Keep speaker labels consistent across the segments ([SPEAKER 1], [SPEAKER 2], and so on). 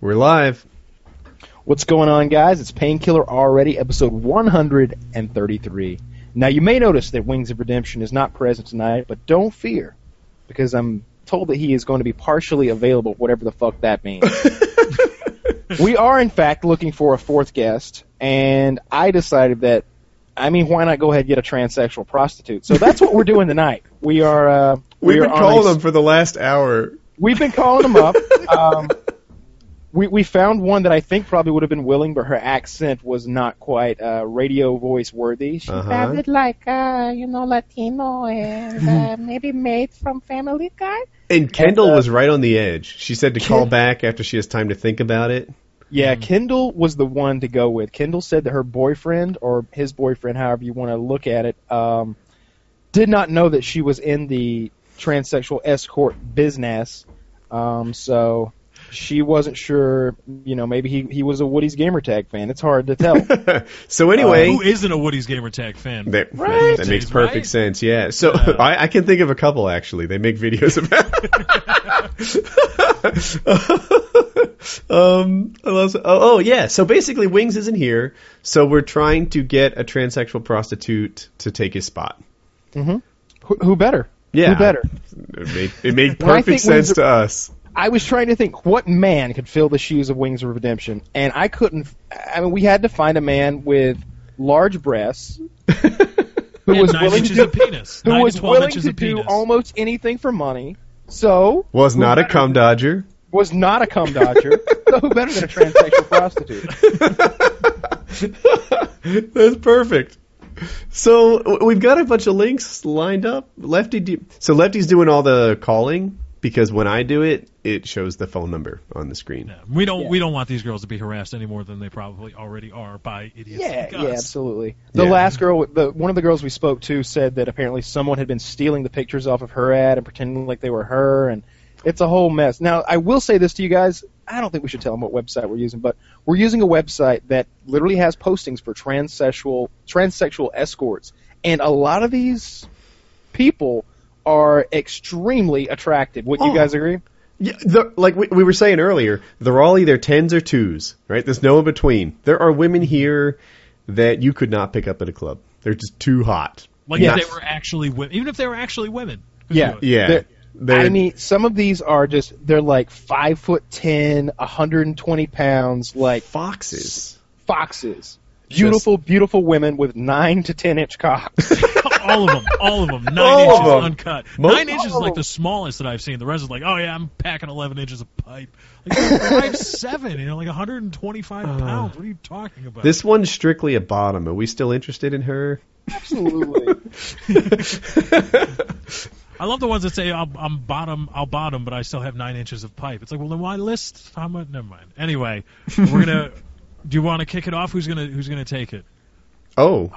[SPEAKER 1] We're live.
[SPEAKER 2] What's going on, guys? It's Painkiller Already, episode 133. Now, you may notice that Wings of Redemption is not present tonight, but don't fear, because I'm told that he is going to be partially available, whatever the fuck that means. we are, in fact, looking for a fourth guest, and I decided that, I mean, why not go ahead and get a transsexual prostitute? So that's what we're doing tonight. We are, uh, we
[SPEAKER 1] We've
[SPEAKER 2] are
[SPEAKER 1] been
[SPEAKER 2] on a
[SPEAKER 1] calling them for the last hour.
[SPEAKER 2] We've been calling them up. Um, we we found one that I think probably would have been willing, but her accent was not quite uh, radio voice worthy. She
[SPEAKER 1] Uh-huh.
[SPEAKER 3] sounded like uh, you know Latino and uh, maybe made from Family Guy.
[SPEAKER 1] And Kendall
[SPEAKER 2] uh,
[SPEAKER 1] was right on the edge. She said to call
[SPEAKER 2] Ken-
[SPEAKER 1] back after she has time to think about it.
[SPEAKER 2] Yeah, Kendall was the one to go with. Kendall said that her boyfriend or his boyfriend, however you want to look at it, um, did not know that she was in the transsexual escort business. Um, so she wasn't sure. You know, maybe he he was a Woody's Gamertag fan. It's hard to tell.
[SPEAKER 1] So anyway,
[SPEAKER 4] Who isn't a Woody's Gamertag fan?
[SPEAKER 1] that,
[SPEAKER 2] Right.
[SPEAKER 1] Uh, that makes
[SPEAKER 4] Right.
[SPEAKER 1] perfect sense. Yeah. So
[SPEAKER 4] Yeah.
[SPEAKER 1] I, I can think of a couple actually. They make videos about. um. I lost- oh, oh yeah. So basically, Wings isn't here. So we're trying to get a transsexual prostitute to take his spot.
[SPEAKER 2] who, who better?
[SPEAKER 1] Yeah.
[SPEAKER 2] Who better?
[SPEAKER 1] It made, it made
[SPEAKER 2] Well, I
[SPEAKER 1] perfect
[SPEAKER 2] think
[SPEAKER 1] sense
[SPEAKER 2] Wings-
[SPEAKER 1] to us.
[SPEAKER 2] I was trying to think what man could fill the shoes of Wings of Redemption, and I couldn't. I mean, we had to find a man with large breasts who
[SPEAKER 4] And
[SPEAKER 2] was
[SPEAKER 4] nine
[SPEAKER 2] willing to
[SPEAKER 4] inches
[SPEAKER 2] do,
[SPEAKER 4] of penis.
[SPEAKER 2] who
[SPEAKER 4] Nine
[SPEAKER 2] was
[SPEAKER 4] to 12
[SPEAKER 2] willing
[SPEAKER 4] inches
[SPEAKER 2] to
[SPEAKER 4] of
[SPEAKER 2] do
[SPEAKER 4] penis.
[SPEAKER 2] almost anything for money. So
[SPEAKER 1] Was
[SPEAKER 2] who
[SPEAKER 1] not a
[SPEAKER 2] better-
[SPEAKER 1] cum dodger.
[SPEAKER 2] was not a cum dodger. so who better than a transsexual prostitute?
[SPEAKER 1] That's perfect. So w- we've got a bunch of links lined up. Lefty, do, so Lefty's doing all the calling because when I do it, it shows the phone number on the screen.
[SPEAKER 4] Yeah. We don't
[SPEAKER 2] Yeah.
[SPEAKER 4] we don't want these girls to be harassed any more than they probably already are by idiots.
[SPEAKER 2] Yeah,
[SPEAKER 4] like
[SPEAKER 2] yeah,
[SPEAKER 4] us.
[SPEAKER 2] absolutely. The
[SPEAKER 1] Yeah.
[SPEAKER 2] last girl, the one of the girls we spoke to said that apparently someone had been stealing the pictures off of her ad and pretending like they were her, and it's a whole mess. Now, I will say this to you guys: I don't think we should tell them what website we're using, but we're using a website that literally has postings for transsexual transsexual escorts, and a lot of these people are extremely attractive. Would not
[SPEAKER 1] Oh.
[SPEAKER 2] you guys agree?
[SPEAKER 1] Yeah, the, like we, we were saying earlier, they're all either tens or twos, right? There's no in between. There are women here that you could not pick up at a club. They're just too hot.
[SPEAKER 4] Like
[SPEAKER 1] Yeah.
[SPEAKER 4] if they were actually women, even if they were actually women. could
[SPEAKER 2] Yeah.
[SPEAKER 4] do it.
[SPEAKER 1] Yeah,
[SPEAKER 2] They're-
[SPEAKER 1] They're-
[SPEAKER 2] I mean, some of these are just, they're like 5 foot 10, 120 pounds, like
[SPEAKER 1] foxes.
[SPEAKER 2] foxes. Beautiful, beautiful women with nine to ten inch cocks.
[SPEAKER 4] all of them, all of them, nine
[SPEAKER 1] All of
[SPEAKER 4] inches
[SPEAKER 1] them.
[SPEAKER 4] uncut.
[SPEAKER 1] Most-
[SPEAKER 4] nine inches is
[SPEAKER 2] all of
[SPEAKER 4] like
[SPEAKER 2] them.
[SPEAKER 4] the smallest that I've seen. The rest is like, oh yeah, I'm packing eleven inches of pipe. Like you're five seven, you know, like 125 pounds. What are you talking about?
[SPEAKER 1] Uh, This one's strictly a bottom. Are we still interested in her?
[SPEAKER 2] Absolutely.
[SPEAKER 4] I love the ones that say I'll, I'm bottom, I'll bottom, but I still have nine inches of pipe. It's like, well, then why list how much? Never mind. Anyway, we're gonna. Do you want to kick it off? Who's gonna Who's gonna take it?
[SPEAKER 1] Oh.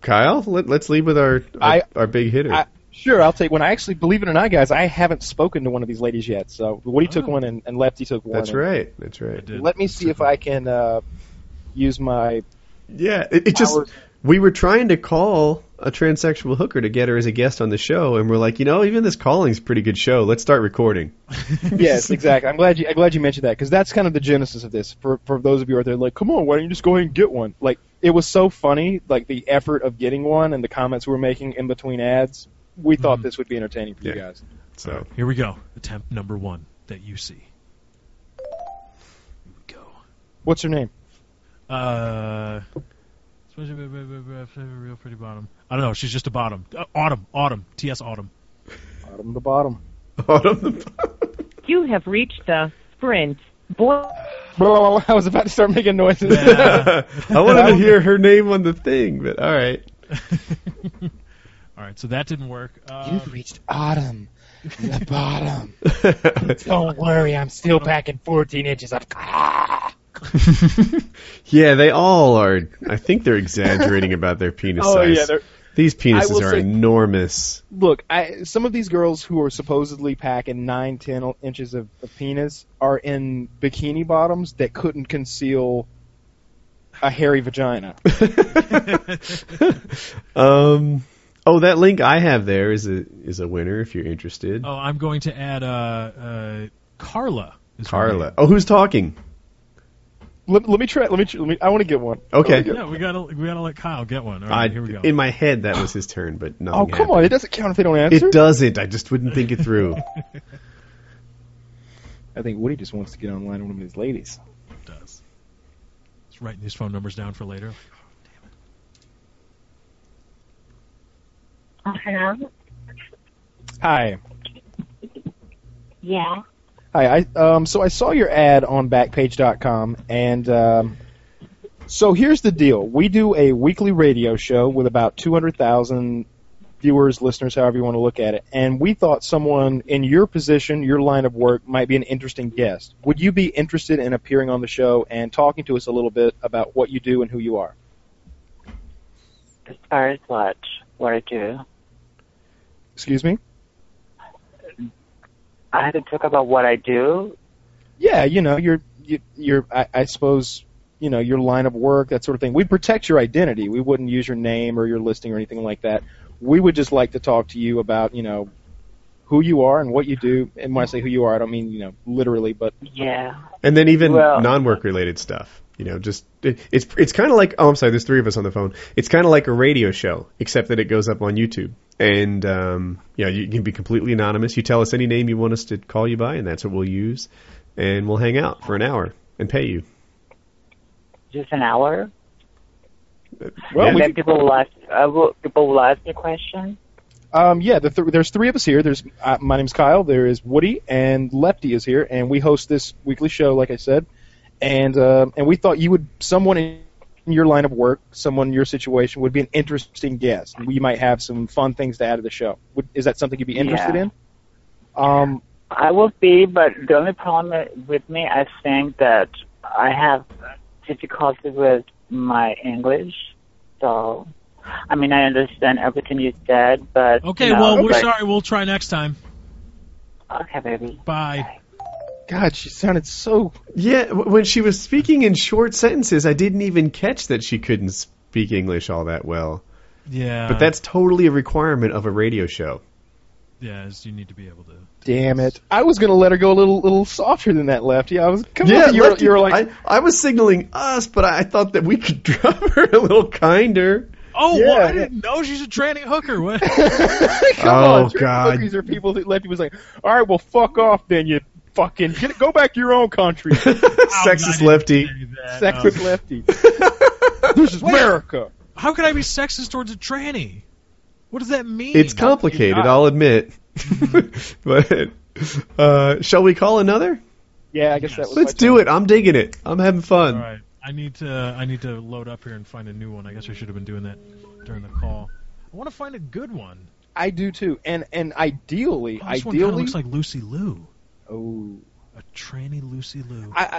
[SPEAKER 1] Kyle, let, let's lead with our our,
[SPEAKER 2] I-
[SPEAKER 1] our big hitter.
[SPEAKER 2] I, sure, I'll take one. I actually, believe it or not, guys, I haven't spoken to one of these ladies yet. So Woody took
[SPEAKER 4] Oh.
[SPEAKER 2] one and, and Lefty took one.
[SPEAKER 1] That's
[SPEAKER 2] And
[SPEAKER 1] right. That's right.
[SPEAKER 4] did.
[SPEAKER 2] Let me see if I can uh, use my.
[SPEAKER 1] Yeah, it, it just
[SPEAKER 2] Ours-
[SPEAKER 1] we were trying to call a transsexual hooker to get her as a guest on the show, and we're like, you know, even this calling's a pretty good show. Let's start recording.
[SPEAKER 2] Yes, exactly. I'm glad you. I'm glad you mentioned that because that's kind of the genesis of this. For for those of you out there, like, come on, why don't you just go ahead and get one? Like, it was so funny, like the effort of getting one and the comments we were making in between ads. We thought this would be entertaining for
[SPEAKER 1] Yeah.
[SPEAKER 2] you guys.
[SPEAKER 1] So
[SPEAKER 4] Here we go. Attempt number one that you see. Here we go.
[SPEAKER 2] What's her name?
[SPEAKER 4] Uh, real pretty bottom. I don't know. She's just a bottom. Uh, autumn, autumn. T.S. Autumn.
[SPEAKER 2] Bottom to bottom.
[SPEAKER 1] Autumn,
[SPEAKER 5] You have reached the sprint. Boy,
[SPEAKER 2] Blah, blah, blah. I was about to start making noises.
[SPEAKER 4] Yeah.
[SPEAKER 1] I wanted to hear her name on the thing, but all right.
[SPEAKER 4] All right, so that didn't work. Um,
[SPEAKER 6] You've reached autumn, the bottom. Don't
[SPEAKER 4] Autumn.
[SPEAKER 6] worry, I'm still packing 14 inches of. Ah!
[SPEAKER 1] yeah, they all are. I think they're exaggerating about their penis
[SPEAKER 2] Oh
[SPEAKER 1] size.
[SPEAKER 2] yeah, they're-
[SPEAKER 1] These
[SPEAKER 2] I will
[SPEAKER 1] penises are
[SPEAKER 2] say-
[SPEAKER 1] enormous.
[SPEAKER 2] look, I, some of these girls who are supposedly packing nine, ten inches of, of penis are in bikini bottoms that couldn't conceal a hairy vagina.
[SPEAKER 1] Um. Oh, that link I have there is a is a winner if you're interested.
[SPEAKER 4] Oh, I'm going to add uh, uh, Carla is her
[SPEAKER 1] Carla. Oh, who's talking?
[SPEAKER 2] Let, let me try. Let me. tr- Let me. I want to get one. I
[SPEAKER 1] Okay.
[SPEAKER 2] wanna
[SPEAKER 4] name.
[SPEAKER 2] get-
[SPEAKER 4] Yeah, we gotta we gotta let Kyle get one. All
[SPEAKER 1] I,
[SPEAKER 4] right, here we go.
[SPEAKER 1] in my head, that was his turn, but no.
[SPEAKER 2] Oh come on! It doesn't count if they don't answer.
[SPEAKER 1] It doesn't. I just wouldn't think it through.
[SPEAKER 2] I think Woody just wants to get online with one of these ladies.
[SPEAKER 4] It does. He's writing these phone numbers down for later.
[SPEAKER 7] Uh-huh.
[SPEAKER 2] Hi.
[SPEAKER 7] Yeah.
[SPEAKER 2] Hi, I um, so I saw your ad on Backpage.com, and um, so here's the deal: we do a weekly radio show with about 200,000 viewers, listeners, however you want to look at it, and we thought someone in your position, your line of work, might be an interesting guest. Would you be interested in appearing on the show and talking to us a little bit about what you do and who you are?
[SPEAKER 8] As far as what? What I do?
[SPEAKER 2] Excuse me?
[SPEAKER 8] I had to talk about what I do.
[SPEAKER 2] Yeah, you know, your your, your I, I suppose you know your line of work, that sort of thing. We protect your identity. We wouldn't use your name or your listing or anything like that. We would just like to talk to you about you know who you are and what you do. And when I say who you are, I don't mean you know literally, but
[SPEAKER 8] Yeah.
[SPEAKER 1] And then even
[SPEAKER 8] Well-
[SPEAKER 1] non-work related stuff. You know, just it, it's it's kind of like oh, I'm sorry, there's three of us on the phone. It's kind of like a radio show, except that it goes up on YouTube, and um, yeah, you can be completely anonymous. You tell us any name you want us to call you by, and that's what we'll use, and we'll hang out for an hour and pay you.
[SPEAKER 8] Just an hour.
[SPEAKER 2] well,
[SPEAKER 1] Yeah.
[SPEAKER 8] And
[SPEAKER 2] we
[SPEAKER 8] then people will ask. Uh, will, people will ask me questions.
[SPEAKER 2] Um, yeah, the th- there's three of us here. There's uh, my name's Kyle. There is Woody and Lefty is here, and we host this weekly show, like I said. And uh, and we thought you would someone in your line of work, someone in your situation, would be an interesting guest. We might have some fun things to add to the show. Would, is that something you'd be interested
[SPEAKER 8] Yeah.
[SPEAKER 2] in? Um,
[SPEAKER 8] I will be, but the only problem with me, I think that I have difficulty with my English. So, I mean, I understand everything you said, but
[SPEAKER 4] Okay,
[SPEAKER 8] no,
[SPEAKER 4] well we're
[SPEAKER 8] but-
[SPEAKER 4] sorry. We'll try next time.
[SPEAKER 8] Okay, baby.
[SPEAKER 4] Bye.
[SPEAKER 2] God, she sounded so.
[SPEAKER 1] Yeah, w- when she was speaking in short sentences, I didn't even catch that she couldn't speak English all that well.
[SPEAKER 4] Yeah,
[SPEAKER 1] But that's totally a requirement of a radio show.
[SPEAKER 4] yeah. is You need to be able to.
[SPEAKER 2] Damn it! I was gonna let her go a little little softer than that, Lefty. I was come on, you were,
[SPEAKER 1] Lefty,
[SPEAKER 2] you were like
[SPEAKER 1] I, I was signaling us, but I thought that we could drop her a little kinder.
[SPEAKER 4] Oh,
[SPEAKER 2] Yeah.
[SPEAKER 4] well, I didn't know she's a tranny hooker. What?
[SPEAKER 2] Come
[SPEAKER 1] Oh,
[SPEAKER 2] on, Trey
[SPEAKER 1] God.
[SPEAKER 2] These are people that Lefty was like, all right, well, fuck off then, you fucking, get, go back to your own country,
[SPEAKER 1] Sexist lefty.
[SPEAKER 2] sexist
[SPEAKER 4] Sexist.
[SPEAKER 2] Lefty. This is America.
[SPEAKER 4] How could I be sexist towards a tranny? What does that mean?
[SPEAKER 1] It's complicated, I'll admit. but uh, shall we call another?
[SPEAKER 2] Yeah, I guess
[SPEAKER 4] Yes.
[SPEAKER 2] that was
[SPEAKER 1] Let's do it. I'm digging it. I'm having
[SPEAKER 4] All
[SPEAKER 1] fun.
[SPEAKER 4] right, I need to I need to load up here and find a new one. I guess I should have been doing that during the call. I want to find a good one.
[SPEAKER 2] I do too. And and ideally,
[SPEAKER 4] Oh, this one kind of
[SPEAKER 2] ideally,
[SPEAKER 4] looks like Lucy Lou,
[SPEAKER 2] oh,
[SPEAKER 4] a tranny Lucy Lou.
[SPEAKER 2] I, I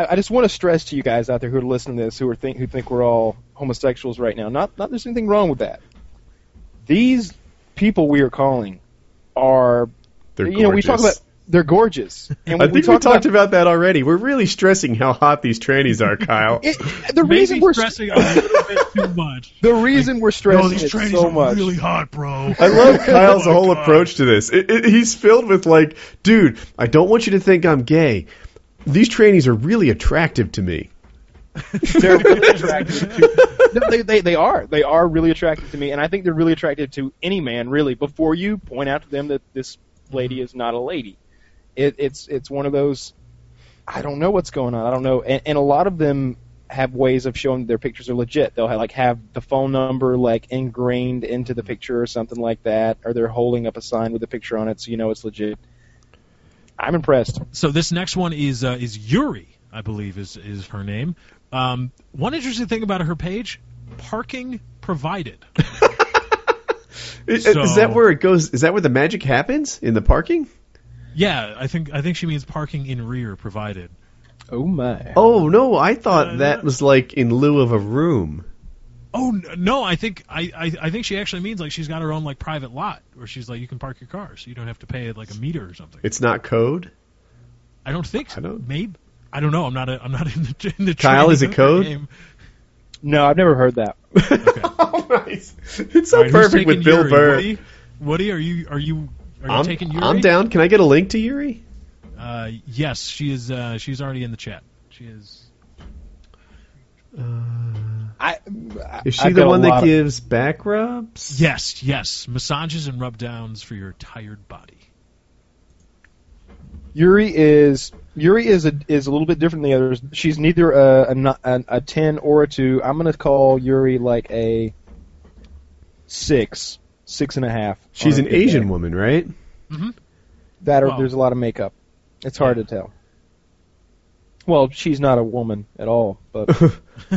[SPEAKER 2] I- I just want to stress to you guys out there who are listening to this, who are think who think we're all homosexuals right now. Not not there's anything wrong with that. These people we are calling are
[SPEAKER 1] They're
[SPEAKER 2] you know we talk
[SPEAKER 1] gorgeous.
[SPEAKER 2] about they're gorgeous. And
[SPEAKER 1] I
[SPEAKER 2] we
[SPEAKER 1] think we,
[SPEAKER 2] talk about-
[SPEAKER 1] talked about that already. We're really stressing how hot these trannies are, Kyle.
[SPEAKER 2] It, the
[SPEAKER 4] Maybe
[SPEAKER 2] reason we're
[SPEAKER 4] stressing a little bit too much.
[SPEAKER 2] the reason we're
[SPEAKER 4] No,
[SPEAKER 2] stressing
[SPEAKER 4] these
[SPEAKER 2] it
[SPEAKER 4] trannies
[SPEAKER 2] so
[SPEAKER 4] are
[SPEAKER 2] much.
[SPEAKER 4] really hot, bro.
[SPEAKER 1] I love Kyle's
[SPEAKER 4] Oh my
[SPEAKER 1] whole
[SPEAKER 4] God.
[SPEAKER 1] approach to this. It, it, he's filled with like, dude, I don't want you to think I'm gay. These trannies are really attractive to me.
[SPEAKER 2] they're really attractive to, No, they, they, they are they are really attractive to me, and I think they're really attractive to any man really. Before you point out to them that this
[SPEAKER 4] Mm-hmm.
[SPEAKER 2] lady is not a lady, it, it's it's one of those. I don't know what's going on. I don't know, and, and a lot of them have ways of showing their pictures are legit. They'll have, like have the phone number like ingrained into the picture or something like that, or they're holding up a sign with a picture on it so you know it's legit. I'm impressed.
[SPEAKER 4] So this next one is uh, is Yuri, I believe is is her name. Um, one interesting thing about her page, parking provided.
[SPEAKER 1] I- Is,
[SPEAKER 4] So-
[SPEAKER 1] that where it goes? Is that where the magic happens in the parking?
[SPEAKER 4] Yeah, I think I think she means parking in rear provided.
[SPEAKER 2] Oh my.
[SPEAKER 1] Oh no, I thought
[SPEAKER 4] Uh,
[SPEAKER 1] that was like in lieu of a room.
[SPEAKER 4] Oh n- no, I think I, I I think she actually means like she's got her own like private lot where she's like you can park your car so you don't have to pay like a meter or something.
[SPEAKER 1] It's not code.
[SPEAKER 4] I don't think so.
[SPEAKER 1] I don't-
[SPEAKER 4] maybe I don't know. I'm not a, I'm not in the in the
[SPEAKER 1] Kyle,
[SPEAKER 4] training
[SPEAKER 1] is it
[SPEAKER 4] of the
[SPEAKER 1] code?
[SPEAKER 4] game.
[SPEAKER 2] No, I've never heard that.
[SPEAKER 1] oh, nice. It's so
[SPEAKER 4] All right, who's
[SPEAKER 1] perfect with
[SPEAKER 4] taking
[SPEAKER 1] Bill
[SPEAKER 4] Yuri?
[SPEAKER 1] Burr.
[SPEAKER 4] Woody? Woody, are you are you are you
[SPEAKER 1] I'm,
[SPEAKER 4] taking Yuri?
[SPEAKER 1] I'm down. Can I get a link to Yuri?
[SPEAKER 4] Uh, Uh, yes, she is. Uh, she's already in the chat. She is. Uh,
[SPEAKER 2] I,
[SPEAKER 1] Is she the one that gives back rubs?
[SPEAKER 4] Yes, yes. Massages and rub downs for your tired body.
[SPEAKER 2] Yuri is Yuri is a is a little bit different than the others. She's neither a a, no- a, a ten or a two. I'm gonna call Yuri like a six, six and a half.
[SPEAKER 1] She's
[SPEAKER 4] Oh,
[SPEAKER 2] on a
[SPEAKER 1] an
[SPEAKER 2] good
[SPEAKER 1] Asian
[SPEAKER 2] day.
[SPEAKER 1] woman, right?
[SPEAKER 2] That or
[SPEAKER 4] Well-
[SPEAKER 2] there's a lot of makeup. It's hard to tell. Well, she's not a woman at all, but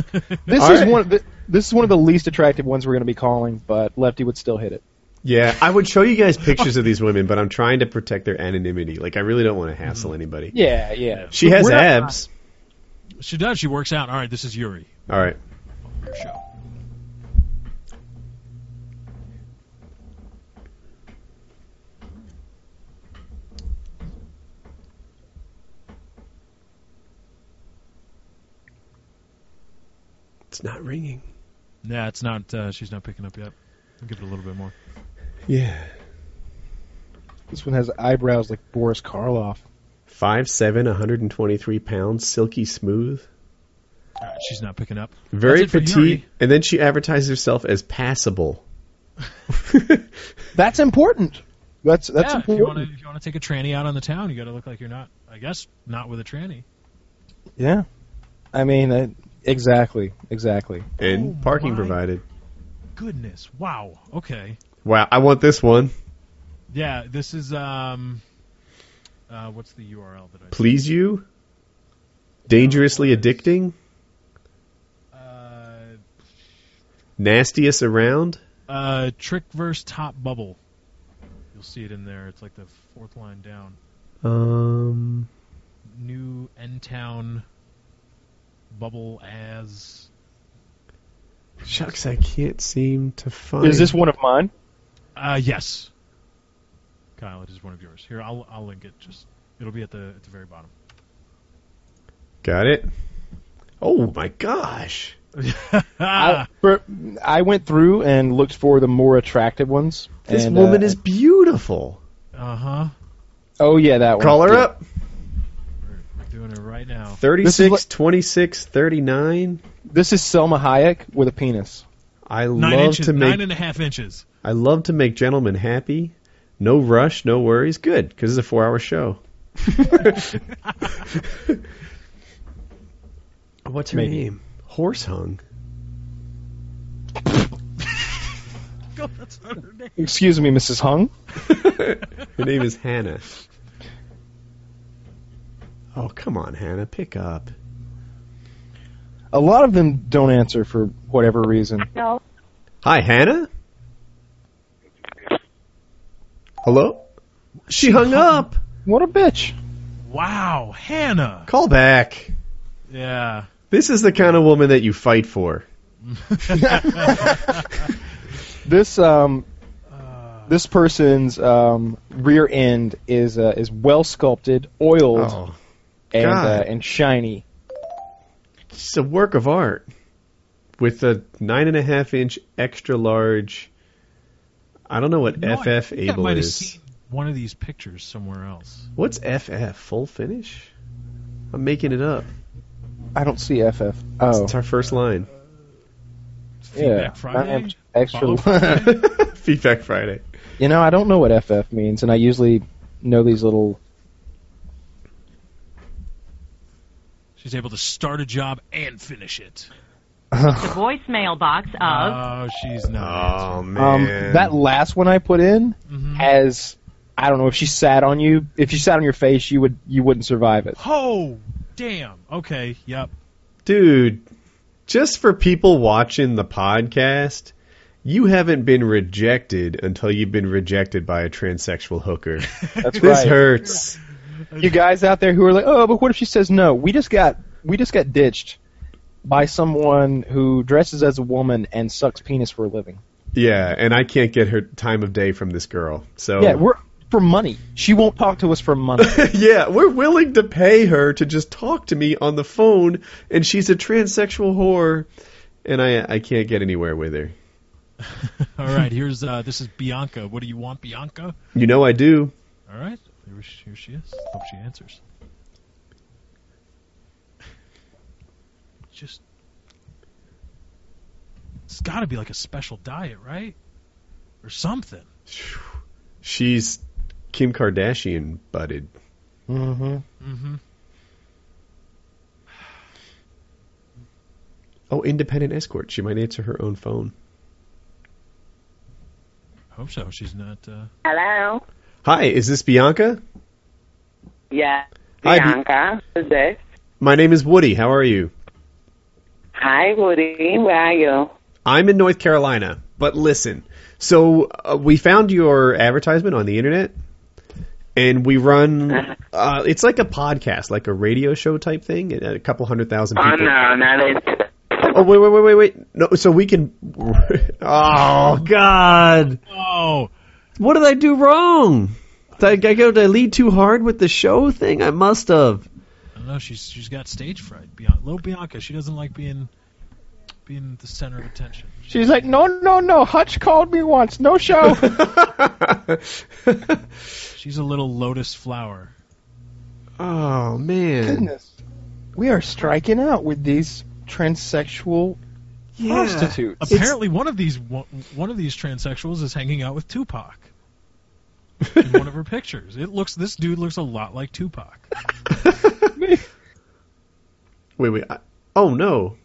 [SPEAKER 2] this
[SPEAKER 1] All
[SPEAKER 2] is
[SPEAKER 1] right.
[SPEAKER 2] one. Of the, this is one of the least attractive ones we're going to be calling, but Lefty would still hit it.
[SPEAKER 1] Yeah, I would show you guys pictures of these women, but I'm trying to protect their anonymity. Like, I really don't want to hassle anybody.
[SPEAKER 2] Yeah, yeah.
[SPEAKER 1] She has
[SPEAKER 2] We're not-
[SPEAKER 1] abs.
[SPEAKER 4] She does. She works out. All right, this is Yuri.
[SPEAKER 1] All right.
[SPEAKER 4] Your show.
[SPEAKER 1] It's not ringing.
[SPEAKER 4] Yeah, it's not. Uh, she's not picking up yet. I'll give it a little bit more.
[SPEAKER 1] Yeah.
[SPEAKER 2] This one has eyebrows like Boris Karloff.
[SPEAKER 1] Five seven, 123 pounds, silky smooth,
[SPEAKER 4] All right, she's not picking up.
[SPEAKER 1] very
[SPEAKER 4] That's it for
[SPEAKER 1] petite,
[SPEAKER 4] Yuri.
[SPEAKER 1] and then she advertises herself as passable.
[SPEAKER 2] That's important. That's that's
[SPEAKER 4] yeah, if you want to
[SPEAKER 2] important.
[SPEAKER 4] if you want to take a tranny out on the town, you got to look like you're not. I guess not with a tranny.
[SPEAKER 2] Yeah. I mean, uh, exactly, exactly.
[SPEAKER 1] and
[SPEAKER 4] Oh
[SPEAKER 1] parking
[SPEAKER 4] my.
[SPEAKER 1] provided.
[SPEAKER 4] Goodness. Wow. Okay.
[SPEAKER 1] Wow, I want this one.
[SPEAKER 4] Yeah. This is um. Uh, what's the URL that I?
[SPEAKER 1] Please you? Dangerously addicting?
[SPEAKER 4] Uh,
[SPEAKER 1] Nastiest around?
[SPEAKER 4] uh, trick verse top bubble. You'll see it in there. It's like the fourth line down.
[SPEAKER 1] Um,
[SPEAKER 4] New N town. Bubble as.
[SPEAKER 1] shucks, I can't seem to find.
[SPEAKER 2] Is this one of mine?
[SPEAKER 4] Uh, yes. Kyle, it is one of yours. Here, I'll I'll link it. Just it'll be at the at the very bottom.
[SPEAKER 1] Got it. Oh my gosh.
[SPEAKER 4] Ah.
[SPEAKER 2] I, for, I went through and looked for the more attractive ones.
[SPEAKER 1] This
[SPEAKER 2] and,
[SPEAKER 1] woman
[SPEAKER 2] uh,
[SPEAKER 1] is beautiful.
[SPEAKER 4] Uh huh.
[SPEAKER 2] Oh yeah, that one.
[SPEAKER 1] Call her
[SPEAKER 2] Yeah.
[SPEAKER 1] up.
[SPEAKER 4] We're doing it right now.
[SPEAKER 1] 36,
[SPEAKER 2] what-
[SPEAKER 1] 26, 39.
[SPEAKER 2] This is Selma Hayek with a penis.
[SPEAKER 1] I
[SPEAKER 4] Nine
[SPEAKER 1] love
[SPEAKER 4] inches.
[SPEAKER 1] to make
[SPEAKER 4] Nine and a half inches.
[SPEAKER 1] I love to make gentlemen happy. No rush, no worries. Good, because it's a four-hour show. What's her
[SPEAKER 2] Maybe.
[SPEAKER 1] name? Horse hung.
[SPEAKER 4] God, that's not her name.
[SPEAKER 2] Excuse me, Mrs. Hung.
[SPEAKER 1] Her name is Hannah. Oh come on, Hannah, pick up.
[SPEAKER 2] A lot of them don't answer for whatever reason.
[SPEAKER 5] No.
[SPEAKER 1] Hi, Hannah. Hello. She hung up.
[SPEAKER 2] What a bitch.
[SPEAKER 4] Wow, Hannah.
[SPEAKER 1] Call back.
[SPEAKER 4] Yeah.
[SPEAKER 1] This is the kind of woman that you fight for.
[SPEAKER 4] Uh,
[SPEAKER 2] This um, this person's um, rear end is uh, is well sculpted, oiled,
[SPEAKER 1] Oh,
[SPEAKER 2] and uh,
[SPEAKER 1] God.
[SPEAKER 2] and shiny.
[SPEAKER 1] it's a work of art with a nine and a half inch extra large. I don't know what
[SPEAKER 4] No, I
[SPEAKER 1] FF
[SPEAKER 4] think I
[SPEAKER 1] able
[SPEAKER 4] might have
[SPEAKER 1] is.
[SPEAKER 4] seen one of these pictures somewhere else.
[SPEAKER 1] What's FF? Full finish? I'm making it up.
[SPEAKER 2] I don't see FF. Oh,
[SPEAKER 1] It's our first line.
[SPEAKER 2] yeah.
[SPEAKER 4] Feedback
[SPEAKER 2] I am
[SPEAKER 4] Friday.
[SPEAKER 2] extra.
[SPEAKER 4] Follow-
[SPEAKER 1] Feedback Friday.
[SPEAKER 2] you know, I don't know what FF means, and I usually know these little.
[SPEAKER 4] She's able to start a job and finish it.
[SPEAKER 2] um,
[SPEAKER 5] The voicemail box of
[SPEAKER 4] Oh, she's not. Mm-hmm.
[SPEAKER 1] Oh man.
[SPEAKER 2] Um, that last one I put in has. I don't know if she sat on you. If she sat on your face, you would you wouldn't survive it.
[SPEAKER 4] Oh, damn. Okay. Yep.
[SPEAKER 1] Dude, just for people watching the podcast, you haven't been rejected until you've been rejected by a transsexual hooker.
[SPEAKER 2] That's
[SPEAKER 1] this
[SPEAKER 2] right.
[SPEAKER 1] hurts.
[SPEAKER 2] You guys out there who are like, oh, but what if she says no? We just got we just got ditched by someone who dresses as a woman and sucks penis for a living.
[SPEAKER 1] Yeah, and I can't get her time of day from this girl. So
[SPEAKER 2] Yeah, we're for money. She won't talk to us for money.
[SPEAKER 1] Yeah, we're willing to pay her to just talk to me on the phone, and she's a transsexual whore, and I I can't get anywhere with her.
[SPEAKER 4] All right. Here's uh, this is Bianca. What do you want, Bianca?
[SPEAKER 1] You know I do.
[SPEAKER 4] All right. Here she, here she is. Hope she answers. Just. It's got to be like a special diet, right? Or something.
[SPEAKER 1] She's Kim Kardashian butted.
[SPEAKER 2] Mm-hmm.
[SPEAKER 4] Mm-hmm.
[SPEAKER 1] Oh, independent escort. She might answer her own phone.
[SPEAKER 4] Hope so. She's not. Uh...
[SPEAKER 7] Hello.
[SPEAKER 1] Hi, is this Bianca?
[SPEAKER 7] Yeah.
[SPEAKER 1] Hi, Bi-
[SPEAKER 7] Bianca. Who's this?
[SPEAKER 1] My name is Woody. How are you?
[SPEAKER 7] Hi, Woody. Where are you?
[SPEAKER 1] I'm in North Carolina, but listen. So uh, we found your advertisement on the internet, and we
[SPEAKER 7] Uh-huh.
[SPEAKER 1] run. Uh, it's like a podcast, like a radio show type thing. and A couple hundred thousand
[SPEAKER 7] Oh,
[SPEAKER 1] people.
[SPEAKER 7] no,
[SPEAKER 4] Uh,
[SPEAKER 7] not this.
[SPEAKER 1] Oh wait, wait, wait, wait, wait. No, so we can. Oh God,
[SPEAKER 4] Oh,
[SPEAKER 1] what did I do wrong? Did I, I go? Did I lead too hard with the show thing? I must have.
[SPEAKER 4] I don't know. She's she's got stage fright. Bian- little Bianca. She doesn't like being being the center of attention.
[SPEAKER 2] She's like, no, no, no. Hutch called me once. No
[SPEAKER 1] Oh,
[SPEAKER 2] show.
[SPEAKER 4] She's a little lotus flower.
[SPEAKER 1] oh man.
[SPEAKER 2] Goodness. We are striking out with these transsexual prostitutes.
[SPEAKER 4] Apparently, one of these one, one of these transsexuals is hanging out with Tupac. in one of her pictures, it looks this dude looks a lot like Tupac.
[SPEAKER 1] Wait, wait. I, oh no.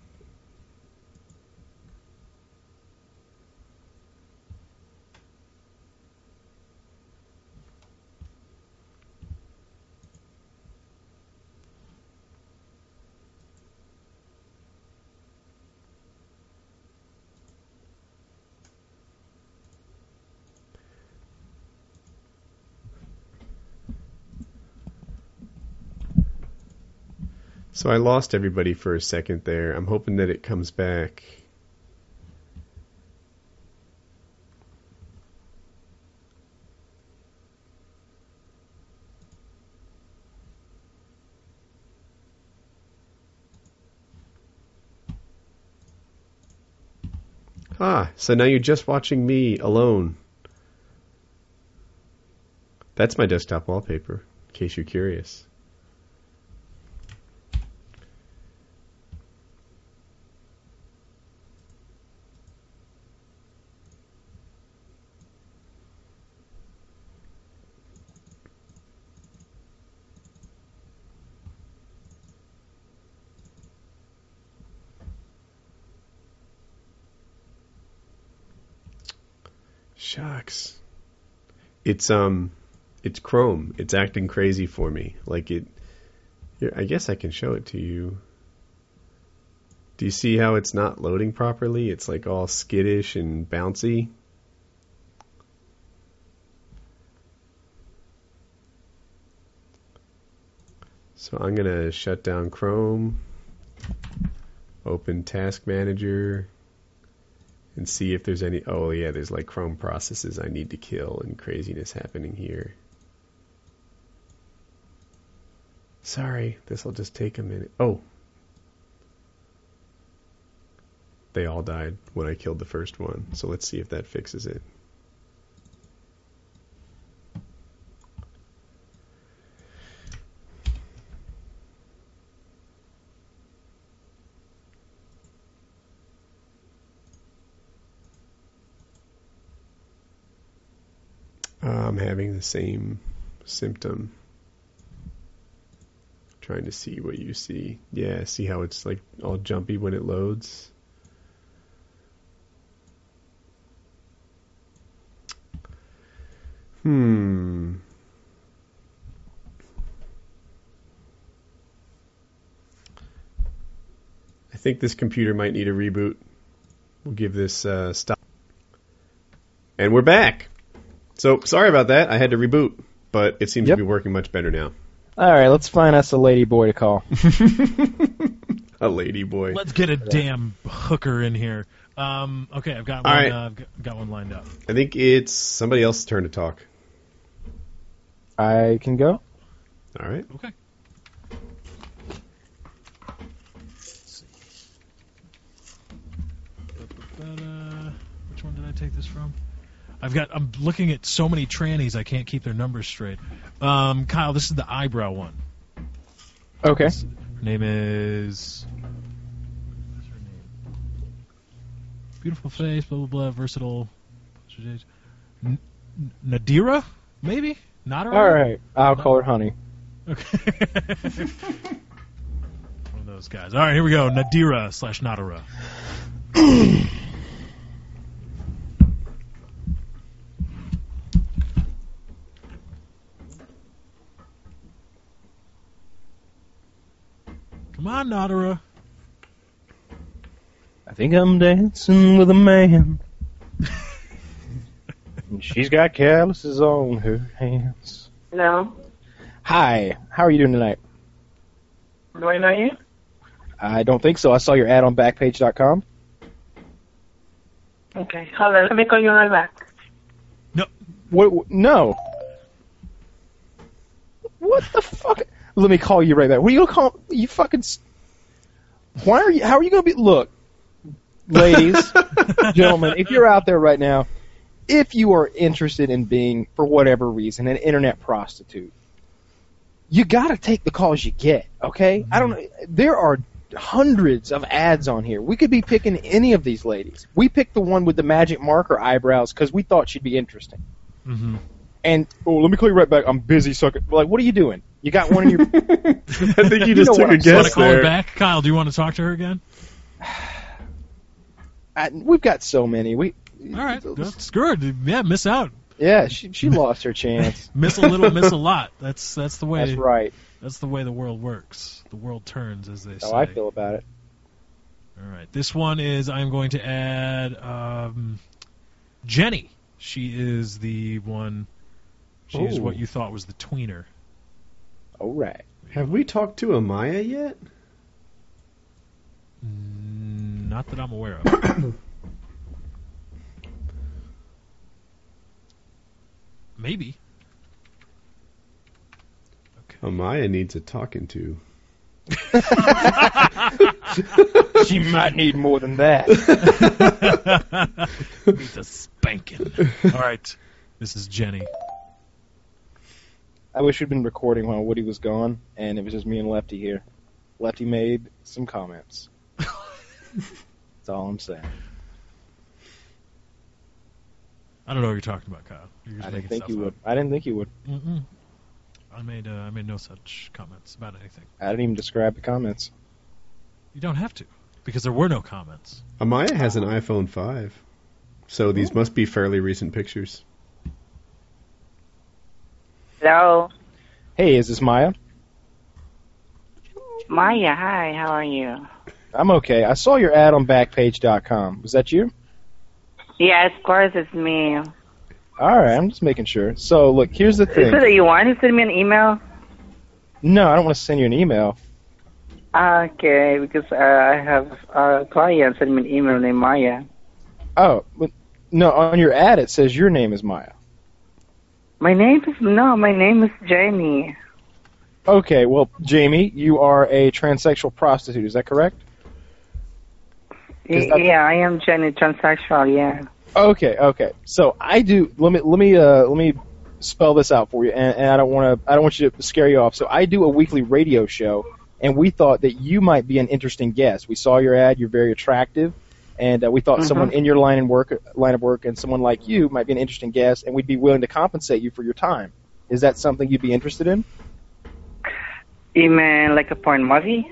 [SPEAKER 1] So I lost everybody for a second there. I'm hoping that it comes back. Ah, so now you're just watching me alone. That's my desktop wallpaper, in case you're curious. Shucks. It's um, it's Chrome. It's acting crazy for me. Like it. Here, I guess I can show it to you. Do you see how it's not loading properly? It's like all skittish and bouncy. So I'm gonna shut down Chrome, open Task Manager and see if there's any. Oh yeah, there's like Chrome processes I need to kill and craziness happening here. Sorry, this will just take a minute. Oh, they all died when I killed the first one. So let's see if that fixes it. Uh, I'm having the same symptom. Trying to see what you see. Yeah, see how it's like all jumpy when it loads? Hmm. I think this computer might need a reboot. We'll give this uh, stop. And we're back. So sorry about that. I had to reboot, but it seems
[SPEAKER 2] Yep.
[SPEAKER 1] to be working much better now.
[SPEAKER 2] All right, let's find us a lady boy to call.
[SPEAKER 1] A lady boy.
[SPEAKER 4] Let's get a damn hooker in here. Um, okay, I've got
[SPEAKER 1] All
[SPEAKER 4] one.
[SPEAKER 1] right.
[SPEAKER 4] Uh, I've got- got one lined up.
[SPEAKER 1] I think it's somebody else's turn to talk.
[SPEAKER 2] I can go.
[SPEAKER 1] All right.
[SPEAKER 4] Okay. Ba-ba-ba-da. Which one did I take this from? I've got. I'm looking at so many trannies. I can't keep their numbers straight. Um, Kyle, this is the eyebrow one.
[SPEAKER 2] Okay.
[SPEAKER 4] Her name is. What is her name? Beautiful face, blah blah blah, versatile. N- N- Nadira, maybe. Not
[SPEAKER 2] All right. I'll call her Honey.
[SPEAKER 4] Okay. One of those guys. All right, here we go. Nadira slash Nadira. Come on, Nadira.
[SPEAKER 2] I think I'm dancing with a man. And She's got calluses on her hands.
[SPEAKER 9] No.
[SPEAKER 2] Hi. How are you doing tonight?
[SPEAKER 9] Do I know you?
[SPEAKER 2] I don't think so. I saw your ad on backpage.com.
[SPEAKER 9] Okay. Hold on. Let me call you right back.
[SPEAKER 2] What, what? No. What the fuck? Let me call you right back. What are you gonna call? You fucking. s- Why are you? How are you gonna be? Look, ladies, gentlemen, if you're out there right now, if you are interested in being, for whatever reason, an internet prostitute, you gotta take the calls you get. Okay? I
[SPEAKER 4] Mm-hmm.
[SPEAKER 2] don't know. There are hundreds of ads on here. We could be picking any of these ladies. We picked the one with the magic marker eyebrows because we thought she'd be interesting
[SPEAKER 4] Mm-hmm.
[SPEAKER 2] and oh, let me call you right back. I'm busy, sucker. Like, what are you doing? You got one in your.
[SPEAKER 1] I think you
[SPEAKER 2] You
[SPEAKER 1] just took
[SPEAKER 2] know what
[SPEAKER 1] a
[SPEAKER 2] I'm
[SPEAKER 4] Want to
[SPEAKER 1] guess
[SPEAKER 4] call her
[SPEAKER 1] there.
[SPEAKER 4] back, Kyle? Do you want to talk to her again?
[SPEAKER 2] I, we've got so many. We.
[SPEAKER 4] All right, that's good. Yeah, miss out,
[SPEAKER 2] Yeah, she she lost her chance.
[SPEAKER 4] miss a little, miss a lot. That's that's the way.
[SPEAKER 2] That's right.
[SPEAKER 4] That's the way the world works. The world turns, as they
[SPEAKER 2] That's
[SPEAKER 4] say.
[SPEAKER 2] how Oh, I feel about it.
[SPEAKER 4] All right. This one is I'm going to add um, Jenny. She is the one. She is
[SPEAKER 2] Ooh.
[SPEAKER 4] what you thought was the tweener.
[SPEAKER 2] All right.
[SPEAKER 1] Have we talked to Amaya yet?
[SPEAKER 4] Mm, Not that I'm aware of. Maybe.
[SPEAKER 1] Amaya needs a talking to.
[SPEAKER 2] She might need more than that.
[SPEAKER 4] Needs a spanking. All right. This is Jenny.
[SPEAKER 2] I wish we'd been recording while Woody was gone, and it was just me and Lefty here. Lefty made some comments. That's all I'm saying.
[SPEAKER 4] I don't know what you're talking about, Kyle. You're
[SPEAKER 2] I
[SPEAKER 4] just making
[SPEAKER 2] didn't think
[SPEAKER 4] stuff
[SPEAKER 2] you
[SPEAKER 4] up.
[SPEAKER 2] would. I didn't think you would.
[SPEAKER 4] Mm-mm. I made uh, I made no such comments about anything.
[SPEAKER 2] I didn't even describe the comments.
[SPEAKER 4] You don't have to because there were no comments.
[SPEAKER 1] Amaya has an iPhone 5, so these must be fairly recent pictures.
[SPEAKER 8] Hello.
[SPEAKER 2] Hey, is this Maya?
[SPEAKER 8] Maya, hi, how are you?
[SPEAKER 2] I'm okay. I saw your ad on Backpage.com. Was that you?
[SPEAKER 8] Yeah, of course it's me.
[SPEAKER 2] All right, I'm just making sure. So, look, here's the
[SPEAKER 8] Is
[SPEAKER 2] thing.
[SPEAKER 8] it that you want to send me an email?
[SPEAKER 2] No, I don't want to send you an email.
[SPEAKER 8] Okay, because uh, I have a client send me an email named Maya.
[SPEAKER 2] Oh, but no, on your ad it says your name is Maya.
[SPEAKER 8] My name is no, my name is Jamie.
[SPEAKER 2] Okay, well, Jamie, you are a transsexual prostitute. Is that correct? Is
[SPEAKER 8] Y-
[SPEAKER 2] that-
[SPEAKER 8] yeah, I am Jenny transsexual. Yeah.
[SPEAKER 2] Okay, okay. So I do. Let me let me uh, let me spell this out for you, and, and I don't want to. I don't want you to scare you off. So I do a weekly radio show, and we thought that you might be an interesting guest. We saw your ad. You're very attractive, and uh, we thought
[SPEAKER 1] Mm-hmm.
[SPEAKER 2] someone in your line and work line of work and someone like you might be an interesting guest, and we'd be willing to compensate you for your time. Is that something you'd be interested in?
[SPEAKER 8] You mean like a porn movie?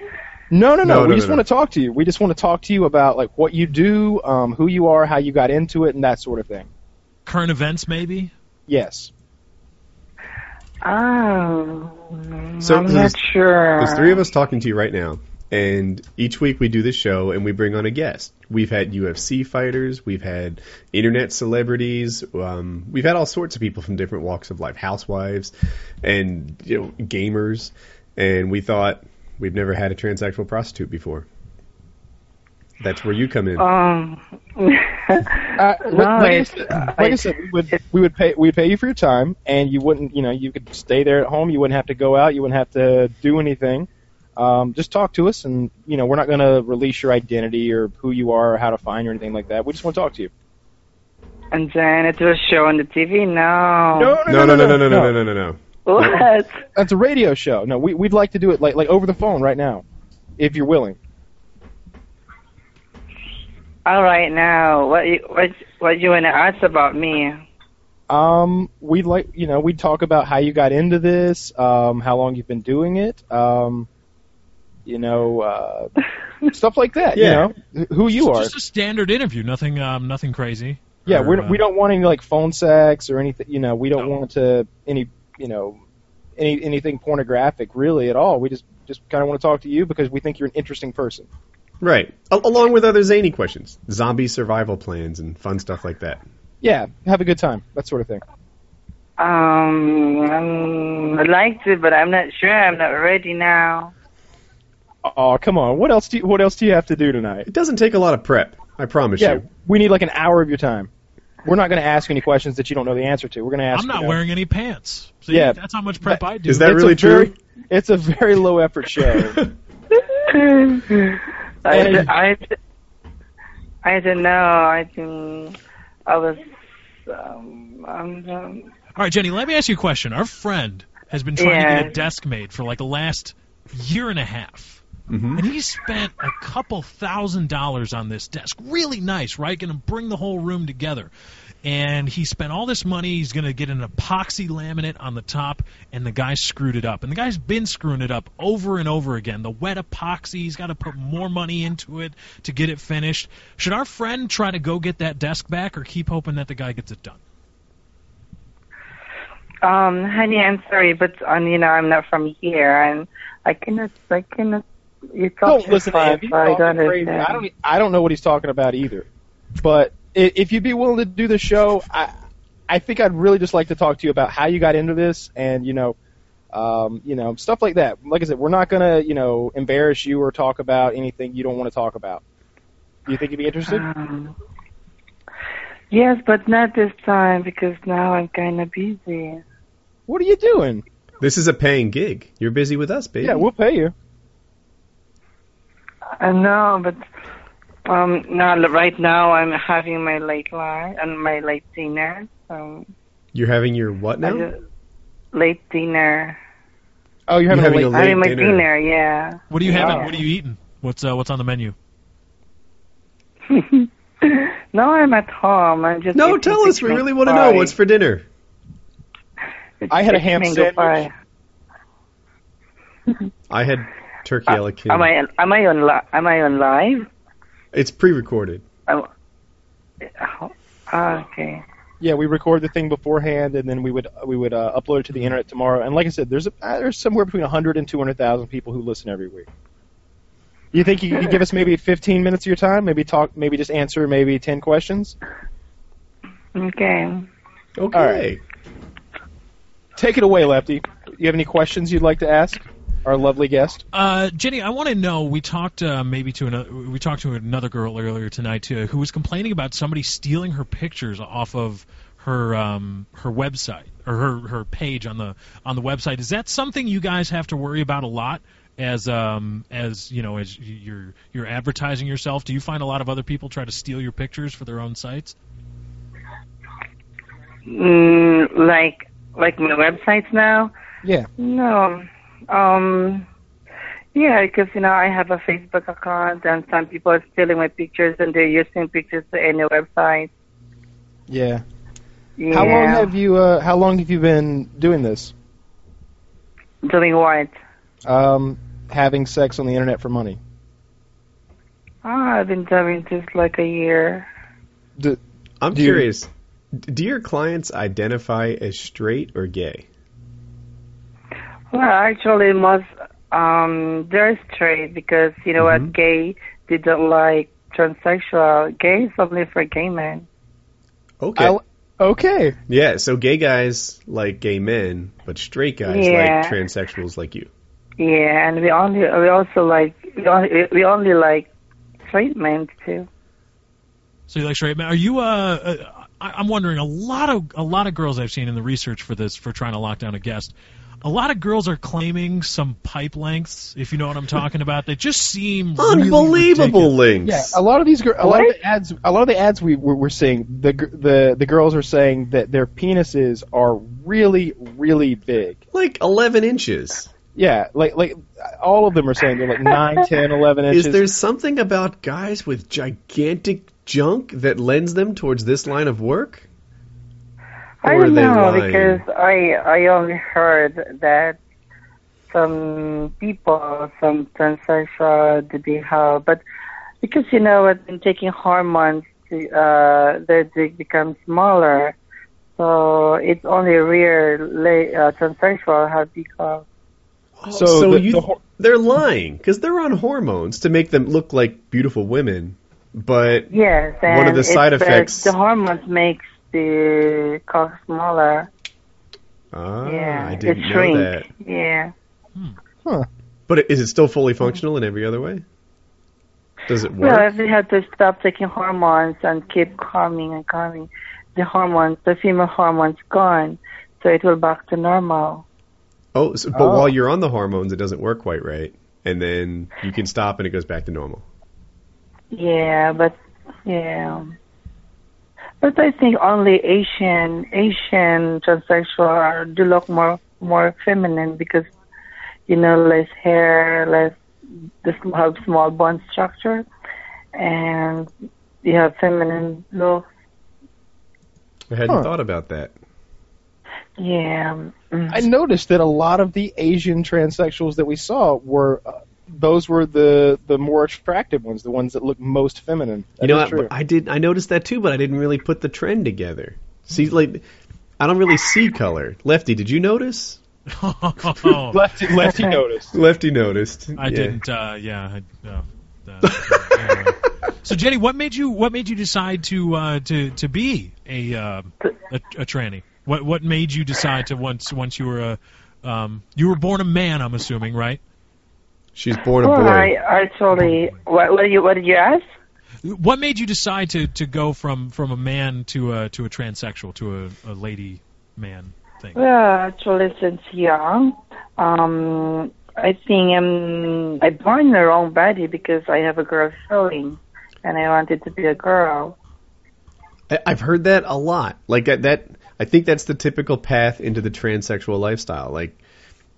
[SPEAKER 2] No, no, no.
[SPEAKER 1] No,
[SPEAKER 2] we
[SPEAKER 1] no,
[SPEAKER 2] just
[SPEAKER 1] no, no.
[SPEAKER 2] want to talk to you. We just want to talk to you about like what you do, um, who you are, how you got into it, and that sort of thing.
[SPEAKER 4] Current events, maybe.
[SPEAKER 2] Yes.
[SPEAKER 8] Oh,
[SPEAKER 1] So
[SPEAKER 8] I'm
[SPEAKER 1] there's-
[SPEAKER 8] not sure.
[SPEAKER 1] There's three of us talking to you right now, and each week we do this show and we bring on a guest. We've had UFC fighters, we've had internet celebrities, um, we've had all sorts of people from different walks of life, housewives, and you know gamers. And we thought we've never had a transsexual prostitute before. That's where you come in.
[SPEAKER 10] Oh,
[SPEAKER 8] Um.
[SPEAKER 2] Uh,
[SPEAKER 8] no,
[SPEAKER 2] like, like I
[SPEAKER 8] it's-
[SPEAKER 2] said- like uh, I said, we would we would pay we would pay you for your time, and you wouldn't you know you could stay there at home. You wouldn't have to go out. You wouldn't have to do anything. Um, just talk to us, and you know we're not going to release your identity or who you are or how to find you or anything like that. We just want to talk to you.
[SPEAKER 8] and then it was shown on the TV. No.
[SPEAKER 1] no, no, no, no, no, no, no, no, no, no.
[SPEAKER 7] What?
[SPEAKER 2] That's a radio show. No, we, we'd like to do it like like over the phone right now, if you're willing.
[SPEAKER 10] All right, now what you, what what you wanna ask about me?
[SPEAKER 2] Um, we'd like you know we'd talk about how you got into this, um, how long you've been doing it, um, you know, uh, stuff like that.
[SPEAKER 4] Yeah.
[SPEAKER 2] You know, who you
[SPEAKER 4] Just-
[SPEAKER 2] are.
[SPEAKER 4] Just a standard interview. Nothing um nothing crazy.
[SPEAKER 2] yeah,
[SPEAKER 4] Or,
[SPEAKER 2] we
[SPEAKER 4] uh,
[SPEAKER 2] we don't want any like phone sex or anything. You know, we don't want to any you know any anything pornographic really at all. We just just kind of want to talk to you because we think you're an interesting person.
[SPEAKER 1] Right. A- along with other zany questions, zombie survival plans and fun stuff like that.
[SPEAKER 2] Yeah, have a good time, that sort of thing.
[SPEAKER 10] Um, um, I'd like to, but I'm not sure. I'm not ready now.
[SPEAKER 2] Oh, come on. What else do you, what else do you have to do tonight? It
[SPEAKER 1] doesn't take a lot of prep. I promise
[SPEAKER 2] yeah,
[SPEAKER 1] you.
[SPEAKER 2] we need like an hour of your time. We're not going to ask any questions that you don't know the answer to. We're going to ask.
[SPEAKER 4] uh, I'm not
[SPEAKER 2] you know-
[SPEAKER 4] wearing any pants. See,
[SPEAKER 2] Yeah.
[SPEAKER 4] that's how much prep I do.
[SPEAKER 2] It's a very- it's a very low effort show.
[SPEAKER 10] I,
[SPEAKER 2] And-
[SPEAKER 10] d- I, d- I don't know. I think I was. Um, um, um,
[SPEAKER 4] All right, Jenny, let me ask you a question. Our friend has been trying to get a
[SPEAKER 10] Yes.
[SPEAKER 4] desk made for like the last year and a half.
[SPEAKER 1] Mm-hmm.
[SPEAKER 4] And he spent a couple thousand dollars on this desk. Really nice, right? Going to bring the whole room together. And he spent all this money. He's going to get an epoxy laminate on the top, and the guy screwed it up. And the guy's been screwing it up over and over again. The wet epoxy, he's got to put more money into it to get it finished. Should our friend try to go get that desk back, or keep hoping that the guy gets it done?
[SPEAKER 10] um, honey, I'm sorry, but um, you know, I'm not from here, and I cannot, I cannot. You talk
[SPEAKER 2] don't listen to him. He's
[SPEAKER 10] I
[SPEAKER 2] talking
[SPEAKER 10] don't
[SPEAKER 2] crazy.
[SPEAKER 10] understand.
[SPEAKER 2] I don't. e, I don't know what he's talking about either. But i- if you'd be willing to do the show, I, I think I'd really just like to talk to you about how you got into this, and you know, um, you know, stuff like that. Like I said, we're not gonna, you know, embarrass you or talk about anything you don't want to talk about. Do you think you'd be interested?
[SPEAKER 10] Um, yes, but not this time because now I'm kind of busy.
[SPEAKER 2] What are you doing?
[SPEAKER 1] This is a paying gig. You're busy with us, baby.
[SPEAKER 2] Yeah, we'll pay you.
[SPEAKER 10] I know, but um, now right now I'm having my late lunch and my late dinner. So
[SPEAKER 1] You're having your what
[SPEAKER 10] I
[SPEAKER 1] now?
[SPEAKER 10] just, late dinner.
[SPEAKER 2] Oh,
[SPEAKER 1] you're having You're a having late- a late
[SPEAKER 10] having my
[SPEAKER 1] dinner.
[SPEAKER 10] dinner. Yeah.
[SPEAKER 4] What are you having?
[SPEAKER 10] Yeah.
[SPEAKER 4] What are you eating? What's uh, what's on the menu?
[SPEAKER 10] No, I'm at home. I'm just.
[SPEAKER 1] no,
[SPEAKER 10] eating
[SPEAKER 1] tell us. We
[SPEAKER 10] picnic
[SPEAKER 1] really want to know
[SPEAKER 10] pie.
[SPEAKER 1] what's for dinner.
[SPEAKER 2] I had a ham
[SPEAKER 10] Mango
[SPEAKER 2] sandwich.
[SPEAKER 10] pie.
[SPEAKER 1] I had turkey a
[SPEAKER 10] Uh,
[SPEAKER 1] la king.
[SPEAKER 10] Am I am I on li- am I on live?
[SPEAKER 1] It's pre-recorded.
[SPEAKER 10] Oh, oh, okay.
[SPEAKER 2] Yeah, we record the thing beforehand, and then we would we would uh, upload it to the internet tomorrow. And like I said, there's a, uh, there's somewhere between 100 and 200,000 people who listen every week. You think you could give us maybe 15 minutes of your time? Maybe talk, maybe just answer maybe 10 questions.
[SPEAKER 10] Okay.
[SPEAKER 1] Okay.
[SPEAKER 2] All right. Take it away, Lefty. You have any questions you'd like to ask our lovely guest?
[SPEAKER 4] Uh, Jenny, I want to know. We talked uh, maybe to another. We talked to another girl earlier tonight too, who was complaining about somebody stealing her pictures off of her um, her website or her, her page on the on the website. Is that something you guys have to worry about a lot? As um as you know as you're you're advertising yourself, do you find a lot of other people try to steal your pictures for their own sites?
[SPEAKER 10] Mm, like like my websites now.
[SPEAKER 2] Yeah.
[SPEAKER 10] No. Um. Yeah, because you know I have a Facebook account, and some people are stealing my pictures, and they're using pictures to any website.
[SPEAKER 2] Yeah.
[SPEAKER 10] Yeah.
[SPEAKER 2] How long have you uh, How long have you been doing this?
[SPEAKER 10] doing what?
[SPEAKER 2] Um, having sex on the internet for money.
[SPEAKER 10] Oh, I've been doing this like a year.
[SPEAKER 2] Do,
[SPEAKER 1] I'm
[SPEAKER 2] do you-
[SPEAKER 1] curious. d do your clients identify as straight or gay?
[SPEAKER 10] Well, actually, most um they're straight because you know what,
[SPEAKER 2] Mm-hmm.
[SPEAKER 10] gay they don't like transsexual. Gay is only for gay men.
[SPEAKER 1] Okay.
[SPEAKER 2] okay.
[SPEAKER 1] yeah. So gay guys like gay men, but straight guys
[SPEAKER 10] Yeah.
[SPEAKER 1] like transsexuals like you.
[SPEAKER 10] Yeah, and we only we also like we only, we only like straight men too.
[SPEAKER 4] So you like straight men? Are you? Uh, uh, I- I'm wondering. A lot of a lot of girls I've seen in the research for this for trying to lock down a guest a lot of girls are claiming some pipe lengths, if you know what I'm talking about. They just seem
[SPEAKER 1] Unbelievable
[SPEAKER 4] really
[SPEAKER 1] links.
[SPEAKER 2] Yeah, a lot of these gir- a lot of the ads a lot of the ads we we're, we're seeing the gr- the the girls are saying that their penises are really really big.
[SPEAKER 1] Like 11 inches.
[SPEAKER 2] Yeah, like like all of them are saying they're like 9, 10, 11 inches.
[SPEAKER 1] Is there something about guys with gigantic junk that lends them towards this line of work?
[SPEAKER 10] I
[SPEAKER 1] Or are
[SPEAKER 10] don't
[SPEAKER 1] they
[SPEAKER 10] know
[SPEAKER 1] lying?
[SPEAKER 10] because I I only heard that some people, some transsexual, did they have, but because you know what, in taking hormones, the, uh, the dick becomes smaller. So it's only rare la uh, transsexual have become.
[SPEAKER 1] Oh, So, you, they're lying because they're on hormones to make them look like beautiful women. But
[SPEAKER 10] Yes, and
[SPEAKER 1] one of the
[SPEAKER 10] it's
[SPEAKER 1] side
[SPEAKER 10] that
[SPEAKER 1] effects.
[SPEAKER 10] the hormones makes the cock smaller.
[SPEAKER 1] ah,
[SPEAKER 10] yeah,
[SPEAKER 1] I
[SPEAKER 10] it
[SPEAKER 1] didn't know
[SPEAKER 10] shrink.
[SPEAKER 1] that.
[SPEAKER 10] Yeah.
[SPEAKER 1] But it- is it still fully functional in every other way? Does it work?
[SPEAKER 10] Well, if they had to stop taking hormones and keep calming and calming, the hormones, the female hormones, gone, so it will back to normal.
[SPEAKER 1] oh, so, but
[SPEAKER 10] Oh.
[SPEAKER 1] while you're on the hormones, it doesn't work quite right, and then you can stop, and it goes back to normal.
[SPEAKER 10] Yeah, but yeah, but I think only Asian Asian transsexual are do look more more feminine because you know less hair, less the sm- have small bone structure, and you have feminine look.
[SPEAKER 1] I hadn't
[SPEAKER 2] Huh.
[SPEAKER 1] thought about that.
[SPEAKER 10] Yeah. Mm.
[SPEAKER 2] I noticed that a lot of the Asian transsexuals that we saw were uh, those were the the more attractive ones, the ones that look most feminine.
[SPEAKER 1] you
[SPEAKER 2] That
[SPEAKER 1] know,
[SPEAKER 2] is
[SPEAKER 1] what,
[SPEAKER 2] true.
[SPEAKER 1] I did. I noticed that too, but I didn't really put the trend together. See, like, I don't really see color. Lefty, did you notice?
[SPEAKER 2] Lefty, lefty noticed.
[SPEAKER 1] Lefty noticed.
[SPEAKER 4] I
[SPEAKER 1] Yeah.
[SPEAKER 4] didn't. Uh, yeah. I, no, uh, anyway. So Jenny, what made you what made you decide to uh, to to be a, uh, a a tranny? What what made you decide to once once you were a um, you were born a man? I'm assuming, right?
[SPEAKER 1] She's born
[SPEAKER 10] well, I actually, what, what, you, what did you ask?
[SPEAKER 4] What made you decide to, to go from, from a man to a to a transsexual to a, a lady man thing?
[SPEAKER 10] Well, actually, since young, um, I think um, I born in the wrong body because I have a girl feeling, and I wanted to be a girl.
[SPEAKER 1] I, I've heard that a lot. Like that, that I think that's the typical path into the transsexual lifestyle. Like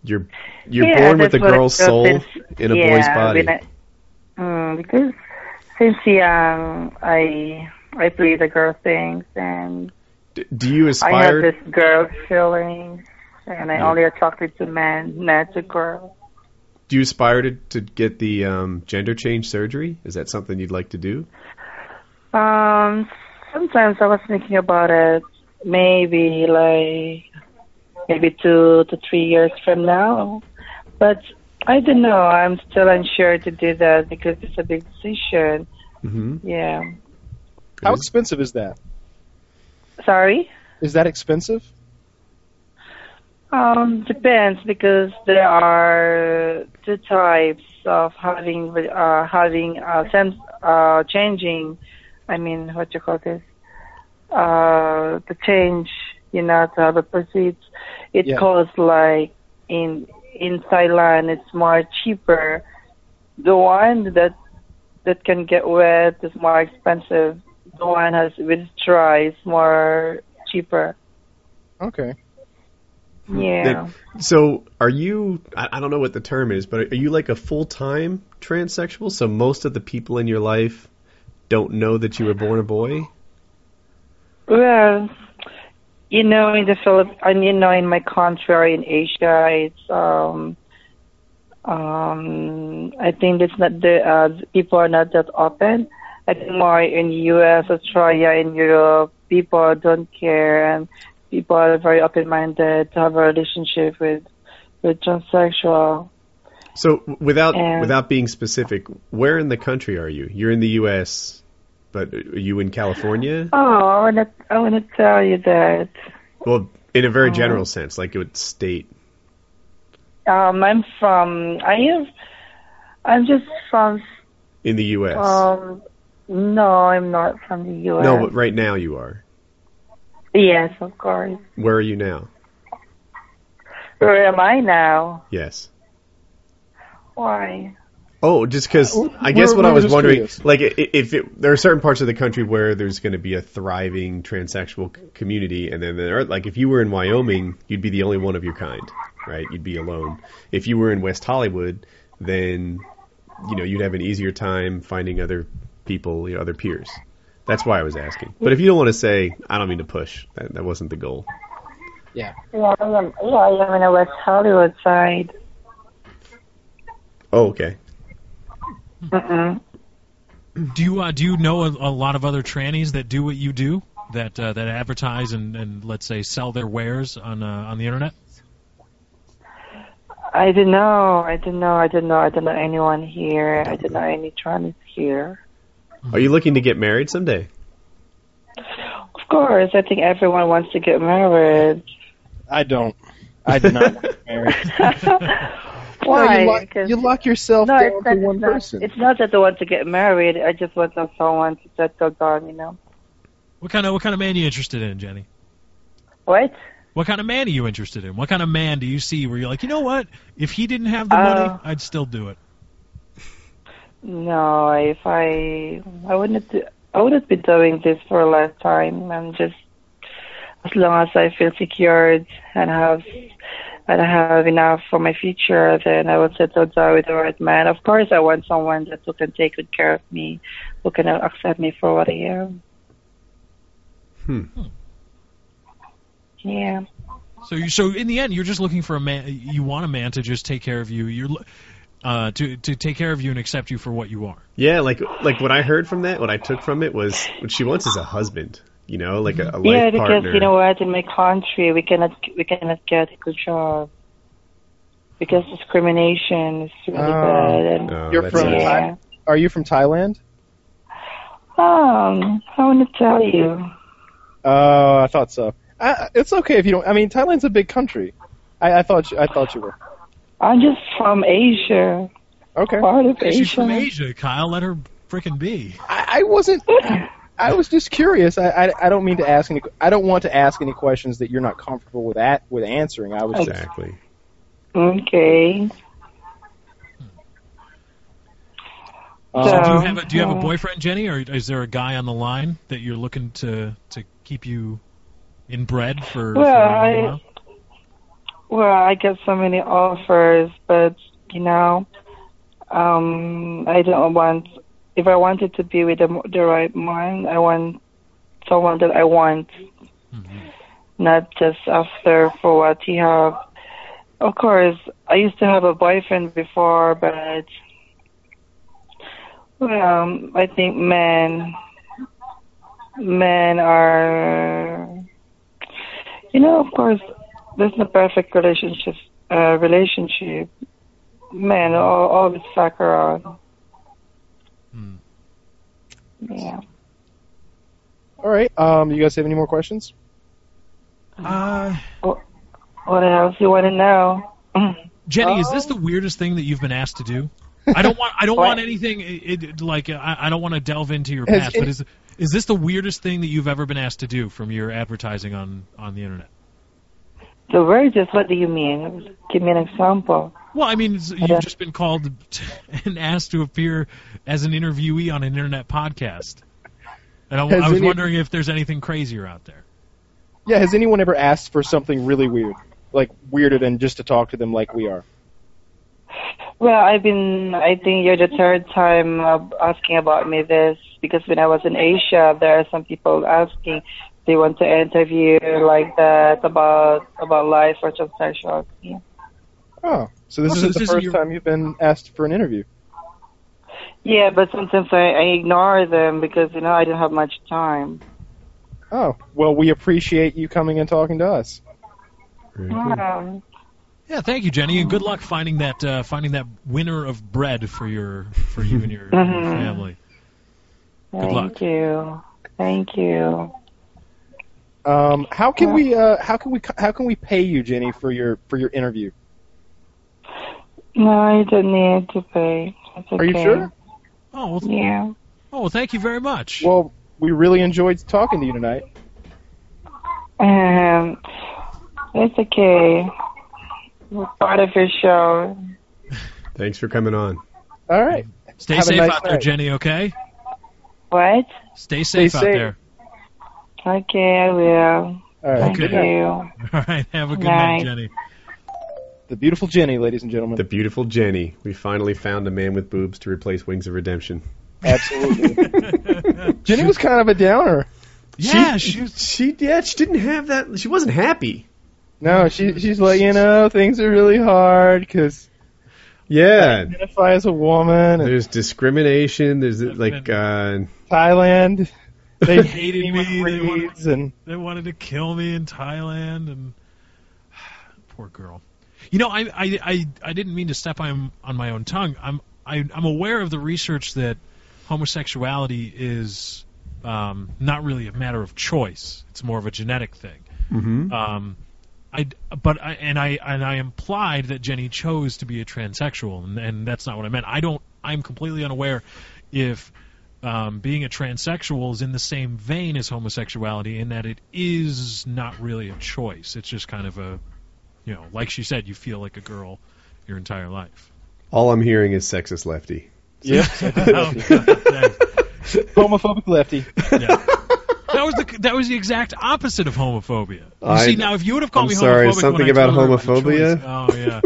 [SPEAKER 1] you're you're
[SPEAKER 10] Yeah,
[SPEAKER 1] born with a
[SPEAKER 10] that's what
[SPEAKER 1] girl's
[SPEAKER 10] I
[SPEAKER 1] soul
[SPEAKER 10] felt
[SPEAKER 1] in a
[SPEAKER 10] yeah,
[SPEAKER 1] boy's body.
[SPEAKER 10] when I- mm, because since young, I I play the girl things, and
[SPEAKER 1] D- Do you
[SPEAKER 10] I have
[SPEAKER 1] aspire?
[SPEAKER 10] this girl feeling, and I
[SPEAKER 1] Yeah.
[SPEAKER 10] only attracted to men, not to girls.
[SPEAKER 1] Do you aspire to, to get the um, gender change surgery? Is that something you'd like to do?
[SPEAKER 10] Um, sometimes I was thinking about it. Maybe like maybe two to three years from now, but I don't know. I'm still unsure to do that because it's a big decision.
[SPEAKER 1] Mm-hmm.
[SPEAKER 10] Yeah.
[SPEAKER 2] How expensive is that?
[SPEAKER 10] Sorry.
[SPEAKER 2] Is that expensive?
[SPEAKER 10] Um, depends because there are two types of having uh, having uh, sense uh, changing. I mean, what you call this? Uh, the change, you know, to have a proceeds. It
[SPEAKER 11] Yeah.
[SPEAKER 10] costs like in in Thailand, it's more cheaper. The one that that can get wet is more expensive. The one has with dry is more cheaper.
[SPEAKER 2] Okay.
[SPEAKER 10] Yeah.
[SPEAKER 1] That- so are you? I, I don't know what the term is, but are you like a full time transsexual? So most of the people in your life don't know that you were born a boy.
[SPEAKER 10] Well, you know, in the Philip, and you know, in my country, in Asia, it's um, um, I think it's not the uh, the people are not that open. I think more in U.S., Australia, in Europe, people don't care, and people are very open-minded to have a relationship with with transsexual.
[SPEAKER 1] So w- without
[SPEAKER 10] And-
[SPEAKER 1] without being specific, where in the country are you? You're in the U.S., but are you in California?
[SPEAKER 10] Oh, I wanna I wanna tell you that
[SPEAKER 1] Well, in a very general sense, like what state?
[SPEAKER 10] um, I'm from I am I'm just from
[SPEAKER 1] In the U.S.
[SPEAKER 10] Um, no, I'm not from the U.S.
[SPEAKER 1] no, but right now you are.
[SPEAKER 10] yes, of course.
[SPEAKER 1] Where are you now?
[SPEAKER 10] Where am I now?
[SPEAKER 1] Yes.
[SPEAKER 10] Why?
[SPEAKER 1] Oh, just because
[SPEAKER 10] Uh,
[SPEAKER 1] I guess
[SPEAKER 10] we're-
[SPEAKER 1] what I
[SPEAKER 10] we're
[SPEAKER 1] was
[SPEAKER 10] just
[SPEAKER 1] wondering,
[SPEAKER 10] curious.
[SPEAKER 1] like, i- i- if it, there are certain parts of the country where there's going to be a thriving transsexual c- community, and then there are, like, if you were in Wyoming, you'd be the only one of your kind, right? You'd be alone. If you were in West Hollywood, then, you know, you'd have an easier time finding other people, you know, other peers. That's why I was asking. But if you don't want to say, I don't mean to push, that, that wasn't the goal.
[SPEAKER 2] Yeah.
[SPEAKER 10] Yeah, I am, yeah, I am in the West Hollywood side.
[SPEAKER 1] Oh, okay.
[SPEAKER 10] Mm-mm.
[SPEAKER 4] Do you uh, do you know a, a lot of other trannies that do what you do that uh, that advertise and, and let's say sell their wares on uh, on the internet?
[SPEAKER 10] I didn't know. I didn't know. I didn't know. I didn't know anyone here. I didn't know any trannies here.
[SPEAKER 1] Are you looking to get married someday?
[SPEAKER 10] Of course, I think everyone wants to get married.
[SPEAKER 2] I don't. I do not want to marry.
[SPEAKER 10] Why?
[SPEAKER 2] No, you, lock, you lock yourself
[SPEAKER 10] No,
[SPEAKER 2] down
[SPEAKER 10] it's
[SPEAKER 2] to
[SPEAKER 10] not,
[SPEAKER 2] one
[SPEAKER 10] it's not-
[SPEAKER 2] person.
[SPEAKER 10] It's not that I want to get married. I just want to someone to settle down. You know
[SPEAKER 4] What kind of what kind of man are you interested in, Jenny?
[SPEAKER 10] what?
[SPEAKER 4] What kind of man are you interested in? What kind of man do you see where you're like, you know what? If he didn't have the
[SPEAKER 10] Uh,
[SPEAKER 4] money, I'd still do it.
[SPEAKER 10] No, if I, I wouldn't, do- I wouldn't be doing this for a lifetime. I'm just, as long as I feel secured and have, and have enough for my future, then I will settle down with the right man. Of course, I want someone that who can take good care of me, who can accept me for what I am.
[SPEAKER 1] Hmm.
[SPEAKER 10] Yeah.
[SPEAKER 4] So you so in the end, you're just looking for a man. You want a man to just take care of you. You're lo- uh, to to take care of you and accept you for what you are.
[SPEAKER 1] Yeah, like like what I heard from that, what I took from it was what she wants is a husband, you know, like a, a life
[SPEAKER 10] yeah, because
[SPEAKER 1] partner.
[SPEAKER 10] you know what? In my country, we cannot we cannot get a good job because discrimination is really
[SPEAKER 1] Oh,
[SPEAKER 10] bad. And
[SPEAKER 2] you're from
[SPEAKER 10] yeah.
[SPEAKER 2] Thai- Are you from Thailand?
[SPEAKER 10] Um, I want to tell you.
[SPEAKER 2] Oh, I thought so. I, I- it's okay if you don't. I mean, Thailand's a big country. I, I thought you, I thought you were.
[SPEAKER 10] I'm just from Asia.
[SPEAKER 2] Okay.
[SPEAKER 10] Part of
[SPEAKER 4] She's
[SPEAKER 10] Asia.
[SPEAKER 4] from Asia, Kyle. Let her frickin' be.
[SPEAKER 2] I, I wasn't. I was just curious. I, I, I don't mean to ask any. I don't want to ask any questions that you're not comfortable with at, with answering. I was just,
[SPEAKER 1] Exactly.
[SPEAKER 10] Okay.
[SPEAKER 4] So do you
[SPEAKER 2] Um,
[SPEAKER 4] have a do you have a
[SPEAKER 2] uh,
[SPEAKER 4] boyfriend, Jenny, or is there a guy on the line that you're looking to to keep you in bread for? for
[SPEAKER 10] Well,
[SPEAKER 4] a
[SPEAKER 10] I-
[SPEAKER 4] while?
[SPEAKER 10] Well, I get so many offers, but you know, um, I don't want. If I wanted to be with the, the right man, I want someone that I want,
[SPEAKER 4] Mm-hmm.
[SPEAKER 10] not just after for what he have. Of course, I used to have a boyfriend before, but well, I think men, men are, you know, of course there's no perfect relationship uh, relationship man all, always fuck around yeah
[SPEAKER 2] all right. Um, you guys have any more questions?
[SPEAKER 4] Uh,
[SPEAKER 10] what else you want to know
[SPEAKER 4] Jenny, is this the weirdest thing that you've been asked to do? I don't want I don't want anything it, it, like I, I don't want to delve into your
[SPEAKER 2] Has
[SPEAKER 4] past,
[SPEAKER 2] any-
[SPEAKER 4] but is is this the weirdest thing that you've ever been asked to do from your advertising on on the internet?
[SPEAKER 10] the words is what do you mean give me an example
[SPEAKER 4] Well, I mean, it's- you've just been called and asked to appear as an interviewee on an internet podcast, and I,
[SPEAKER 2] Has
[SPEAKER 4] I was
[SPEAKER 2] any-
[SPEAKER 4] wondering if there's anything crazier out there.
[SPEAKER 2] Yeah. Has anyone ever asked for something really weird, like weirder than just to talk to them like we are?
[SPEAKER 10] well i've been i think you're the third time uh, asking about me this because when i was in asia there are some people asking they want to interview like that about about life or transsexual yeah.
[SPEAKER 2] Oh, so this
[SPEAKER 10] Oh, so
[SPEAKER 2] isn't
[SPEAKER 10] this
[SPEAKER 2] the
[SPEAKER 10] isn't
[SPEAKER 2] first
[SPEAKER 10] your-
[SPEAKER 2] time you've been asked for an interview.
[SPEAKER 10] yeah but sometimes I, I ignore them because you know i don't have much time
[SPEAKER 2] Oh, well, we appreciate you coming and talking to us.
[SPEAKER 10] Um,
[SPEAKER 4] Yeah, thank you, Jenny, and good luck finding that uh, finding that winner of bread for your for you and your, your
[SPEAKER 2] Mm-hmm.
[SPEAKER 10] Mhm.
[SPEAKER 4] family.
[SPEAKER 10] Thank
[SPEAKER 4] luck.
[SPEAKER 10] you. Thank you.
[SPEAKER 2] Um, how can we? Uh, how can we? co- How can we pay you, Jenny, for your for your interview?
[SPEAKER 10] No, I don't need to pay. It's
[SPEAKER 2] Are you
[SPEAKER 10] okay.
[SPEAKER 2] sure?
[SPEAKER 4] Oh, well,
[SPEAKER 10] Yeah.
[SPEAKER 4] Oh, well, thank you very much.
[SPEAKER 2] Well, we really enjoyed talking to you tonight.
[SPEAKER 10] Um, it's okay. was part of his show.
[SPEAKER 1] Thanks for coming on.
[SPEAKER 2] All right.
[SPEAKER 4] Stay
[SPEAKER 2] Have a
[SPEAKER 4] safe
[SPEAKER 2] nice
[SPEAKER 4] out there,
[SPEAKER 2] night.
[SPEAKER 4] Jenny. Okay.
[SPEAKER 10] What?
[SPEAKER 4] Stay safe out
[SPEAKER 10] safe.
[SPEAKER 4] there.
[SPEAKER 10] Okay, I will.
[SPEAKER 2] All right.
[SPEAKER 10] Thank
[SPEAKER 4] Okay.
[SPEAKER 10] you.
[SPEAKER 4] All right. Have a good
[SPEAKER 10] Night.
[SPEAKER 4] night, Jenny.
[SPEAKER 2] The beautiful Jenny, ladies and gentlemen.
[SPEAKER 1] The beautiful Jenny. We finally found a man with boobs to replace Wings of Redemption.
[SPEAKER 2] Absolutely. Jenny was kind of a downer.
[SPEAKER 4] Yeah, she,
[SPEAKER 1] she yeah, she didn't have that. She wasn't happy.
[SPEAKER 2] No, she she's like, you know, things are really hard because
[SPEAKER 1] Yeah,
[SPEAKER 2] identify as a woman and
[SPEAKER 1] there's discrimination. There's like uh,
[SPEAKER 2] Thailand.
[SPEAKER 4] They
[SPEAKER 2] They hated
[SPEAKER 4] hated me,
[SPEAKER 2] me
[SPEAKER 4] they
[SPEAKER 2] with reeds and
[SPEAKER 4] They wanted to kill me in Thailand, and poor girl. You know, I, I, I, I didn't mean to step on, on my own tongue. I'm I, I'm aware of the research that homosexuality is um, not really a matter of choice. It's more of a genetic thing.
[SPEAKER 1] Mhm.
[SPEAKER 4] Um, I but I, and I and I implied that Jenny chose to be a transsexual, and, and that's not what I meant. I don't. I'm completely unaware if um, being a transsexual is in the same vein as homosexuality, in that it is not really a choice. It's just kind of a, you know, like she said, you feel like a girl your entire life.
[SPEAKER 1] all I'm hearing is sexist lefty.
[SPEAKER 2] yeah,
[SPEAKER 4] Um,
[SPEAKER 2] homophobic lefty.
[SPEAKER 4] That was the that was the exact opposite of homophobia. You
[SPEAKER 1] I-
[SPEAKER 4] see, now if you would have called
[SPEAKER 1] I'm
[SPEAKER 4] me
[SPEAKER 1] sorry,
[SPEAKER 4] homophobic,
[SPEAKER 1] something
[SPEAKER 4] when I
[SPEAKER 1] about
[SPEAKER 4] told her my
[SPEAKER 1] homophobia?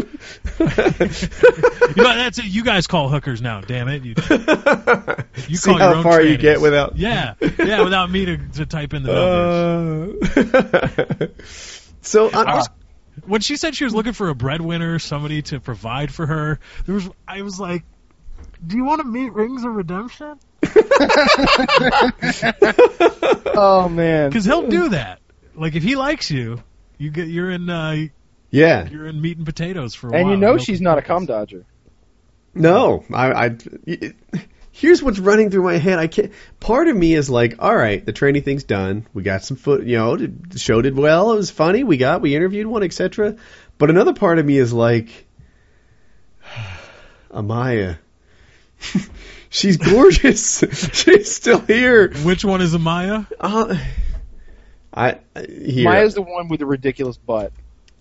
[SPEAKER 4] choice- Oh yeah, Oh, you know, that's it. You guys call hookers now, damn it. You, you
[SPEAKER 1] See
[SPEAKER 4] call your
[SPEAKER 1] how
[SPEAKER 4] own
[SPEAKER 1] far you
[SPEAKER 4] trannies.
[SPEAKER 1] get without-
[SPEAKER 4] Yeah, yeah, without me to, to type in the numbers.
[SPEAKER 1] Uh, so uh, I,
[SPEAKER 4] I was- when she said she was looking for a breadwinner, somebody to provide for her, there was I was like, "Do you want to meet Rings of Redemption? Ah.
[SPEAKER 2] Oh man.
[SPEAKER 4] Because he'll do that. Like if he likes you, you get you're in uh,
[SPEAKER 1] yeah,
[SPEAKER 4] you're in meat and potatoes for a
[SPEAKER 2] And
[SPEAKER 4] while.
[SPEAKER 2] you know
[SPEAKER 4] No
[SPEAKER 2] she's not a cum dodger.
[SPEAKER 1] No, I, I- it- here's what's running through my head. I can't. Part of me is like, all right, the training thing's done. We got some foot. You know, the show did well. It was funny. We got. We interviewed one, etc. But another part of me is like, Amaya. She's gorgeous. She's still here.
[SPEAKER 4] Which one is Amaya?
[SPEAKER 1] Uh, I here.
[SPEAKER 2] Maya's the one with the ridiculous butt.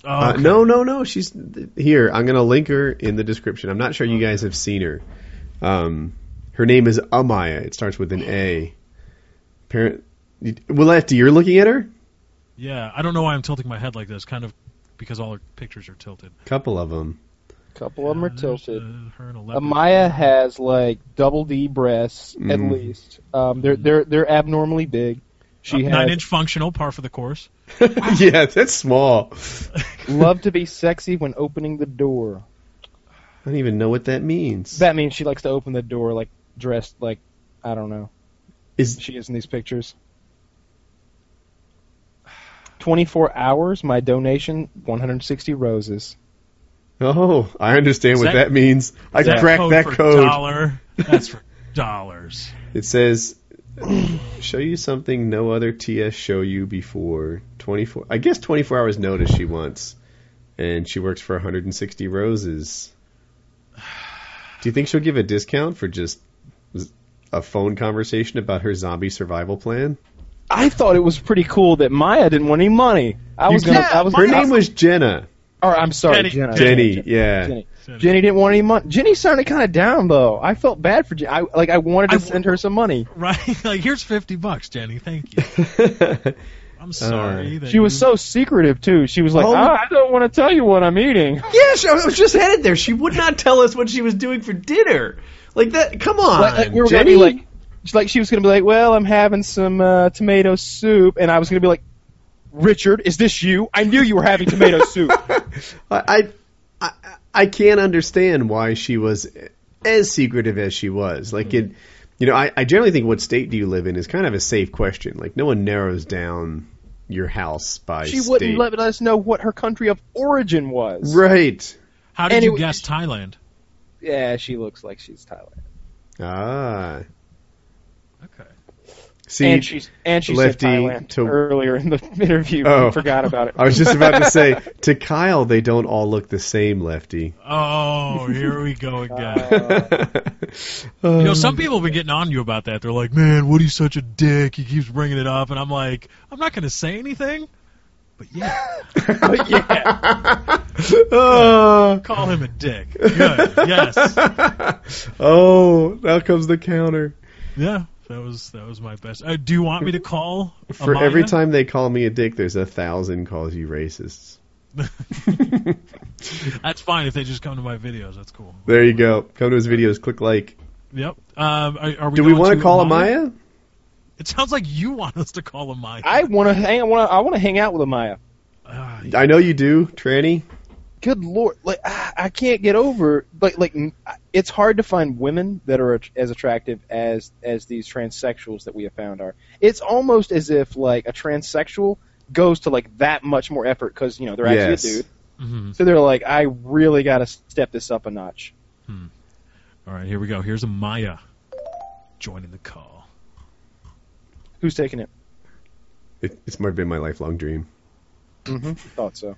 [SPEAKER 4] Oh,
[SPEAKER 1] Uh,
[SPEAKER 4] okay.
[SPEAKER 1] no, no, no. She's here. I'm gonna link her in the description. I'm not sure you guys have seen her. Um, her name is Amaya. It starts with an A. Parent. Well, after you're looking at her,
[SPEAKER 4] Yeah, I don't know why I'm tilting my head like this. Kind of because all her pictures are tilted.
[SPEAKER 1] couple of them.
[SPEAKER 2] couple of them are tilted.
[SPEAKER 4] Uh, her and a leopard.
[SPEAKER 2] Amaya has like double D breasts at
[SPEAKER 1] Mm.
[SPEAKER 2] least. Um, they're they're they're abnormally big. She
[SPEAKER 4] Nine
[SPEAKER 2] has
[SPEAKER 4] inch functional, par for the course.
[SPEAKER 1] yeah, that's small.
[SPEAKER 2] love to be sexy when opening the door.
[SPEAKER 1] I don't even know what that means.
[SPEAKER 2] That means she likes to open the door like dressed like I don't know.
[SPEAKER 1] Is
[SPEAKER 2] She is in these pictures. Twenty four hours. My donation: one hundred sixty roses.
[SPEAKER 1] oh, I understand
[SPEAKER 4] Is
[SPEAKER 1] what
[SPEAKER 4] that-
[SPEAKER 1] that, means. I
[SPEAKER 4] Is that
[SPEAKER 1] cracked
[SPEAKER 4] code
[SPEAKER 1] that
[SPEAKER 4] for
[SPEAKER 1] code.
[SPEAKER 4] Dollar. That's for dollars.
[SPEAKER 1] It says, "Show you something no other TS show you before 24." I guess 24 hours notice she wants, and she works for 160 roses. Do you think she'll give a discount for just a phone conversation about her zombie survival plan?
[SPEAKER 2] I thought it was pretty cool that Maya didn't want any money. I was gonna. I was.
[SPEAKER 1] Her name was Jenna.
[SPEAKER 2] Or I'm sorry,
[SPEAKER 4] Jenny.
[SPEAKER 2] Jenna.
[SPEAKER 1] Jenny, yeah.
[SPEAKER 2] Jenny. Jenny didn't want any money. Jenny sounded kind of down though. I felt bad for Jenny. I, like I wanted to
[SPEAKER 4] I-
[SPEAKER 2] send her some money.
[SPEAKER 4] Right? Like, here's 50 bucks, Jenny. Thank you. I'm sorry. that
[SPEAKER 2] She was
[SPEAKER 4] you-
[SPEAKER 2] so secretive too. She was like,
[SPEAKER 1] Mm-hmm. Oh.
[SPEAKER 2] "Ah, I don't want to tell you what I'm eating.
[SPEAKER 1] yeah, she- I was just headed there. She would not tell us what she was doing for dinner. Like that. Come on,
[SPEAKER 2] Like, like, we were gonna be like, she's like she was gonna be like, well, I'm having some uh, tomato soup, and I was gonna be like, Richard, is this you? I knew you were having tomato soup.
[SPEAKER 1] I, I- I, I can't understand why she was as secretive as she was. Like it,
[SPEAKER 2] Mm-hmm.
[SPEAKER 1] you know, I, I generally think what state do you live in is kind of a safe question. Like no one narrows down your house by
[SPEAKER 2] She
[SPEAKER 1] state.
[SPEAKER 2] wouldn't let us know what her country of origin was.
[SPEAKER 1] right.
[SPEAKER 4] How did
[SPEAKER 2] and
[SPEAKER 4] you
[SPEAKER 2] it-
[SPEAKER 4] guess Thailand?
[SPEAKER 2] Yeah, she looks like she's Thailand,
[SPEAKER 1] Ah.
[SPEAKER 4] Okay.
[SPEAKER 1] See,
[SPEAKER 2] and she's and she
[SPEAKER 1] Lefty
[SPEAKER 2] said Thailand
[SPEAKER 1] to-
[SPEAKER 2] earlier in the interview.
[SPEAKER 1] Oh.
[SPEAKER 2] I forgot about it.
[SPEAKER 1] I was just about to say to Kyle, they don't all look the same, Lefty.
[SPEAKER 4] Oh, here we go again.
[SPEAKER 1] Um,
[SPEAKER 4] You know, some people have been getting on you about that. They're like, man, Woody's such a dick. He keeps bringing it up. And I'm like, I'm not going to say anything. but yeah.
[SPEAKER 2] but
[SPEAKER 4] yeah.
[SPEAKER 1] Ah.
[SPEAKER 4] Call him a dick. Good. Yes.
[SPEAKER 1] oh, now comes the counter.
[SPEAKER 4] Yeah. That was that was my best. Uh, do you want me to call
[SPEAKER 1] For every
[SPEAKER 4] Amaya?
[SPEAKER 1] time they call me a dick, there's a thousand calls you racists.
[SPEAKER 4] That's fine if they just come to my videos. That's cool.
[SPEAKER 1] There you go. Come to his videos, click like.
[SPEAKER 4] Yep. Um, are, are we
[SPEAKER 1] Do we
[SPEAKER 4] want to
[SPEAKER 1] call
[SPEAKER 4] Amaya?
[SPEAKER 1] Amaya?
[SPEAKER 4] It sounds like you want us to call Amaya. Uh,
[SPEAKER 2] I want to hang. I want to. I want to hang out with Amaya.
[SPEAKER 1] I know you do, Tranny.
[SPEAKER 2] Good lord! Like ah, I I can't get over. Like like n- it's hard to find women that are at- as attractive as as these transsexuals that we have found are. It's almost as if like a transsexual goes to like that much more effort because you know they're actually
[SPEAKER 1] Yes.
[SPEAKER 2] a dude.
[SPEAKER 4] mm-hmm.
[SPEAKER 2] So they're like, I really got to step this up a notch.
[SPEAKER 4] All right, here we go. Here's Amaya joining the call.
[SPEAKER 2] Who's taking it?
[SPEAKER 1] It, it's my, been my lifelong dream.
[SPEAKER 2] Mm-hmm. Thought so.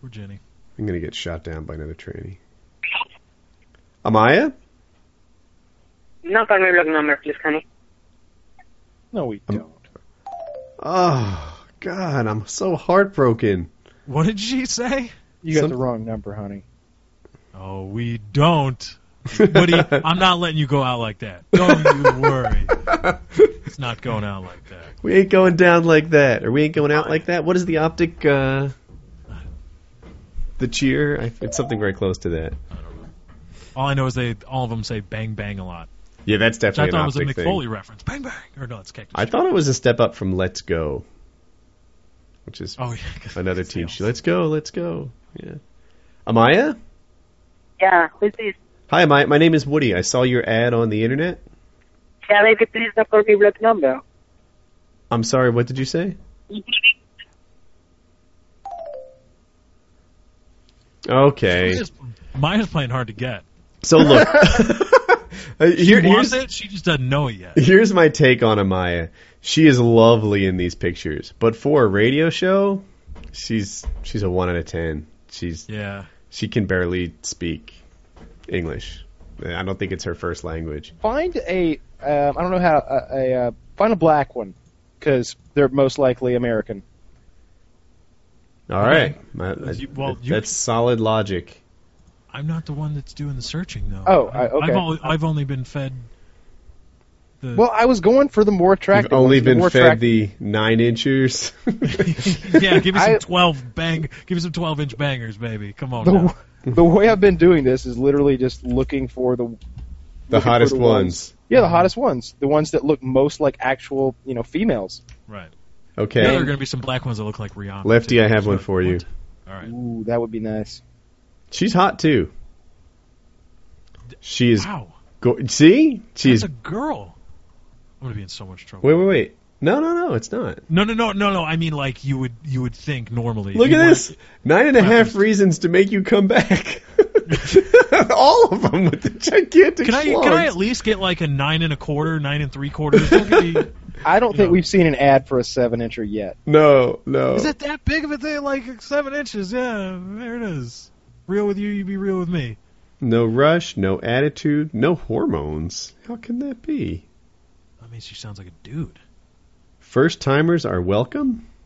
[SPEAKER 4] Poor Jenny.
[SPEAKER 1] I'm gonna get shot down by another tranny. Amaya?
[SPEAKER 11] No, call my block number, please, honey.
[SPEAKER 2] No, we
[SPEAKER 1] Um,
[SPEAKER 2] don't.
[SPEAKER 1] Oh God, I'm so heartbroken.
[SPEAKER 4] What did she say?
[SPEAKER 2] You got the wrong number, honey.
[SPEAKER 4] Oh, we don't. Woody, I'm not letting you go out like that. Don't you worry. It's not going out like that.
[SPEAKER 1] We ain't going down like that, or we ain't going out like that. What is the optic? uh The cheer? I, it's something very close to that.
[SPEAKER 4] All I know is they all of them say bang bang a lot.
[SPEAKER 1] Yeah, that's
[SPEAKER 4] Which I
[SPEAKER 1] definitely
[SPEAKER 4] thought
[SPEAKER 1] an
[SPEAKER 4] was a
[SPEAKER 1] optic
[SPEAKER 4] McFoley
[SPEAKER 1] thing.
[SPEAKER 4] reference. Bang bang. Or no, it's cactus.
[SPEAKER 1] I thought it was a step up from Let's Go, which is
[SPEAKER 4] Oh, yeah,
[SPEAKER 1] another teen show. Let's go, let's go. Yeah, Amaya.
[SPEAKER 11] Yeah, who's this?
[SPEAKER 1] Hi, my my name is Woody. I saw your ad on the internet.
[SPEAKER 11] Yeah, baby, please don't call me block number.
[SPEAKER 1] I'm sorry, what did you say? Okay.
[SPEAKER 4] Maya's playing hard to get.
[SPEAKER 1] So look, Uh,
[SPEAKER 4] She
[SPEAKER 1] here-
[SPEAKER 4] wants
[SPEAKER 1] here's
[SPEAKER 4] it. She just doesn't know it yet.
[SPEAKER 1] here's my take on Amaya. She is lovely in these pictures, but for a radio show, she's she's a one out of ten. She's
[SPEAKER 4] yeah.
[SPEAKER 1] She can barely speak English. I don't think it's her first language.
[SPEAKER 2] Find a. Um, I don't know how a, a uh, find a black one because they're most likely American.
[SPEAKER 1] All right, My-
[SPEAKER 4] You- well,
[SPEAKER 1] that-
[SPEAKER 4] you-
[SPEAKER 1] that's solid logic.
[SPEAKER 4] I'm not the one that's doing the searching though.
[SPEAKER 2] Oh, I- okay.
[SPEAKER 4] I've only, I've only been fed the
[SPEAKER 2] Well, I was going for the more attractive.
[SPEAKER 1] Uh, You've only
[SPEAKER 2] ones, the
[SPEAKER 1] been
[SPEAKER 2] more
[SPEAKER 1] fed
[SPEAKER 2] attract-
[SPEAKER 1] the nine inchers.
[SPEAKER 4] yeah, give me some
[SPEAKER 2] I-
[SPEAKER 4] twelve bang, give me some twelve inch bangers, baby. Come on.
[SPEAKER 2] The,
[SPEAKER 4] now.
[SPEAKER 2] w- the way I've been doing this is literally just looking for the looking
[SPEAKER 1] the
[SPEAKER 2] for
[SPEAKER 1] hottest
[SPEAKER 2] the
[SPEAKER 1] ones.
[SPEAKER 2] Yeah, the hottest ones, the ones that look most like actual, you know, females.
[SPEAKER 4] Right.
[SPEAKER 1] Okay.
[SPEAKER 4] Now there are going to be some black ones that look like Rihanna.
[SPEAKER 1] Lefty,
[SPEAKER 4] too.
[SPEAKER 1] I have one for you.
[SPEAKER 4] All right.
[SPEAKER 2] Ooh, that would be nice.
[SPEAKER 1] She's hot too. She is.
[SPEAKER 4] Wow.
[SPEAKER 1] Go- See, she's.
[SPEAKER 4] That's a girl. I'm going to be in so much trouble.
[SPEAKER 1] Wait, wait, wait. No, no, no. It's not.
[SPEAKER 4] No, no, no, no, no. I mean, like you would, you would think normally.
[SPEAKER 1] Look
[SPEAKER 4] You
[SPEAKER 1] at
[SPEAKER 4] would-
[SPEAKER 1] this. Nine and a half reasons to make you come back. All of them with the gigantic.
[SPEAKER 4] Can I, can I at least get like a nine and a quarter, nine and three quarters? Don't give me-
[SPEAKER 2] I don't think we've seen an ad for a seven incher yet.
[SPEAKER 1] No, no.
[SPEAKER 4] Is it that big of a thing? Like seven inches? Yeah, there it is. Real with you, you be real with me.
[SPEAKER 1] No rush, no attitude, no hormones. How can that be?
[SPEAKER 4] I mean, she sounds like a dude.
[SPEAKER 1] First timers are welcome.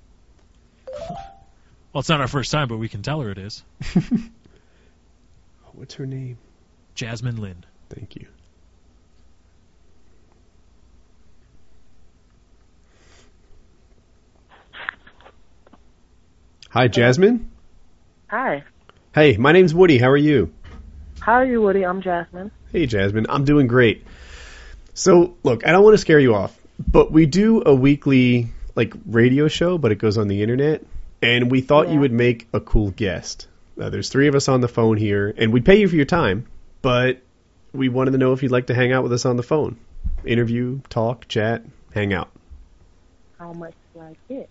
[SPEAKER 4] Well, it's not our first time, but we can tell her it is.
[SPEAKER 1] Oh, What's her name?
[SPEAKER 4] Jasmine Lynn.
[SPEAKER 1] Thank you. Hi, Jasmine.
[SPEAKER 12] Hi.
[SPEAKER 1] Hey, my name's Woody. How are you?
[SPEAKER 12] How are you, Woody? I'm Jasmine.
[SPEAKER 1] Hey, Jasmine. I'm doing great. So, look, I don't want to scare you off, but we do a weekly like radio show, but it goes on the internet, and we thought you would make a cool guest. Uh, there's three of us on the phone here, and we pay you for your time, but we wanted to know if you'd like to hang out with us on the phone, interview, talk, chat, hang out.
[SPEAKER 12] How much do I get?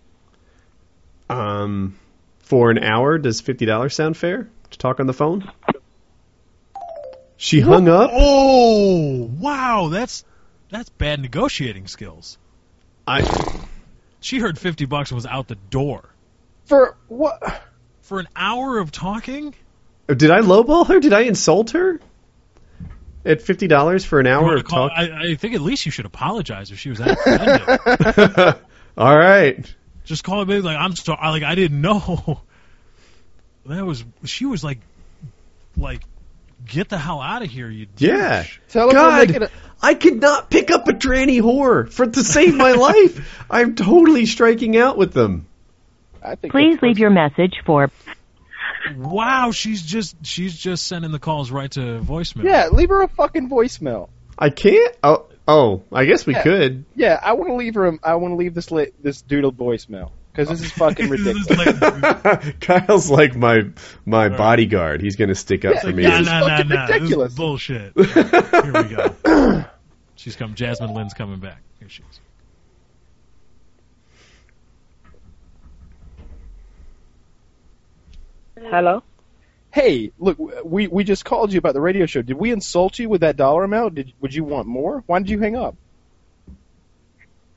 [SPEAKER 1] Um, for an hour, does fifty dollars sound fair to talk on the phone? She hung up.
[SPEAKER 4] Oh wow, that's that's bad negotiating skills.
[SPEAKER 1] I
[SPEAKER 4] she heard fifty bucks and was out the door
[SPEAKER 2] for what?
[SPEAKER 4] For an hour of talking?
[SPEAKER 1] Did I lowball her? Did I insult her? at fifty dollars for an hour
[SPEAKER 4] wanna
[SPEAKER 1] of
[SPEAKER 4] call-
[SPEAKER 1] talk.
[SPEAKER 4] I, I think at least you should apologize if she was that offended.
[SPEAKER 1] All right.
[SPEAKER 4] Just call her baby like I'm sorry. Like I didn't know. That was she was like, like, get the hell out of here, you.
[SPEAKER 1] Yeah.
[SPEAKER 2] Tell her we're
[SPEAKER 1] God,
[SPEAKER 2] making a-
[SPEAKER 1] I could not pick up a tranny whore for to save my life. I'm totally striking out with them.
[SPEAKER 2] I think
[SPEAKER 5] Please leave your message for.
[SPEAKER 4] Wow, she's just she's just sending the calls right to voicemail.
[SPEAKER 2] Yeah, leave her a fucking voicemail.
[SPEAKER 1] I can't. Oh, oh. I guess we
[SPEAKER 2] Yeah.
[SPEAKER 1] could.
[SPEAKER 2] Yeah, I want to leave her. a- I want to leave this li- this dude a voicemail because this is fucking ridiculous.
[SPEAKER 1] Kyle's like my my bodyguard. He's gonna stick up for me.
[SPEAKER 4] Nah, nah, nah, nah. This is
[SPEAKER 2] ridiculous.
[SPEAKER 4] bullshit. Here we go. She's come. Jasmine Lynn's coming back. Here she is.
[SPEAKER 12] Hello?
[SPEAKER 2] hey, look, we we just called you about the radio show. Did we insult you with that dollar amount? Did would you want more? Why did you hang up?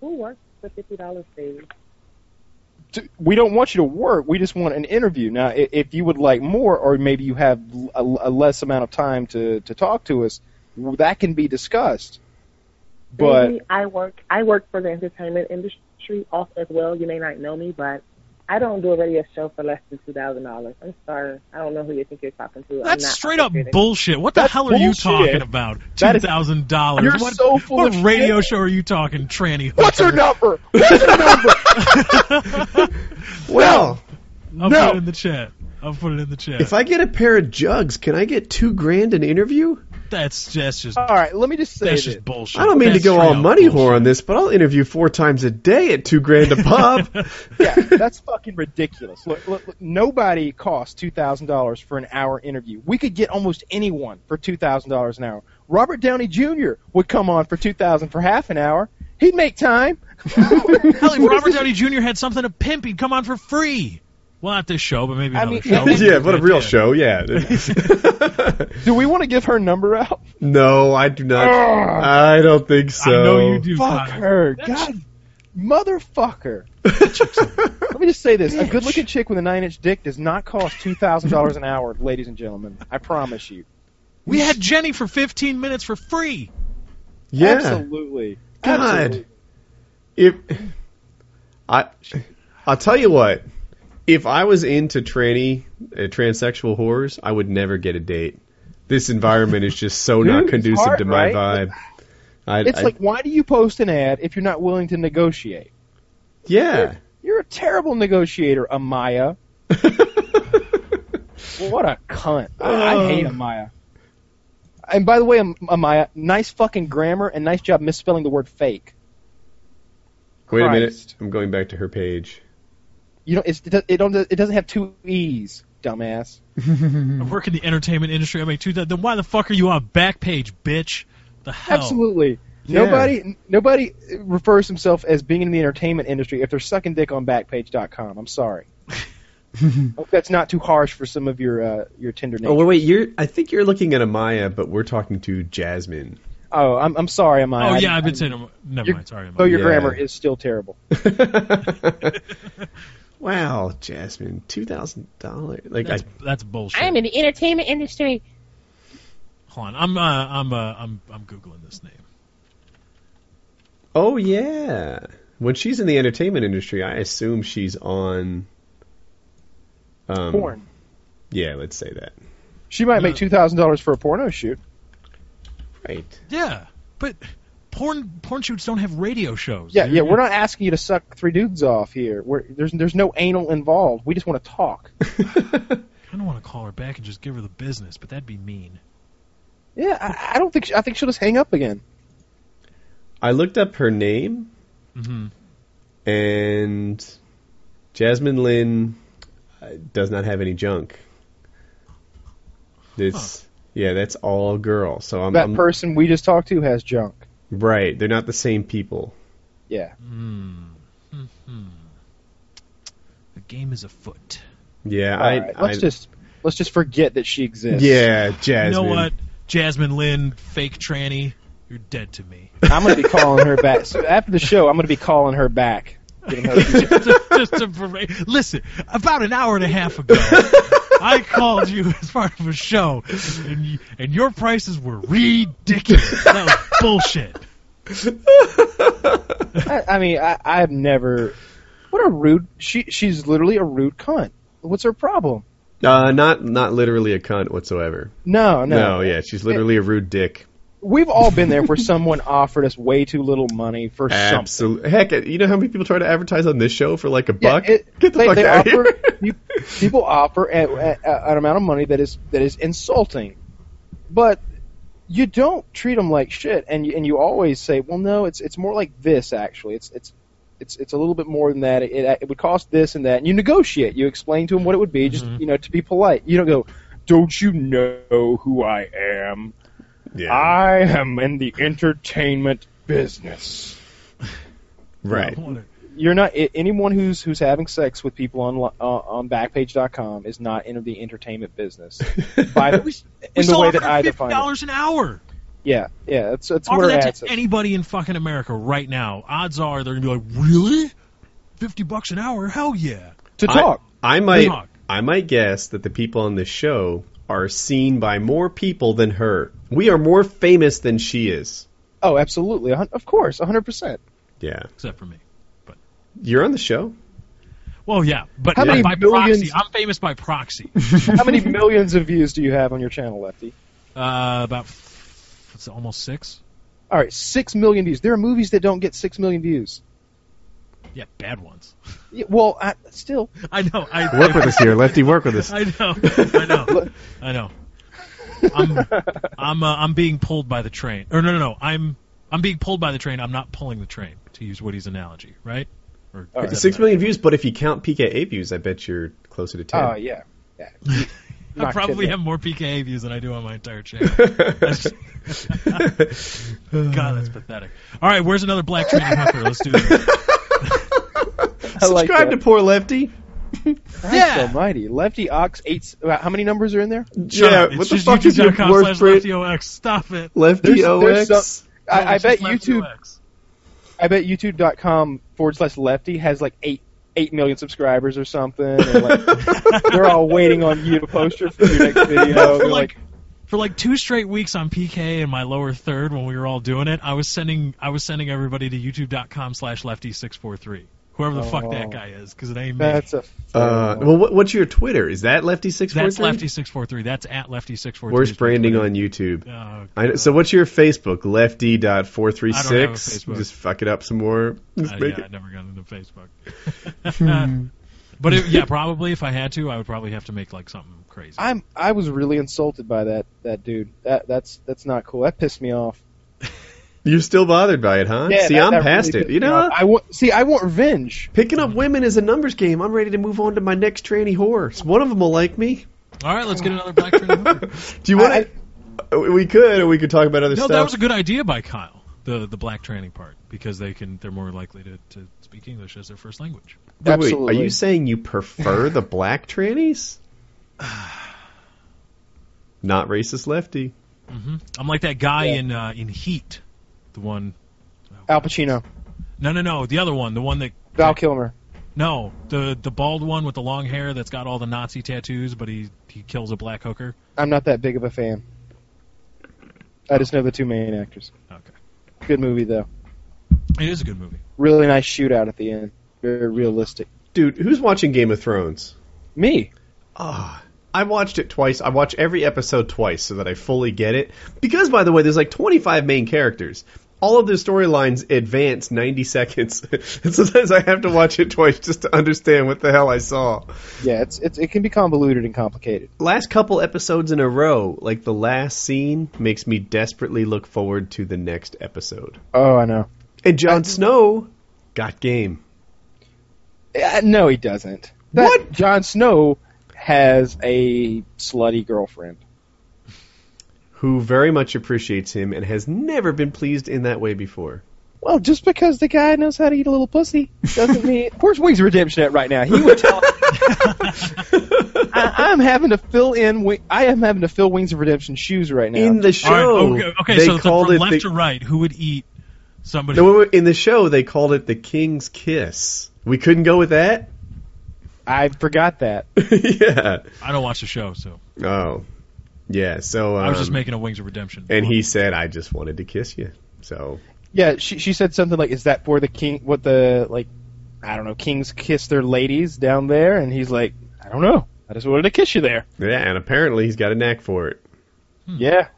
[SPEAKER 12] Who works for fifty dollars, baby?
[SPEAKER 2] D- We don't want you to work. We just want an interview. Now, i- if you would like more, or maybe you have l- a, a less amount of time to to talk to us, w- that can be discussed. But
[SPEAKER 12] Baby, I work I work for the entertainment industry off as well. You may not know me, but I don't do a radio show for less than two thousand dollars. I'm sorry. I don't know who you think you're talking to. I'm
[SPEAKER 4] That's
[SPEAKER 12] not
[SPEAKER 4] straight up
[SPEAKER 12] updated.
[SPEAKER 4] bullshit. What the
[SPEAKER 12] That's
[SPEAKER 4] hell are you
[SPEAKER 12] bullshit.
[SPEAKER 4] talking about? Two
[SPEAKER 12] That is-
[SPEAKER 4] thousand dollars.
[SPEAKER 12] You're
[SPEAKER 4] What,
[SPEAKER 12] so full
[SPEAKER 4] what
[SPEAKER 12] of
[SPEAKER 4] radio show are you talking, tranny?
[SPEAKER 2] What's her number?
[SPEAKER 1] Well,
[SPEAKER 4] I'll
[SPEAKER 1] No.
[SPEAKER 4] put it in the chat. I'll put it in the chat.
[SPEAKER 1] if I get a pair of jugs, can I get two grand an interview?
[SPEAKER 4] that's that's just
[SPEAKER 2] all right, let me just say
[SPEAKER 4] that's
[SPEAKER 2] this.
[SPEAKER 4] just bullshit.
[SPEAKER 1] I don't mean
[SPEAKER 4] That's
[SPEAKER 1] to go
[SPEAKER 4] straight
[SPEAKER 1] all
[SPEAKER 4] up
[SPEAKER 1] money whore on this, but I'll interview four times a day at two grand a pop.
[SPEAKER 2] yeah, that's fucking ridiculous. Look, look, look nobody costs two thousand dollars for an hour interview. We could get almost anyone for two thousand dollars an hour. Robert Downey Jr. would come on for two thousand for half an hour. He'd make time.
[SPEAKER 4] Hell, if Robert Downey Jr. had something to pimp, he'd come on for free. Well, not this show, but maybe
[SPEAKER 2] I
[SPEAKER 4] another
[SPEAKER 2] mean-
[SPEAKER 4] show.
[SPEAKER 1] yeah, what a real
[SPEAKER 4] Yeah.
[SPEAKER 1] show. Yeah.
[SPEAKER 2] Do we want to give her number out?
[SPEAKER 1] no, I do not.
[SPEAKER 2] Ugh.
[SPEAKER 1] I don't think so.
[SPEAKER 4] I know you do.
[SPEAKER 2] Fuck
[SPEAKER 4] Connor.
[SPEAKER 2] her, God, motherfucker. Let me just say this: a good-looking chick with a nine-inch dick does not cost two thousand dollars an hour, ladies and gentlemen. I promise you.
[SPEAKER 4] We had Jenny for 15 minutes for free.
[SPEAKER 1] Yeah.
[SPEAKER 2] Absolutely.
[SPEAKER 1] God.
[SPEAKER 2] Absolutely.
[SPEAKER 1] If I, I'll tell you what. If I was into tranny, uh, transsexual whores, I would never get a date. This environment is just so
[SPEAKER 2] Dude,
[SPEAKER 1] not
[SPEAKER 2] it's
[SPEAKER 1] conducive
[SPEAKER 2] hard,
[SPEAKER 1] to my
[SPEAKER 2] right?
[SPEAKER 1] vibe. I,
[SPEAKER 2] It's
[SPEAKER 1] I-
[SPEAKER 2] like, why do you post an ad if you're not willing to negotiate?
[SPEAKER 1] yeah.
[SPEAKER 2] You're a terrible negotiator, Amaya. what a cunt. I, I hate Amaya. And by the way, Am- Amaya, nice fucking grammar and nice job misspelling the word fake.
[SPEAKER 1] Wait a minute.
[SPEAKER 2] Christ.
[SPEAKER 1] I'm going back to her page.
[SPEAKER 2] You know, it's, it, do- it don't it doesn't have two e's, dumbass.
[SPEAKER 1] Mm.
[SPEAKER 4] I work in the entertainment industry. I make two. Then why the fuck are you on Backpage, bitch? The hell.
[SPEAKER 2] Absolutely.
[SPEAKER 1] Yeah.
[SPEAKER 2] Nobody n- nobody refers himself as being in the entertainment industry if they're sucking dick on Backpage.com. I'm sorry. Hope that's not too harsh for some of your uh, your Tinder
[SPEAKER 1] Oh
[SPEAKER 2] names.
[SPEAKER 1] well, wait. You're. I think you're looking at Amaya, but we're talking to Jasmine.
[SPEAKER 2] Oh, I'm, I'm sorry, am I?
[SPEAKER 4] Oh
[SPEAKER 2] I-
[SPEAKER 4] yeah, I've
[SPEAKER 2] I-
[SPEAKER 4] been saying. Never
[SPEAKER 2] You're-
[SPEAKER 4] mind. Sorry.
[SPEAKER 2] Though your
[SPEAKER 1] Yeah.
[SPEAKER 2] grammar is still terrible.
[SPEAKER 1] wow, Jasmine, two thousand dollars. Like I,
[SPEAKER 4] That's, that's bullshit.
[SPEAKER 3] I'm in the entertainment industry.
[SPEAKER 4] Hold on. I'm uh, I'm uh, I'm I'm googling this name.
[SPEAKER 1] oh yeah. When she's in the entertainment industry, I assume she's on. Um,
[SPEAKER 2] Porn.
[SPEAKER 1] Yeah, let's say that.
[SPEAKER 2] She might make
[SPEAKER 4] Uh,
[SPEAKER 2] two thousand dollars for a porno shoot.
[SPEAKER 1] Right.
[SPEAKER 4] Yeah, but porn porn shoots don't have radio shows.
[SPEAKER 2] Yeah,
[SPEAKER 4] dude.
[SPEAKER 2] yeah. We're not asking you to suck three dudes off here. We're, there's there's no anal involved. We just want to talk.
[SPEAKER 4] I don't want to call her back and just give her the business, but that'd be mean.
[SPEAKER 2] Yeah, I, I don't think she, I think she'll just hang up again.
[SPEAKER 1] I looked up her name
[SPEAKER 4] hmm
[SPEAKER 1] and Jasmine Lynn uh, does not have any junk. It's yeah, that's all girl. So I'm,
[SPEAKER 2] that
[SPEAKER 1] I'm-
[SPEAKER 2] person we just talked to has junk.
[SPEAKER 1] right. They're not the same people.
[SPEAKER 2] Yeah.
[SPEAKER 4] Mm. hmm The game is afoot.
[SPEAKER 1] Yeah,
[SPEAKER 2] All
[SPEAKER 1] I,
[SPEAKER 2] right, let's
[SPEAKER 1] I-
[SPEAKER 2] just let's just forget that she exists.
[SPEAKER 1] yeah,
[SPEAKER 4] You
[SPEAKER 1] Jasmine.
[SPEAKER 4] know what, Jasmine Lynn, fake tranny, you're dead to me.
[SPEAKER 2] I'm gonna be calling her back. So after the show, I'm gonna be calling her back. Getting her-
[SPEAKER 4] just, just to, berate- listen, about an hour and a half ago, I called you as part of a show, and you, and your prices were ridiculous. That was bullshit.
[SPEAKER 2] I, I mean, I, I've never. What a rude. She she's literally a rude cunt. What's her problem?
[SPEAKER 1] Uh, not not literally a cunt whatsoever.
[SPEAKER 2] Oh, No, no.
[SPEAKER 1] No, yeah, she's literally a rude dick.
[SPEAKER 2] We've all been there where someone offered us way too little money for something.
[SPEAKER 1] Absolutely. Heck, you know how many people try to advertise on this show for like a
[SPEAKER 2] Yeah,
[SPEAKER 1] buck?
[SPEAKER 2] it-
[SPEAKER 1] Get the
[SPEAKER 2] they,
[SPEAKER 1] fuck
[SPEAKER 2] they
[SPEAKER 1] out of
[SPEAKER 2] offer,
[SPEAKER 1] here.
[SPEAKER 2] you, people offer a, a, a- an amount of money that is that is insulting, but you don't treat them like shit, and you, and you always say, well, no, it's it's more like this actually. It's it's it's it's a little bit more than that. It, it, it would cost this and that. And you negotiate. You explain to them what it would be, just
[SPEAKER 1] Mm-hmm.
[SPEAKER 2] you know, to be polite. You don't go, don't you know who I am? I am in the entertainment business.
[SPEAKER 1] Right.
[SPEAKER 2] You're not i- anyone who's who's having sex with people on li- uh, on Backpage.com is not in the entertainment business. By the,
[SPEAKER 4] we
[SPEAKER 2] in the
[SPEAKER 4] still
[SPEAKER 2] way
[SPEAKER 4] offered
[SPEAKER 2] that I
[SPEAKER 4] her
[SPEAKER 2] define it.
[SPEAKER 4] $50 an hour.
[SPEAKER 2] Yeah, yeah, that's that's
[SPEAKER 4] Offer
[SPEAKER 2] where
[SPEAKER 4] that
[SPEAKER 2] it
[SPEAKER 4] to anybody in fucking America right now. Odds are they're gonna be like, really? Fifty bucks an hour? Hell yeah.
[SPEAKER 2] To
[SPEAKER 1] I- I, might
[SPEAKER 4] talk.
[SPEAKER 1] I might guess that the people on this show are seen by more people than her. We are more famous than she is.
[SPEAKER 2] Oh, absolutely, a hun- of course, hundred percent.
[SPEAKER 1] Yeah.
[SPEAKER 4] Except for me.
[SPEAKER 1] You're on the show.
[SPEAKER 4] Well, yeah, but
[SPEAKER 2] How many
[SPEAKER 4] by proxy,
[SPEAKER 2] millions-
[SPEAKER 4] I'm famous by proxy.
[SPEAKER 2] How many millions of views do you have on your channel, Lefty?
[SPEAKER 4] Uh, about f- what's it, almost six.
[SPEAKER 2] All right, six million views. There are movies that don't get six million views.
[SPEAKER 4] Yeah, bad ones.
[SPEAKER 2] Yeah, well, I, still,
[SPEAKER 4] I know. I
[SPEAKER 1] Work with us here, Lefty. Work with us.
[SPEAKER 4] I know. I know. I know. I'm I'm uh, I'm being pulled by the train. Or no, no, no. I'm I'm being pulled by the train. I'm not pulling the train. To use Woody's analogy, right? Or
[SPEAKER 2] All right.
[SPEAKER 1] Six million views, but if you count PKA views, I bet you're closer to ten.
[SPEAKER 2] Oh yeah. yeah.
[SPEAKER 4] I
[SPEAKER 2] Not
[SPEAKER 4] probably
[SPEAKER 2] kidding.
[SPEAKER 4] have more PKA views than I do on my entire channel. That's- God, that's pathetic. All right, where's another black training hooker? Let's do this.
[SPEAKER 2] I like
[SPEAKER 1] Subscribe to
[SPEAKER 2] that.
[SPEAKER 1] poor Lefty.
[SPEAKER 2] Christ Almighty, Lefty Ox eight. uh, How many numbers are in there?
[SPEAKER 4] Shut
[SPEAKER 1] yeah,
[SPEAKER 4] up.
[SPEAKER 1] what
[SPEAKER 4] It's
[SPEAKER 1] the
[SPEAKER 4] just
[SPEAKER 1] fuck is your
[SPEAKER 4] youtube.com
[SPEAKER 1] word
[SPEAKER 4] slash
[SPEAKER 1] for it?
[SPEAKER 4] leftyox. Stop it.
[SPEAKER 1] Lefty
[SPEAKER 2] There's- there's
[SPEAKER 1] OX?
[SPEAKER 2] some- I, I bet
[SPEAKER 4] Slash
[SPEAKER 2] YouTube.
[SPEAKER 4] LeftyoX.
[SPEAKER 2] I bet YouTube.com forward slash Lefty has like eight eight million subscribers or something. And like, they're all waiting on you to post your, your next video. They're like,
[SPEAKER 4] for like two straight weeks on PK and my lower third when we were all doing it, I was sending I was sending everybody to youtube.com slash lefty six four three. Whoever the fuck that
[SPEAKER 2] Oh.
[SPEAKER 4] guy is, because it ain't me.
[SPEAKER 2] that's a
[SPEAKER 1] Uh, well, what, what's your Twitter? Is that Lefty six four
[SPEAKER 4] That's
[SPEAKER 1] three?
[SPEAKER 4] lefty six four three. That's at lefty six four three.
[SPEAKER 1] Worst branding on YouTube.
[SPEAKER 4] Oh,
[SPEAKER 1] I know, so what's your Facebook? Lefty dot four three
[SPEAKER 4] I don't have a
[SPEAKER 1] six.
[SPEAKER 4] Facebook.
[SPEAKER 1] Just fuck it up some more. Just
[SPEAKER 4] Uh,
[SPEAKER 1] make
[SPEAKER 4] yeah,
[SPEAKER 1] it.
[SPEAKER 4] I
[SPEAKER 1] Hmm.
[SPEAKER 4] never got into Facebook. but it, yeah, probably if I had to, I would probably have to make like something crazy.
[SPEAKER 2] I'm I was really insulted by that that dude. That that's that's not cool. That pissed me off.
[SPEAKER 1] You're still bothered by it, huh?
[SPEAKER 2] Yeah,
[SPEAKER 1] see,
[SPEAKER 2] that-
[SPEAKER 1] I'm
[SPEAKER 2] that really
[SPEAKER 1] past
[SPEAKER 2] pissed
[SPEAKER 1] it. You
[SPEAKER 2] me
[SPEAKER 1] know,
[SPEAKER 2] off. I want see I want revenge.
[SPEAKER 1] picking up women is a numbers game. I'm ready to move on to my next tranny horse. One of them will like me.
[SPEAKER 4] All right, let's
[SPEAKER 1] Oh.
[SPEAKER 4] get another black friend. no,
[SPEAKER 1] Do you want to? We could, or we could talk about other stuff.
[SPEAKER 4] that was a good idea by Kyle. The the black training part because they can they're more likely to, to speak English as their first language.
[SPEAKER 1] Wait, wait,
[SPEAKER 2] Absolutely.
[SPEAKER 1] are you saying you prefer the black trannies? Not racist, lefty. Mm-hmm.
[SPEAKER 4] hmm I'm like that guy in uh, in Heat, the one.
[SPEAKER 2] Al Pacino,
[SPEAKER 4] No, no, no, the other one, the one that
[SPEAKER 2] Val Kilmer.
[SPEAKER 4] no, the the bald one with the long hair that's got all the Nazi tattoos, but he he kills a black hooker.
[SPEAKER 2] I'm not that big of a fan. I just know the two main actors.
[SPEAKER 4] Okay,
[SPEAKER 2] Good movie though.
[SPEAKER 4] it is a good movie.
[SPEAKER 2] Really nice shootout at the end. Very realistic.
[SPEAKER 1] Dude, who's watching Game of Thrones?
[SPEAKER 2] Me.
[SPEAKER 1] Ah, I watched it twice. I watch every episode twice so that I fully get it. Because, by the way, there's like 25 main characters. All of their storylines advance 90 seconds. and sometimes I have to watch it twice just to understand what the hell I saw.
[SPEAKER 2] Yeah, it's, it's it can be convoluted and complicated.
[SPEAKER 1] Last couple episodes in a row, like the last scene, makes me desperately look forward to the next episode.
[SPEAKER 2] Oh, I know.
[SPEAKER 1] And Jon Snow got game.
[SPEAKER 2] Uh, no, he doesn't. That,
[SPEAKER 1] What?
[SPEAKER 2] Jon Snow has a slutty girlfriend.
[SPEAKER 1] who very much appreciates him and has never been pleased in that way before.
[SPEAKER 2] Well, just because the guy knows how to eat a little pussy doesn't mean. Where's Wings of Redemption at right now? He would tell. I, I'm having to fill in. wi- I am having to fill Wings of Redemption shoes right now.
[SPEAKER 1] In the
[SPEAKER 4] All right,
[SPEAKER 1] show,
[SPEAKER 4] okay, okay,
[SPEAKER 1] they
[SPEAKER 4] so
[SPEAKER 1] called
[SPEAKER 4] from
[SPEAKER 1] it
[SPEAKER 4] left
[SPEAKER 1] the,
[SPEAKER 4] to right, who would eat somebody?
[SPEAKER 1] no, wait, wait, in the show they called it the King's Kiss. We couldn't go with that.
[SPEAKER 2] I forgot that.
[SPEAKER 1] yeah.
[SPEAKER 4] I don't watch the show, so
[SPEAKER 1] Oh, yeah. So um,
[SPEAKER 4] I was just making a Wings of Redemption.
[SPEAKER 1] And he said, "I just wanted to kiss you." So
[SPEAKER 2] Yeah, she she said something like, "Is that for the king? What the like? I don't know. Kings kiss their ladies down there," and he's like, "I don't know. I just wanted to kiss you there."
[SPEAKER 1] yeah, and apparently he's got a knack for it.
[SPEAKER 2] Yeah.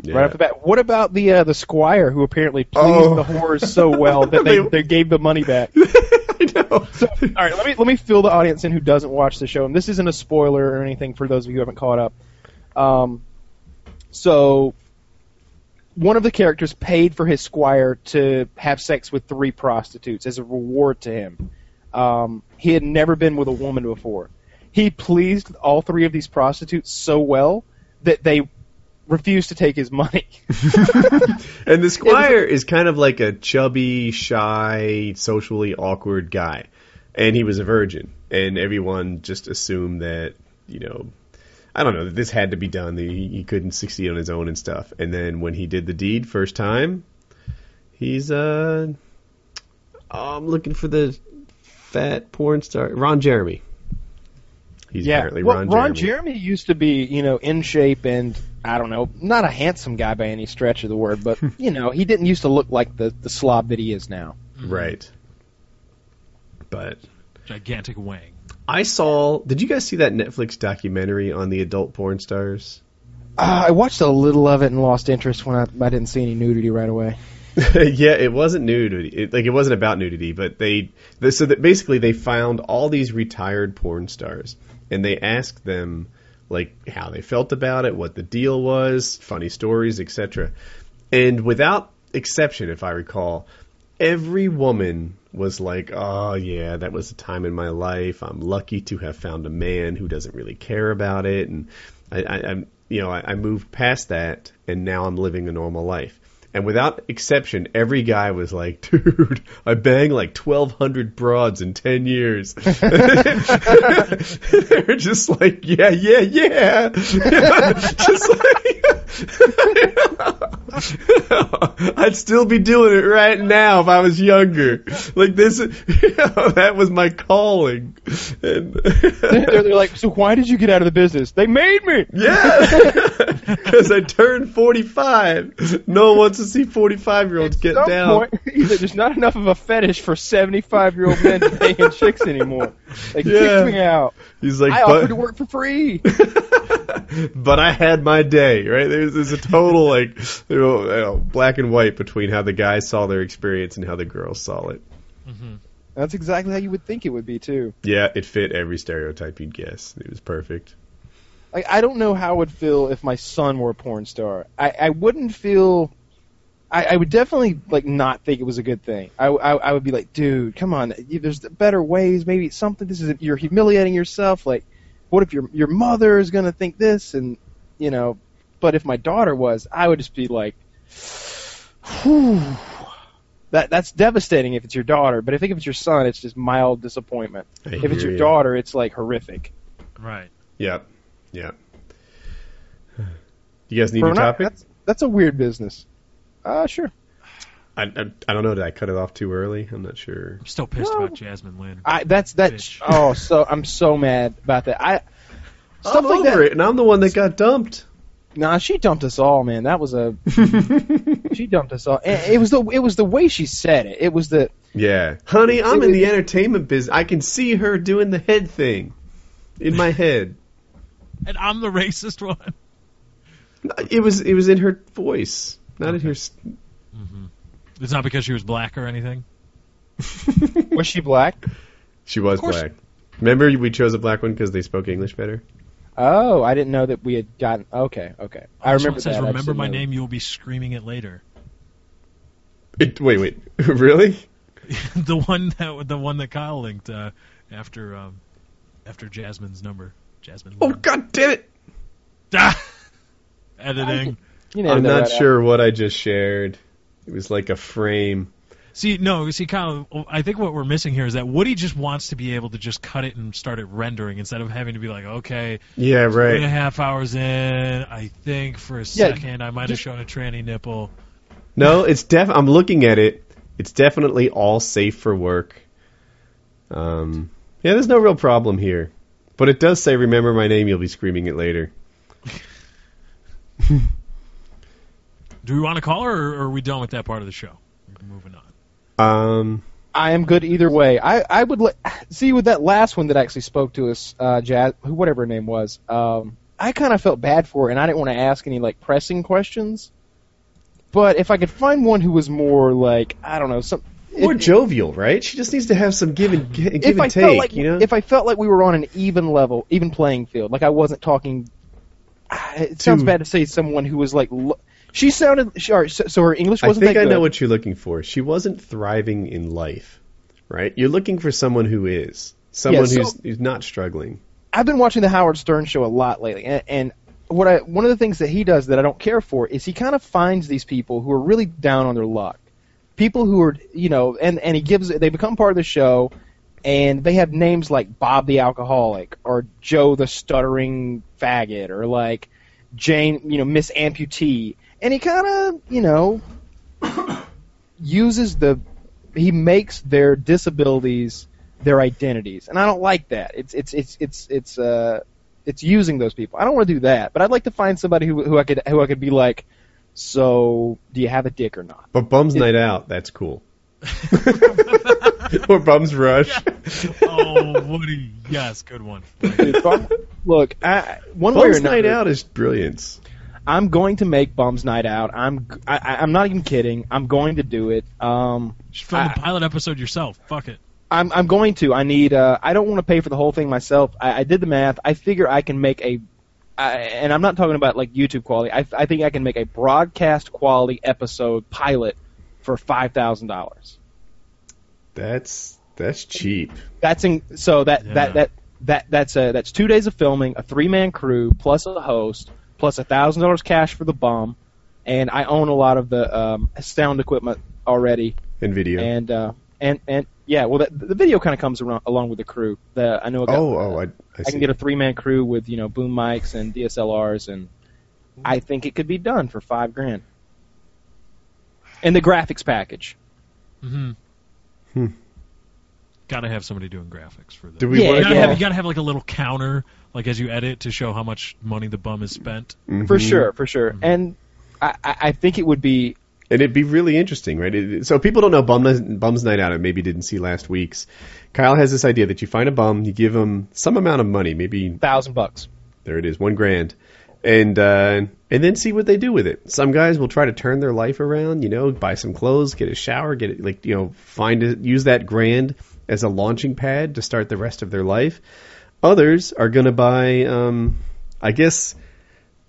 [SPEAKER 1] Yeah.
[SPEAKER 2] Right off the bat. What about the uh, the squire who apparently pleased
[SPEAKER 1] Oh.
[SPEAKER 2] the whores so well that they,
[SPEAKER 1] They-
[SPEAKER 2] they gave the money back? So, all right, let me let me fill the audience in who doesn't watch the show. And this isn't a spoiler or anything for those of you who haven't caught up. Um, so one of the characters paid for his squire to have sex with three prostitutes as a reward to him. Um, he had never been with a woman before. He pleased all three of these prostitutes so well that they refused to take his money.
[SPEAKER 1] And the squire is kind of like a chubby, shy, socially awkward guy, and he was a virgin, and everyone just assumed that you know, I don't know that this had to be done. That he, he couldn't succeed on his own and stuff. And then when he did the deed first time, he's uh, oh, I'm looking for the fat porn star Ron Jeremy. He's apparently
[SPEAKER 2] Well,
[SPEAKER 1] Ron,
[SPEAKER 2] Ron
[SPEAKER 1] Jeremy.
[SPEAKER 2] Jeremy used to be, you know, in shape and I don't know, not a handsome guy by any stretch of the word, but you know, he didn't used to look like the the slob that he is now.
[SPEAKER 4] Mm-hmm.
[SPEAKER 1] right? But
[SPEAKER 4] gigantic wang.
[SPEAKER 1] I saw. Did you guys see that Netflix documentary on the adult porn stars?
[SPEAKER 2] Uh, I watched a little of it and lost interest when I, I didn't see any nudity right away.
[SPEAKER 1] yeah, it wasn't nudity. It, like it wasn't about nudity, but they, they so that basically they found all these retired porn stars and they asked them like how they felt about it, what the deal was, funny stories, etc. And without exception, if I recall, every woman was like, "Oh yeah, that was a time in my life. I'm lucky to have found a man who doesn't really care about it, and I, I, I'm, you know, I, I moved past that, and now I'm living a normal life." And without exception, every guy was like, "Dude, I banged like 1,200 broads in 10 years." they were just like, "Yeah, yeah, yeah," just like. I'd still be doing it right now if I was younger. Like this, you know, that was my calling. And
[SPEAKER 2] they're, they're like, so why did you get out of the business? They made me.
[SPEAKER 1] Yeah, because I turned forty-five. No one wants to see forty-five-year-olds get
[SPEAKER 2] At some
[SPEAKER 1] down.
[SPEAKER 2] point, there's not enough of a fetish for 75 year old men to pay in chicks anymore. They
[SPEAKER 1] Yeah.
[SPEAKER 2] kicked me out.
[SPEAKER 1] He's like,
[SPEAKER 2] I offered
[SPEAKER 1] but,
[SPEAKER 2] to work for free.
[SPEAKER 1] but I had my day, right? There's, there's a total like you know, you know, black and white between how the guys saw their experience and how the girls saw it.
[SPEAKER 4] Mm-hmm.
[SPEAKER 2] That's exactly how you would think it would be too.
[SPEAKER 1] Yeah, it fit every stereotype you'd guess. It was perfect.
[SPEAKER 2] Like I don't know how I would feel if my son were a porn star. I, I wouldn't feel. I, I would definitely like not think it was a good thing. I, I, I would be like, dude, come on. you- There's better ways. Maybe it's something. This is you're humiliating yourself. Like, what if your your mother is gonna think this? And you know, but if my daughter was, I would just be like, whew. That that's devastating if it's your daughter. But I think if it's your son, it's just mild disappointment.
[SPEAKER 1] I
[SPEAKER 2] if it's
[SPEAKER 1] hear
[SPEAKER 2] your
[SPEAKER 1] ya.
[SPEAKER 2] daughter, it's like horrific.
[SPEAKER 4] Right.
[SPEAKER 1] Yep, yep. You guys need
[SPEAKER 2] For
[SPEAKER 1] a
[SPEAKER 2] not-
[SPEAKER 1] topic?
[SPEAKER 2] That's, that's a weird business. Uh, sure.
[SPEAKER 1] I, I I don't know. Did I cut it off too early? I'm not sure.
[SPEAKER 4] I'm still pissed about Jasmine Lynn.
[SPEAKER 2] I that's that. Oh, so I'm so mad about that. I stuff
[SPEAKER 1] I'm
[SPEAKER 2] like
[SPEAKER 1] over
[SPEAKER 2] Oh, that.
[SPEAKER 1] it, and I'm the one that got dumped.
[SPEAKER 2] Nah, she dumped us all, man. That was a she dumped us all. And it was the it was the way she said it. It was the
[SPEAKER 1] Yeah, honey, I'm
[SPEAKER 2] It-
[SPEAKER 1] in the entertainment business. I can see her doing the head thing in my head.
[SPEAKER 4] And I'm the racist one.
[SPEAKER 1] It was it was in her voice, not in her. s-
[SPEAKER 4] Mm-hmm. It's not because she was black or anything.
[SPEAKER 2] was she black?
[SPEAKER 1] She was
[SPEAKER 4] Of course.
[SPEAKER 1] black. Remember, we chose a black one because they spoke English better.
[SPEAKER 2] Oh, I didn't know that we had gotten. Okay, okay. I
[SPEAKER 4] This one
[SPEAKER 2] remember
[SPEAKER 4] says,
[SPEAKER 2] that. I just
[SPEAKER 4] "Remember
[SPEAKER 2] didn't
[SPEAKER 4] my
[SPEAKER 2] know that.
[SPEAKER 4] name. You will be screaming it later."
[SPEAKER 1] It, wait, wait, really?
[SPEAKER 4] the one that the one that Kyle linked uh, after um, after Jasmine's number. Jasmine.
[SPEAKER 1] Oh God damn it! Oh,
[SPEAKER 4] Editing.
[SPEAKER 2] You
[SPEAKER 1] I'm not sure what I just shared. It was like a frame.
[SPEAKER 4] See, no, see, Kyle. I think what we're missing here is that Woody just wants to be able to just cut it and start it rendering instead of having to be like, okay,
[SPEAKER 1] Yeah,
[SPEAKER 4] three and a
[SPEAKER 1] right.
[SPEAKER 4] half hours in. I think for a second I might have shown a tranny nipple.
[SPEAKER 1] No, it's def. I'm looking at it. It's definitely all safe for work. Um, Yeah, there's no real problem here. But it does say, remember my name, you'll be screaming it later.
[SPEAKER 4] Do we want to call her, or are we done with that part of the show? We're moving on.
[SPEAKER 1] Um,
[SPEAKER 2] I am good either way. I, I would li- see with that last one that actually spoke to us, uh, Jazz, who whatever her name was. Um, I kind of felt bad for her, and I didn't want to ask any like pressing questions. But if I could find one who was more like I don't know some
[SPEAKER 1] More jovial, right? She just needs to have some give and, give
[SPEAKER 2] if
[SPEAKER 1] and
[SPEAKER 2] I
[SPEAKER 1] take,
[SPEAKER 2] felt like
[SPEAKER 1] you know?
[SPEAKER 2] if I felt like we were on an even level, even playing field, like I wasn't talking. ah, It sounds
[SPEAKER 1] Dude.
[SPEAKER 2] bad to say someone who was like. Lo- she sounded. She, all right, so, so her English wasn't
[SPEAKER 1] I think
[SPEAKER 2] that good.
[SPEAKER 1] I know what you're looking for. She wasn't thriving in life, right? You're looking for someone who is, someone
[SPEAKER 2] so-
[SPEAKER 1] who's, who's not struggling.
[SPEAKER 2] I've been watching the Howard Stern show a lot lately, and, and what I one of the things that he does that I don't care for is he kind of finds these people who are really down on their luck, people who are you know, and and he gives they become part of the show, and they have names like Bob the alcoholic or Joe the stuttering faggot or like Jane you know Miss amputee, and he kind of you know uses the he makes their disabilities their identities, and I don't like that. It's it's it's it's it's uh it's using those people. I don't want to do that, but I'd like to find somebody who who I could who I could be like. So, do you have a dick or not?
[SPEAKER 1] But Bums Night Out, that's cool. or Bums Rush.
[SPEAKER 4] oh, Woody, yes, good one.
[SPEAKER 2] Look, I, one way or
[SPEAKER 1] Bums
[SPEAKER 2] another,
[SPEAKER 1] Night Out is brilliance.
[SPEAKER 2] I'm going to make Bums Night Out. I'm g- I, am i am not even kidding. I'm going to do it. Um,
[SPEAKER 4] Film the pilot episode yourself. Fuck it.
[SPEAKER 2] I'm I'm going to. I need. Uh, I don't want to pay for the whole thing myself. I, I did the math. I figure I can make a. I, and I'm not talking about like YouTube quality. I, I think I can make a broadcast quality episode pilot for five thousand dollars.
[SPEAKER 1] That's that's cheap.
[SPEAKER 2] That's in, so that
[SPEAKER 1] Yeah.
[SPEAKER 2] that that that that's a that's two days of filming, a three man crew plus a host plus a thousand dollars cash for the bomb, and I own a lot of the um, sound equipment already.
[SPEAKER 1] And video.
[SPEAKER 2] And uh, and and yeah, well, that, the video kind of comes around, along with the crew. The I know. A guy,
[SPEAKER 1] Oh, oh, I, I,
[SPEAKER 2] I
[SPEAKER 1] see.
[SPEAKER 2] can get a three man crew with you know boom mics and DSLRs, and I think it could be done for five grand. And the graphics package.
[SPEAKER 4] Mm-hmm.
[SPEAKER 1] Hmm.
[SPEAKER 4] Gotta have somebody doing graphics for this.
[SPEAKER 1] Do we
[SPEAKER 4] you,
[SPEAKER 1] wanna
[SPEAKER 4] gotta
[SPEAKER 1] call-
[SPEAKER 4] have, you gotta have like a little counter, like as you edit, to show how much money the bum has spent.
[SPEAKER 2] For
[SPEAKER 1] Mm-hmm.
[SPEAKER 2] sure, for sure. And I, I I think it would be.
[SPEAKER 1] And it'd be really interesting, right? It- it- so people don't know Bum, Bum's Night Out and maybe didn't see last week's. Kyle has this idea that you find a bum, you give him some amount of money, maybe
[SPEAKER 2] thousand bucks.
[SPEAKER 1] There it is, one grand, and uh, and then see what they do with it. Some guys will try to turn their life around, you know, buy some clothes, get a shower, get it like you know, find it, use that grand as a launching pad to start the rest of their life. Others are going to buy, um, I guess,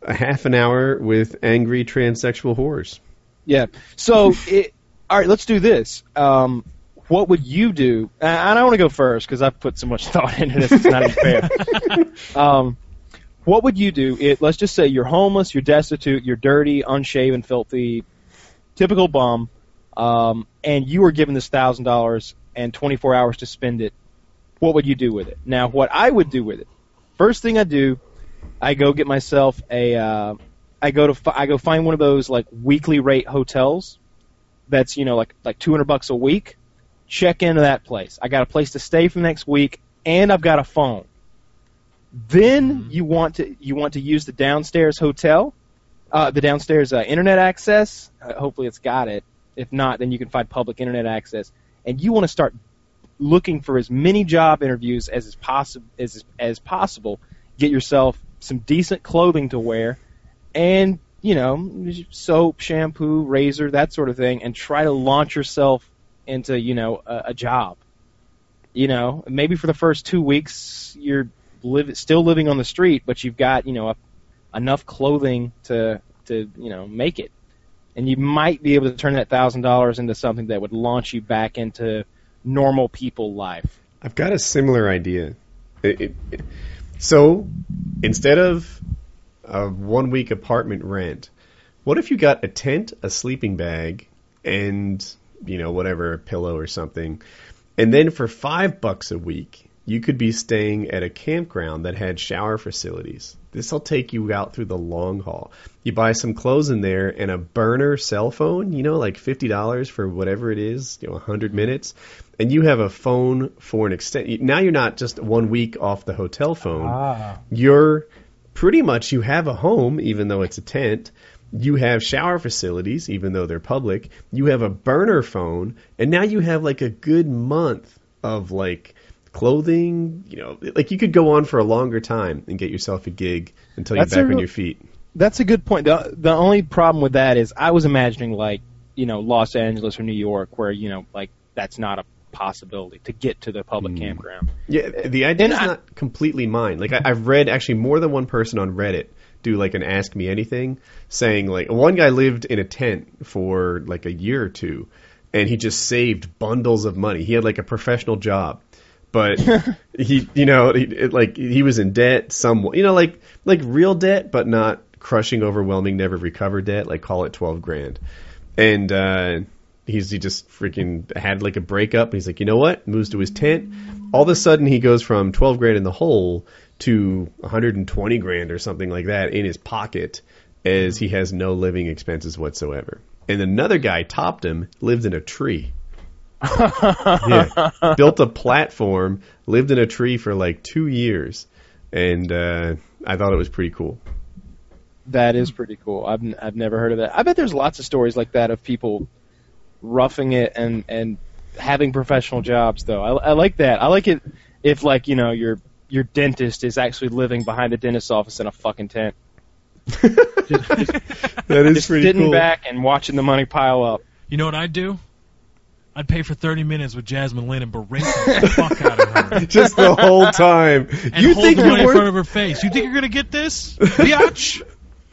[SPEAKER 1] a half an hour with angry transsexual whores.
[SPEAKER 2] Yeah. So it, all right, let's do this. Um, what would you do? And I don't want to go first because I've put so much thought into this. It's not even fair. um, what would you do? It, let's just say you're homeless, you're destitute, you're dirty, unshaven, filthy, typical bum, um, and you are given this thousand dollars and 24 hours to spend it. What would you do with it? Now, what I would do with it, first thing I do, I go get myself a. Uh, I go to fi- I go find one of those like weekly rate hotels that's you know like like 200 bucks a week check into that place I got a place to stay for the next week and I've got a phone then you want to you want to use the downstairs hotel uh, the downstairs uh, internet access uh, hopefully it's got it if not then you can find public internet access and you want to start looking for as many job interviews as is possible as as possible get yourself some decent clothing to wear and you know soap shampoo razor that sort of thing and try to launch yourself into you know a, a job you know maybe for the first two weeks you're live, still living on the street but you've got you know a, enough clothing to to you know make it and you might be able to turn that thousand dollars into something that would launch you back into normal people life
[SPEAKER 1] I've got a similar idea. It- it- it- so instead of a one week apartment rent, what if you got a tent, a sleeping bag, and you know whatever a pillow or something, and then for five bucks a week you could be staying at a campground that had shower facilities. This will take you out through the long haul. You buy some clothes in there and a burner cell phone, you know, like $50 for whatever it is, you know, 100 minutes. And you have a phone for an extent. Now you're not just one week off the hotel phone.
[SPEAKER 2] Ah.
[SPEAKER 1] You're pretty much, you have a home, even though it's a tent. You have shower facilities, even though they're public. You have a burner phone. And now you have like a good month of like clothing. You know, like you could go on for a longer time and get yourself a gig until you're
[SPEAKER 2] That's a
[SPEAKER 1] back on
[SPEAKER 2] real-
[SPEAKER 1] your feet.
[SPEAKER 2] That's a good point. The, the only problem with that is I was imagining like, you know, Los Angeles or New York where, you know, like that's not a possibility to get to the public campground.
[SPEAKER 1] Yeah, the idea is not completely mine. Like I, I've read actually more than one person on Reddit do like an ask me anything saying like one guy lived in a tent for like a year or two and he just saved bundles of money. He had like a professional job. But he you know, he, it, like he was in debt somewhat. You know like like real debt but not crushing overwhelming never recover debt, like call it 12 grand. And uh he's he just freaking had like a breakup and he's like, you know what? Moves to his tent. All of a sudden he goes from twelve grand in the hole to hundred and twenty grand or something like that in his pocket as he has no living expenses whatsoever. And another guy topped him, lived in a tree. yeah. Built a platform, lived in a tree for like two years, and uh, I thought it was pretty cool.
[SPEAKER 2] That is pretty cool. I've n- I've never heard of that. I bet there's lots of stories like that of people roughing it and and having professional jobs though. I, I like that. I like it if like you know your your dentist is actually living behind a dentist's office in a fucking tent.
[SPEAKER 1] That is
[SPEAKER 2] Just
[SPEAKER 1] pretty
[SPEAKER 2] sitting
[SPEAKER 4] cool.
[SPEAKER 2] back and watching the money pile up.
[SPEAKER 4] You know what I'd do? I'd pay for 30 minutes with Jasmine Lynn and berate the fuck out of her.
[SPEAKER 1] Just the whole time.
[SPEAKER 4] And
[SPEAKER 1] you
[SPEAKER 4] hold
[SPEAKER 1] think
[SPEAKER 4] the
[SPEAKER 1] you're
[SPEAKER 4] money in
[SPEAKER 1] worth
[SPEAKER 4] front of her face. You think you're gonna get this, biatch?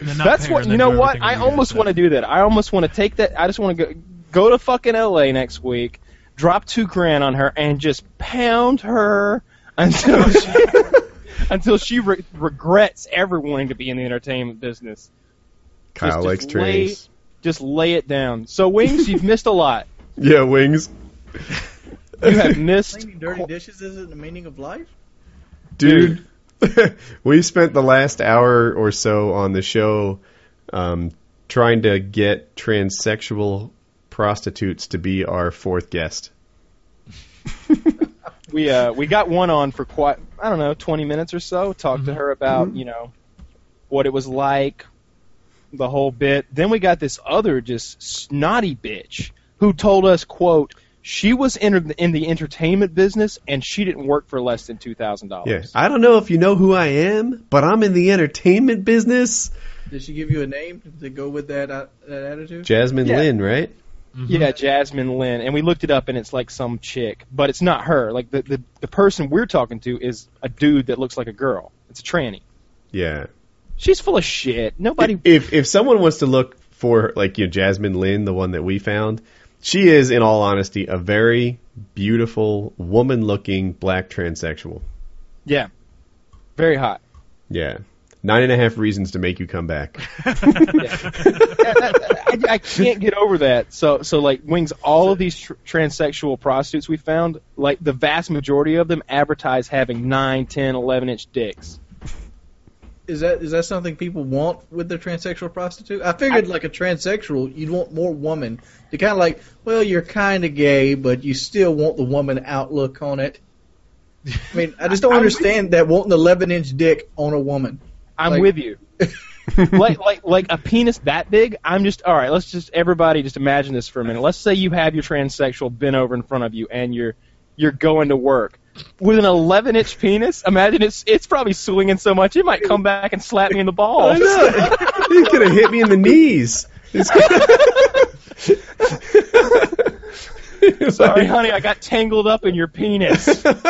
[SPEAKER 4] And then not
[SPEAKER 2] That's
[SPEAKER 4] pay her
[SPEAKER 2] what
[SPEAKER 4] and
[SPEAKER 2] you
[SPEAKER 4] then
[SPEAKER 2] know.
[SPEAKER 4] do
[SPEAKER 2] What
[SPEAKER 4] everything
[SPEAKER 2] I
[SPEAKER 4] you
[SPEAKER 2] almost want to do that. I almost want to take that. I just want to go go to fucking L.A. next week, drop two grand on her, and just pound her until she, until she re- regrets ever wanting to be in the entertainment business.
[SPEAKER 1] Kyle
[SPEAKER 2] just,
[SPEAKER 1] likes
[SPEAKER 2] just lay,
[SPEAKER 1] trains.
[SPEAKER 2] Just lay it down. So wings, you've missed a lot.
[SPEAKER 1] Yeah, wings.
[SPEAKER 2] You have missed.
[SPEAKER 13] Cleaning dirty dishes isn't the meaning of life.
[SPEAKER 1] dude. we spent the last hour or so on the show um, trying to get transsexual prostitutes to be our fourth guest.
[SPEAKER 2] We uh we got one on for quite I don't know twenty minutes or so. Talked
[SPEAKER 1] Mm-hmm.
[SPEAKER 2] to her about you know what it was like, the whole bit. Then we got this other just snotty bitch who told us quote she was in in the entertainment business and she didn't work for less than two thousand dollars.
[SPEAKER 1] Yeah, I don't know if you know who I am, but I'm in the entertainment business.
[SPEAKER 13] Did she give you a name to go with that uh, that attitude?
[SPEAKER 1] Jasmine
[SPEAKER 2] Yeah.
[SPEAKER 1] Lynn, right?
[SPEAKER 4] Mm-hmm.
[SPEAKER 2] Yeah, Jasmine Lynn, and we looked it up, and it's like some chick, but it's not her. Like the, the the person we're talking to is a dude that looks like a girl. It's a tranny.
[SPEAKER 1] Yeah.
[SPEAKER 2] She's full of shit. Nobody.
[SPEAKER 1] If if someone wants to look for like you know, Jasmine Lynn, the one that we found, she is in all honesty a very beautiful woman-looking black transsexual.
[SPEAKER 2] Yeah, very hot.
[SPEAKER 1] Yeah. Nine and a half reasons to make you come back.
[SPEAKER 2] I, I can't get over that. So, so like wings, all of these tr- transsexual prostitutes we found, like the vast majority of them advertise having nine, ten, eleven inch dicks.
[SPEAKER 13] Is that is that something people want with their transsexual prostitute? I figured like a transsexual, you'd want more woman. You're kind of like, well, you're kind of gay, but you still want the woman outlook on it. I mean, I just don't understand that wanting the 11 inch dick on a woman.
[SPEAKER 2] I'm
[SPEAKER 13] Like-
[SPEAKER 2] with you. like, like, like a penis that big. I'm just all right. Let's just everybody just imagine this for a minute. Let's say you have your transsexual bent over in front of you, and you're you're going to work with an 11 inch penis. Imagine it's it's probably swinging so much it might come back and slap me in the balls.
[SPEAKER 1] He could have hit me in the knees.
[SPEAKER 2] Sorry, honey, I got tangled up in your penis.
[SPEAKER 4] get.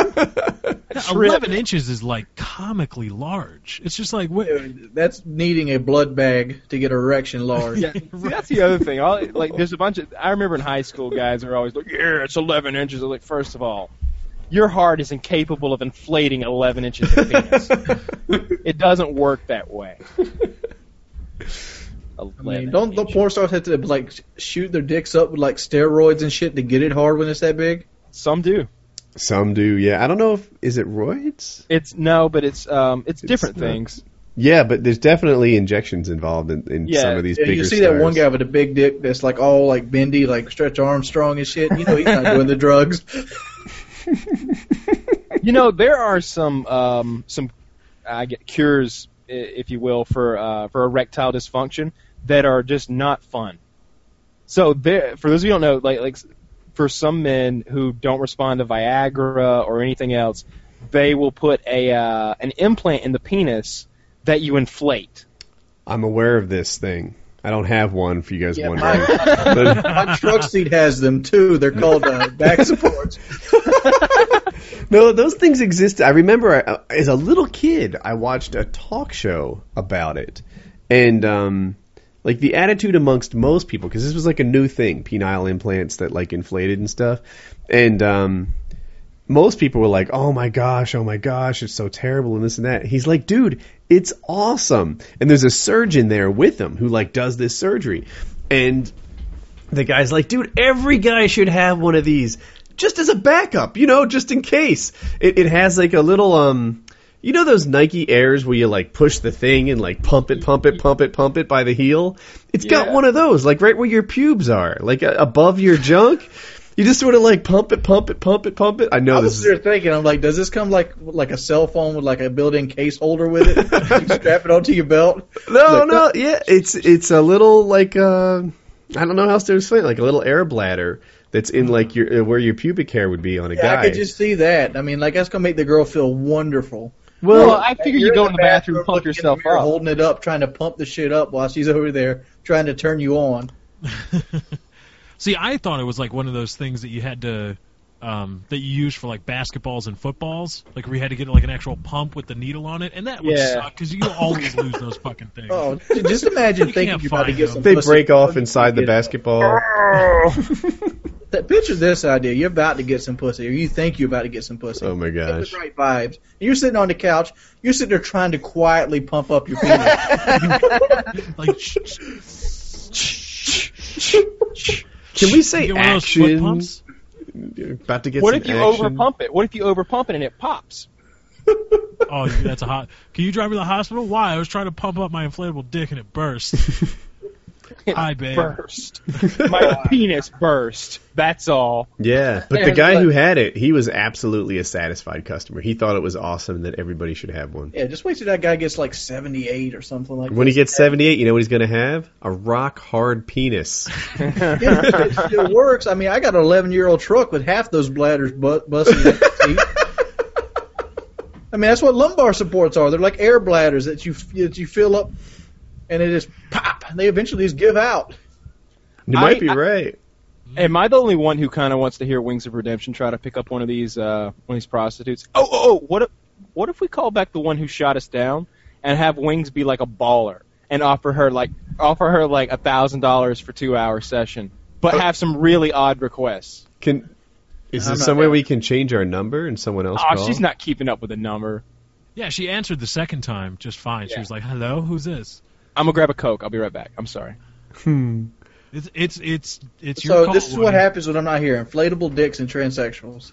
[SPEAKER 2] That's really-
[SPEAKER 4] Eleven inches is like comically large. It's just like what?
[SPEAKER 13] That's needing a blood bag to get erection large.
[SPEAKER 2] Yeah, see, that's the other thing. All, like, there's a bunch of. I remember in high school, guys were always like, "Yeah, it's 11 inches." I'm like, first of all, your heart is incapable of inflating 11 inches of penis. it doesn't work that way. I
[SPEAKER 13] mean, don't the porn stars have to like shoot their dicks up with like steroids and shit to get it hard when it's that big?
[SPEAKER 2] Some do.
[SPEAKER 1] Some do, yeah. I don't know if is it roids.
[SPEAKER 2] It's no, but it's um, it's different
[SPEAKER 1] not-
[SPEAKER 2] things.
[SPEAKER 1] Yeah, but there's definitely injections involved in, in
[SPEAKER 2] Yeah,
[SPEAKER 1] some of these
[SPEAKER 13] Yeah,
[SPEAKER 1] bigger
[SPEAKER 13] you see
[SPEAKER 1] stars.
[SPEAKER 13] that one guy with a big dick that's like all like bendy, like Stretch Armstrong and shit. You know he's not doing the drugs.
[SPEAKER 2] you know, there are some um, some I get cures, i- if you will, for uh, for erectile dysfunction that are just not fun. So there, for those of you who don't know, like like for some men who don't respond to Viagra or anything else, they will put a uh, an implant in the penis that you inflate.
[SPEAKER 1] I'm aware of this thing. I don't have one for you guys
[SPEAKER 13] Yeah,
[SPEAKER 1] wondering.
[SPEAKER 13] my, my truck seat has them too. They're called uh, back supports.
[SPEAKER 1] No, those things exist. I remember I, as a little kid, I watched a talk show about it, and um, like the attitude amongst most people, because this was like a new thing, penile implants that like inflated and stuff, and um, most people were like, "Oh my gosh, oh my gosh, it's so terrible," and this and that. He's like, "Dude, it's awesome!" And there's a surgeon there with him who like does this surgery, and the guy's like, dude, every guy should have one of these just as a backup, you know, just in case. It, it has like a little, um, you know, those Nike Airs where you like push the thing and like pump it, pump it, pump it, pump it by the heel. It's got one of those, like right where your pubes are, like uh, above your junk. You just sort of like pump it, pump it, pump it, pump it. I know
[SPEAKER 13] I
[SPEAKER 1] this
[SPEAKER 13] was
[SPEAKER 1] is
[SPEAKER 13] there thinking, I'm like, does this come like like a cell phone with like a built-in case holder with it? you strap it onto your belt.
[SPEAKER 1] No, no, yeah, it's it's a little like uh, I don't know how else to explain, it, like a little air bladder that's in like your uh, where your pubic hair would be on a
[SPEAKER 13] Yeah,
[SPEAKER 1] guy.
[SPEAKER 13] I could just see that. I mean, like that's gonna make the girl feel wonderful.
[SPEAKER 2] Well, I figure you go in the bathroom, pump yourself
[SPEAKER 13] You're
[SPEAKER 2] up.
[SPEAKER 13] holding it up, trying to pump the shit up while she's over there trying to turn you on.
[SPEAKER 4] See, I thought it was like one of those things that you had to um, that you use for like basketballs and footballs, like where you had to get like an actual pump with the needle on it, and that would
[SPEAKER 1] Yeah.
[SPEAKER 4] suck because you always lose those fucking things.
[SPEAKER 13] Oh, j- just imagine thinking
[SPEAKER 4] can't
[SPEAKER 13] you're about to Ah,
[SPEAKER 4] find
[SPEAKER 13] get
[SPEAKER 4] them.
[SPEAKER 13] some.
[SPEAKER 1] they
[SPEAKER 13] pussy.
[SPEAKER 1] break off inside the basketball.
[SPEAKER 13] That- Picture this idea: you're about to get some pussy, or you think you're about to get some pussy.
[SPEAKER 1] Oh my gosh!
[SPEAKER 13] the right vibes. And you're sitting on the couch. You're sitting there trying to quietly pump up your penis.
[SPEAKER 4] like,
[SPEAKER 1] Can we say
[SPEAKER 2] You get one of those foot
[SPEAKER 1] action?
[SPEAKER 2] pumps?
[SPEAKER 1] About to get
[SPEAKER 2] What
[SPEAKER 1] some
[SPEAKER 2] if you
[SPEAKER 1] action.
[SPEAKER 2] overpump it? What if you overpump it and it pops?
[SPEAKER 4] oh, that's a hot. Can you drive me to the hospital? Why? I was trying to pump up my inflatable dick and it burst. Hi, babe.
[SPEAKER 2] Burst. My penis burst. That's all.
[SPEAKER 1] Yeah, but the
[SPEAKER 2] There's
[SPEAKER 1] guy
[SPEAKER 2] like-
[SPEAKER 1] who had it, he was absolutely a satisfied customer. He thought it was awesome that everybody should have one.
[SPEAKER 13] yeah, just wait till that guy gets like 78 or something like.
[SPEAKER 1] When he
[SPEAKER 13] that.
[SPEAKER 1] gets 78, you know what he's going to have? A rock hard penis.
[SPEAKER 13] Yeah, it still works. I mean, I got an 11 year old truck with half those bladders bu- busting. out the seat. I mean, that's what lumbar supports are. They're like air bladders that you that you fill up, and it just pop, and they eventually just give out.
[SPEAKER 1] You
[SPEAKER 2] might be
[SPEAKER 1] right.
[SPEAKER 2] Am I the only one who kind of wants to hear Wings of Redemption try to pick up one of these uh, one of these prostitutes? Oh, oh, oh! What if what if we call back the one who shot us down and have Wings be like a baller and offer her like offer her like a thousand dollars for two hour session, but have some really odd requests?
[SPEAKER 1] Can Is
[SPEAKER 2] I'm
[SPEAKER 1] there
[SPEAKER 2] not
[SPEAKER 1] some way we can change our number and someone else
[SPEAKER 2] Oh,
[SPEAKER 1] call?
[SPEAKER 2] she's not keeping up with the number.
[SPEAKER 4] Yeah, she answered the second time just fine. She was like, "Hello, who's this?"
[SPEAKER 2] I'm gonna grab a coke. I'll be right back. I'm sorry.
[SPEAKER 1] Hmm.
[SPEAKER 4] It's it's it's it's your
[SPEAKER 13] so
[SPEAKER 4] call.
[SPEAKER 13] this is
[SPEAKER 4] woman.
[SPEAKER 13] what happens when I'm not here: inflatable dicks and transsexuals.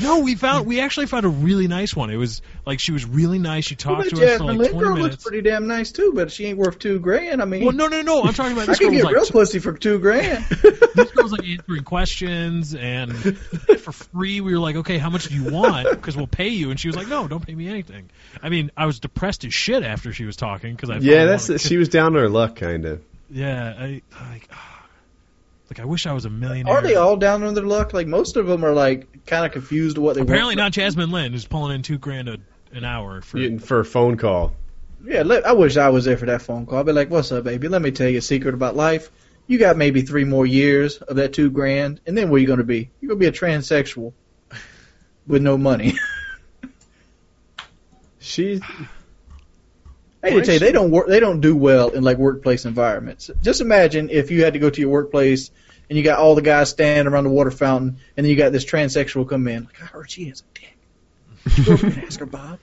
[SPEAKER 4] No, we found we actually found a really nice one. It was like she was really nice. She
[SPEAKER 13] Well,
[SPEAKER 4] talked to
[SPEAKER 13] that
[SPEAKER 4] us for
[SPEAKER 13] Jasmine
[SPEAKER 4] like
[SPEAKER 13] Lynn
[SPEAKER 4] twenty
[SPEAKER 13] girl
[SPEAKER 4] minutes.
[SPEAKER 13] looks pretty damn nice too, but she ain't worth two grand. I mean,
[SPEAKER 4] Well, no, no, no. I'm talking about
[SPEAKER 13] I
[SPEAKER 4] this
[SPEAKER 13] can
[SPEAKER 4] girl was
[SPEAKER 13] get
[SPEAKER 4] like
[SPEAKER 13] real pussy for two grand.
[SPEAKER 4] this girl was like answering questions and for free. We were like, okay, how much do you want? Because we'll pay you. And she was like, no, don't pay me anything. I mean, I was depressed as shit after she was talking because I
[SPEAKER 1] yeah,
[SPEAKER 4] finally
[SPEAKER 1] that's
[SPEAKER 4] wanted-
[SPEAKER 1] she was down on her luck, kind of.
[SPEAKER 4] yeah. I like, ah, like I wish I was a millionaire.
[SPEAKER 13] Are they all down on their luck? Like most of them are like kind of confused what they want.
[SPEAKER 4] Apparently not Jasmine Lynn who's pulling in two grand a, an hour for
[SPEAKER 1] For a phone call.
[SPEAKER 13] Yeah, let, I wish I was there for that phone call. I'd be like, "What's up, baby? Let me tell you a secret about life. You got maybe three more years of that two grand, and then where you gonna be? You're gonna be a transsexual with no money."
[SPEAKER 1] She's.
[SPEAKER 13] I hate to tell you, they don't work. They don't do well in like workplace environments. Just imagine if you had to go to your workplace and you got all the guys standing around the water fountain, and then you got this transsexual come in. Like, I heard she has a dick. You go over and ask her, Bob.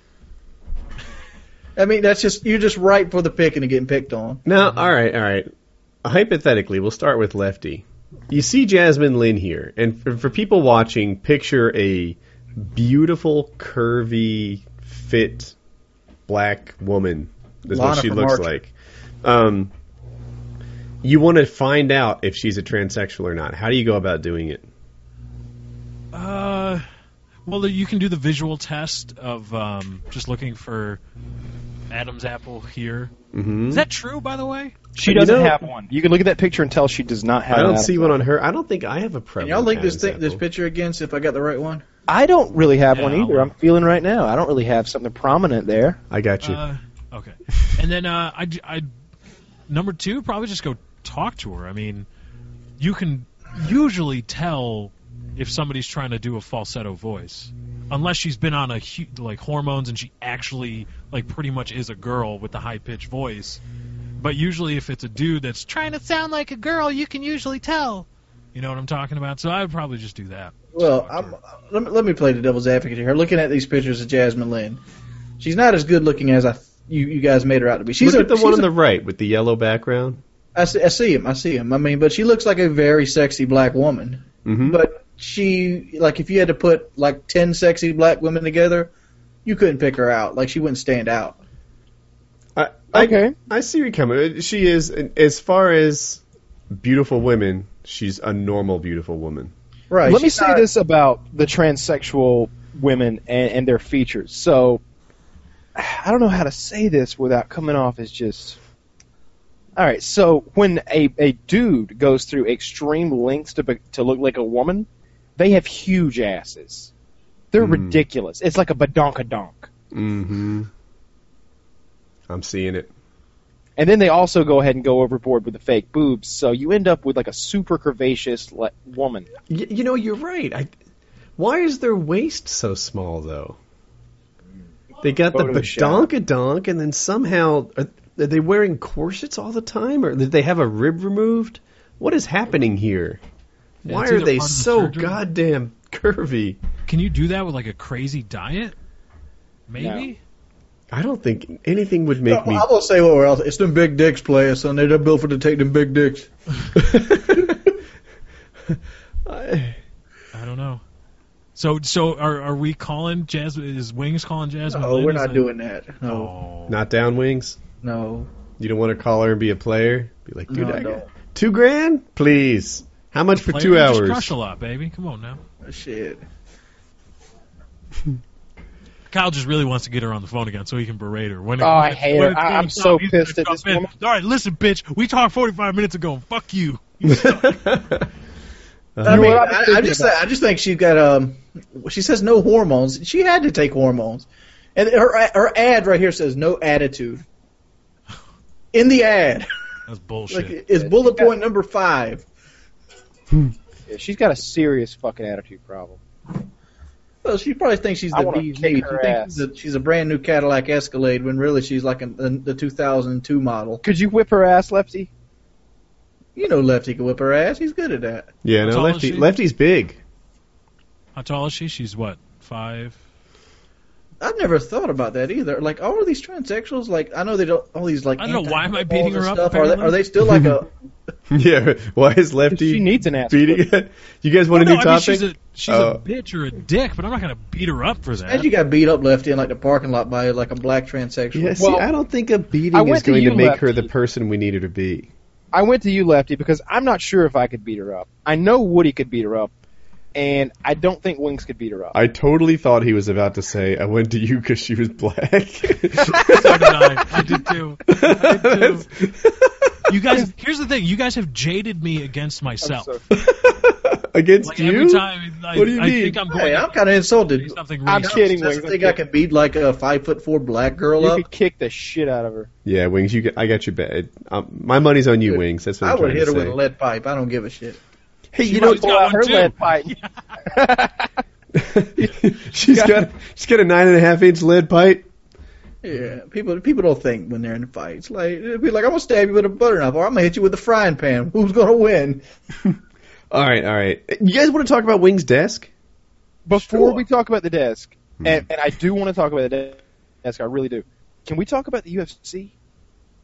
[SPEAKER 13] I mean, that's just you're just ripe for the picking and getting picked on.
[SPEAKER 1] Now, all right, all right. Hypothetically, we'll start with Lefty. you see Jasmine Lynn here, and for, for people watching, picture a beautiful, curvy, fit black woman. Is
[SPEAKER 13] Lana
[SPEAKER 1] what she
[SPEAKER 13] from
[SPEAKER 1] looks
[SPEAKER 13] Archer.
[SPEAKER 1] like. Um, you want to find out if she's a transsexual or not. How do you go about doing it?
[SPEAKER 4] Uh, well, you can do the visual test of um, just looking for Adam's apple here.
[SPEAKER 1] Mm-hmm.
[SPEAKER 4] Is that true, by the way?
[SPEAKER 2] She
[SPEAKER 1] You
[SPEAKER 2] doesn't
[SPEAKER 1] know-
[SPEAKER 2] have one. You can look at that picture and tell she does not have.
[SPEAKER 1] I
[SPEAKER 2] an
[SPEAKER 1] don't see
[SPEAKER 2] apple.
[SPEAKER 1] one on her. I don't think I have a
[SPEAKER 13] Can
[SPEAKER 1] prevalent.
[SPEAKER 13] y'all link this
[SPEAKER 1] Adam's
[SPEAKER 13] thing,
[SPEAKER 1] apple.
[SPEAKER 13] this picture again? See if I got the right one.
[SPEAKER 2] I don't really have
[SPEAKER 4] Yeah,
[SPEAKER 2] one
[SPEAKER 4] I
[SPEAKER 2] either. I'm feeling right now. I don't really have something prominent there.
[SPEAKER 1] I got
[SPEAKER 4] Uh, okay. And then uh, I, I, number two, probably just go talk to her. I mean, you can usually tell if somebody's trying to do a falsetto voice, unless she's been on a hu- like hormones and she actually like pretty much is a girl with the high pitched voice. But usually, if it's a dude that's trying to sound like a girl, you can usually tell. You know what I'm talking about? So I would probably just do that.
[SPEAKER 13] Well, I'm, let, me, let me play the devil's advocate here. Looking at these pictures of Jasmine Lynn, she's not as good looking as I th- you, you guys made her out to be. She's
[SPEAKER 1] Look
[SPEAKER 13] a-
[SPEAKER 1] at the
[SPEAKER 13] she's
[SPEAKER 1] one
[SPEAKER 13] a-
[SPEAKER 1] on the right with the yellow background.
[SPEAKER 13] I see, I see him. I see him. I mean, but she looks like a very sexy black woman.
[SPEAKER 1] Mm-hmm.
[SPEAKER 13] But she, like, if you had to put like ten sexy black women together, you couldn't pick her out. Like, she wouldn't stand out.
[SPEAKER 1] I, I, okay. I see you coming. Uh, She is, as far as beautiful women, she's a normal beautiful woman.
[SPEAKER 13] Right.
[SPEAKER 2] Let me
[SPEAKER 13] she's
[SPEAKER 2] say
[SPEAKER 13] not-
[SPEAKER 2] this about the transsexual women and, and their features. So, I don't know how to say this without coming off as just. All right. So when a, a dude goes through extreme lengths to be, to look like a woman, they have huge asses. They're ridiculous. It's like a badonkadonk.
[SPEAKER 1] Mm-hmm. I'm seeing it.
[SPEAKER 2] And then they also go ahead and go overboard with the fake boobs, so you end up with like a super curvaceous le- woman.
[SPEAKER 1] Y- you know, you're right. I, why is their waist so small though? They got the
[SPEAKER 2] Photoshop.
[SPEAKER 1] badonkadonk, and then somehow are, are they wearing corsets all the time, or did they have a rib removed? What is happening here?
[SPEAKER 4] Yeah,
[SPEAKER 1] Why
[SPEAKER 4] it's
[SPEAKER 1] are
[SPEAKER 4] either
[SPEAKER 1] they
[SPEAKER 4] part of the
[SPEAKER 1] so
[SPEAKER 4] surgery-
[SPEAKER 1] goddamn curvy?
[SPEAKER 4] Can you do that with like a crazy diet? Maybe.
[SPEAKER 1] I don't think anything would make me.
[SPEAKER 13] I will say what we're else. It's them big dicks player, son. They're built for to take them big dicks.
[SPEAKER 1] I,
[SPEAKER 4] I don't know. So so are are we calling Jasmine? Is Wings calling Jasmine?
[SPEAKER 13] No,
[SPEAKER 4] Lynn?
[SPEAKER 13] we're
[SPEAKER 4] Is
[SPEAKER 13] not
[SPEAKER 4] it-
[SPEAKER 13] doing that. No,
[SPEAKER 4] Oh.
[SPEAKER 1] Not down wings.
[SPEAKER 13] no.
[SPEAKER 1] You don't want to call her and be a player. Be like, dude,
[SPEAKER 13] No,
[SPEAKER 1] I
[SPEAKER 13] I
[SPEAKER 1] got
[SPEAKER 13] don't.
[SPEAKER 1] two grand, please. How much for
[SPEAKER 4] Player,
[SPEAKER 1] two
[SPEAKER 4] you Just
[SPEAKER 1] hours?
[SPEAKER 4] crush a lot, baby. Come on now.
[SPEAKER 13] Shit.
[SPEAKER 4] Kyle just really wants to get her on the phone again so he can berate her. When
[SPEAKER 2] Oh, I
[SPEAKER 4] when-
[SPEAKER 2] hate
[SPEAKER 4] when
[SPEAKER 2] her.
[SPEAKER 4] it's
[SPEAKER 2] I- I'm
[SPEAKER 4] 45
[SPEAKER 2] so
[SPEAKER 4] minutes ago,
[SPEAKER 2] pissed at this
[SPEAKER 4] man.
[SPEAKER 2] woman.
[SPEAKER 4] All right, listen, bitch. We talked 45 minutes ago. Fuck you.
[SPEAKER 1] Uh,
[SPEAKER 13] I
[SPEAKER 2] You
[SPEAKER 13] mean,
[SPEAKER 2] know what I'm
[SPEAKER 13] I, I
[SPEAKER 2] thinking
[SPEAKER 13] just
[SPEAKER 2] about?
[SPEAKER 13] I just think she got um. She says no hormones. She had to take hormones, and her her ad right here says no attitude. In the ad,
[SPEAKER 4] That's bullshit.
[SPEAKER 13] like it's bullet point number five.
[SPEAKER 2] Yeah, she's got a serious fucking attitude problem.
[SPEAKER 13] Well, she probably thinks she's
[SPEAKER 2] I
[SPEAKER 13] the
[SPEAKER 2] wanna
[SPEAKER 13] bee's
[SPEAKER 2] kick
[SPEAKER 13] knees. She
[SPEAKER 2] her
[SPEAKER 13] thinks she's a, she's a brand new Cadillac Escalade when really she's like an, an, the 2002 model.
[SPEAKER 2] Could you whip her ass, Lefty?
[SPEAKER 13] You know, Lefty can whip her ass. He's good at that.
[SPEAKER 1] Yeah,
[SPEAKER 4] How
[SPEAKER 1] no,
[SPEAKER 4] tall is
[SPEAKER 1] lefty.
[SPEAKER 4] she?
[SPEAKER 1] Lefty's big.
[SPEAKER 4] How tall is she? She's what? Five.
[SPEAKER 13] I've never thought about that either. Like, all of these transsexuals, like, I know they don't. All these like.
[SPEAKER 4] I don't know why am I
[SPEAKER 13] anti-hormones
[SPEAKER 4] beating her
[SPEAKER 13] and
[SPEAKER 4] up,
[SPEAKER 13] stuff, Are they,
[SPEAKER 4] apparently?
[SPEAKER 13] are they still like a?
[SPEAKER 1] yeah. Why is lefty?
[SPEAKER 2] She needs an ass.
[SPEAKER 1] beating. you guys want
[SPEAKER 4] Well,
[SPEAKER 1] a new
[SPEAKER 4] no, I mean,
[SPEAKER 1] topic?
[SPEAKER 4] she's a she's
[SPEAKER 1] Oh.
[SPEAKER 4] a bitch or a dick, but I'm not gonna beat her up for that.
[SPEAKER 13] As you got beat up, Lefty, in like the parking lot by like a black transsexual.
[SPEAKER 1] yeah, see,
[SPEAKER 2] Well,
[SPEAKER 1] I don't think a
[SPEAKER 2] I
[SPEAKER 1] beating
[SPEAKER 2] went
[SPEAKER 1] is
[SPEAKER 2] to
[SPEAKER 1] going to
[SPEAKER 2] you,
[SPEAKER 1] make
[SPEAKER 2] Lefty.
[SPEAKER 1] her the person we need her to be.
[SPEAKER 2] I went to you, Lefty, because I'm not sure if I could beat her up. I know Woody could beat her up, and I don't think Wings could beat her up.
[SPEAKER 1] I totally thought he was about to say, "I went to you because she was black."
[SPEAKER 4] So did I. I did too. I did too. You guys, here's the thing. You guys have jaded me against myself.
[SPEAKER 1] Against
[SPEAKER 4] Like
[SPEAKER 1] you?
[SPEAKER 4] every time, I,
[SPEAKER 1] what do you
[SPEAKER 4] I
[SPEAKER 1] mean?
[SPEAKER 4] think I'm going
[SPEAKER 13] Hey,
[SPEAKER 4] to
[SPEAKER 13] I'm kind of insulted.
[SPEAKER 4] do something.
[SPEAKER 2] I'm
[SPEAKER 4] racist.
[SPEAKER 2] kidding,
[SPEAKER 13] That's
[SPEAKER 2] Wings.
[SPEAKER 13] the
[SPEAKER 2] I'm
[SPEAKER 13] thing I
[SPEAKER 2] kidding.
[SPEAKER 13] can beat like a five foot four black girl
[SPEAKER 2] You
[SPEAKER 13] up.
[SPEAKER 2] could kick the shit out of her.
[SPEAKER 1] yeah, wings. You, I got you. bad. Um, my money's on you, wings. That's what
[SPEAKER 13] I
[SPEAKER 1] I'm
[SPEAKER 13] would
[SPEAKER 1] trying
[SPEAKER 13] hit
[SPEAKER 1] to
[SPEAKER 13] her
[SPEAKER 1] say.
[SPEAKER 13] with a lead pipe. I don't give a shit.
[SPEAKER 1] hey,
[SPEAKER 2] You
[SPEAKER 1] you know,
[SPEAKER 2] don't
[SPEAKER 4] might've
[SPEAKER 2] pull
[SPEAKER 4] got
[SPEAKER 2] out
[SPEAKER 4] one
[SPEAKER 2] her
[SPEAKER 4] too.
[SPEAKER 2] lead pipe.
[SPEAKER 1] she's got she's got a nine and a half inch lead pipe.
[SPEAKER 13] Yeah, people people don't think when they're in fights. Like it'd be like I'm gonna stab you with a butter knife, or I'm gonna hit you with a frying pan. Who's gonna win?
[SPEAKER 1] All right, all right. You guys want to talk about Wings' desk?
[SPEAKER 2] Before
[SPEAKER 13] Sure.
[SPEAKER 2] we talk about the desk, and, and I do want to talk about the desk, I really do. Can we talk about the UFC?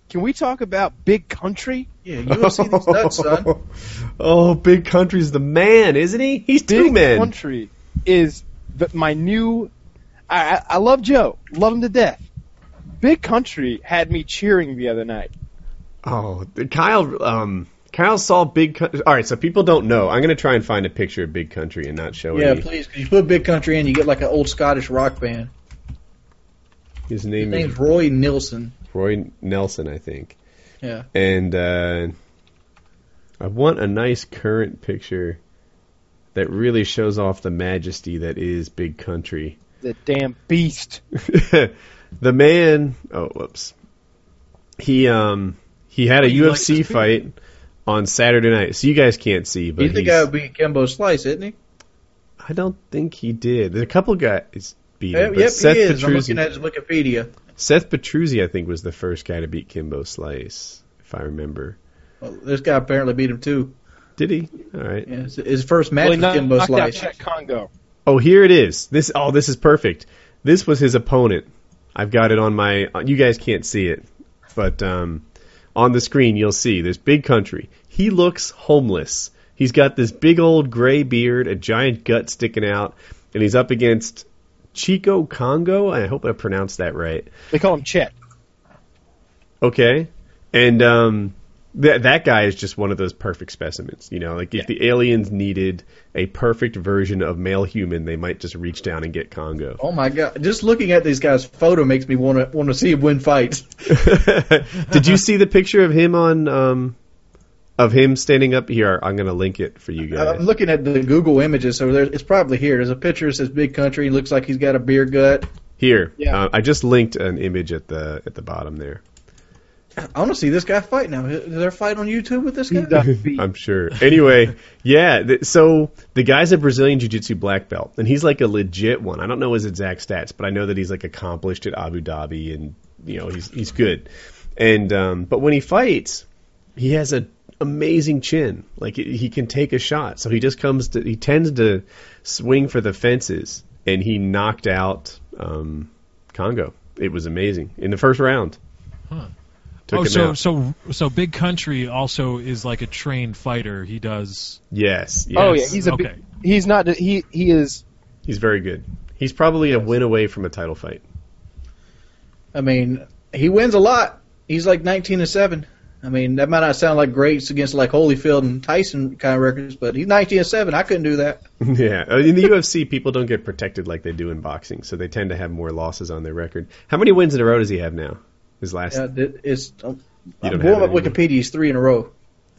[SPEAKER 2] Can we talk about Big Country?
[SPEAKER 13] Yeah,
[SPEAKER 1] you don't see these nuts, son. Oh, Big Country's the man, isn't he? He's two
[SPEAKER 2] Big
[SPEAKER 1] men.
[SPEAKER 2] Country is the, my new. I, I I love Joe, love him to death. Big Country had me cheering the other night.
[SPEAKER 1] Oh, Kyle. Um, Kyle saw Big Country. All right, so people don't know. I'm going to try and find a picture of Big Country and not show
[SPEAKER 13] Yeah,
[SPEAKER 1] any.
[SPEAKER 13] please, 'cause you put Big Country in, you get like an old Scottish rock band.
[SPEAKER 1] His
[SPEAKER 13] His
[SPEAKER 1] name
[SPEAKER 13] name's
[SPEAKER 1] is
[SPEAKER 13] Roy Nilsson.
[SPEAKER 1] Roy Nelson, I think.
[SPEAKER 13] Yeah.
[SPEAKER 1] And uh, I want a nice current picture that really shows off the majesty that is Big Country.
[SPEAKER 2] The damn beast.
[SPEAKER 1] the man. Oh, whoops. He um he had a
[SPEAKER 13] Oh, you like
[SPEAKER 1] UFC
[SPEAKER 13] this
[SPEAKER 1] fight on Saturday night, so you guys can't see. But
[SPEAKER 13] He's the
[SPEAKER 1] he's-
[SPEAKER 13] guy who beat Kimbo Slice, isn't he?
[SPEAKER 1] I don't think he did. There's a couple guys beat him.
[SPEAKER 13] Yep,
[SPEAKER 1] but
[SPEAKER 13] yep,
[SPEAKER 1] Seth
[SPEAKER 13] he is. I'm
[SPEAKER 1] Petruzzi,
[SPEAKER 13] looking at his Wikipedia.
[SPEAKER 1] Seth Petruzzi, I think, was the first guy to beat Kimbo Slice, if I remember.
[SPEAKER 13] Well, this guy apparently beat him too.
[SPEAKER 1] Did he? All right.
[SPEAKER 13] Yeah, his, his first match
[SPEAKER 2] Well,
[SPEAKER 13] with
[SPEAKER 2] he
[SPEAKER 13] Kimbo
[SPEAKER 2] knocked out
[SPEAKER 13] Slice.
[SPEAKER 2] Jack Congo.
[SPEAKER 1] Oh, here it is. This oh, this is perfect. This was his opponent. I've got it on my. You guys can't see it, but um, on the screen you'll see this big country. He looks homeless. He's got this big old gray beard, a giant gut sticking out, and he's up against Chico Congo. I hope I pronounced that right.
[SPEAKER 2] They call him Chet.
[SPEAKER 1] Okay, and um, that that guy is just one of those perfect specimens. You know, like if the aliens needed a perfect version of male human, they might just reach down and get Congo.
[SPEAKER 13] Oh my god! Just looking at these guys' photo makes me want to want to see him win fights.
[SPEAKER 1] Did you see the picture of him on um, of him standing up here? I'm gonna link it for you guys.
[SPEAKER 13] I'm looking at the Google images, so there, it's probably here. There's a picture that says "Big Country." He looks like he's got a beer gut.
[SPEAKER 1] Here,
[SPEAKER 13] Yeah.
[SPEAKER 1] uh, I just linked an image at the at the bottom there.
[SPEAKER 13] I want to see this guy fight now. Is there a fight on YouTube with this guy?
[SPEAKER 1] I'm sure. Anyway, yeah. Th- so the guy's a Brazilian Jiu-Jitsu black belt, and he's like a legit one. I don't know his exact stats, but I know that he's like accomplished at Abu Dhabi, and you know he's he's good. And um, but when he fights, he has a amazing chin. Like he he can take a shot, so he just comes to he tends to swing for the fences, and he knocked out um, Congo. It was amazing in the first round.
[SPEAKER 4] Huh.
[SPEAKER 1] Took
[SPEAKER 4] oh,
[SPEAKER 1] him
[SPEAKER 4] so
[SPEAKER 1] out.
[SPEAKER 4] so so big country also is like a trained fighter. He does.
[SPEAKER 1] Yes, yes.
[SPEAKER 4] Oh,
[SPEAKER 2] Yeah, he's a
[SPEAKER 4] Okay.
[SPEAKER 2] big, he's not he he is
[SPEAKER 1] He's very good. He's probably a win away from a title fight.
[SPEAKER 13] I mean, he wins a lot. He's like 19 and seven. I mean, that might not sound like greats against like Holyfield and Tyson kind of records, but he's 19 and seven. I couldn't do that.
[SPEAKER 1] yeah, Uh, in the UFC, people don't get protected like they do in boxing, so they tend to have more losses on their record. How many wins in a row does he have now? His last
[SPEAKER 13] Yeah, th- it's um,
[SPEAKER 1] You don't
[SPEAKER 13] going
[SPEAKER 1] have
[SPEAKER 13] up Wikipedia is three in a row.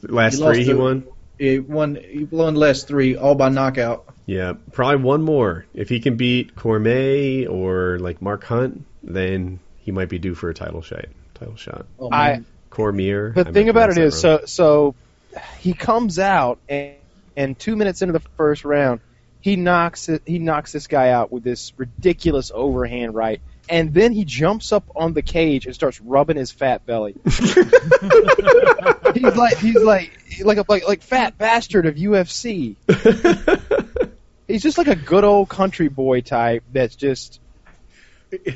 [SPEAKER 1] last
[SPEAKER 13] he lost
[SPEAKER 1] three he
[SPEAKER 13] to-
[SPEAKER 1] won.
[SPEAKER 13] He won. He won the last three all by knockout.
[SPEAKER 1] Yeah, probably one more. If he can beat Cormier or like Mark Hunt, then he might be due for a title shot. Title shot.
[SPEAKER 13] Oh,
[SPEAKER 2] I
[SPEAKER 1] Cormier.
[SPEAKER 2] the
[SPEAKER 1] I
[SPEAKER 2] thing
[SPEAKER 1] might
[SPEAKER 2] about it
[SPEAKER 1] pronounce
[SPEAKER 2] is
[SPEAKER 1] that wrong.
[SPEAKER 2] so so he comes out and and two minutes into the first round he knocks it, he knocks this guy out with this ridiculous overhand right and then he jumps up on the cage and starts rubbing his fat belly. he's like he's like like a like, like fat bastard of UFC. he's just like a good old country boy type that's just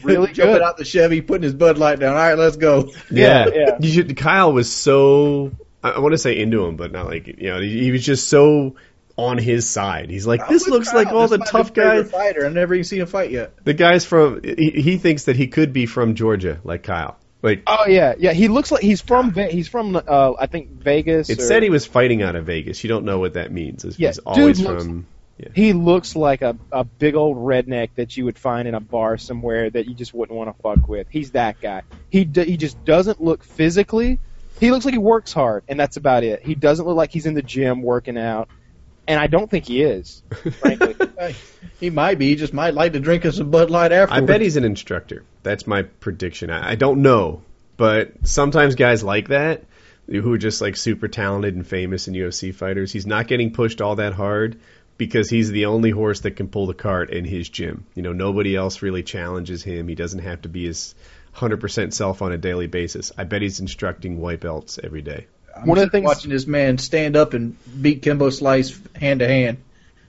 [SPEAKER 2] really
[SPEAKER 13] jumping
[SPEAKER 2] good.
[SPEAKER 13] out the Chevy, putting his Bud Light down. All right, let's go.
[SPEAKER 1] Yeah,
[SPEAKER 2] Yeah, yeah.
[SPEAKER 1] You should, Kyle was so I, I want to say into him, but not like you know. He, he was just so on his side. He's like, this
[SPEAKER 13] I'm with
[SPEAKER 1] looks
[SPEAKER 13] Kyle.
[SPEAKER 1] like all
[SPEAKER 13] This
[SPEAKER 1] the
[SPEAKER 13] might be
[SPEAKER 1] tough
[SPEAKER 13] his favorite
[SPEAKER 1] guys.
[SPEAKER 13] Fighter, I've never even seen him fight yet.
[SPEAKER 1] The guy's from. He, he thinks that he could be from Georgia, like Kyle. Like
[SPEAKER 2] Oh yeah, yeah. He looks like he's from Ve- he's from uh, I think Vegas.
[SPEAKER 1] it
[SPEAKER 2] or-
[SPEAKER 1] said, he was fighting out of Vegas. You don't know what that means. It's,
[SPEAKER 2] Yeah,
[SPEAKER 1] it's
[SPEAKER 2] dude
[SPEAKER 1] always
[SPEAKER 2] looks-
[SPEAKER 1] from.
[SPEAKER 2] He looks like a, a big old redneck that you would find in a bar somewhere that you just wouldn't want to fuck with. He's that guy. He d- he just doesn't look physically. He looks like he works hard, and that's about it. He doesn't look like he's in the gym working out, and I don't think he is. Frankly,
[SPEAKER 13] He might be. He just might like to drink us some Bud Light
[SPEAKER 1] I
[SPEAKER 13] afterwards.
[SPEAKER 1] bet he's an instructor. That's my prediction. I, I don't know, but sometimes guys like that who are just like super talented and famous and UFC fighters, he's not getting pushed all that hard because he's the only horse that can pull the cart in his gym. You know, nobody else really challenges him. He doesn't have to be his 100% self on a daily basis. I bet he's instructing white belts every day.
[SPEAKER 13] I'm one of the things watching this man stand up and beat Kimbo Slice hand to hand.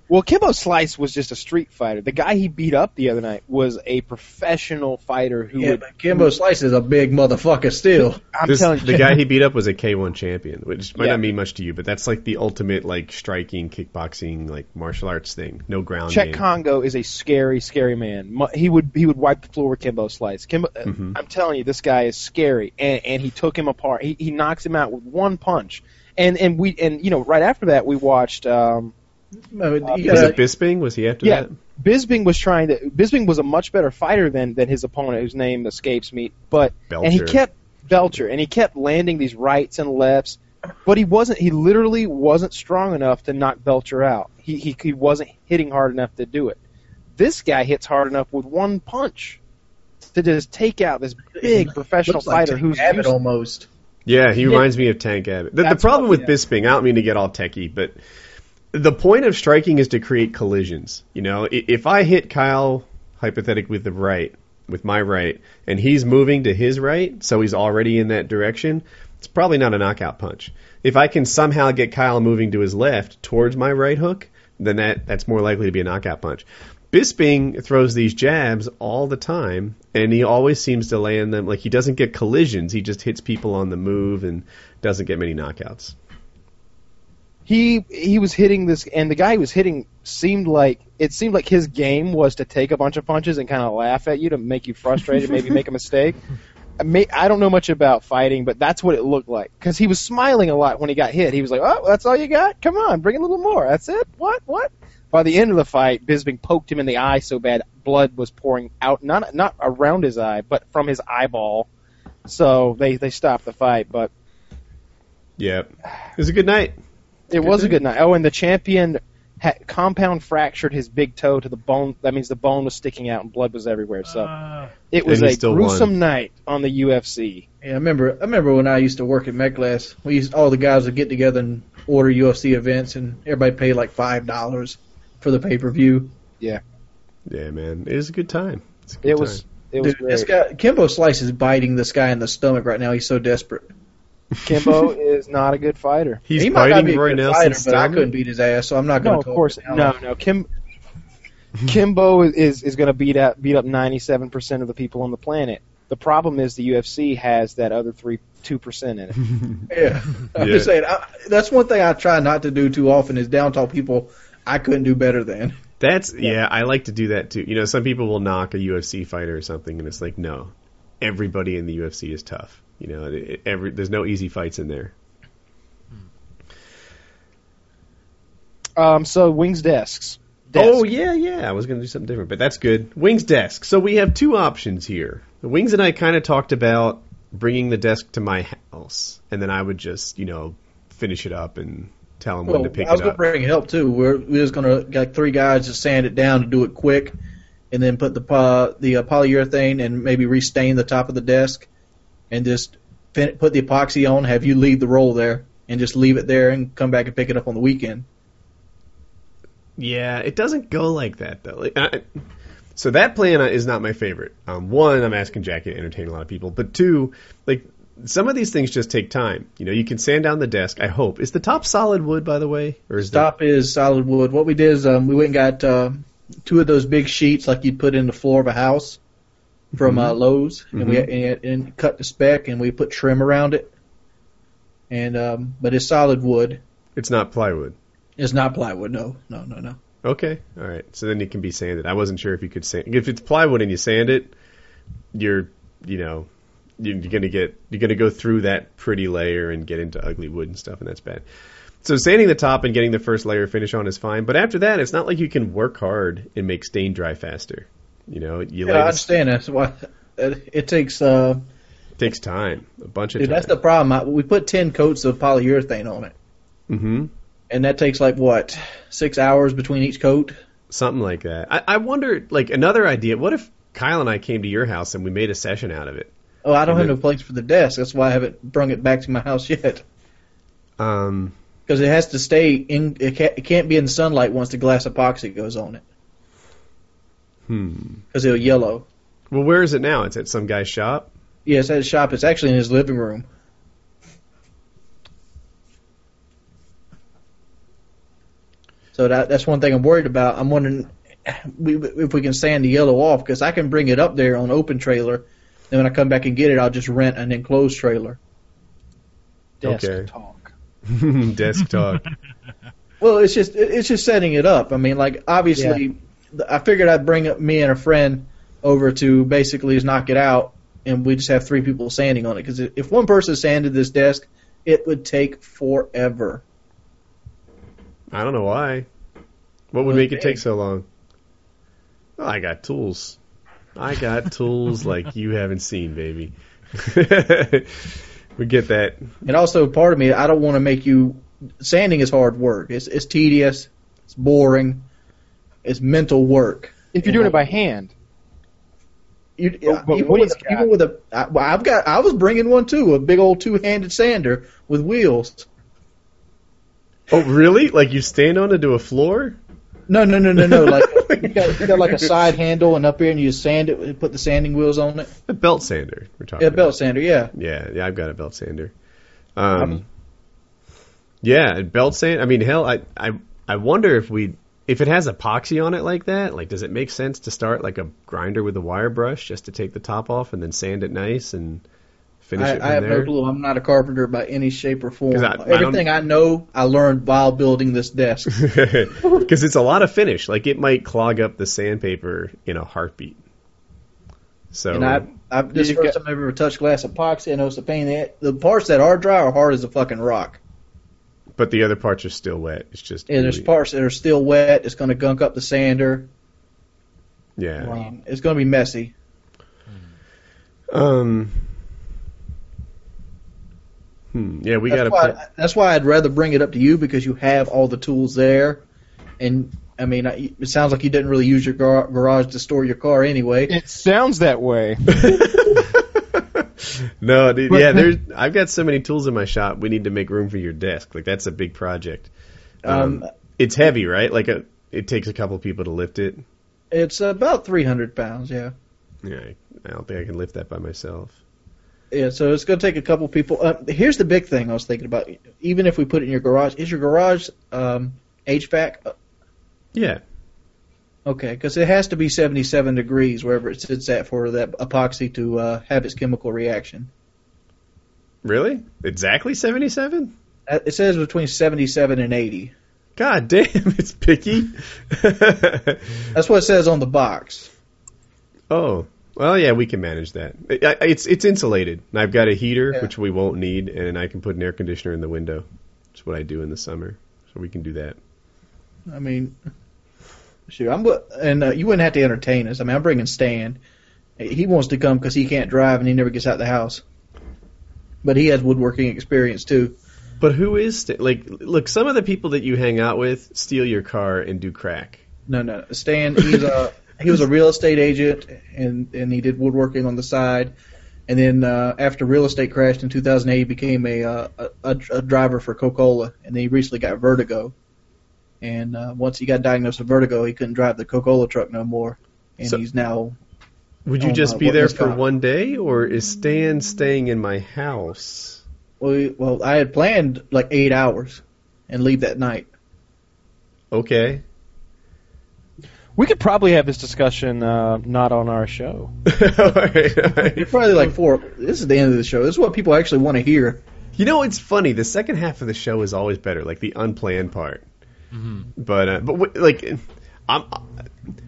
[SPEAKER 2] Well, Kimbo Slice was just a street fighter. The guy he beat up the other night was a professional fighter who
[SPEAKER 13] Yeah,
[SPEAKER 2] would.
[SPEAKER 13] but Kimbo Slice is a big motherfucker still.
[SPEAKER 2] I'm
[SPEAKER 1] This-
[SPEAKER 2] telling you,
[SPEAKER 1] the guy he beat up was a K1 champion, which might
[SPEAKER 2] Yeah.
[SPEAKER 1] not mean much to you, but that's like the ultimate like striking, kickboxing, like martial arts thing. No ground
[SPEAKER 2] Czech
[SPEAKER 1] game.
[SPEAKER 2] Congo is a scary, scary man. Mu- He would he would wipe the floor with Kimbo Slice. Kimbo, uh,
[SPEAKER 1] Mhm.
[SPEAKER 2] I'm telling you, this guy is scary, and and he took him apart. He he knocks him out with one punch, and and we and you know right after that we watched. Um,
[SPEAKER 13] No,
[SPEAKER 2] uh,
[SPEAKER 1] was it Bisping? Was he after
[SPEAKER 2] yeah,
[SPEAKER 1] that?
[SPEAKER 2] Bisbing was trying to. Bisbing was a much better fighter than than his opponent, whose name escapes me. But and he
[SPEAKER 1] Belcher.
[SPEAKER 2] kept Belcher, and he kept landing these rights and lefts. But he wasn't. He literally wasn't strong enough to knock Belcher out. He he, he wasn't hitting hard enough to do it. This guy hits hard enough with one punch to just take out this big professional
[SPEAKER 13] Looks like
[SPEAKER 2] fighter
[SPEAKER 13] Tank
[SPEAKER 2] who's
[SPEAKER 13] Abbott
[SPEAKER 2] used-
[SPEAKER 13] almost.
[SPEAKER 1] Yeah, he reminds me of Tank Abbott. The, the
[SPEAKER 2] That's
[SPEAKER 1] problem
[SPEAKER 2] what-
[SPEAKER 1] with Bisping, I don't mean to get all techie, but the point of striking is to create collisions. You know, I- if I hit Kyle hypothetically with the right, with my right, and he's moving to his right, so he's already in that direction, it's probably not a knockout punch. If I can somehow get Kyle moving to his left towards my right hook, then that that's more likely to be a knockout punch. Bisping throws these jabs all the time, and he always seems to land them. Like he doesn't get collisions; he just hits people on the move and doesn't get many knockouts.
[SPEAKER 2] he he was hitting this and the guy he was hitting seemed like it seemed like his game was to take a bunch of punches and kind of laugh at you to make you frustrated maybe make a mistake I, may, I don't know much about fighting but that's what it looked like because he was smiling a lot when he got hit he was like oh that's all you got come on bring a little more that's it what what by the end of the fight bisbing poked him in the eye so bad blood was pouring out not not around his eye but from his eyeball so they they stopped the fight but
[SPEAKER 1] Yep, it was a good night.
[SPEAKER 2] it was a good night. Oh, and the champion had compound fractured his big toe to the bone. That means the bone was sticking out and blood was everywhere. So
[SPEAKER 4] Uh,
[SPEAKER 2] it was
[SPEAKER 1] And he
[SPEAKER 2] a
[SPEAKER 1] still
[SPEAKER 2] gruesome night on the UFC.
[SPEAKER 13] Yeah, I remember. I remember when I used to work at MetLass. We used all the guys would get together and order UFC events, and everybody paid like five dollars for the pay per view.
[SPEAKER 2] Yeah,
[SPEAKER 1] Yeah, man, it was a good time. It's a good
[SPEAKER 2] it was.
[SPEAKER 1] time.
[SPEAKER 2] It was
[SPEAKER 13] Dude, this
[SPEAKER 2] great.
[SPEAKER 13] guy Kimbo Slice is biting this guy in the stomach right now. He's so desperate.
[SPEAKER 2] Kimbo is not a good fighter.
[SPEAKER 1] He's
[SPEAKER 13] he might not be
[SPEAKER 1] biting
[SPEAKER 13] a
[SPEAKER 1] Roy
[SPEAKER 13] good
[SPEAKER 1] Nelson.
[SPEAKER 13] fighter, but I couldn't beat his ass, so I'm not going
[SPEAKER 2] No,
[SPEAKER 13] to.
[SPEAKER 2] of course, no, no. Kim Kimbo is is going to beat out beat up ninety seven percent of the people on the planet. The problem is the UFC has that other three two percent in it.
[SPEAKER 13] Yeah, I'm
[SPEAKER 1] Yeah.
[SPEAKER 13] just saying. I, that's one thing I try not to do too often is down talk people I couldn't do better than.
[SPEAKER 1] That's yeah. I like to do that too. You know, some people will knock a UFC fighter or something, and it's like, no, everybody in the UFC is tough. You know, it, it- every there's no easy fights in there.
[SPEAKER 2] Um, so wings desks.
[SPEAKER 1] Oh yeah, yeah. I was going to do something different, but that's good. Wings desk. So we have two options here. Wings and I kind of talked about bringing the desk to my house, and then I would just you know finish it up and tell him when
[SPEAKER 13] Well,
[SPEAKER 1] to pick
[SPEAKER 13] I was
[SPEAKER 1] it
[SPEAKER 13] going to
[SPEAKER 1] up.
[SPEAKER 13] bring help too. We're we're just going to like three guys just sand it down to do it quick, and then put the po- the uh, polyurethane and maybe restain the top of the desk, and just fin- put the epoxy on. Have you leave the roll there and just leave it there and come back and pick it up on the weekend.
[SPEAKER 1] Yeah, it doesn't go like that though. Like, I, so that plan is not my favorite. Um, one, I'm asking Jackie to entertain a lot of people, but two, like some of these things just take time. You know, you can sand down the desk. I hope is the top solid wood, by the way, or is the
[SPEAKER 13] Top is solid wood. What we did is um, we went and got uh, two of those big sheets like you'd put in the floor of a house from
[SPEAKER 1] Mm-hmm.
[SPEAKER 13] uh, Lowe's, and we and, and cut the spec and we put trim around it. And um, but it's solid wood.
[SPEAKER 1] it's not plywood.
[SPEAKER 13] It's not plywood. No, no, no, no.
[SPEAKER 1] Okay, all right. So then it can be sanded. I wasn't sure if you could sand. If it's plywood and you sand it, you're, you know, you're gonna get you're gonna go through that pretty layer and get into ugly wood and stuff, and that's bad. So sanding the top and getting the first layer finish on is fine, but after that, it's not like you can work hard and make stain dry faster. You know, you
[SPEAKER 13] Yeah,
[SPEAKER 1] lay
[SPEAKER 13] I
[SPEAKER 1] this-
[SPEAKER 13] understand that. So why it it takes. Uh,
[SPEAKER 1] it takes time, a bunch of
[SPEAKER 13] dude, that's
[SPEAKER 1] time.
[SPEAKER 13] the problem. I, we put ten coats of polyurethane on it,
[SPEAKER 1] mm-hmm.
[SPEAKER 13] and that takes like what six hours between each coat.
[SPEAKER 1] something like that. I, I wonder, like another idea. What if Kyle and I came to your house and we made a session out of it?
[SPEAKER 13] Oh, I don't
[SPEAKER 1] And
[SPEAKER 13] have no place for the desk. That's why I haven't brung it back to my house yet.
[SPEAKER 1] Um,
[SPEAKER 13] Because it has to stay in. It can't, it can't be in sunlight once the glass epoxy goes on it.
[SPEAKER 1] hmm.
[SPEAKER 13] Because it'll yellow.
[SPEAKER 1] Well, where is it now? It's at some guy's shop.
[SPEAKER 13] Yeah, it's at his shop. It's actually in his living room. So that that's one thing I'm worried about. I'm wondering we, if we can sand the yellow off because I can bring it up there on open trailer. Then when I come back and get it, I'll just rent an enclosed trailer.
[SPEAKER 2] Desk
[SPEAKER 1] Okay.
[SPEAKER 2] talk.
[SPEAKER 1] Desk talk.
[SPEAKER 13] Well, it's just it- it's just setting it up. I mean, like obviously, th- I figured I'd bring up me and a friend over to basically just knock it out, and we just have three people sanding on it. Because if one person sanded this desk, it would take forever.
[SPEAKER 1] I don't know why. What would make it take so long? Well, I got tools. I got tools like you haven't seen, baby. we get that.
[SPEAKER 13] And also, part of me, I don't want to make you. Sanding is hard work. It's it's tedious. It's boring. It's mental work.
[SPEAKER 2] If you're doing it by hand,
[SPEAKER 13] you,
[SPEAKER 2] but
[SPEAKER 13] even,
[SPEAKER 2] what
[SPEAKER 13] with,
[SPEAKER 2] he's
[SPEAKER 13] even with a, I, well, I've got, I was bringing one too, a big old two-handed sander with wheels.
[SPEAKER 1] Oh, really? Like you stand on it to a floor?
[SPEAKER 13] No, no, no, no, no. Like you got, you got like a side handle, and up here, and you sand it, and put the sanding wheels on it.
[SPEAKER 1] A belt sander. We're talking.
[SPEAKER 13] Yeah, belt sander. Yeah.
[SPEAKER 1] Yeah, yeah, I've got a belt sander. Um, yeah, and belt sand. I mean, hell, I, I, I wonder if we, if it has epoxy on it like that, like, does it make sense to start like a grinder with a wire brush just to take the top off and then sand it nice and finish
[SPEAKER 13] I,
[SPEAKER 1] it from
[SPEAKER 13] I have
[SPEAKER 1] there?
[SPEAKER 13] no clue. I'm not a carpenter by any shape or form.
[SPEAKER 1] 'Cause I- I don't-
[SPEAKER 13] Everything I know, I learned while building this desk.
[SPEAKER 1] Because it's a lot of finish. Like, it might clog up the sandpaper in a heartbeat. So
[SPEAKER 13] And I, I this is
[SPEAKER 1] You've
[SPEAKER 13] the first time I've ever touched glass epoxy. I know it's a pain. in the- The parts that are dry are hard as a fucking rock.
[SPEAKER 1] but the other parts are still wet. It's just
[SPEAKER 13] And there's
[SPEAKER 1] really-
[SPEAKER 13] parts that are still wet. It's going to gunk up the sander.
[SPEAKER 1] yeah.
[SPEAKER 13] I mean, it's going to be messy.
[SPEAKER 1] Um. Hmm. Yeah, we got to.
[SPEAKER 13] that's, why, that's why I'd rather bring it up to you because you have all the tools there. And I mean, I- it sounds like you didn't really use your gar- garage to store your car anyway.
[SPEAKER 2] It sounds that way.
[SPEAKER 1] No, dude,
[SPEAKER 2] But-
[SPEAKER 1] yeah, there's. I've got so many tools in my shop. We need to make room for your desk. Like that's a big project. Um,
[SPEAKER 13] Um,
[SPEAKER 1] it's heavy, right? Like a, it takes a couple people to lift it.
[SPEAKER 13] It's about 300 pounds, yeah.
[SPEAKER 1] Yeah, I- I don't think I can lift that by myself.
[SPEAKER 13] Yeah, so it's going to take a couple people. Uh, here's the big thing I was thinking about. Even if we put it in your garage, is your garage um, HVAC? Uh,
[SPEAKER 1] Yeah.
[SPEAKER 13] Okay, because it has to be 77 degrees wherever it sits at for that epoxy to uh, have its chemical reaction.
[SPEAKER 1] Really? Exactly seventy-seven.
[SPEAKER 13] Uh, It says between 77 and 80.
[SPEAKER 1] God damn, it's picky.
[SPEAKER 13] That's what it says on the box.
[SPEAKER 1] Oh, well, yeah, we can manage that. I- I- It's it's insulated. And I've got a heater,
[SPEAKER 13] Yeah.
[SPEAKER 1] which we won't need, and I can put an air conditioner in the window. That's what I do in the summer, so we can do that.
[SPEAKER 13] I mean, shoot, I'm wi- and uh, you wouldn't have to entertain us. I mean, I'm bringing Stan. He wants to come because he can't drive and he never gets out the house. But he has woodworking experience too.
[SPEAKER 1] But who is st- like? Look, some of the people that you hang out with steal your car and do crack.
[SPEAKER 13] No, no, Stan. He's a he was a real estate agent and and he did woodworking on the side. And then uh, after real estate crashed in 2008, he became a, uh, a a a driver for Coca-Cola, and then he recently got vertigo. And uh, once he got diagnosed with vertigo, he couldn't drive the Coca-Cola truck no more, and
[SPEAKER 1] So-
[SPEAKER 13] he's now
[SPEAKER 1] Would you
[SPEAKER 13] Oh,
[SPEAKER 1] just
[SPEAKER 13] my
[SPEAKER 1] be there
[SPEAKER 13] witness
[SPEAKER 1] for
[SPEAKER 13] God.
[SPEAKER 1] one day, or is Stan staying in my house?
[SPEAKER 13] Well, well, I had planned like eight hours and leave that night.
[SPEAKER 1] Okay.
[SPEAKER 2] We could probably have this discussion uh, not on our show.
[SPEAKER 13] It's probably like four. This is the end of the show. This is what people actually want to hear.
[SPEAKER 1] You know, it's funny. The second half of the show is always better, like the unplanned part.
[SPEAKER 4] Mm-hmm.
[SPEAKER 1] But uh, but what, like, I'm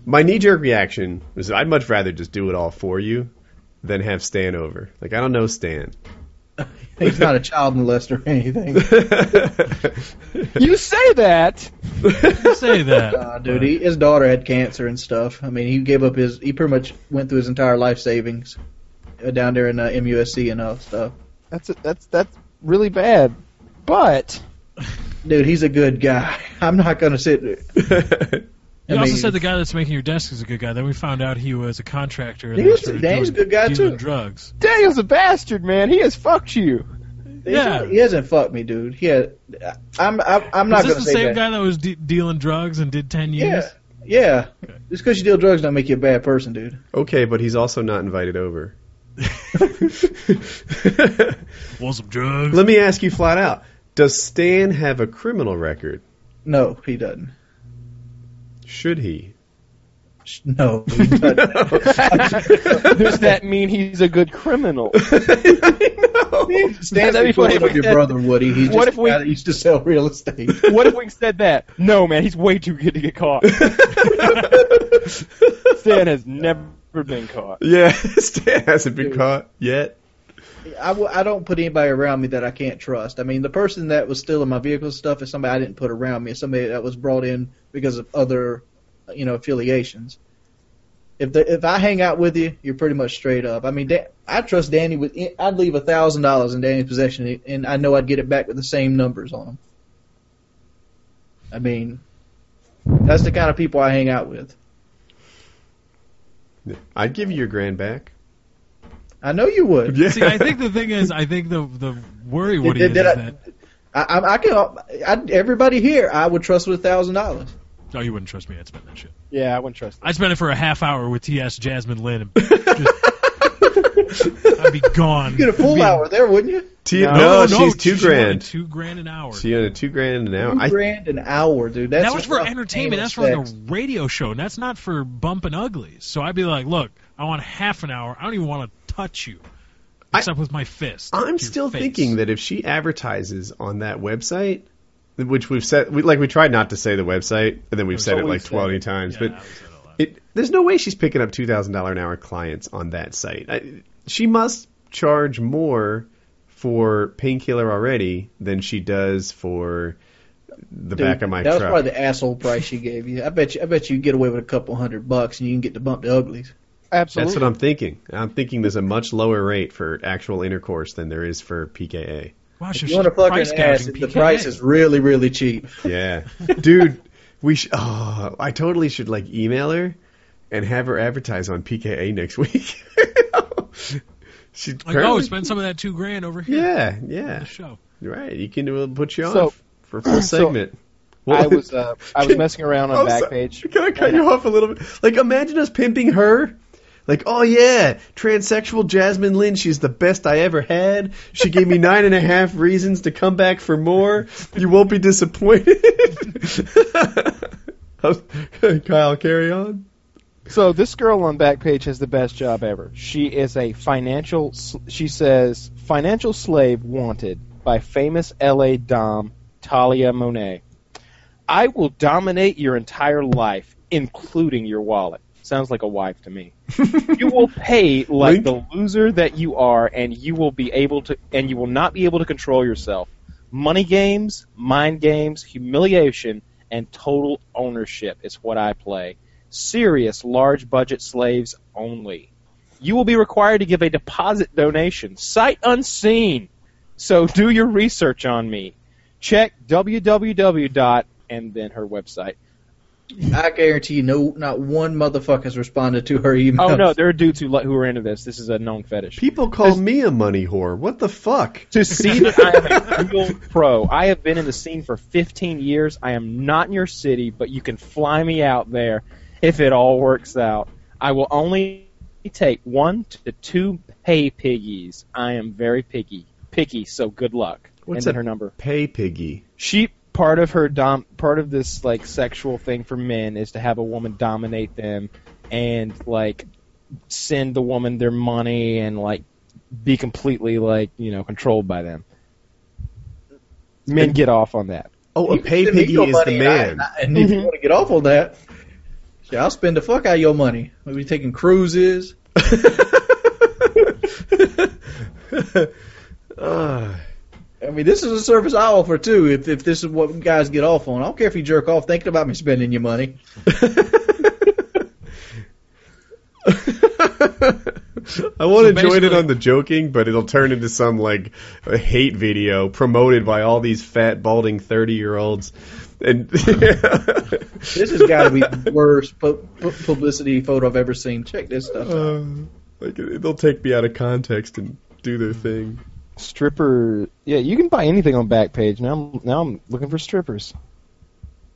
[SPEAKER 1] my knee jerk reaction was I'd much rather just do it all for you than have Stan over. Like I don't know Stan.
[SPEAKER 13] He's not a child molester or anything.
[SPEAKER 2] you say that.
[SPEAKER 4] you say that.
[SPEAKER 13] Nah, dude, he, his daughter had cancer and stuff. I mean, he gave up his. He pretty much went through his entire life savings uh, down there in uh, MUSC and all stuff.
[SPEAKER 2] That's a, that's that's really bad. But
[SPEAKER 13] Dude, he's a good guy. I'm not gonna sit.
[SPEAKER 4] You
[SPEAKER 13] I
[SPEAKER 4] also
[SPEAKER 13] mean-
[SPEAKER 4] said the guy that's making your desk is a good guy. Then we found out he was a contractor. and
[SPEAKER 13] He
[SPEAKER 4] they
[SPEAKER 13] is-
[SPEAKER 4] started
[SPEAKER 13] Dan's a
[SPEAKER 4] doing-
[SPEAKER 13] good guy,
[SPEAKER 4] dealing
[SPEAKER 13] too.
[SPEAKER 4] Drugs.
[SPEAKER 2] Daniel's a bastard, man. He has fucked you.
[SPEAKER 4] Yeah.
[SPEAKER 13] he hasn't fucked me, dude. He had, I'm I'm, I'm not
[SPEAKER 4] is this
[SPEAKER 13] gonna
[SPEAKER 4] the
[SPEAKER 13] say
[SPEAKER 4] same
[SPEAKER 13] that.
[SPEAKER 4] guy that was de- dealing drugs and did ten years?
[SPEAKER 13] Yeah, just because you deal drugs don't make you a bad person, dude.
[SPEAKER 1] okay, but he's also not invited over.
[SPEAKER 4] Want some drugs?
[SPEAKER 1] Let me ask you flat out: Does Stan have a criminal record?
[SPEAKER 13] No, he doesn't.
[SPEAKER 1] Should he?
[SPEAKER 13] No.
[SPEAKER 2] Does that mean he's a good criminal?
[SPEAKER 13] Stands
[SPEAKER 2] That'd be
[SPEAKER 13] before
[SPEAKER 2] funny if
[SPEAKER 13] one
[SPEAKER 2] we
[SPEAKER 13] of your
[SPEAKER 2] said-
[SPEAKER 13] brother Woody. He
[SPEAKER 2] What
[SPEAKER 13] just
[SPEAKER 2] if we-
[SPEAKER 13] got- he used to sell real estate.
[SPEAKER 2] what if we said that? No, man, he's way too good to get caught. Stan has never been caught.
[SPEAKER 1] Yeah, Stan hasn't been caught yet.
[SPEAKER 13] I, w- I don't put anybody around me that I can't trust. I mean, the person that was stealing my vehicle stuff is somebody I didn't put around me. It's somebody that was brought in because of other, you know, affiliations. If the, if I hang out with you, you're pretty much straight up. I mean, da- I trust Danny with. I'd leave a thousand dollars in Danny's possession, and I know I'd get it back with the same numbers on them. I mean, that's the kind of people I hang out with.
[SPEAKER 1] I'd give you your grand back.
[SPEAKER 13] I know you would.
[SPEAKER 4] See, I think the thing is, I think the the worry Woody is,
[SPEAKER 13] Did- did
[SPEAKER 4] is
[SPEAKER 13] I-
[SPEAKER 4] that
[SPEAKER 13] I, I, I can. I, everybody here, I would trust with a thousand dollars.
[SPEAKER 4] oh, you wouldn't trust me. I'd spend that shit.
[SPEAKER 2] Yeah, I wouldn't trust
[SPEAKER 4] I'd spend it for a half hour with T.S. Jasmine Lynn. And just, I'd be gone.
[SPEAKER 13] You get a full
[SPEAKER 4] Be-
[SPEAKER 13] hour there, wouldn't you?
[SPEAKER 1] T- no, she's two
[SPEAKER 4] she wanted
[SPEAKER 1] grand.
[SPEAKER 4] Two grand an hour.
[SPEAKER 1] She on a two grand an hour.
[SPEAKER 13] Two
[SPEAKER 1] I,
[SPEAKER 13] grand an hour, dude. That's
[SPEAKER 4] that was for
[SPEAKER 13] rough
[SPEAKER 4] entertainment.
[SPEAKER 13] payment
[SPEAKER 4] That's for like
[SPEAKER 13] sex.
[SPEAKER 4] a radio show. And that's not for bumping uglies. So I'd be like, look, I want half an hour. I don't even want to touch you, except with my fist.
[SPEAKER 1] I'm
[SPEAKER 4] to your
[SPEAKER 1] still
[SPEAKER 4] face.
[SPEAKER 1] thinking that if she advertises on that website, which we've said, we, like we tried not to say the website, and then we've said it
[SPEAKER 13] always
[SPEAKER 1] like
[SPEAKER 13] said.
[SPEAKER 1] 20 times, but it, there's no way she's picking up $2,000 an hour clients on that site. I, she must charge more for painkiller already than she does for the
[SPEAKER 13] Dude,
[SPEAKER 1] back of my
[SPEAKER 13] that was
[SPEAKER 1] truck.
[SPEAKER 13] probably the asshole price she gave you. I bet you. I bet you get away with a couple hundred bucks, and you can get to bump the uglies.
[SPEAKER 1] That's what I'm thinking. I'm thinking there's a much lower rate for actual intercourse than there is for PKA.
[SPEAKER 4] Wow,
[SPEAKER 13] If
[SPEAKER 4] so
[SPEAKER 13] you want to
[SPEAKER 4] she's
[SPEAKER 13] fuck her
[SPEAKER 4] price
[SPEAKER 13] in the ass,
[SPEAKER 4] gouging
[SPEAKER 13] the
[SPEAKER 4] PKA.
[SPEAKER 13] price is really, really cheap.
[SPEAKER 1] Yeah, dude, we sh- oh, I totally should like email her and have her advertise on PKA next week. she
[SPEAKER 4] Like, oh,
[SPEAKER 1] apparently-
[SPEAKER 4] spend some of that two grand over here.
[SPEAKER 1] yeah,
[SPEAKER 4] on
[SPEAKER 1] yeah,
[SPEAKER 4] The show.
[SPEAKER 1] right. You can uh, put you on
[SPEAKER 2] So-
[SPEAKER 1] f- for a full
[SPEAKER 2] so-
[SPEAKER 1] segment.
[SPEAKER 2] I was uh, I was messing around on
[SPEAKER 1] I'm Oh, so-
[SPEAKER 2] Backpage.
[SPEAKER 1] Can I cut you off a little bit? Like, imagine us pimping her. Like, oh yeah, transsexual Jasmine Lynn, she's the best I ever had. She gave me nine and a half reasons to come back for more. You won't be disappointed. Kyle, carry on.
[SPEAKER 2] So this girl on Backpage has the best job ever. She is a financial. sl- She says financial slave wanted by famous L.A. dom Talia Monet. I will dominate your entire life, including your wallet. Sounds like a wife to me. you will pay like the loser that you are, and you will be able to, and you will not be able to control yourself. Money games, mind games, humiliation, and total ownership is what I play. Serious, large budget slaves only. You will be required to give a deposit donation, sight unseen. So do your research on me. Check www dot and then her website.
[SPEAKER 13] I guarantee you, no, not one motherfucker has responded to her email.
[SPEAKER 2] Oh no, there are dudes who li- who are into this. This is a known fetish.
[SPEAKER 1] People call me a money whore. What the fuck?
[SPEAKER 2] to see that I am a real pro. I have been in the scene for 15 years. I am not in your city, but you can fly me out there if it all works out. I will only take one to two pay piggies. I am very picky, picky. So good luck.
[SPEAKER 1] What's
[SPEAKER 2] and then
[SPEAKER 1] a
[SPEAKER 2] her number.
[SPEAKER 1] Pay piggy.
[SPEAKER 2] She part of her dom part of this like sexual thing for men is to have a woman dominate them and like send the woman their money and like be completely like you know controlled by them. Men get off on that.
[SPEAKER 1] Oh, a
[SPEAKER 13] You can
[SPEAKER 1] pay
[SPEAKER 13] send me
[SPEAKER 1] piggy
[SPEAKER 13] your
[SPEAKER 1] is
[SPEAKER 13] money
[SPEAKER 1] the
[SPEAKER 13] and I-
[SPEAKER 1] man.
[SPEAKER 13] I- And, if you want to get off on that, shit, I'll spend the fuck out of your money. We'll be taking cruises.
[SPEAKER 1] Ah.
[SPEAKER 13] I mean, this is a service I offer too. If if this is what you guys get off on, I don't care if you jerk off thinking about me spending your money.
[SPEAKER 1] I would have join it
[SPEAKER 4] basically-
[SPEAKER 1] on the joking, but it'll turn into some like a hate video promoted by all these fat balding thirty year olds. And
[SPEAKER 13] This has got to be the worst pu- pu- publicity photo I've ever seen. Check this stuff. out.
[SPEAKER 1] Uh, like they'll take me out of context and do their thing.
[SPEAKER 2] Stripper, yeah, you can buy anything on Backpage. Now I'm now I'm looking for strippers.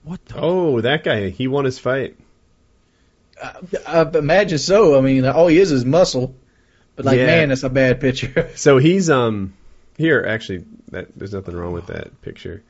[SPEAKER 4] What the?
[SPEAKER 1] Oh, that guy, he won his fight.
[SPEAKER 13] I, I imagine so. I mean, all he is is muscle. But like,
[SPEAKER 1] Yeah.
[SPEAKER 13] man, that's a bad picture.
[SPEAKER 1] So he's um here actually that there's nothing wrong with that picture.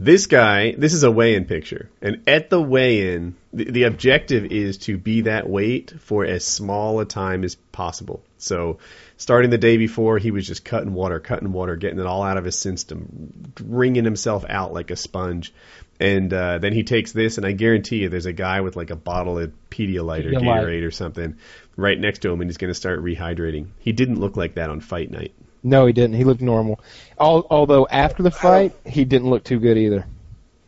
[SPEAKER 1] This guy, this is a weigh-in picture, and at the weigh-in, the, the objective is to be that weight for as small a time as possible. So, starting the day before, he was just cutting water, cutting water, getting it all out of his system, wringing himself out like a sponge. And uh, then he takes this, and I guarantee you, there's a guy with like a bottle of Pedialyte or
[SPEAKER 2] Pedialyte.
[SPEAKER 1] Gatorade or something right next to him, and he's going to start rehydrating. He didn't look like that on fight night.
[SPEAKER 2] No, he didn't. He looked normal. Al- although after the fight, he didn't look too good either.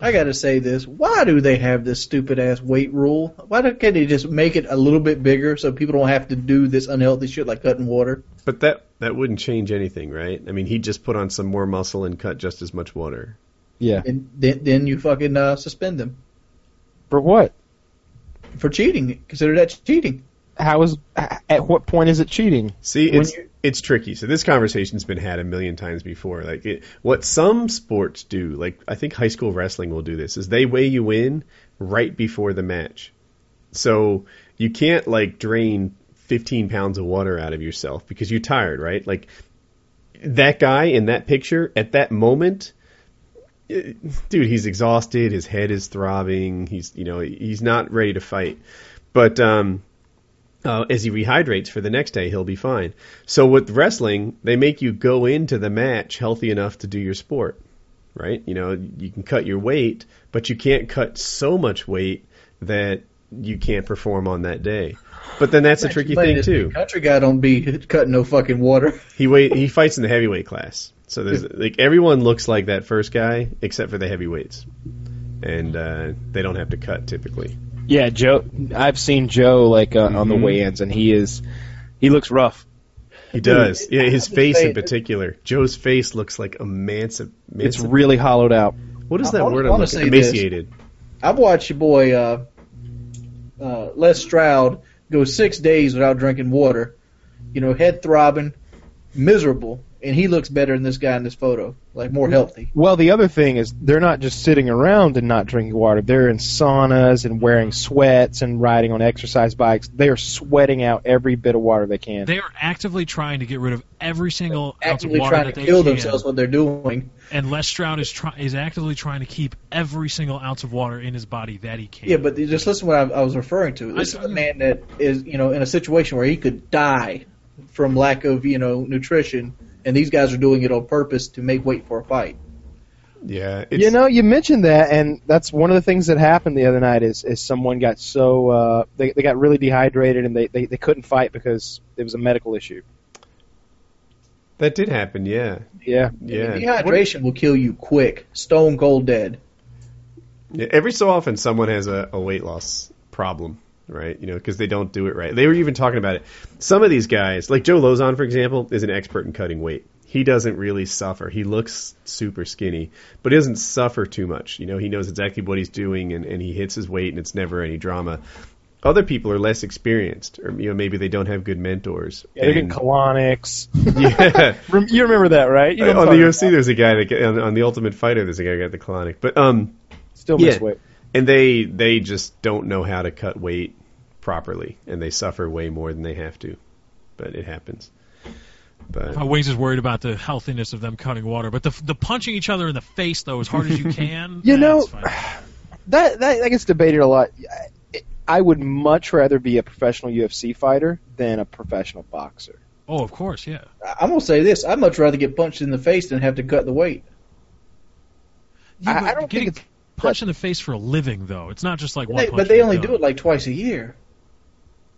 [SPEAKER 13] I gotta say this. Why do they have this stupid ass weight rule? Why don't, can't they just make it a little bit bigger so people don't have to do this unhealthy shit like cutting water?
[SPEAKER 1] But that that wouldn't change anything, right? I mean, he just put on some more muscle and cut just as much water.
[SPEAKER 2] Yeah.
[SPEAKER 13] And then, then you fucking uh, suspend them.
[SPEAKER 2] For what?
[SPEAKER 13] For cheating. Consider that cheating.
[SPEAKER 2] How is? At what point is it cheating?
[SPEAKER 1] See,
[SPEAKER 2] When
[SPEAKER 1] it's it's tricky. So this conversation's been had a million times before. Like it, what some sports do, like I think high school wrestling will do this, is they weigh you in right before the match. So you can't like drain 15 pounds of water out of yourself because you're tired, right? Like that guy in that picture at that moment eh, dude he's exhausted his head is throbbing he's you know he's not ready to fight but um uh, as he rehydrates for the next day, he'll be fine. So with wrestling, they make you go into the match healthy enough to do your sport, right? You know, you can cut your weight, but you can't cut so much weight that you can't perform on that day. But then that's a tricky
[SPEAKER 13] Explain
[SPEAKER 1] thing
[SPEAKER 13] this
[SPEAKER 1] too.
[SPEAKER 13] Country guy don't be cutting no fucking water.
[SPEAKER 1] He wait he fights in the heavyweight class, so there's
[SPEAKER 13] Hmm.
[SPEAKER 1] like everyone looks like that first guy except for the heavyweights, and uh, they don't have to cut typically.
[SPEAKER 2] Yeah, Joe. I've seen Joe like uh, on the weigh-ins, and he is he looks rough.
[SPEAKER 1] He does. Yeah, his
[SPEAKER 13] just
[SPEAKER 1] face in
[SPEAKER 13] saying-
[SPEAKER 1] particular. Joe's face looks like emancip.
[SPEAKER 2] It's really hollowed out.
[SPEAKER 1] What is
[SPEAKER 13] I
[SPEAKER 1] that
[SPEAKER 13] wanna-
[SPEAKER 1] word?
[SPEAKER 13] I
[SPEAKER 1] I'm
[SPEAKER 13] wanna
[SPEAKER 1] looking
[SPEAKER 13] say
[SPEAKER 1] emaciated.
[SPEAKER 13] I've watched your boy uh, uh, Les Stroud go six days without drinking water. You know, head throbbing, miserable, and he looks better than this guy in this photo. Like more healthy.
[SPEAKER 2] Well, the other thing is they're not just sitting around and not drinking water. They're in saunas and wearing sweats and riding on exercise bikes. They are sweating out every bit of water they can.
[SPEAKER 4] They are actively trying to get rid of every single ounce of
[SPEAKER 13] Actively
[SPEAKER 4] water
[SPEAKER 13] trying
[SPEAKER 4] that
[SPEAKER 13] to
[SPEAKER 4] they
[SPEAKER 13] kill
[SPEAKER 4] can.
[SPEAKER 13] themselves what they're doing.
[SPEAKER 4] And Les Stroud is try- is actively trying to keep every single ounce of water in his body that he can.
[SPEAKER 13] Yeah, but just listen to what I, I was referring to. This is a man that is, you know, in a situation where he could die from lack of, you know, nutrition, and these guys are doing it on purpose to make weight for a fight.
[SPEAKER 1] Yeah,
[SPEAKER 2] you know, you mentioned that, and that's one of the things that happened the other night is, is someone got so uh, they they got really dehydrated and they, they they couldn't fight because it was a medical issue.
[SPEAKER 1] That did happen. Yeah.
[SPEAKER 2] Yeah.
[SPEAKER 1] Yeah.
[SPEAKER 13] Dehydration will kill you quick, stone cold dead.
[SPEAKER 1] Yeah, Every so often, someone has a, a weight loss problem, right? You know, because they don't do it right. They were even talking about it. Some of these guys, like Joe Lozon, for example, is an expert in cutting weight. He doesn't really suffer. He looks super skinny, but he doesn't suffer too much. You know, he knows exactly what he's doing, and, and he hits his weight, and it's never any drama. Other people are less experienced, or you know, maybe they don't have good mentors.
[SPEAKER 2] Yeah, they're getting
[SPEAKER 1] And-
[SPEAKER 2] colonics.
[SPEAKER 1] yeah.
[SPEAKER 2] Rem- you remember that, right? You know what
[SPEAKER 1] on
[SPEAKER 2] I'm
[SPEAKER 1] the
[SPEAKER 2] talking
[SPEAKER 1] UFC, there's a guy that get, on, on the Ultimate Fighter, there's a guy that got the colonic, but um,
[SPEAKER 2] still
[SPEAKER 1] yeah.
[SPEAKER 2] miss weight.
[SPEAKER 1] And they they just don't know how to cut weight properly, and they suffer way more than they have to. But it happens. But
[SPEAKER 4] Uh, Wings is worried about the healthiness of them cutting water, but the the punching each other in the face though as hard as you can.
[SPEAKER 2] You know,
[SPEAKER 4] that's fine.
[SPEAKER 2] that, that that gets debated a lot. I- I would much rather be a professional UFC fighter than a professional boxer.
[SPEAKER 4] oh, of course, yeah.
[SPEAKER 13] I- I'm gonna say this: I'd much rather get punched in the face than have to cut the weight.
[SPEAKER 4] Yeah, I, don't getting punch in the face for a living though. It's not just like one.
[SPEAKER 13] They-
[SPEAKER 4] punch
[SPEAKER 13] but they
[SPEAKER 4] and
[SPEAKER 13] only
[SPEAKER 4] done.
[SPEAKER 13] do it like twice a year.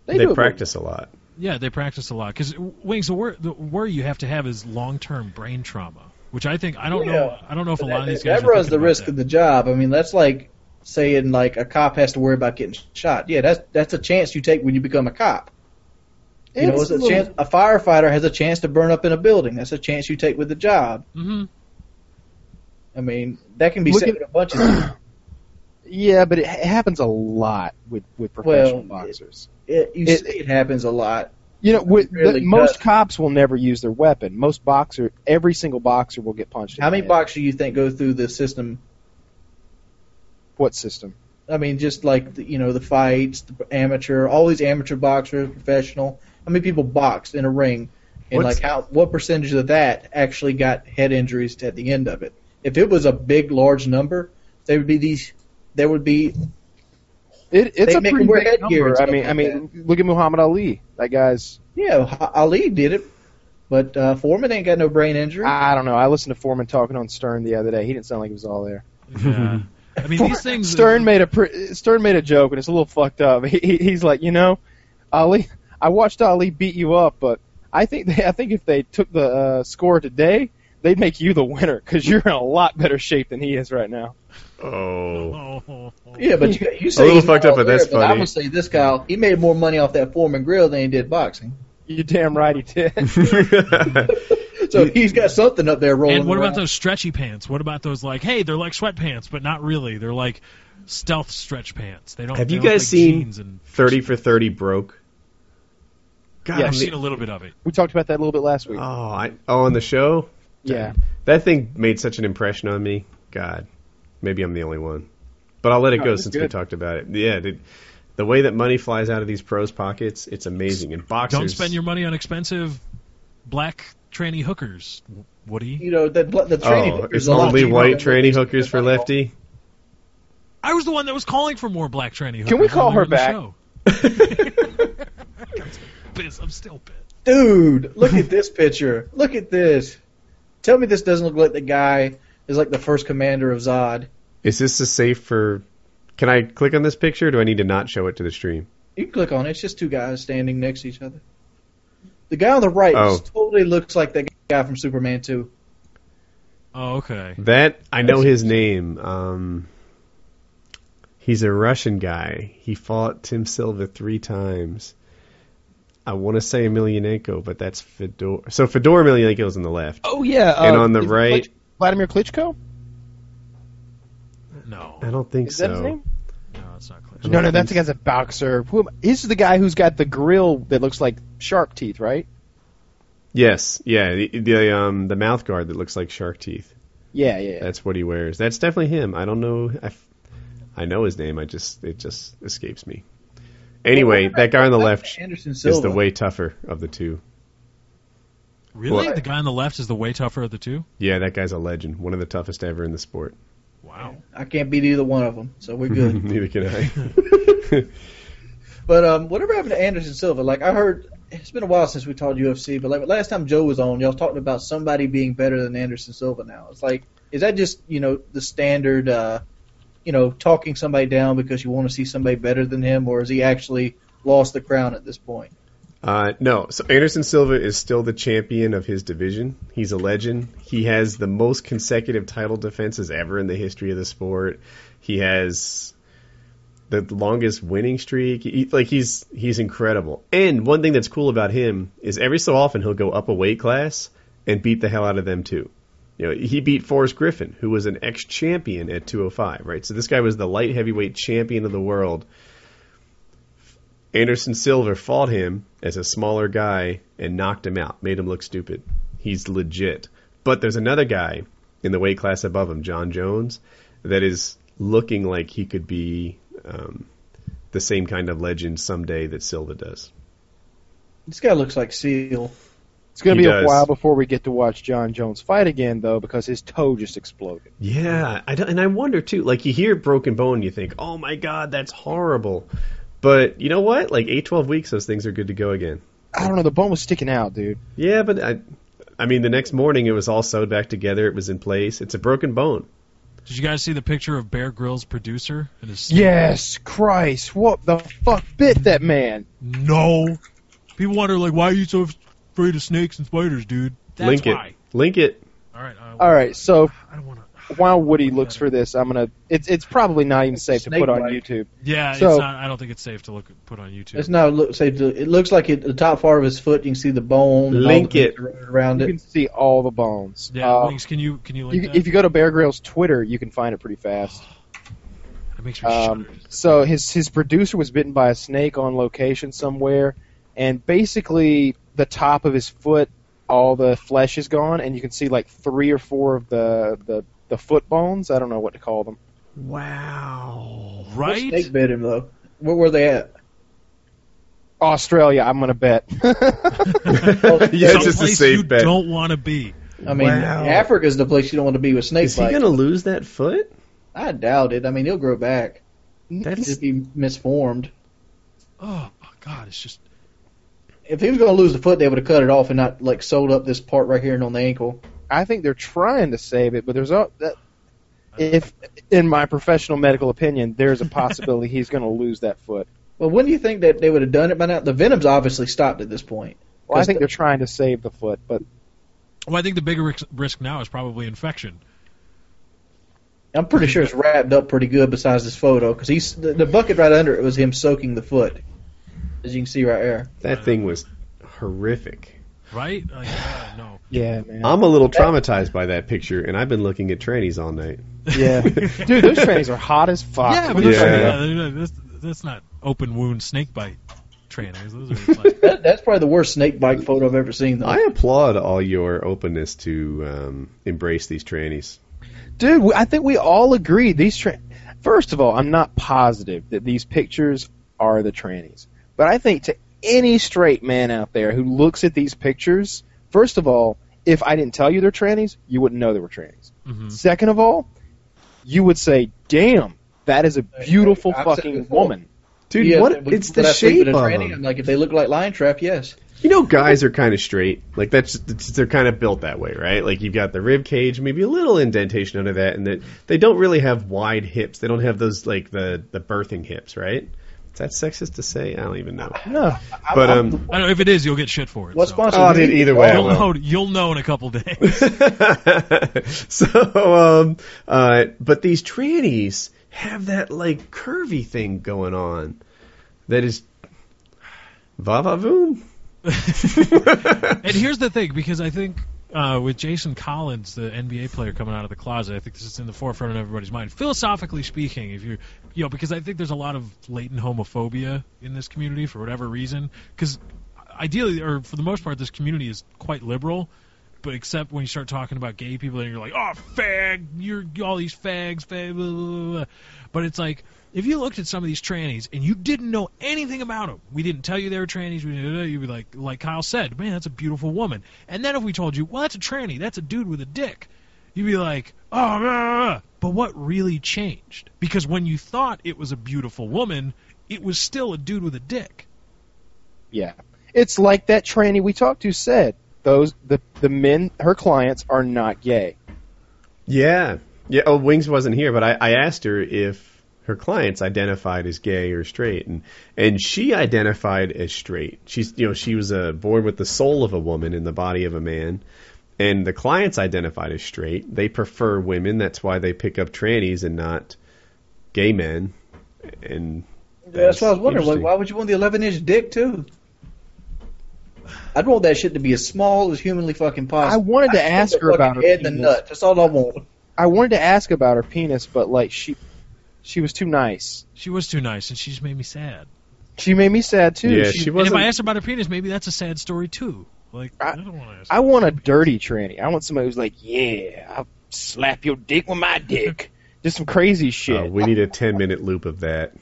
[SPEAKER 1] they,
[SPEAKER 4] do it-
[SPEAKER 1] practice a lot.
[SPEAKER 4] Yeah, they practice a lot because wings. The wor the worry you have to have is long term brain trauma, which I think I don't know. I don't know if a lot of these guys.
[SPEAKER 13] that
[SPEAKER 4] are
[SPEAKER 13] runs
[SPEAKER 4] thinking
[SPEAKER 13] the
[SPEAKER 4] about
[SPEAKER 13] risk of the job. I mean, that's like saying like a cop has to worry about getting shot. Yeah, that's that's a chance you take when you become a cop. You know,
[SPEAKER 2] It's
[SPEAKER 13] it's
[SPEAKER 2] a
[SPEAKER 13] a,
[SPEAKER 2] little-
[SPEAKER 13] chance, a firefighter has a chance to burn up in a building. That's a chance you take with the job.
[SPEAKER 4] Mhm.
[SPEAKER 13] I mean, that can be
[SPEAKER 2] Look
[SPEAKER 13] said
[SPEAKER 2] at-
[SPEAKER 13] with a bunch of
[SPEAKER 2] Yeah, but it, ha- it happens a lot with with professional
[SPEAKER 13] well,
[SPEAKER 2] boxers.
[SPEAKER 13] It, you
[SPEAKER 2] It-
[SPEAKER 13] see it happens a lot.
[SPEAKER 2] You know, with,
[SPEAKER 13] really
[SPEAKER 2] the, most
[SPEAKER 13] does.
[SPEAKER 2] cops will never use their weapon. Most boxer, every single boxer will get punched. in
[SPEAKER 13] How
[SPEAKER 2] the
[SPEAKER 13] many
[SPEAKER 2] head.
[SPEAKER 13] boxers you think go through the system?
[SPEAKER 2] What system?
[SPEAKER 13] I mean, just like the, you know, the fights, the amateur, all these amateur boxers, professional. How many people boxed in a ring, and
[SPEAKER 2] What's-
[SPEAKER 13] like how what percentage of that actually got head injuries at the end of it? if it was a big, large number, there would be these. There would be.
[SPEAKER 2] It, it's
[SPEAKER 13] They
[SPEAKER 2] a
[SPEAKER 13] make
[SPEAKER 2] pretty
[SPEAKER 13] them wear
[SPEAKER 2] big
[SPEAKER 13] headgear and
[SPEAKER 2] number. I
[SPEAKER 13] stuff
[SPEAKER 2] mean,
[SPEAKER 13] like
[SPEAKER 2] I mean, look at Muhammad Ali. That guy's
[SPEAKER 13] yeah. Ha- Ali did it, but uh, Foreman ain't got no brain injury.
[SPEAKER 2] I don't know. I listened to Foreman talking on Stern the other day. He didn't sound like he was all there.
[SPEAKER 4] Mm-hmm. I mean, these things.
[SPEAKER 2] Stern made a pr- Stern made a joke, and it's a little fucked up. He, he, he's like, you know, Ali, I watched Ali beat you up, but I think they, I think if they took the uh, score today, they'd make you the winner because you're in a lot better shape than he is right now.
[SPEAKER 1] Oh.
[SPEAKER 13] Yeah, but you, you say
[SPEAKER 1] A little
[SPEAKER 13] he's not
[SPEAKER 1] fucked up,
[SPEAKER 13] all
[SPEAKER 1] but
[SPEAKER 13] there,
[SPEAKER 1] that's
[SPEAKER 13] I
[SPEAKER 1] funny.
[SPEAKER 13] would say this guy he made more money off that Foreman grill than he did boxing.
[SPEAKER 2] You damn right he did.
[SPEAKER 13] so he's got something up there rolling.
[SPEAKER 4] And what about
[SPEAKER 13] around.
[SPEAKER 4] those stretchy pants? What about those like, hey, they're like sweatpants, but not really. They're like stealth stretch pants. They don't.
[SPEAKER 1] Have
[SPEAKER 4] they
[SPEAKER 1] you
[SPEAKER 4] look
[SPEAKER 1] guys
[SPEAKER 4] like
[SPEAKER 1] seen
[SPEAKER 4] jeans and-
[SPEAKER 1] Thirty for Thirty Broke? God,
[SPEAKER 4] yeah, I've
[SPEAKER 1] they-
[SPEAKER 4] seen a little bit of it.
[SPEAKER 2] We talked about that a little bit last week.
[SPEAKER 1] Oh, I, oh, on the show.
[SPEAKER 2] Yeah.
[SPEAKER 1] That thing made such an impression on me. God, maybe I'm the only one, but I'll let it
[SPEAKER 2] No,
[SPEAKER 1] go
[SPEAKER 2] it's
[SPEAKER 1] since we
[SPEAKER 2] good.
[SPEAKER 1] talked about it. Yeah, the, the way that money flies out of these pros' pockets, it's amazing. And boxers,
[SPEAKER 4] Don't spend your money on expensive black tranny hookers, Woody.
[SPEAKER 13] you know the the training.
[SPEAKER 1] oh, it's only white tranny hookers for lefty.
[SPEAKER 4] I was the one that was calling for more black tranny hookers.
[SPEAKER 1] Can we call her
[SPEAKER 4] earlier in the
[SPEAKER 1] back?
[SPEAKER 4] show. Piss, I'm still pissed.
[SPEAKER 13] Dude, look at this picture. Look at this. Tell me this doesn't look like the guy is like the first commander of Zod.
[SPEAKER 1] Is this a safe for? Can I click on this picture? Or do I need to not show it to the stream?
[SPEAKER 13] You can click on it. It's just two guys standing next to each other. The guy on the right
[SPEAKER 1] Oh.
[SPEAKER 13] totally looks like that guy from Superman 2.
[SPEAKER 4] Oh, okay.
[SPEAKER 1] That I know his name. Um, he's a Russian guy. He fought Tim Silva three times. I want to say Emelianenko, but that's Fedor. So Fedor Emelianenko is on the left,
[SPEAKER 2] Oh yeah,
[SPEAKER 1] and
[SPEAKER 2] uh,
[SPEAKER 1] on the
[SPEAKER 2] is it
[SPEAKER 1] right,
[SPEAKER 2] Klitsch- Vladimir Klitschko.
[SPEAKER 4] No,
[SPEAKER 1] I don't think
[SPEAKER 2] Is
[SPEAKER 1] so.
[SPEAKER 2] that his name?
[SPEAKER 4] no, it's not clear.
[SPEAKER 2] No, no, that's the guy's a boxer. Who am, this is the guy who's got the grill that looks like shark teeth, right?
[SPEAKER 1] Yes, yeah, the, the um the mouth guard that looks like shark teeth.
[SPEAKER 2] Yeah, yeah.
[SPEAKER 1] That's what he wears. That's definitely him. I don't know. I, f- I know his name. I just it just escapes me. Anyway, that guy on the left
[SPEAKER 13] Anderson
[SPEAKER 1] is
[SPEAKER 13] Silva.
[SPEAKER 1] the way tougher of the two.
[SPEAKER 4] Really,
[SPEAKER 1] What?
[SPEAKER 4] the guy on the left is the way tougher of the two.
[SPEAKER 1] Yeah, that guy's a legend. One of the toughest ever in the sport.
[SPEAKER 4] Wow.
[SPEAKER 13] I can't beat either one of them, so we're good.
[SPEAKER 1] Neither can I.
[SPEAKER 13] But um, whatever happened to Anderson Silva? Like I heard, it's been a while since we talked UFC. But like last time Joe was on, y'all talked about somebody being better than Anderson Silva. Now it's like, is that just you know the standard, uh, you know, talking somebody down because you want to see somebody better than him, or has he actually lost the crown at this point?
[SPEAKER 1] Uh, no, so Anderson Silva is still the champion of his division. He's a legend. He has the most consecutive title defenses ever in the history of the sport. He has the longest winning streak. He, like he's he's incredible. And one thing that's cool about him is every so often he'll go up a weight class and beat the hell out of them too. You know, he beat Forrest Griffin, who was an ex-champion at 205, right? So this guy was the light heavyweight champion of the world. Anderson Silva fought him as a smaller guy and knocked him out, made him look stupid. He's legit. But there's another guy in the weight class above him, John Jones, that is looking like he could be um, the same kind of legend someday that Silva does.
[SPEAKER 13] This guy looks like Seal.
[SPEAKER 2] It's going to
[SPEAKER 1] He
[SPEAKER 2] be
[SPEAKER 1] does.
[SPEAKER 2] a while before we get to watch John Jones fight again, though, because his toe just exploded.
[SPEAKER 1] Yeah, I don't- and I wonder too. Like you hear broken bone, you think, "Oh my god, that's horrible," but you know what? Like eight, twelve weeks, those things are good to go again.
[SPEAKER 2] I don't know. The bone was sticking out, dude.
[SPEAKER 1] Yeah, but I, I mean, the next morning it was all sewed back together. It was in place. It's a broken bone.
[SPEAKER 4] Did you guys see the picture of Bear Grylls' producer and his?
[SPEAKER 2] Yes, Christ! What the fuck bit that man?
[SPEAKER 4] No. People wonder like, why are you so afraid of snakes and spiders, dude? That's
[SPEAKER 1] Link it.
[SPEAKER 4] why.
[SPEAKER 1] Link it.
[SPEAKER 4] All right. Uh,
[SPEAKER 2] All right, so while Woody looks for this, I'm gonna. It's it's probably not even safe to put on
[SPEAKER 13] Snake-like.
[SPEAKER 2] YouTube.
[SPEAKER 4] yeah,
[SPEAKER 2] So-
[SPEAKER 4] it's not, I don't think it's safe to look put on YouTube.
[SPEAKER 13] It's not look say it looks like it, the top part of his foot. You can see the bone. and all
[SPEAKER 2] Link
[SPEAKER 13] the
[SPEAKER 2] it.
[SPEAKER 13] things around
[SPEAKER 2] You
[SPEAKER 13] it.
[SPEAKER 2] can see all the bones.
[SPEAKER 4] yeah,
[SPEAKER 2] Uh,
[SPEAKER 4] Wings, can you can you link
[SPEAKER 2] you,
[SPEAKER 4] that?
[SPEAKER 2] if you go to Bear Grylls' Twitter, you can find it pretty fast.
[SPEAKER 4] That makes me
[SPEAKER 2] Um, so his his producer was bitten by a snake on location somewhere, and basically the top of his foot, all the flesh is gone, and you can see like three or four of the the, the foot bones. I don't know what to call them.
[SPEAKER 1] Wow.
[SPEAKER 13] What snake bit him though. Where were they at?
[SPEAKER 2] Australia, I'm gonna bet.
[SPEAKER 1] yeah, it's just a
[SPEAKER 4] Someplace
[SPEAKER 1] safe
[SPEAKER 4] you
[SPEAKER 1] bet.
[SPEAKER 4] don't want to be.
[SPEAKER 13] I mean,
[SPEAKER 1] Wow.
[SPEAKER 13] Africa's the place you don't want to be with snake
[SPEAKER 1] Is he
[SPEAKER 13] bites.
[SPEAKER 1] gonna lose that foot?
[SPEAKER 13] I doubt it. I mean, he'll grow back.
[SPEAKER 1] That's
[SPEAKER 13] just be misformed.
[SPEAKER 4] Oh my God! It's just
[SPEAKER 13] If he was going to lose the foot, they would have cut it off and not like sewed up this part right here and on the ankle.
[SPEAKER 2] I think they're trying to save it, but there's a that, if in my professional medical opinion, there's a possibility he's going to lose that foot.
[SPEAKER 13] Well, when do you think that they would have done it by now? The venom's obviously stopped at this point.
[SPEAKER 2] Well, I
[SPEAKER 13] 'Cause
[SPEAKER 2] think
[SPEAKER 13] the-
[SPEAKER 2] they're trying to save the foot, but
[SPEAKER 4] Well, I think the bigger risk- risk now is probably infection.
[SPEAKER 13] I'm pretty sure it's wrapped up pretty good. Besides this photo, because he's the, the bucket right under it was him soaking the foot, as you can see right there.
[SPEAKER 1] That thing was horrific.
[SPEAKER 4] Right? Like, uh, no.
[SPEAKER 2] Yeah, man.
[SPEAKER 1] I'm a little traumatized by that picture, and I've been looking at trannies all night.
[SPEAKER 2] yeah, dude, those trannies are hot as fuck.
[SPEAKER 4] Yeah, but those
[SPEAKER 1] Yeah.
[SPEAKER 4] are- yeah. they're not- that's, that's not open wound snake bite trainers. Those are like,
[SPEAKER 13] That, that's probably the worst snake bite photo I've ever seen. Though.
[SPEAKER 1] I applaud all your openness to um, embrace these trannies.
[SPEAKER 2] dude, we- I think we all agree these. Tra- First of all, I'm not positive that these pictures are the trannies, but I think to any straight man out there who looks at these pictures, first of all, if I didn't tell you they're trannies, you wouldn't know they were trannies.
[SPEAKER 4] mm-hmm.
[SPEAKER 1] Mm-hmm.
[SPEAKER 2] Second of all, you would say, "Damn, that is a beautiful
[SPEAKER 13] I've said
[SPEAKER 2] fucking
[SPEAKER 13] before.
[SPEAKER 2] woman."
[SPEAKER 1] Dude,
[SPEAKER 13] Yeah,
[SPEAKER 1] what?
[SPEAKER 13] would-
[SPEAKER 1] it's
[SPEAKER 13] would
[SPEAKER 1] the
[SPEAKER 13] I sleep
[SPEAKER 1] shape
[SPEAKER 13] with
[SPEAKER 1] of
[SPEAKER 13] a tranny?
[SPEAKER 1] them.
[SPEAKER 13] I'm like, if they look like lion trap, yes.
[SPEAKER 1] You know, guys are kind of straight. Like that's it's- they're kind of built that way, right? Like you've got the rib cage, maybe a little indentation under that, and that they don't really have wide hips. They don't have those like the the birthing hips, right? Is that sexist to say? I don't even know.
[SPEAKER 2] No,
[SPEAKER 1] but um,
[SPEAKER 4] I don't know if it is, you'll get shit for it.
[SPEAKER 13] What
[SPEAKER 4] so.
[SPEAKER 13] sponsor?
[SPEAKER 1] Oh, dude, either way, I
[SPEAKER 4] you'll
[SPEAKER 1] will.
[SPEAKER 4] know, you'll know in a couple days.
[SPEAKER 1] um, so um, uh, but these trannies have that like curvy thing going on that is va va voom.
[SPEAKER 4] and here's the thing, because I think uh, with Jason Collins, the NBA player coming out of the closet, I think this is in the forefront of everybody's mind. Philosophically speaking, if you're, you know, because I think there's a lot of latent homophobia in this community for whatever reason. Because ideally, or for the most part, this community is quite liberal. But except when you start talking about gay people, and you're like, oh, fag, you're all these fags, fag, blah, blah, blah, blah. But it's like, if you looked at some of these trannies and you didn't know anything about them, we didn't tell you they were trannies, we didn't, you'd be like, like Kyle said, man, that's a beautiful woman. And then if we told you, well, that's a tranny, that's a dude with a dick, you'd be like, oh, blah, blah, blah." but what really changed? Because when you thought it was a beautiful woman, it was still a dude with a dick.
[SPEAKER 2] Yeah. It's like that tranny we talked to said. Those the the men her clients are not gay.
[SPEAKER 1] Yeah, yeah. Oh, Wings wasn't here, but I, I asked her if her clients identified as gay or straight, and and she identified as straight. She's you know she was uh, born with the soul of a woman in the body of a man, and the clients identified as straight. They prefer women. That's why they pick up trannies and not gay men. And uh,
[SPEAKER 13] That's what I was wondering. Like,
[SPEAKER 1] interesting.
[SPEAKER 13] why would you want the 11 inch dick too? I'd want that shit to be as small as humanly fucking possible.
[SPEAKER 2] I wanted to
[SPEAKER 13] just
[SPEAKER 2] ask
[SPEAKER 13] want
[SPEAKER 2] her
[SPEAKER 13] the
[SPEAKER 2] about
[SPEAKER 13] fucking
[SPEAKER 2] her
[SPEAKER 13] head and the
[SPEAKER 2] penis.
[SPEAKER 13] nut. That's all I want.
[SPEAKER 2] I wanted to ask about her penis, but like she she was too nice.
[SPEAKER 4] She was too nice, and she just made me sad.
[SPEAKER 2] She made me sad too.
[SPEAKER 1] Yeah, she
[SPEAKER 4] And if
[SPEAKER 1] wasn't-
[SPEAKER 4] I asked about her penis, maybe that's a sad story too. Like, I, don't want to ask.
[SPEAKER 2] I want a dirty tranny. I want somebody who's like, Yeah, I'll slap your dick with my dick. Just some crazy shit.
[SPEAKER 1] Uh, we need a ten minute loop of that.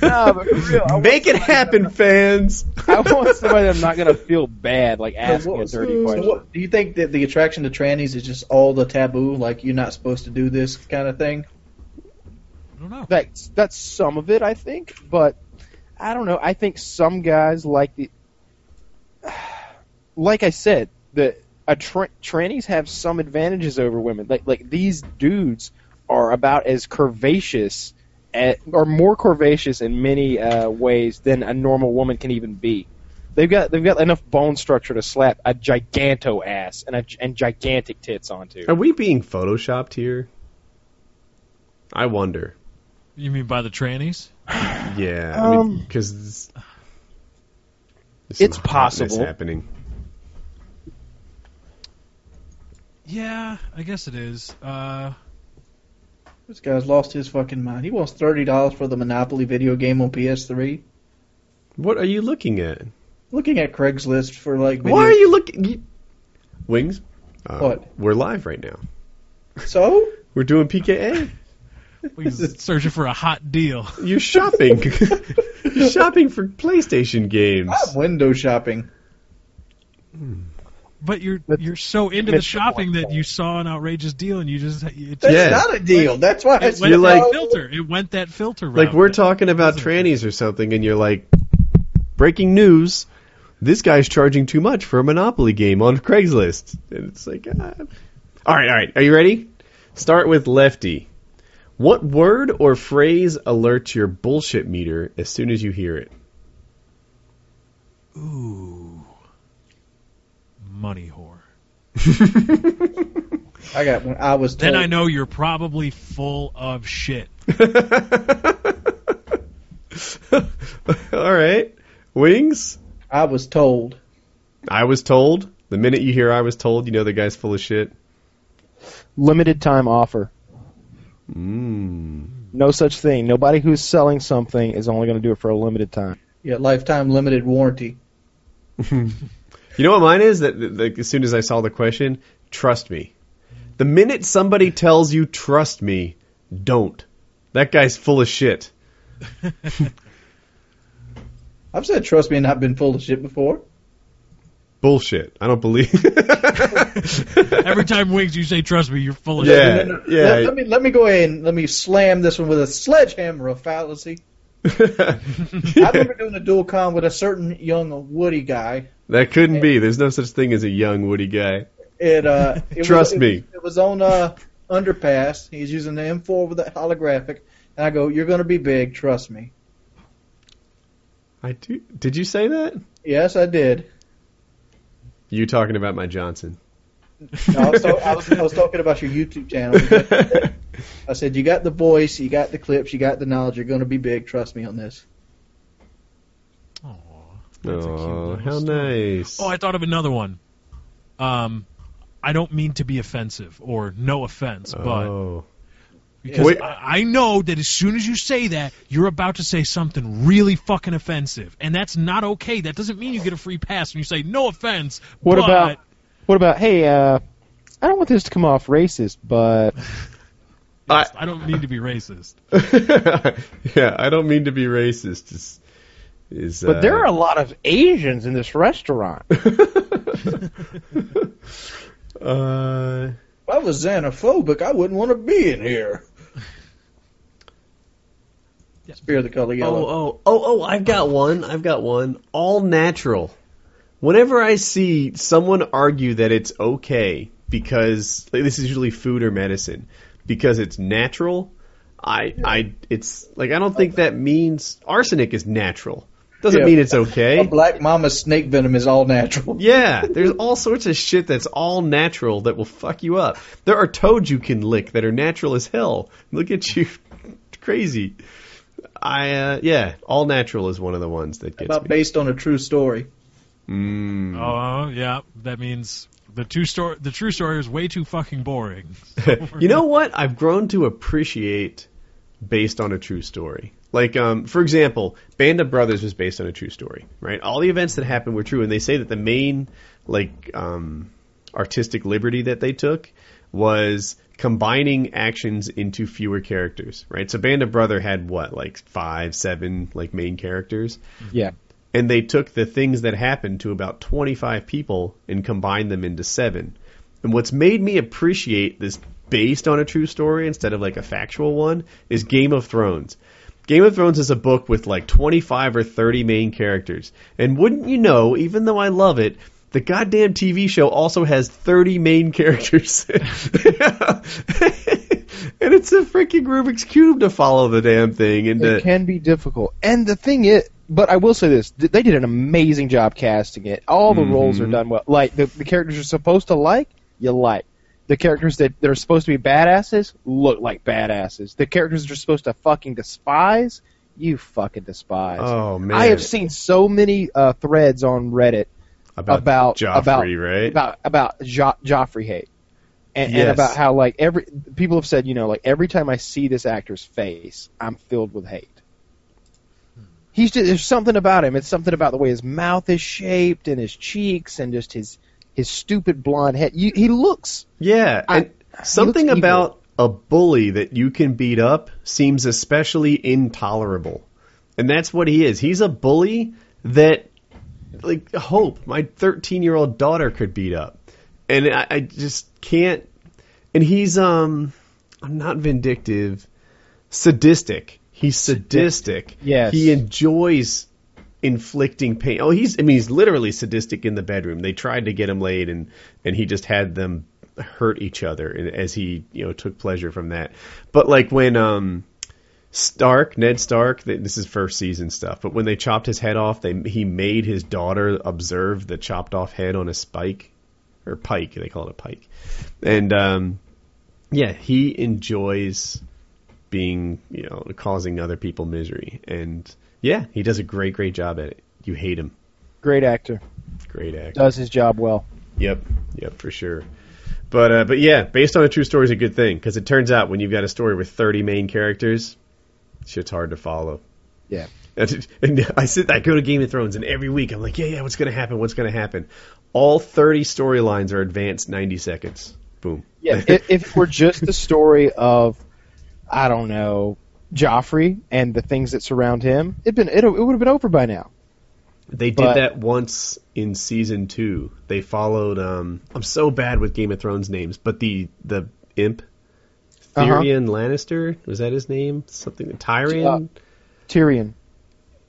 [SPEAKER 2] No, but for real, I want
[SPEAKER 1] Make it happen, fans.
[SPEAKER 2] I want somebody that I'm not gonna feel bad like asking a dirty
[SPEAKER 13] So
[SPEAKER 2] question.
[SPEAKER 13] what, do you think that the attraction to trannies is just all the taboo, like you're not supposed to do this kind of thing?
[SPEAKER 2] That's that's some of it, I think. But I don't know. I think some guys like the, like I said, the a tra- trannies have some advantages over women. Like like these dudes are about as curvaceous, at, or more curvaceous in many uh, ways than a normal woman can even be. They've got they've got enough bone structure to slap a giganto ass and a, and gigantic tits onto.
[SPEAKER 1] Are we being photoshopped here? I wonder.
[SPEAKER 4] You mean by the trannies?
[SPEAKER 1] Yeah,
[SPEAKER 2] Um,
[SPEAKER 1] because
[SPEAKER 2] it's possible.
[SPEAKER 1] happening.
[SPEAKER 4] Yeah, I guess it is. Uh,
[SPEAKER 13] This guy's lost his fucking mind. He wants thirty dollars for the Monopoly video game on PS3.
[SPEAKER 1] What are you looking at?
[SPEAKER 13] Looking at Craigslist for like. Video.
[SPEAKER 1] Why are you looking? you- Wings. Uh,
[SPEAKER 13] What?
[SPEAKER 1] We're live right now.
[SPEAKER 13] So
[SPEAKER 1] We're doing PKA.
[SPEAKER 4] we searching for a hot deal.
[SPEAKER 1] You're
[SPEAKER 2] Ah,
[SPEAKER 1] shopping. You're shopping for PlayStation games.
[SPEAKER 13] I'm window shopping.
[SPEAKER 4] But you're you're so into the shopping that you saw an outrageous deal and you just it,
[SPEAKER 1] That's Yeah. not a deal.
[SPEAKER 13] That's why
[SPEAKER 4] it
[SPEAKER 1] it's-
[SPEAKER 4] went
[SPEAKER 1] You're
[SPEAKER 4] that
[SPEAKER 1] like-
[SPEAKER 4] filter. It went that filter route.
[SPEAKER 1] Like we're talking about trannies or something, and you're like, breaking news: this guy's charging too much for a Monopoly game on Craigslist. And it's like, ah. all right, all right, are you ready? Start with lefty. What word or phrase alerts your bullshit meter as soon as you hear it?
[SPEAKER 4] Ooh, money whore.
[SPEAKER 13] I got one. I was
[SPEAKER 4] Then
[SPEAKER 13] told-
[SPEAKER 4] I know you're probably full of shit.
[SPEAKER 1] All right. Wings?
[SPEAKER 13] I was told.
[SPEAKER 1] I was told? The minute you hear I was told, you know the guy's full of shit.
[SPEAKER 2] Limited time offer.
[SPEAKER 1] Mm.
[SPEAKER 2] No such thing. Nobody who's selling something is only going to do it for a limited time.
[SPEAKER 13] Yeah, lifetime limited warranty.
[SPEAKER 1] You know what mine is? That that- like, as soon as I saw the question, trust me. The minute somebody tells you trust me, don't. That guy's full of shit.
[SPEAKER 13] I've said trust me and not been full of shit before.
[SPEAKER 1] Bullshit. I don't believe.
[SPEAKER 4] Every time Wings, you say, "Trust me, you're full of
[SPEAKER 1] Yeah,
[SPEAKER 4] shit."
[SPEAKER 1] yeah.
[SPEAKER 13] Let, let me let me go ahead and let me slam this one with a sledgehammer of fallacy. I remember doing a dual con with a certain young Woody guy.
[SPEAKER 1] That couldn't be. There's no such thing as a young Woody guy.
[SPEAKER 13] It uh, it
[SPEAKER 1] Trust
[SPEAKER 13] was,
[SPEAKER 1] me.
[SPEAKER 13] It, was on uh underpass. He's using the M4 with a holographic, and I go, "You're going to be big. Trust me."
[SPEAKER 1] I do. Did you say that?
[SPEAKER 13] Yes, I did.
[SPEAKER 1] You talking about my Johnson?
[SPEAKER 13] No, I, was talk- I, was, I was talking about your YouTube channel. I said, "You got the voice, you got the clips, you got the knowledge. You're going to be big. Trust me on this."
[SPEAKER 1] Oh, how nice.
[SPEAKER 4] Oh, I thought of another one. Um, I don't mean to be offensive or no offense,
[SPEAKER 1] Oh.
[SPEAKER 4] but because
[SPEAKER 1] Wait.
[SPEAKER 4] I, I know that as soon as you say that, you're about to say something really fucking offensive, and that's not okay. That doesn't mean you get a free pass when you say no offense.
[SPEAKER 2] What
[SPEAKER 4] but
[SPEAKER 2] about what about hey, uh I don't want this to come off racist, but
[SPEAKER 1] I,
[SPEAKER 4] I don't mean to be racist.
[SPEAKER 1] yeah, I don't mean to be racist. Is, is
[SPEAKER 2] but there are a lot of Asians in this restaurant.
[SPEAKER 1] Uh,
[SPEAKER 13] If I was xenophobic, I wouldn't want to be in here. Spear of the color yellow.
[SPEAKER 1] Oh, oh, oh, oh, I've got one. I've got one. All natural. Whenever I see someone argue that it's okay because like, this is usually food or medicine because it's natural, I I it's like I don't think that means arsenic is natural. Doesn't
[SPEAKER 13] Yeah.
[SPEAKER 1] mean it's okay.
[SPEAKER 13] A black mama's snake venom is all natural.
[SPEAKER 1] Yeah, there's all sorts of shit that's all natural that will fuck you up. There are toads you can lick that are natural as hell. Look at you, crazy. I uh, yeah, all natural is one of the ones that gets
[SPEAKER 13] About
[SPEAKER 1] me.
[SPEAKER 13] based on a true story.
[SPEAKER 1] Mm.
[SPEAKER 4] Oh yeah, that means the two story. The true story is way too fucking boring.
[SPEAKER 1] you know what? I've grown to appreciate based on a true story. Like, um, for example, Band of Brothers was based on a true story, right? All the events that happened were true, and they say that the main, like, um, artistic liberty that they took was combining actions into fewer characters, right? So Band of Brother had what, like five, seven, like main characters,
[SPEAKER 2] Yeah.
[SPEAKER 1] and they took the things that happened to about 25 people and combined them into seven. And what's made me appreciate this based on a true story instead of like a factual one is Game of Thrones. Game of Thrones is a book with like 25 or 30 main characters. And wouldn't you know, even though I love it, the goddamn TV show also has 30 main characters. and it's a freaking Rubik's Cube to follow the damn thing. And to,
[SPEAKER 2] It can be difficult. And the thing is, but I will say this: th- they did an amazing job casting it. All the roles are done well. Like the, the characters you're supposed to like, you like. The characters that that are supposed to be badasses look like badasses. The characters that you're supposed to fucking despise, you fucking despise.
[SPEAKER 1] oh, man.
[SPEAKER 2] I have seen so many uh, threads on Reddit
[SPEAKER 1] About
[SPEAKER 2] about
[SPEAKER 1] Joffrey,
[SPEAKER 2] about,
[SPEAKER 1] right?
[SPEAKER 2] about about jo- Joffrey hate, and, and
[SPEAKER 1] Yes.
[SPEAKER 2] about how like every people have said, you know, like every time I see this actor's face, I'm filled with hate. He's just, there's something about him. It's something about the way his mouth is shaped and his cheeks and just his his stupid blonde head. You, he looks
[SPEAKER 1] Yeah,
[SPEAKER 2] I-
[SPEAKER 1] and something
[SPEAKER 2] looks evil.
[SPEAKER 1] about a bully that you can beat up seems especially intolerable. And that's what he is. He's a bully that like hope my 13 year old daughter could beat up, and I, I just can't. And he's um, I'm not vindictive, sadistic. He's sadistic.
[SPEAKER 2] Yes.
[SPEAKER 1] He enjoys inflicting pain. Oh, he's I mean he's literally sadistic in the bedroom. They tried to get him laid and and he just had them hurt each other and- as he, you know, took pleasure from that. But like when um Stark, Ned Stark, th- this is first season stuff, but when they chopped his head off, they he made his daughter observe the chopped off head on a spike or pike, they call it a pike. And um yeah, he enjoys being, you know, causing other people misery. And yeah, he does a great, great job at it. You hate him.
[SPEAKER 2] Great actor.
[SPEAKER 1] Great actor.
[SPEAKER 2] Does his job well.
[SPEAKER 1] Yep, yep, for sure. But uh, but yeah, based on a true story is a good thing because it turns out when you've got a story with 30 main characters, shit's hard to follow.
[SPEAKER 2] Yeah.
[SPEAKER 1] And and I sit, I go to Game of Thrones, and every week I'm like, yeah, yeah, what's going to happen? What's going to happen? All 30 storylines are advanced 90 seconds. Boom.
[SPEAKER 2] Yeah, if, if it were just the story of, I don't know, Joffrey and the things that surround him, it'd been it, it would have been over by now.
[SPEAKER 1] They did
[SPEAKER 2] But-
[SPEAKER 1] that once in season two. They followed. Um, I'm so bad with Game of Thrones names, but the the imp,
[SPEAKER 2] Uh-huh.
[SPEAKER 1] Tyrion Lannister was that his name? Something
[SPEAKER 2] Uh,
[SPEAKER 1] Tyrion
[SPEAKER 2] Tyrion.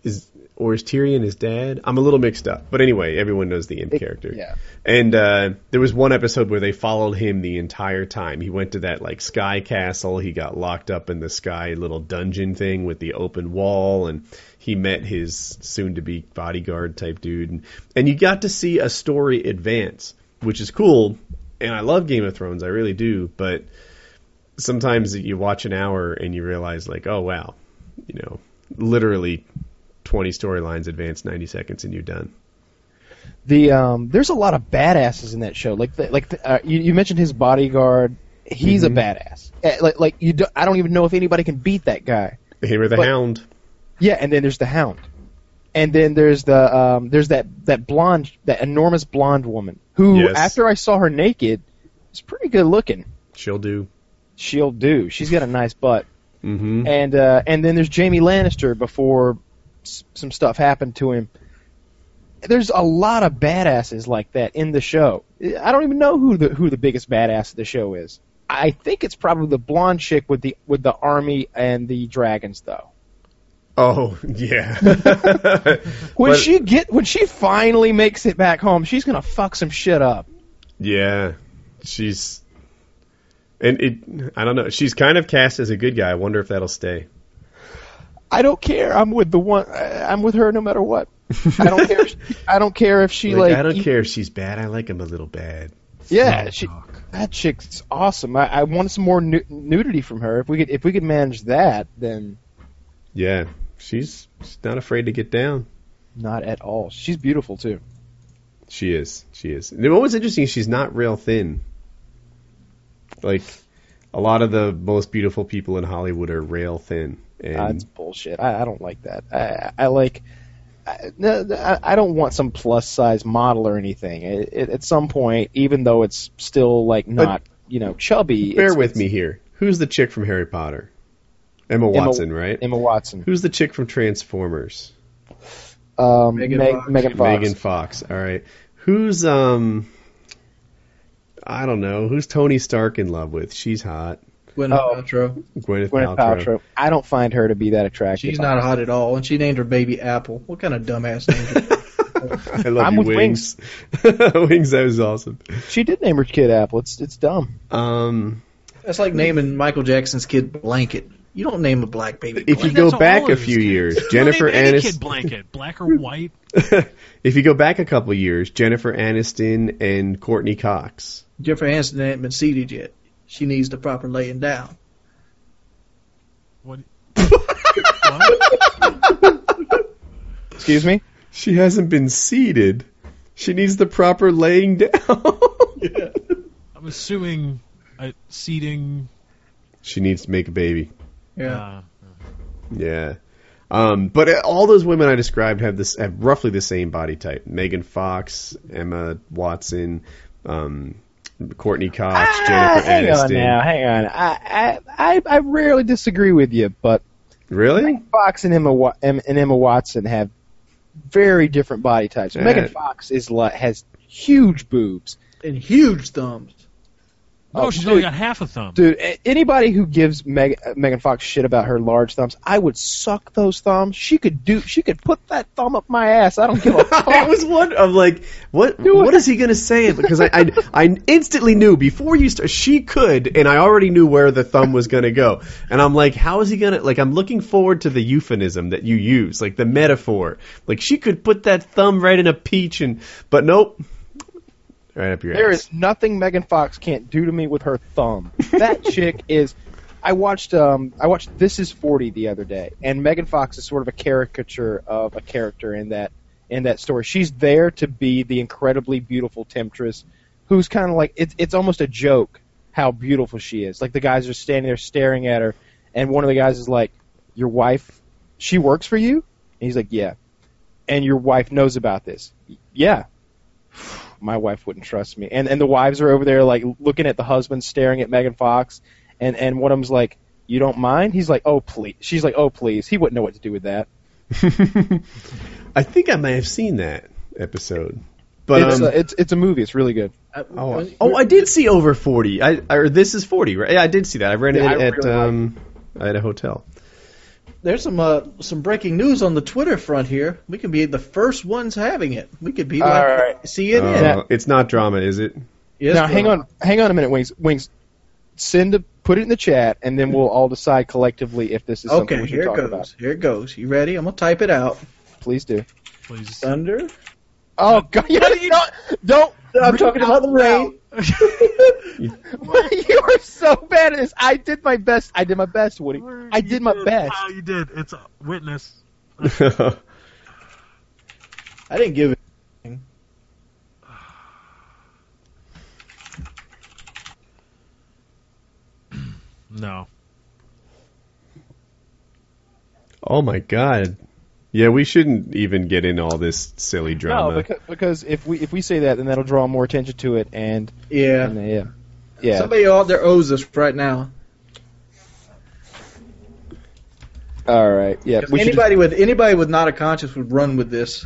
[SPEAKER 1] is or is Tyrion his dad? I'm a little mixed up, but anyway, everyone knows the imp character.
[SPEAKER 2] yeah.
[SPEAKER 1] And uh, there was one episode where they followed him the entire time. He went to that like sky castle. He got locked up in the sky little dungeon thing with the open wall, and he met his soon-to-be bodyguard type dude. And, and you got to see a story advance, which is cool. And I love Game of Thrones, I really do. But sometimes you watch an hour and you realize like, oh wow, you know, literally 20 storylines advance 90 seconds and you're done.
[SPEAKER 2] The um, there's a lot of badasses in that show. Like the, like the, uh, you, you mentioned his bodyguard. He's
[SPEAKER 1] Mhm.
[SPEAKER 2] a badass. Eh, Like like you, do, I don't even know if anybody can beat that guy.
[SPEAKER 1] Hammer the
[SPEAKER 2] But-
[SPEAKER 1] Hound.
[SPEAKER 2] Yeah, and then there's the Hound, and then there's the um, there's that that blonde, that enormous blonde woman who,
[SPEAKER 1] Yes.
[SPEAKER 2] after I saw her naked, is pretty good looking.
[SPEAKER 1] She'll do.
[SPEAKER 2] She'll do. She's got a nice butt.
[SPEAKER 1] Mm-hmm.
[SPEAKER 2] And uh, and then there's Jamie Lannister before s- some stuff happened to him. There's a lot of badasses like that in the show. I don't even know who the who the biggest badass of the show is. I think it's probably the blonde chick with the with the army and the dragons though.
[SPEAKER 1] Oh, yeah.
[SPEAKER 2] When
[SPEAKER 1] But-
[SPEAKER 2] she get when she finally makes it back home, she's gonna fuck some shit up.
[SPEAKER 1] Yeah. She's and it I don't know. She's kind of cast as a good guy. I wonder if that'll stay.
[SPEAKER 2] I don't care. I'm with the one. I- I'm with her no matter what. I don't care. If she, I don't care if she like.
[SPEAKER 1] I don't
[SPEAKER 2] eat-
[SPEAKER 1] care if she's bad. I like him a little bad.
[SPEAKER 2] Yeah, she, that chick's awesome. I, I want some more nu- nudity from her. If we could, if we could manage that, then
[SPEAKER 1] Yeah. She's she's not afraid to get down.
[SPEAKER 2] not at all. She's beautiful too.
[SPEAKER 1] She is. She is. And what was interesting is she's not real thin. Like a lot of the most beautiful people in Hollywood are rail thin. And
[SPEAKER 2] That's bullshit. I, I don't like that. I, I like. I, no, I- I don't want some plus size model or anything. It, it, at some point, even though it's still like not you know chubby.
[SPEAKER 1] Bear
[SPEAKER 2] it's-
[SPEAKER 1] with me here. Who's the chick from Harry Potter? Emma
[SPEAKER 2] Emma-
[SPEAKER 1] Watson, right?
[SPEAKER 2] Emma Watson.
[SPEAKER 1] Who's the chick from Transformers?
[SPEAKER 2] Um,
[SPEAKER 1] Megan
[SPEAKER 2] Megan, Meg,
[SPEAKER 1] Fox.
[SPEAKER 2] Megan Fox.
[SPEAKER 1] Megan Fox. All right. Who's um? I don't know. Who's Tony Stark in love with? She's hot.
[SPEAKER 13] Gwyneth
[SPEAKER 1] Oh.
[SPEAKER 13] Paltrow.
[SPEAKER 1] Gwyneth,
[SPEAKER 2] Gwyneth
[SPEAKER 1] Paltrow.
[SPEAKER 2] Paltrow. I don't find her to be that attractive.
[SPEAKER 13] She's not hot at all, and she named her baby Apple. What kind of dumbass name?
[SPEAKER 1] I love
[SPEAKER 2] I'm
[SPEAKER 1] you,
[SPEAKER 2] with
[SPEAKER 1] Wings. Wings. That was awesome.
[SPEAKER 2] She did name her kid Apple. It's it's dumb.
[SPEAKER 1] Um,
[SPEAKER 13] That's like naming Michael Jackson's kid Blanket. You don't name a black baby.
[SPEAKER 1] if you
[SPEAKER 13] Blanket.
[SPEAKER 1] go back a few years, Jennifer
[SPEAKER 4] Any
[SPEAKER 1] Aniston.
[SPEAKER 4] kid blanket, black or white.
[SPEAKER 1] if you go back a couple years, Jennifer Aniston and Courtney Cox.
[SPEAKER 13] Jennifer Aniston hadn't been seated yet. She needs the proper laying down.
[SPEAKER 4] What?
[SPEAKER 2] Excuse me.
[SPEAKER 1] She hasn't been seated. She needs the proper laying down.
[SPEAKER 4] I'm assuming uh, seating. uh,
[SPEAKER 1] she needs to make a baby.
[SPEAKER 13] Yeah.
[SPEAKER 1] Yeah. Um, but uh, all those women I described have this have roughly the same body type: Megan Fox, Emma Watson, um, Courtney Cox,
[SPEAKER 2] Ah,
[SPEAKER 1] Jennifer
[SPEAKER 2] hang
[SPEAKER 1] Aniston.
[SPEAKER 2] on now, hang on. I, I I I rarely disagree with you, but
[SPEAKER 1] Really?
[SPEAKER 2] Megan Fox and Emma Wa- Em- and Emma Watson have very different body types.
[SPEAKER 1] Yeah.
[SPEAKER 2] Megan Fox is like has huge boobs
[SPEAKER 13] and huge thumbs.
[SPEAKER 4] No,
[SPEAKER 2] Oh,
[SPEAKER 4] she's
[SPEAKER 2] dude.
[SPEAKER 4] only got half a thumb.
[SPEAKER 2] Dude, a- anybody who gives Meg- uh, Megan Fox shit about her large thumbs, I would suck those thumbs. She could do. She could put that thumb up my ass. I don't give a fuck.
[SPEAKER 1] I was one. I'm like, what? What is he gonna say? Because I, I, I instantly knew before you start. She could, and I already knew where the thumb was gonna go. And I'm like, how is he gonna? Like, I'm looking forward to the euphemism that you use, like the metaphor. Like she could put that thumb right in a peach, and but nope, right up your
[SPEAKER 2] There
[SPEAKER 1] ass.
[SPEAKER 2] is nothing Megan Fox can't do to me with her thumb. That chick is. I watched um I watched This Is Forty the other day, and Megan Fox is sort of a caricature of a character in that in that story. She's there to be the incredibly beautiful temptress, who's kind of like it's it's almost a joke how beautiful she is. Like the guys are standing there staring at her, and one of the guys is like, "Your wife, she works for you," and he's like, "Yeah," and your wife knows about this. Yeah, my wife wouldn't trust me. And and the wives are over there like looking at the husband, staring at Megan Fox, and and one of them's like, "You don't mind?" He's like, "Oh please." She's like, "Oh please." He wouldn't know what to do with that.
[SPEAKER 1] I think I may have seen that episode, but
[SPEAKER 2] it's,
[SPEAKER 1] um,
[SPEAKER 2] a, it's it's a movie. It's really good.
[SPEAKER 1] Oh, oh, I did see over forty. I or this is forty, right? Yeah, I did see that. I rented
[SPEAKER 13] Yeah, I
[SPEAKER 1] it at
[SPEAKER 13] really like
[SPEAKER 1] um, at a hotel.
[SPEAKER 13] There's some uh, some breaking news on the Twitter front here. We could be the first ones having it. We could be
[SPEAKER 2] All
[SPEAKER 13] like
[SPEAKER 2] right.
[SPEAKER 13] CNN.
[SPEAKER 1] Oh, it's not drama, is it?
[SPEAKER 13] Yes,
[SPEAKER 2] Uh, now
[SPEAKER 13] bro.
[SPEAKER 2] hang on, hang on a minute, Wings. Wings, send a put it in the chat, and then we'll all decide collectively if this is something
[SPEAKER 13] Okay,
[SPEAKER 2] we should
[SPEAKER 13] here it
[SPEAKER 2] talk
[SPEAKER 13] goes.
[SPEAKER 2] about.
[SPEAKER 13] Here it goes. You ready? I'm gonna type it out.
[SPEAKER 2] Please do.
[SPEAKER 4] Please.
[SPEAKER 13] Thunder.
[SPEAKER 2] Oh God! You don't, don't.
[SPEAKER 13] I'm talking about the rain.
[SPEAKER 2] you are so bad at this. I did my best. I did my best, Woody. I did my best.
[SPEAKER 4] Wow, you did. It's a witness.
[SPEAKER 13] I didn't give it.
[SPEAKER 4] No.
[SPEAKER 1] oh my god. Yeah, we shouldn't even get in all this silly drama.
[SPEAKER 2] No, because, because if we if we say that, then that'll draw more attention to it, and
[SPEAKER 13] Yeah.
[SPEAKER 2] and, uh, yeah, yeah.
[SPEAKER 13] Somebody out there owes us right now.
[SPEAKER 2] All right, yeah.
[SPEAKER 13] If
[SPEAKER 2] we should
[SPEAKER 13] anybody with anybody with not a conscience would run with this.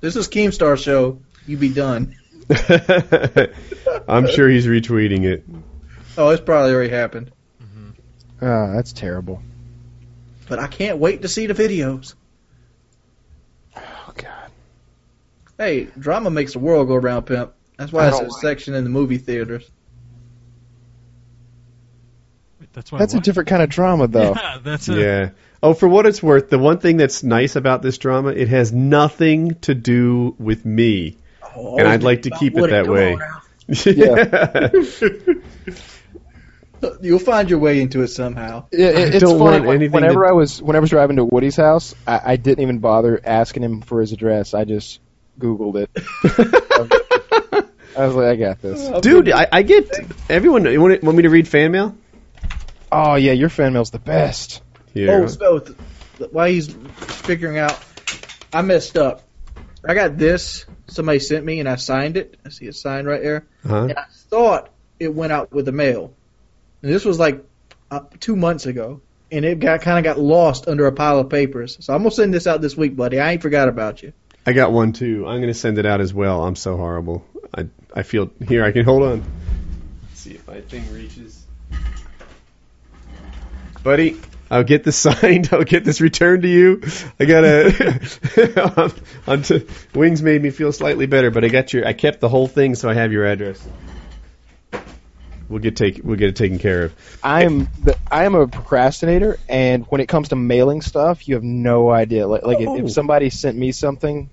[SPEAKER 13] This is Keemstar show. You be done.
[SPEAKER 1] I'm sure he's retweeting it.
[SPEAKER 13] Oh, it's probably already happened.
[SPEAKER 2] just- Ah, that's terrible.
[SPEAKER 13] But I can't wait to see the videos.
[SPEAKER 2] Oh God.
[SPEAKER 13] Hey, drama makes the world go round, pimp. That's why
[SPEAKER 2] I
[SPEAKER 13] it's
[SPEAKER 2] don't
[SPEAKER 13] a section in the movie theaters.
[SPEAKER 4] That's why.
[SPEAKER 2] That's a
[SPEAKER 4] what?
[SPEAKER 2] different kind of drama, though.
[SPEAKER 4] Yeah, that's it.
[SPEAKER 1] Yeah. Oh, for what it's worth, the one thing that's nice about this drama, it has nothing to do with me.
[SPEAKER 13] Oh,
[SPEAKER 1] and I'd like to keep it
[SPEAKER 13] Woody,
[SPEAKER 1] that
[SPEAKER 13] come
[SPEAKER 1] way.
[SPEAKER 13] on now.
[SPEAKER 1] yeah.
[SPEAKER 13] You'll find your way into it somehow.
[SPEAKER 2] Yeah, it-
[SPEAKER 1] I
[SPEAKER 2] it's
[SPEAKER 1] don't
[SPEAKER 2] funny.
[SPEAKER 1] want
[SPEAKER 2] when-
[SPEAKER 1] anything
[SPEAKER 2] whenever
[SPEAKER 1] to-
[SPEAKER 2] I was whenever I was driving to Woody's house, I, I didn't even bother asking him for his address. I just Googled it. I was like, I got this.
[SPEAKER 1] Dude, I, I get everyone. You want, want me to read fan mail?
[SPEAKER 2] Oh yeah, your fan mail's the best.
[SPEAKER 1] Here.
[SPEAKER 13] Oh, so th- th- while he's figuring out, I messed up. I got this. Somebody sent me, and I signed it. I see a sign right there.
[SPEAKER 1] Huh?
[SPEAKER 13] And I thought it went out with the mail. And this was like uh, two months ago, and it got kind of got lost under a pile of papers. So I'm gonna send this out this week, buddy. I ain't forgot about you.
[SPEAKER 1] I got one too. I'm gonna send it out as well. I'm so horrible. I I feel here. I can hold on. see if my thing reaches. buddy. I'll get this signed. I'll get this returned to you. I gotta. I'm, I'm t- Wings made me feel slightly better, but I got your. I kept the whole thing, so I have your address. We'll get take. We'll get it taken care of.
[SPEAKER 2] I'm the, I am a procrastinator, and when it comes to mailing stuff, you have no idea. Like like if,
[SPEAKER 1] Oh.
[SPEAKER 2] if somebody sent me something,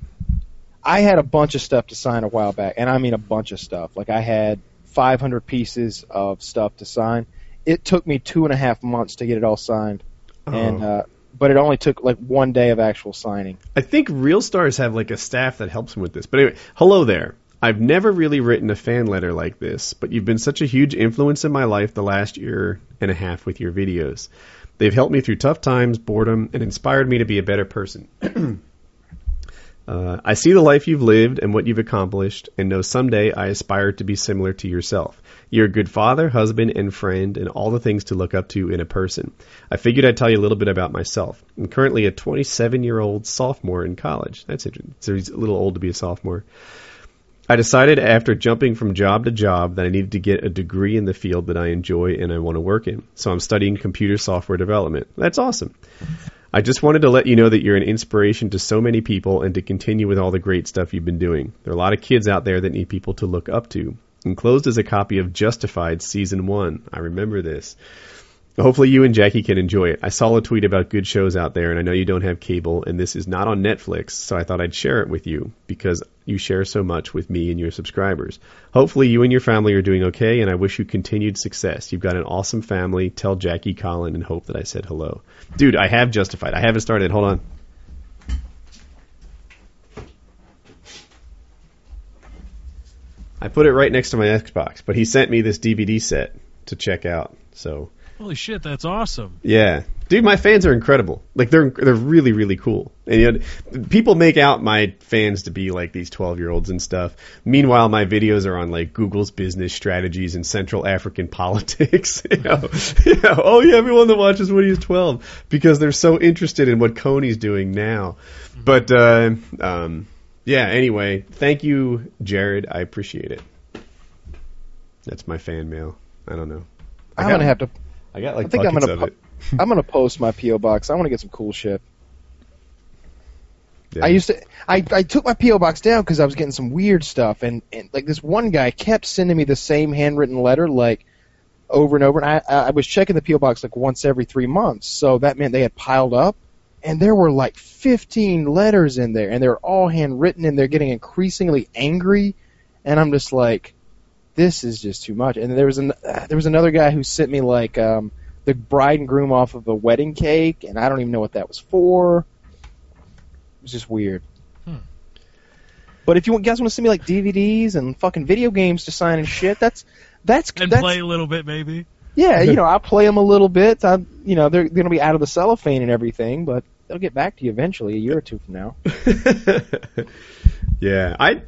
[SPEAKER 2] I had a bunch of stuff to sign a while back, and I mean a bunch of stuff. Like I had 500 pieces of stuff to sign. It took me two and a half months to get it all signed,
[SPEAKER 1] Oh.
[SPEAKER 2] and uh, but it only took like one day of actual signing.
[SPEAKER 1] I think real stars have like a staff that helps them with this. But anyway, hello there. I've never really written a fan letter like this, but you've been such a huge influence in my life the last year and a half with your videos. They've helped me through tough times, boredom, and inspired me to be a better person. Uh, I see the life you've lived and what you've accomplished, and know someday I aspire to be similar to yourself. You're a good father, husband, and friend, and all the things to look up to in a person. I figured I'd tell you a little bit about myself. I'm currently a 27 year old sophomore in college. That's interesting. So he's a little old to be a sophomore. I decided after jumping from job to job that I needed to get a degree in the field that I enjoy and I want to work in. So I'm studying computer software development. That's awesome. I just wanted to let you know that you're an inspiration to so many people and to continue with all the great stuff you've been doing. There are a lot of kids out there that need people to look up to. Enclosed is a copy of Justified Season 1. I remember this. Hopefully, you and Jackie can enjoy it. I saw a tweet about good shows out there, and I know you don't have cable, and this is not on Netflix, so I thought I'd share it with you because you share so much with me and your subscribers. Hopefully, you and your family are doing okay, and I wish you continued success. You've got an awesome family. Tell Jackie, Colin, and Hope that I said hello. Dude, I have Justified. I haven't started. Hold on. I put it right next to my Xbox, but he sent me this DVD set to check out, so.
[SPEAKER 4] Holy shit, that's awesome.
[SPEAKER 1] Yeah, dude, my fans are incredible. Like they're they're really really cool. And you know, people make out my fans to be like these twelve year olds and stuff. Meanwhile, my videos are on like Google's business strategies and Central African politics. you know, you know, oh yeah, everyone that watches when he's twelve because they're so interested in what Coney's doing now. But uh, um, yeah, anyway, thank you, Jared. I appreciate it. That's my fan mail. I don't know. I
[SPEAKER 2] I'm
[SPEAKER 1] got-
[SPEAKER 2] gonna have to.
[SPEAKER 1] I got like
[SPEAKER 2] I think I'm
[SPEAKER 1] buckets
[SPEAKER 2] gonna.
[SPEAKER 1] of
[SPEAKER 2] po-
[SPEAKER 1] it.
[SPEAKER 2] I'm gonna post my PO box. I want to get some cool shit.
[SPEAKER 1] Yeah.
[SPEAKER 2] I used to. I, I took my PO box down because I was getting some weird stuff, and, and like this one guy kept sending me the same handwritten letter like over and over, and I I I was checking the PO box like once every three months, so that meant they had piled up, and there were like 15 letters in there, and they're all handwritten, and they're getting increasingly angry, and I'm just like, this is just too much. And there was an uh, there was another guy who sent me like um, the bride and groom off of a wedding cake, and I don't even know what that was for. It was just weird.
[SPEAKER 4] Hmm.
[SPEAKER 2] But if you want- guys want to send me like DVDs and fucking video games to sign and shit, that's that's
[SPEAKER 4] And
[SPEAKER 2] that's
[SPEAKER 4] play a little bit, maybe.
[SPEAKER 2] yeah. You know, I'll play them a little bit. I you know they're gonna be out of the cellophane and everything, but they'll get back to you eventually, a year or two from now.
[SPEAKER 1] Yeah, I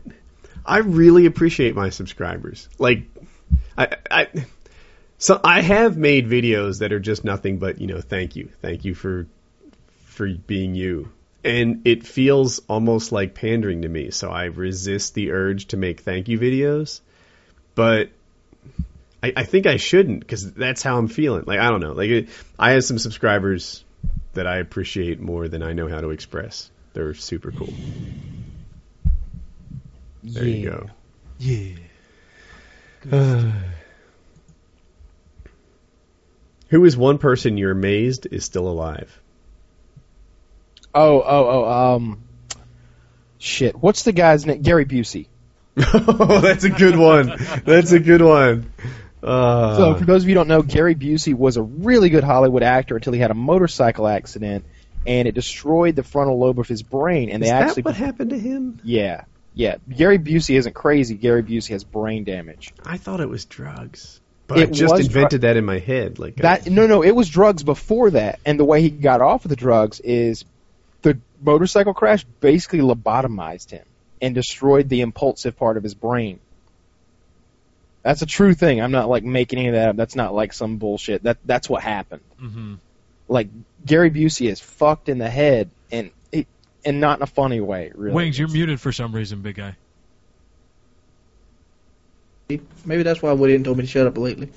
[SPEAKER 1] I really appreciate my subscribers. Like I I so I have made videos that are just nothing but, you know, thank you. Thank you for for being you. And it feels almost like pandering to me, so I resist the urge to make thank you videos. But I, I think I shouldn't because that's how I'm feeling. Like I don't know. Like it, I have some subscribers that I appreciate more than I know how to express. They're super cool. There you go.
[SPEAKER 4] Yeah.
[SPEAKER 1] Uh, Who is one person you're amazed is still alive?
[SPEAKER 2] Oh, oh, oh, um, shit. What's the guy's name? Gary Busey.
[SPEAKER 1] oh, that's a good one. That's a good one. Uh,
[SPEAKER 2] So, for those of you who don't know, Gary Busey was a really good Hollywood actor until he had a motorcycle accident, and it destroyed the frontal lobe of his brain. And
[SPEAKER 1] is
[SPEAKER 2] they
[SPEAKER 1] that
[SPEAKER 2] actually,
[SPEAKER 1] what happened to him?
[SPEAKER 2] yeah, yeah. Gary Busey isn't crazy. Gary Busey has brain damage.
[SPEAKER 1] I thought it was drugs, but I
[SPEAKER 2] It
[SPEAKER 1] just
[SPEAKER 2] was
[SPEAKER 1] invented that in my head. Like uh, I-
[SPEAKER 2] That no, no, it was drugs before that, and the way he got off of the drugs is the motorcycle crash basically lobotomized him and destroyed the impulsive part of his brain. That's a true thing. I'm not like making any of that up. That's not like some bullshit. That that's what happened.
[SPEAKER 4] Mm-hmm.
[SPEAKER 2] Like Gary Busey is fucked in the head, and it, and not in a funny way, really.
[SPEAKER 4] Wings, you're muted for some reason, big guy.
[SPEAKER 13] Maybe that's why Woody didn't told me to shut up lately.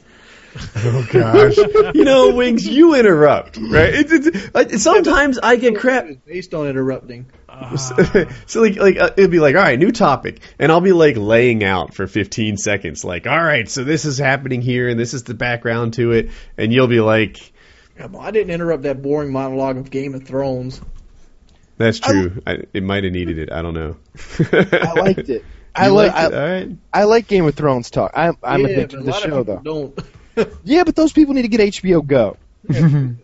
[SPEAKER 1] Oh gosh. you know, Wings, you interrupt, right? It's, it's, uh, sometimes I get crap
[SPEAKER 13] based on interrupting.
[SPEAKER 4] Ah,
[SPEAKER 1] so like like uh, it'd be like all right new topic and i'll be like laying out for 15 seconds like all right so this is happening here and this is the background to it and you'll be like
[SPEAKER 13] Come on, I didn't interrupt that boring monologue of Game of Thrones.
[SPEAKER 1] that's true I, it might have needed it i don't know
[SPEAKER 2] I liked it. I
[SPEAKER 1] You
[SPEAKER 2] like
[SPEAKER 1] liked it?
[SPEAKER 2] I,
[SPEAKER 1] all right
[SPEAKER 2] I like Game of Thrones talk. I, I'm
[SPEAKER 13] Yeah,
[SPEAKER 2] addicted to
[SPEAKER 13] but a
[SPEAKER 2] the
[SPEAKER 13] lot of
[SPEAKER 2] show
[SPEAKER 13] people
[SPEAKER 2] though.
[SPEAKER 13] Don't
[SPEAKER 2] Yeah, but those people need to get HBO Go.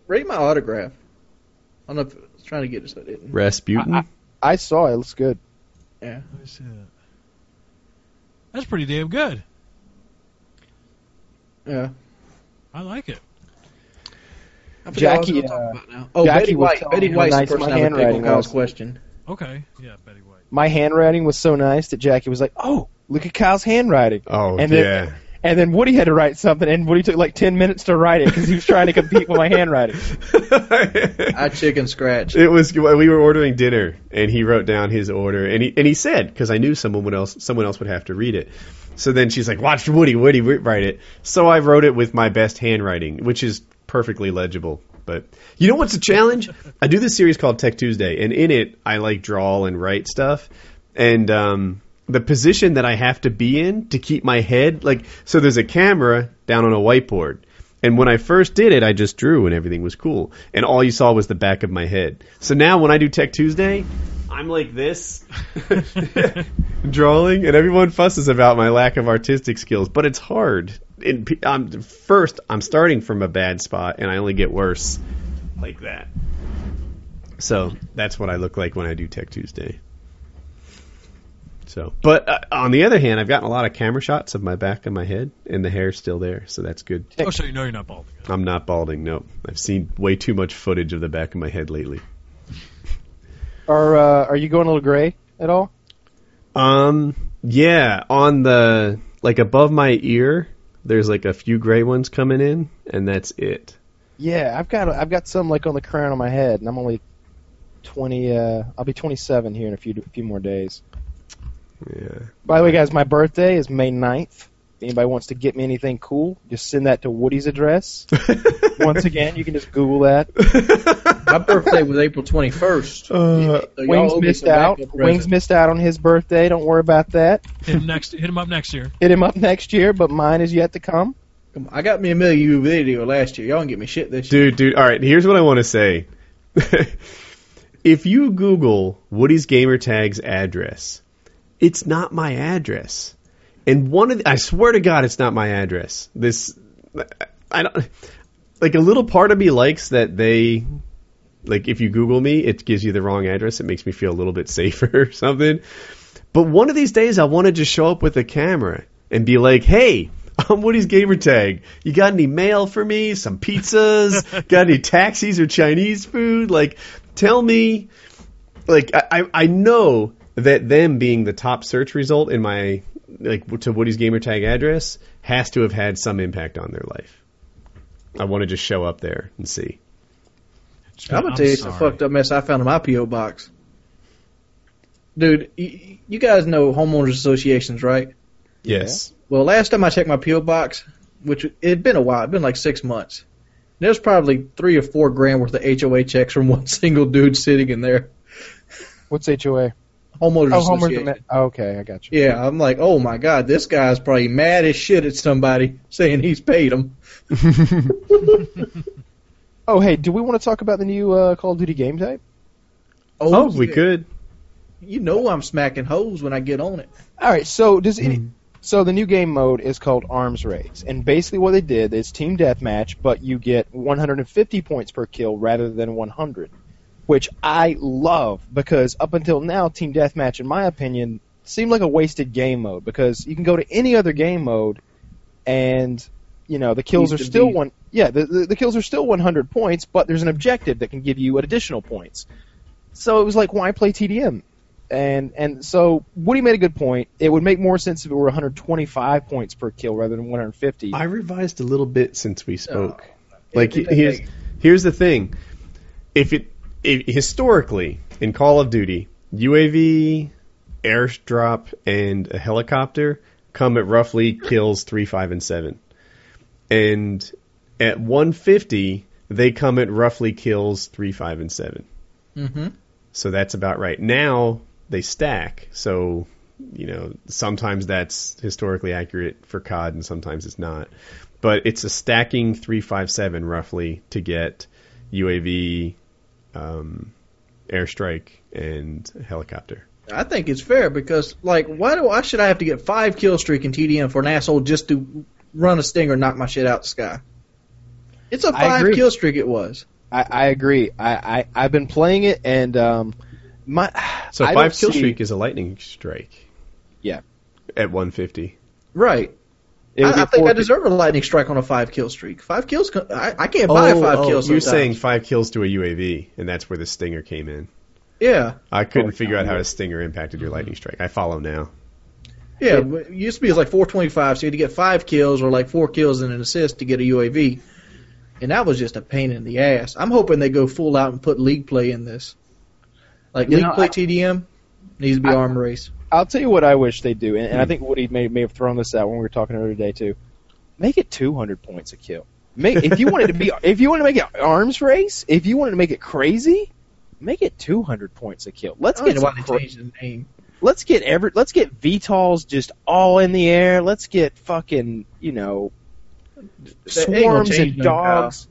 [SPEAKER 13] read my autograph. I don't know if I was trying to get it, so I didn't.
[SPEAKER 1] Rasputin.
[SPEAKER 2] I, I, I saw it. It looks good.
[SPEAKER 13] Yeah.
[SPEAKER 4] Let me see that. That's pretty damn good.
[SPEAKER 13] Yeah.
[SPEAKER 4] I like it.
[SPEAKER 13] I forgot what I was
[SPEAKER 2] Jackie,
[SPEAKER 13] gonna
[SPEAKER 2] uh,
[SPEAKER 13] talk about now. Oh,
[SPEAKER 2] Jackie uh,
[SPEAKER 13] Betty
[SPEAKER 2] was
[SPEAKER 13] White.
[SPEAKER 2] telling
[SPEAKER 13] Oh, Betty
[SPEAKER 2] me how
[SPEAKER 13] White's the
[SPEAKER 2] nice
[SPEAKER 13] person
[SPEAKER 2] my
[SPEAKER 13] I would pick on
[SPEAKER 2] handwriting
[SPEAKER 13] Kyle's
[SPEAKER 2] was.
[SPEAKER 13] question.
[SPEAKER 4] Okay. Yeah, Betty White.
[SPEAKER 2] My handwriting was so nice that Jackie was like, "Oh, look at Kyle's handwriting."
[SPEAKER 1] Oh,
[SPEAKER 2] and then,
[SPEAKER 1] yeah.
[SPEAKER 2] And then Woody had to write something, and Woody took like ten minutes to write it because he was trying to compete with my handwriting.
[SPEAKER 13] I chicken scratch.
[SPEAKER 1] It was we were ordering dinner, and he wrote down his order, and he and he said because I knew someone else someone else would have to read it. So then she's like, "Watch Woody, Woody write it." So I wrote it with my best handwriting, which is perfectly legible. But you know what's a challenge? I do this series called Tech Tuesday, and in it I like draw and write stuff, and um, the position that I have to be in to keep my head like so. There's a camera down on a whiteboard. And when I first did it, I just drew and everything was cool. And all you saw was the back of my head. So now when I do Tech Tuesday, I'm like this, drawing, and everyone fusses about my lack of artistic skills. But it's hard. It, I'm, first, I'm starting from a bad spot, and I only get worse like that. So that's what I look like when I do Tech Tuesday. So, but uh, on the other hand, I've gotten a lot of camera shots of my back and my head, and the hair's still there, so that's good.
[SPEAKER 4] Oh, so you know you're not balding.
[SPEAKER 1] I'm not balding. No, I've seen way too much footage of the back of my head lately.
[SPEAKER 2] Are uh, Are you going a little gray at all?
[SPEAKER 1] Um, yeah, on the like above my ear, there's like a few gray ones coming in, and that's it.
[SPEAKER 2] Yeah, I've got I've got some like on the crown of my head, and I'm only twenty. Uh, I'll be twenty seven here in a few a few more days.
[SPEAKER 1] Yeah.
[SPEAKER 2] By the way, guys, my birthday is May 9th. If anybody wants to get me anything cool, just send that to Woody's address. Once again, you can just Google that.
[SPEAKER 13] My birthday was April 21st.
[SPEAKER 1] Uh,
[SPEAKER 13] So y'all
[SPEAKER 2] Wings
[SPEAKER 13] owe me
[SPEAKER 2] missed
[SPEAKER 13] some backup
[SPEAKER 2] out. Wings
[SPEAKER 13] presents.
[SPEAKER 2] missed out on his birthday. Don't worry about that.
[SPEAKER 4] Hit him next. Hit him up next year.
[SPEAKER 2] Hit him up next year, but mine is yet to come.
[SPEAKER 13] Come on, I got me a million view video last year. Y'all can get me shit this
[SPEAKER 1] Dude, dude, all right, here's what I want to say. if you Google Woody's gamer tag's address, it's not my address. And one of the, I swear to God, it's not my address. This, I don't, like a little part of me likes that they, like if you Google me, it gives you the wrong address. It makes me feel a little bit safer or something. But one of these days, I want to just show up with a camera and be like, hey, I'm Woody's gamer tag. You got any mail for me? Some pizzas? got any taxis or Chinese food? Like, tell me. Like, I, I I know that them being the top search result in my, like, to Woody's gamer tag address has to have had some impact on their life. I want to just show up there and see.
[SPEAKER 13] year. I'm gonna tell you it's a fucked up mess I found in my PO box. Dude, you, you guys know homeowners associations, right?
[SPEAKER 1] Yes.
[SPEAKER 13] Well, last time I checked my PO box, which it had been a while, it'd been like six months. There's probably three or four grand worth of HOA checks from one single dude sitting in there.
[SPEAKER 2] What's HOA?
[SPEAKER 13] Homeowners
[SPEAKER 2] Oh, Homer's
[SPEAKER 13] Association.
[SPEAKER 2] the ma- oh, okay, I got you.
[SPEAKER 13] Yeah, I'm like, oh my god, this guy's probably mad as shit at somebody saying he's paid him.
[SPEAKER 2] Oh, hey, do we want to talk about the new uh, Call of Duty game type?
[SPEAKER 1] Oh, we could.
[SPEAKER 13] You know I'm smacking hoes when I get on it.
[SPEAKER 2] All right. So does any? So the new game mode is called Arms Race, and basically what they did is team deathmatch, but you get 150 points per kill rather than 100, which I love because up until now, team deathmatch, in my opinion, seemed like a wasted game mode because you can go to any other game mode, and you know the kills are
[SPEAKER 6] Used to
[SPEAKER 2] still
[SPEAKER 6] be.
[SPEAKER 2] one. Yeah, the, the the kills are still 100 points, but there's an objective that can give you additional points. So it was like, why play TDM? And and so Woody made a good point. It would make more sense if it were 125 points per kill rather than 150.
[SPEAKER 1] I revised a little bit since we spoke. like he- here's here's the thing. If it if, historically in Call of Duty, UAV, airdrop, and a helicopter come at roughly kills three, five, and seven. And at 150, they come at roughly kills three, five, and seven.
[SPEAKER 13] Mm-hmm.
[SPEAKER 1] So that's about right. Now they stack. So, you know, sometimes that's historically accurate for COD and sometimes it's not. But it's a stacking 357 roughly to get UAV, um, airstrike, and helicopter.
[SPEAKER 13] I think it's fair because, like, why do why should I have to get five kill streak in TDM for an asshole just to run a stinger and knock my shit out the sky? It's a
[SPEAKER 2] I
[SPEAKER 13] five
[SPEAKER 2] agree.
[SPEAKER 13] kill streak. It was.
[SPEAKER 2] I, I agree. I, I I've been playing it and um my
[SPEAKER 1] So
[SPEAKER 2] I
[SPEAKER 1] five
[SPEAKER 2] don't
[SPEAKER 1] kill
[SPEAKER 2] see-
[SPEAKER 1] streak is a lightning strike.
[SPEAKER 2] Yeah.
[SPEAKER 1] At 150.
[SPEAKER 13] Right.
[SPEAKER 2] It would be
[SPEAKER 13] I, I think I
[SPEAKER 2] four-
[SPEAKER 13] deserve a lightning strike on a five kill streak. Five kills. co- I, I can't buy five
[SPEAKER 1] oh,
[SPEAKER 13] kills.
[SPEAKER 1] You're
[SPEAKER 13] sometimes.
[SPEAKER 1] saying five kills to a UAV, and that's where the stinger came in.
[SPEAKER 13] Oh, Yeah.
[SPEAKER 1] I couldn't figure out how a stinger impacted your lightning strike. I follow now.
[SPEAKER 13] Yeah, but it used to be it was like 425, so you had to get five kills or like four kills and an assist to get a UAV. And that was just a pain in the ass. I'm hoping they go full out and put league play in this. Like
[SPEAKER 2] You
[SPEAKER 13] league
[SPEAKER 2] know,
[SPEAKER 13] play
[SPEAKER 2] I-
[SPEAKER 13] TDM needs to be arm race.
[SPEAKER 2] I'll tell you what I wish they do, and,
[SPEAKER 13] Hmm.
[SPEAKER 2] and I think Woody may may have thrown this out when we were talking earlier today too. Make it 200 points a kill. Make if you wanted to be if you wanted to make it arms race, if you wanted to make it crazy, make it 200 points a kill. Let's
[SPEAKER 13] I don't
[SPEAKER 2] get
[SPEAKER 13] know
[SPEAKER 2] some
[SPEAKER 13] why they
[SPEAKER 2] cra-
[SPEAKER 13] changed the name.
[SPEAKER 2] let's get every let's get VTOLs just all in the air. Let's get fucking you know
[SPEAKER 13] They ain't gonna
[SPEAKER 2] swarms
[SPEAKER 13] change
[SPEAKER 2] and
[SPEAKER 13] no cow.
[SPEAKER 2] dogs.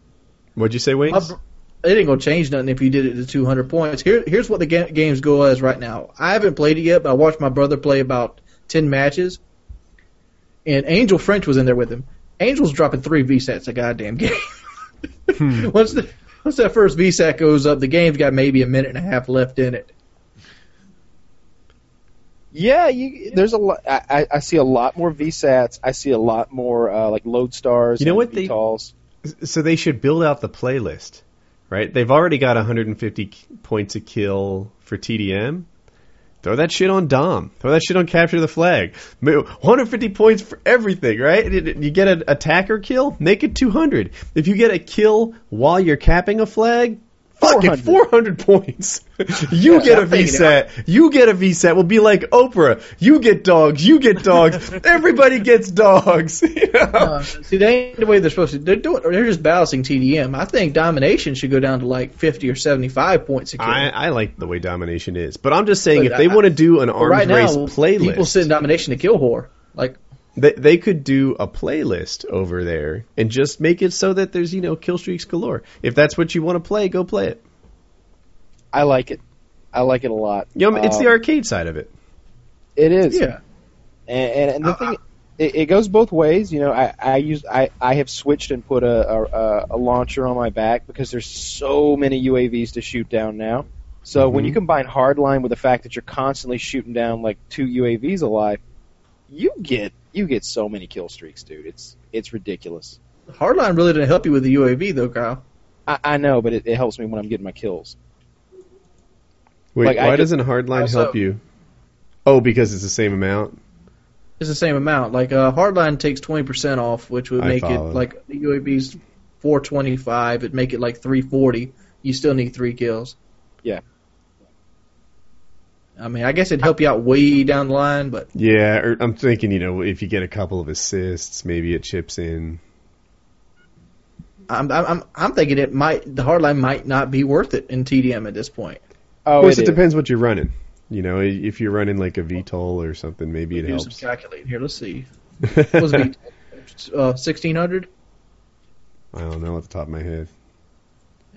[SPEAKER 1] What'd you say, Wings?
[SPEAKER 13] My br- it ain't gonna change nothing if you did it to 200 points. Here, here's what the ga- games go as right now. I haven't played it yet, but I watched my brother play about 10 matches, and Angel French was in there with him. Angel's dropping three VSATs a goddamn game.
[SPEAKER 1] Hmm.
[SPEAKER 13] once the once that first VSAT goes up, the game's got maybe a minute and a half left in it.
[SPEAKER 2] Yeah, you, there's a lot. I, I- I see a lot more VSATs. I see a lot more uh, like lodestars.
[SPEAKER 1] You know
[SPEAKER 2] and
[SPEAKER 1] what they-
[SPEAKER 2] VTOLs.
[SPEAKER 1] So they should build out the playlist, right? They've already got 150 k- points a kill for TDM. Throw that shit on Dom. Throw that shit on Capture the Flag. Mo- 150 points for everything, right? And it- You get an attacker kill, make it 200. If you get a kill while you're capping a flag, fuck it, 400 points. you
[SPEAKER 13] Yeah,
[SPEAKER 1] get a
[SPEAKER 13] I'm thinking
[SPEAKER 1] VSAT. You get a VSAT. We'll be like Oprah. You get dogs. You get dogs. Everybody gets dogs. You know?
[SPEAKER 13] Uh, see, they ain't the way they're supposed to. They're doing. They're just balancing TDM. I think domination should go down to like 50 or 75 points a game.
[SPEAKER 1] I, I like the way domination is, but I'm just saying
[SPEAKER 13] But
[SPEAKER 1] if they
[SPEAKER 13] I-
[SPEAKER 1] want to do an
[SPEAKER 13] But
[SPEAKER 1] arms
[SPEAKER 13] right
[SPEAKER 1] race
[SPEAKER 13] now, People
[SPEAKER 1] playlist,
[SPEAKER 13] send domination to kill whore. Like
[SPEAKER 1] they, they could do a playlist over there and just make it so that there's you know kill streaks galore. If that's what you want to play, go play it.
[SPEAKER 2] I like it. I like it a lot.
[SPEAKER 1] You know, it's
[SPEAKER 2] Um,
[SPEAKER 13] Uh,
[SPEAKER 1] the arcade side of it.
[SPEAKER 2] It is.
[SPEAKER 13] Yeah.
[SPEAKER 2] And, and,
[SPEAKER 1] Uh,
[SPEAKER 2] and the thing, it, it goes both ways. You know, I, I use I, I have switched and put a, a- a a launcher on my back because there's so many UAVs to shoot down now. So
[SPEAKER 1] Mm-hmm.
[SPEAKER 2] when you combine hardline with the fact that you're constantly shooting down like two UAVs alive, you get you get so many kill streaks, dude. It's it's ridiculous.
[SPEAKER 13] hardline really didn't help you with the UAV though, Kyle.
[SPEAKER 2] I, I know, but it, it helps me when I'm getting my kills.
[SPEAKER 1] Wait,
[SPEAKER 2] like, I
[SPEAKER 1] why
[SPEAKER 2] could-
[SPEAKER 1] doesn't hardline
[SPEAKER 13] Also-
[SPEAKER 1] help you? Oh, because it's the same amount.
[SPEAKER 13] It's the same amount. Like uh, hardline takes 20% off, which would
[SPEAKER 1] I
[SPEAKER 13] make it
[SPEAKER 1] follow.
[SPEAKER 13] like the UAV's 425. It'd make it like 340. You still need three kills.
[SPEAKER 2] Yeah.
[SPEAKER 13] I mean, I guess it'd help you out way down the line, but
[SPEAKER 1] Yeah, or I'm thinking you know if you get a couple of assists, maybe it chips in.
[SPEAKER 13] I'm I'm I'm- I'm thinking it might the hardline might not be worth it in TDM at this point. Oh,
[SPEAKER 2] Oh,
[SPEAKER 1] of course, it, depends what you're running. You know, i- if you're running like a VTOL or something, maybe it
[SPEAKER 13] Do some
[SPEAKER 1] helps.
[SPEAKER 13] calculating here. Let's see. What was it? Uh, 1600.
[SPEAKER 1] I don't know at the top of my head.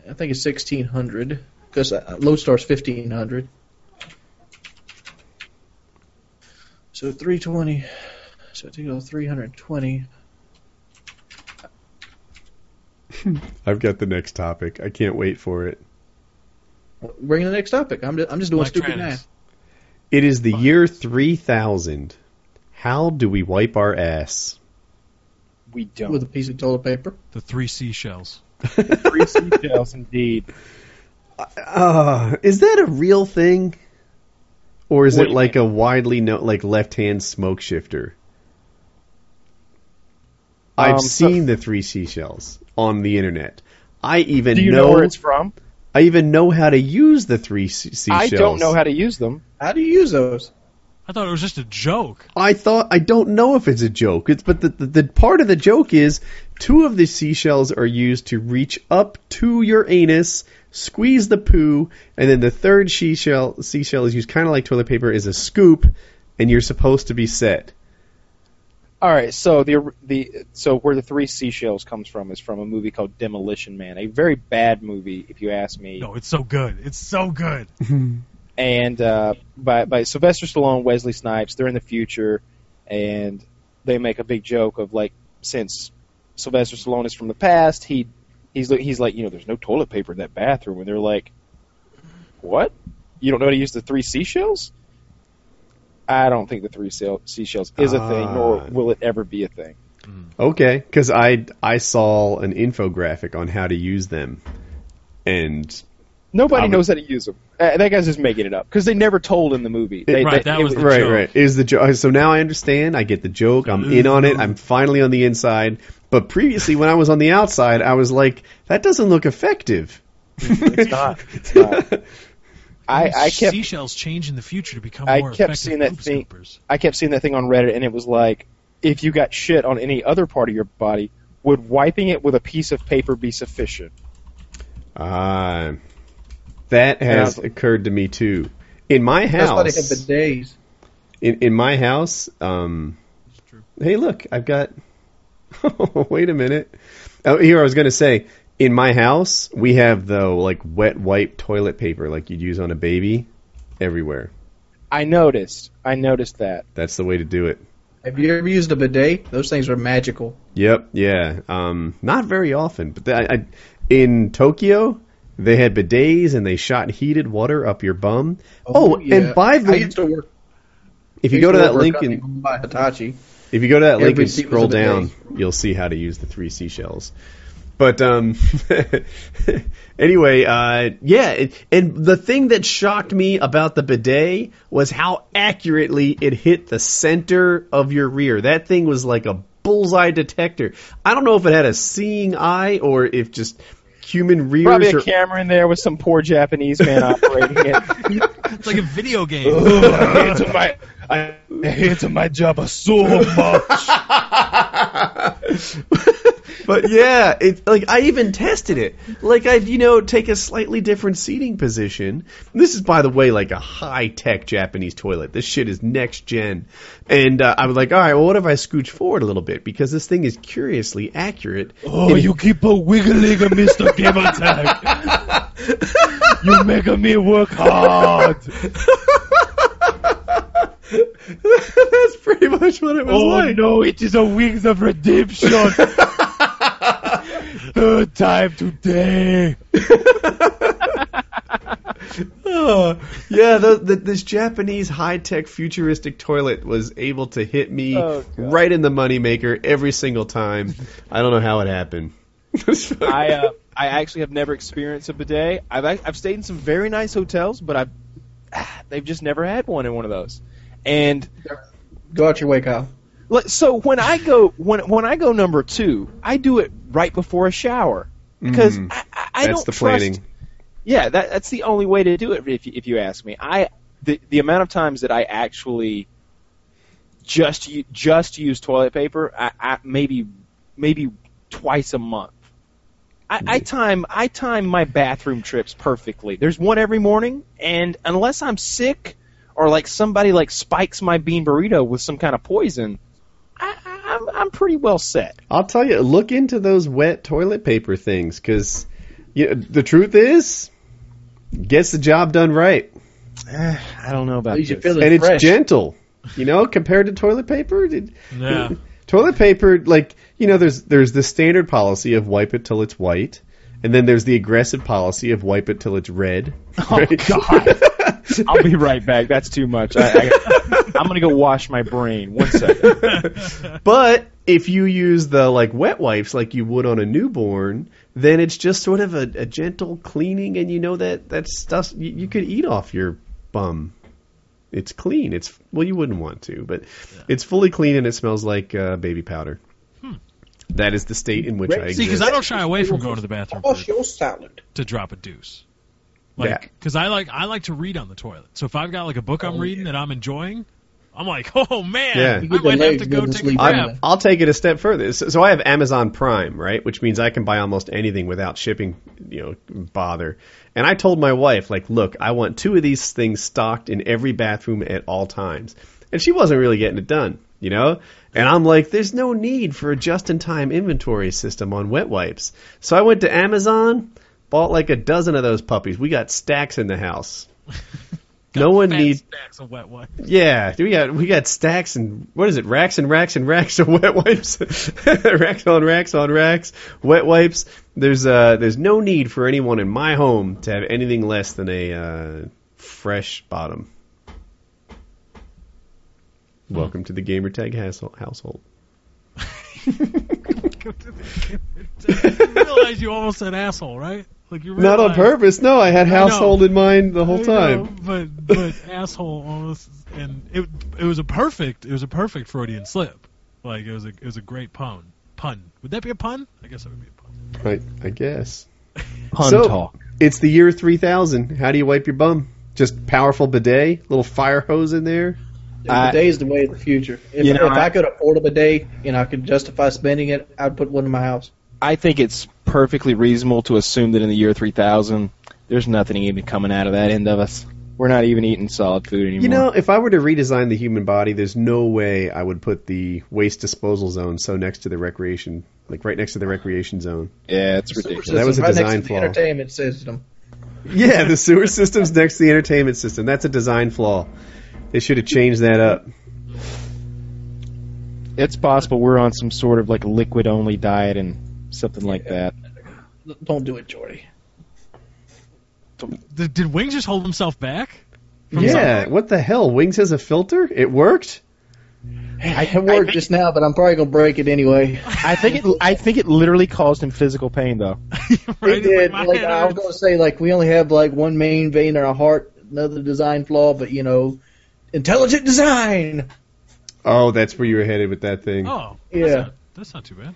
[SPEAKER 13] I think it's 1600 because uh, Lodestar's 1500. So 320. So I think it'll 320.
[SPEAKER 1] I've got the next topic. I can't wait for it.
[SPEAKER 13] Bring in the next topic. I'm just, I'm just doing
[SPEAKER 4] Mike
[SPEAKER 13] stupid
[SPEAKER 4] Travis.
[SPEAKER 13] math.
[SPEAKER 1] It is the year 3000. How do we wipe our ass?
[SPEAKER 2] We don't.
[SPEAKER 13] With a piece of toilet paper.
[SPEAKER 4] The three seashells.
[SPEAKER 2] Three seashells, indeed.
[SPEAKER 1] Uh, is that a real thing? Or is
[SPEAKER 2] What
[SPEAKER 1] it
[SPEAKER 2] do you
[SPEAKER 1] like a widely known, like left-hand smoke shifter? I've
[SPEAKER 2] Um, so-
[SPEAKER 1] seen the three seashells on the internet. I even
[SPEAKER 2] Do you know,
[SPEAKER 1] know,
[SPEAKER 2] where it's from?
[SPEAKER 1] I even know how to use the three se-
[SPEAKER 2] I
[SPEAKER 1] seashells.
[SPEAKER 2] don't know how to use them.
[SPEAKER 13] How do you use those?
[SPEAKER 4] I thought it was just a joke.
[SPEAKER 1] I thought I don't know if it's a joke. It's but the, the the part of the joke is two of the seashells are used to reach up to your anus, squeeze the poo, and then the third seashell seashell is used kind of like toilet paper is a scoop, and you're supposed to be set.
[SPEAKER 2] All right, so the the so where the three seashells comes from is from a movie called Demolition Man, a very bad movie if you ask me,
[SPEAKER 4] No, it's so good. It's so good.
[SPEAKER 2] and uh, by by Sylvester Stallone, Wesley Snipes. They're in the future, and they make a big joke of like since Sylvester Stallone is from the past, he he's like- he's like you know there's no toilet paper in that bathroom, and they're like, what? You don't know how to use the three seashells? I don't think the three se- seashells is a thing, nor
[SPEAKER 1] Ah.
[SPEAKER 2] will it ever be a thing.
[SPEAKER 1] Okay, because I I saw an infographic on how to use them, and
[SPEAKER 2] Nobody
[SPEAKER 1] I would-
[SPEAKER 6] Um,
[SPEAKER 2] knows how to use them. Uh, that guy's just making it up because they never told in the movie. They, they- it was-
[SPEAKER 1] right, right. Is the joke? So now I understand. I get the joke. I'm in on it. I'm finally on the inside. But previously, when I was on the outside, I was like, that doesn't look effective.
[SPEAKER 2] It's not. It's not. I, I
[SPEAKER 4] These
[SPEAKER 2] kept
[SPEAKER 4] seashells change in the future to become
[SPEAKER 2] I
[SPEAKER 4] more
[SPEAKER 2] kept
[SPEAKER 4] effective
[SPEAKER 2] seeing that
[SPEAKER 4] boob
[SPEAKER 2] thing.
[SPEAKER 4] scoopers.
[SPEAKER 2] I kept seeing that thing on Reddit, and it was like, if you got shit on any other part of your body, would wiping it with a piece of paper be sufficient?
[SPEAKER 1] Ah, that
[SPEAKER 2] And I
[SPEAKER 1] has
[SPEAKER 2] was-
[SPEAKER 1] occurred to me too. In my
[SPEAKER 13] That's why they have
[SPEAKER 1] house,
[SPEAKER 13] the days.
[SPEAKER 1] in, in my house, um, hey, look, I've got. wait a minute. Oh, here I was going to say, in my house, we have though like wet wipe toilet paper, like you'd use on a baby, everywhere.
[SPEAKER 2] I noticed. I noticed that.
[SPEAKER 1] That's the way to do it.
[SPEAKER 13] Have you ever used a bidet? Those things are magical.
[SPEAKER 1] Yep, yeah. Um, not very often, but th- I, I, in Tokyo, they had bidets and they shot heated water up your bum. Oh, and by the
[SPEAKER 13] I used to work.
[SPEAKER 1] if you
[SPEAKER 13] I
[SPEAKER 1] go
[SPEAKER 13] used
[SPEAKER 1] to that
[SPEAKER 13] work
[SPEAKER 1] link
[SPEAKER 13] on
[SPEAKER 1] and
[SPEAKER 13] people by Hitachi.
[SPEAKER 1] if you go to that link
[SPEAKER 13] Every
[SPEAKER 1] and
[SPEAKER 13] seat was
[SPEAKER 1] scroll
[SPEAKER 13] a bidet.
[SPEAKER 1] down, you'll see how to use the three seashells. But um, anyway, uh, yeah, it, and the thing that shocked me about the bidet was how accurately it hit the center of your rear. That thing was like a bullseye detector. I don't know if it had a seeing eye or if just human rears
[SPEAKER 2] Probably a
[SPEAKER 1] are
[SPEAKER 2] camera in there with some poor Japanese man operating it.
[SPEAKER 4] It's like a video game.
[SPEAKER 2] my, I hated my job so much.
[SPEAKER 1] but yeah, it like I even tested it. Like I'd you know take a slightly different seating position. This is by the way like a high tech Japanese toilet. This shit is next gen. And uh, I was like, all right, well, what if I scooch forward a little bit because this thing is curiously accurate.
[SPEAKER 6] Oh,
[SPEAKER 1] And-
[SPEAKER 6] you keep a wiggling, Mr. Gamertag. you make me work hard.
[SPEAKER 1] That's pretty much what it was
[SPEAKER 6] oh,
[SPEAKER 1] like.
[SPEAKER 6] no, it is a wings of redemption. Third time today.
[SPEAKER 1] Oh, yeah, the, the, this Japanese high tech futuristic toilet was able to hit me
[SPEAKER 2] Oh, God.
[SPEAKER 1] right in the moneymaker every single time. I don't know how it happened.
[SPEAKER 2] I uh, I actually have never experienced a bidet. I've ac- I've stayed in some very nice hotels, but I've they've just never had one in one of those. And
[SPEAKER 13] Go out your way, Kyle.
[SPEAKER 2] like, so when I go when when I go number two, I do it right before a shower because
[SPEAKER 1] Mm.
[SPEAKER 2] I, I, I
[SPEAKER 1] That's
[SPEAKER 2] don't
[SPEAKER 1] the
[SPEAKER 2] trust.
[SPEAKER 1] planning.
[SPEAKER 2] Yeah, that, that's the only way to do it if you, if you ask me. I the the amount of times that I actually just u- just use toilet paper, I, I maybe maybe twice a month. I, I time I time my bathroom trips perfectly. There's one every morning, and unless I'm sick or like somebody like spikes my bean burrito with some kind of poison, I, I- I'm I'm pretty well set.
[SPEAKER 1] I'll tell you, look into those wet toilet paper things because you know, the truth is, gets the job done right.
[SPEAKER 2] I don't know about
[SPEAKER 13] At least you
[SPEAKER 2] this.
[SPEAKER 13] feel it
[SPEAKER 1] and
[SPEAKER 13] fresh.
[SPEAKER 1] it's gentle, you know, compared to toilet paper. It-
[SPEAKER 4] Yeah.
[SPEAKER 1] Toilet paper, like you know, there's there's the standard policy of wipe it till it's white, and then there's the aggressive policy of wipe it till it's red.
[SPEAKER 2] Oh God! I'll be right back. That's too much. I, I, I'm gonna go wash my brain. One second.
[SPEAKER 1] But if you use the like wet wipes like you would on a newborn, then it's just sort of a, a gentle cleaning, and you know that that stuff you, you could eat off your bum. It's clean. It's well, you wouldn't want to, but it's fully clean and it smells like uh, baby powder. That is the state in which I
[SPEAKER 4] See,
[SPEAKER 1] exist.
[SPEAKER 4] because I don't shy away from going to the bathroom for,
[SPEAKER 13] your salad.
[SPEAKER 4] to drop a deuce.
[SPEAKER 1] Yeah.
[SPEAKER 4] Like, because I like I like to read on the toilet. So if I've got like a book
[SPEAKER 2] Oh,
[SPEAKER 4] I'm reading that I'm enjoying, I'm like, oh man,
[SPEAKER 1] Yeah.
[SPEAKER 4] I
[SPEAKER 1] You
[SPEAKER 13] get the
[SPEAKER 4] might have
[SPEAKER 13] legs
[SPEAKER 4] to go
[SPEAKER 13] and
[SPEAKER 4] take a
[SPEAKER 13] sleep.
[SPEAKER 4] crap.
[SPEAKER 1] I'm, I'll take it a step further. So, so I have Amazon Prime, right, which means I can buy almost anything without shipping, you know, bother. And I told my wife, like, look, I want two of these things stocked in every bathroom at all times, and she wasn't really getting it done, you know. And I'm like, there's no need for a just-in-time inventory system on wet wipes. So I went to Amazon, bought like a dozen of those puppies. We got stacks in the house. no one
[SPEAKER 4] Fat
[SPEAKER 1] needs
[SPEAKER 4] stacks of wet wipes.
[SPEAKER 1] yeah, we got we got stacks and what is it? Racks and racks and racks of wet wipes, racks on racks on racks, wet wipes. There's uh there's no need for anyone in my home to have anything less than a uh, fresh bottom. Welcome to the gamertag hassle- household.
[SPEAKER 4] you realize you almost said asshole, right? Like you
[SPEAKER 1] Not on
[SPEAKER 4] realize-
[SPEAKER 1] purpose. No, I had
[SPEAKER 4] I know.
[SPEAKER 1] household in mind the
[SPEAKER 4] I
[SPEAKER 1] whole
[SPEAKER 4] know,
[SPEAKER 1] time.
[SPEAKER 4] but but asshole almost, and it it was a perfect it was a perfect Freudian slip. Like it was a it was a great pun. Pun. Would that be a pun? I guess that would be. A
[SPEAKER 1] Right, I guess.
[SPEAKER 2] Pun
[SPEAKER 1] so,
[SPEAKER 2] talk.
[SPEAKER 1] It's the year 3000. How do you wipe your bum? Just powerful bidet, little fire hose in there.
[SPEAKER 13] Dude, bidet is the way of the future. If,
[SPEAKER 1] You know,
[SPEAKER 13] if I,
[SPEAKER 1] I-
[SPEAKER 13] could afford a bidet and I could justify spending it, I'd put one in my house.
[SPEAKER 2] I think it's perfectly reasonable to assume that in the year 3000, there's nothing even coming out of that end of us. We're not even eating solid food anymore.
[SPEAKER 1] You know, if I were to redesign the human body, there's no way I would put the waste disposal zone so next to the recreation, like right next to the recreation zone.
[SPEAKER 2] Yeah, it's
[SPEAKER 13] System
[SPEAKER 1] That was a
[SPEAKER 13] right
[SPEAKER 1] design
[SPEAKER 13] next to the
[SPEAKER 1] flaw.
[SPEAKER 13] entertainment system.
[SPEAKER 1] Yeah, the sewer system's next to the entertainment system. That's a design flaw. They should have changed that up.
[SPEAKER 2] it's possible we're on some sort of like liquid only diet and something like that.
[SPEAKER 13] Don't do it, Jordy.
[SPEAKER 4] pun. Did, did Wings just hold himself back?
[SPEAKER 1] Yeah, what the hell? Wings has a filter? It worked?
[SPEAKER 13] I can work just now, but I'm probably gonna break it anyway.
[SPEAKER 2] I think it. I think it literally caused him physical pain, though.
[SPEAKER 13] It did. Like I was gonna say, like we only have like one main vein in our heart. Another design flaw, but you know, intelligent design.
[SPEAKER 1] Oh, that's where you were headed with that thing.
[SPEAKER 4] Oh,
[SPEAKER 13] Yeah.
[SPEAKER 4] That's not, that's not too bad.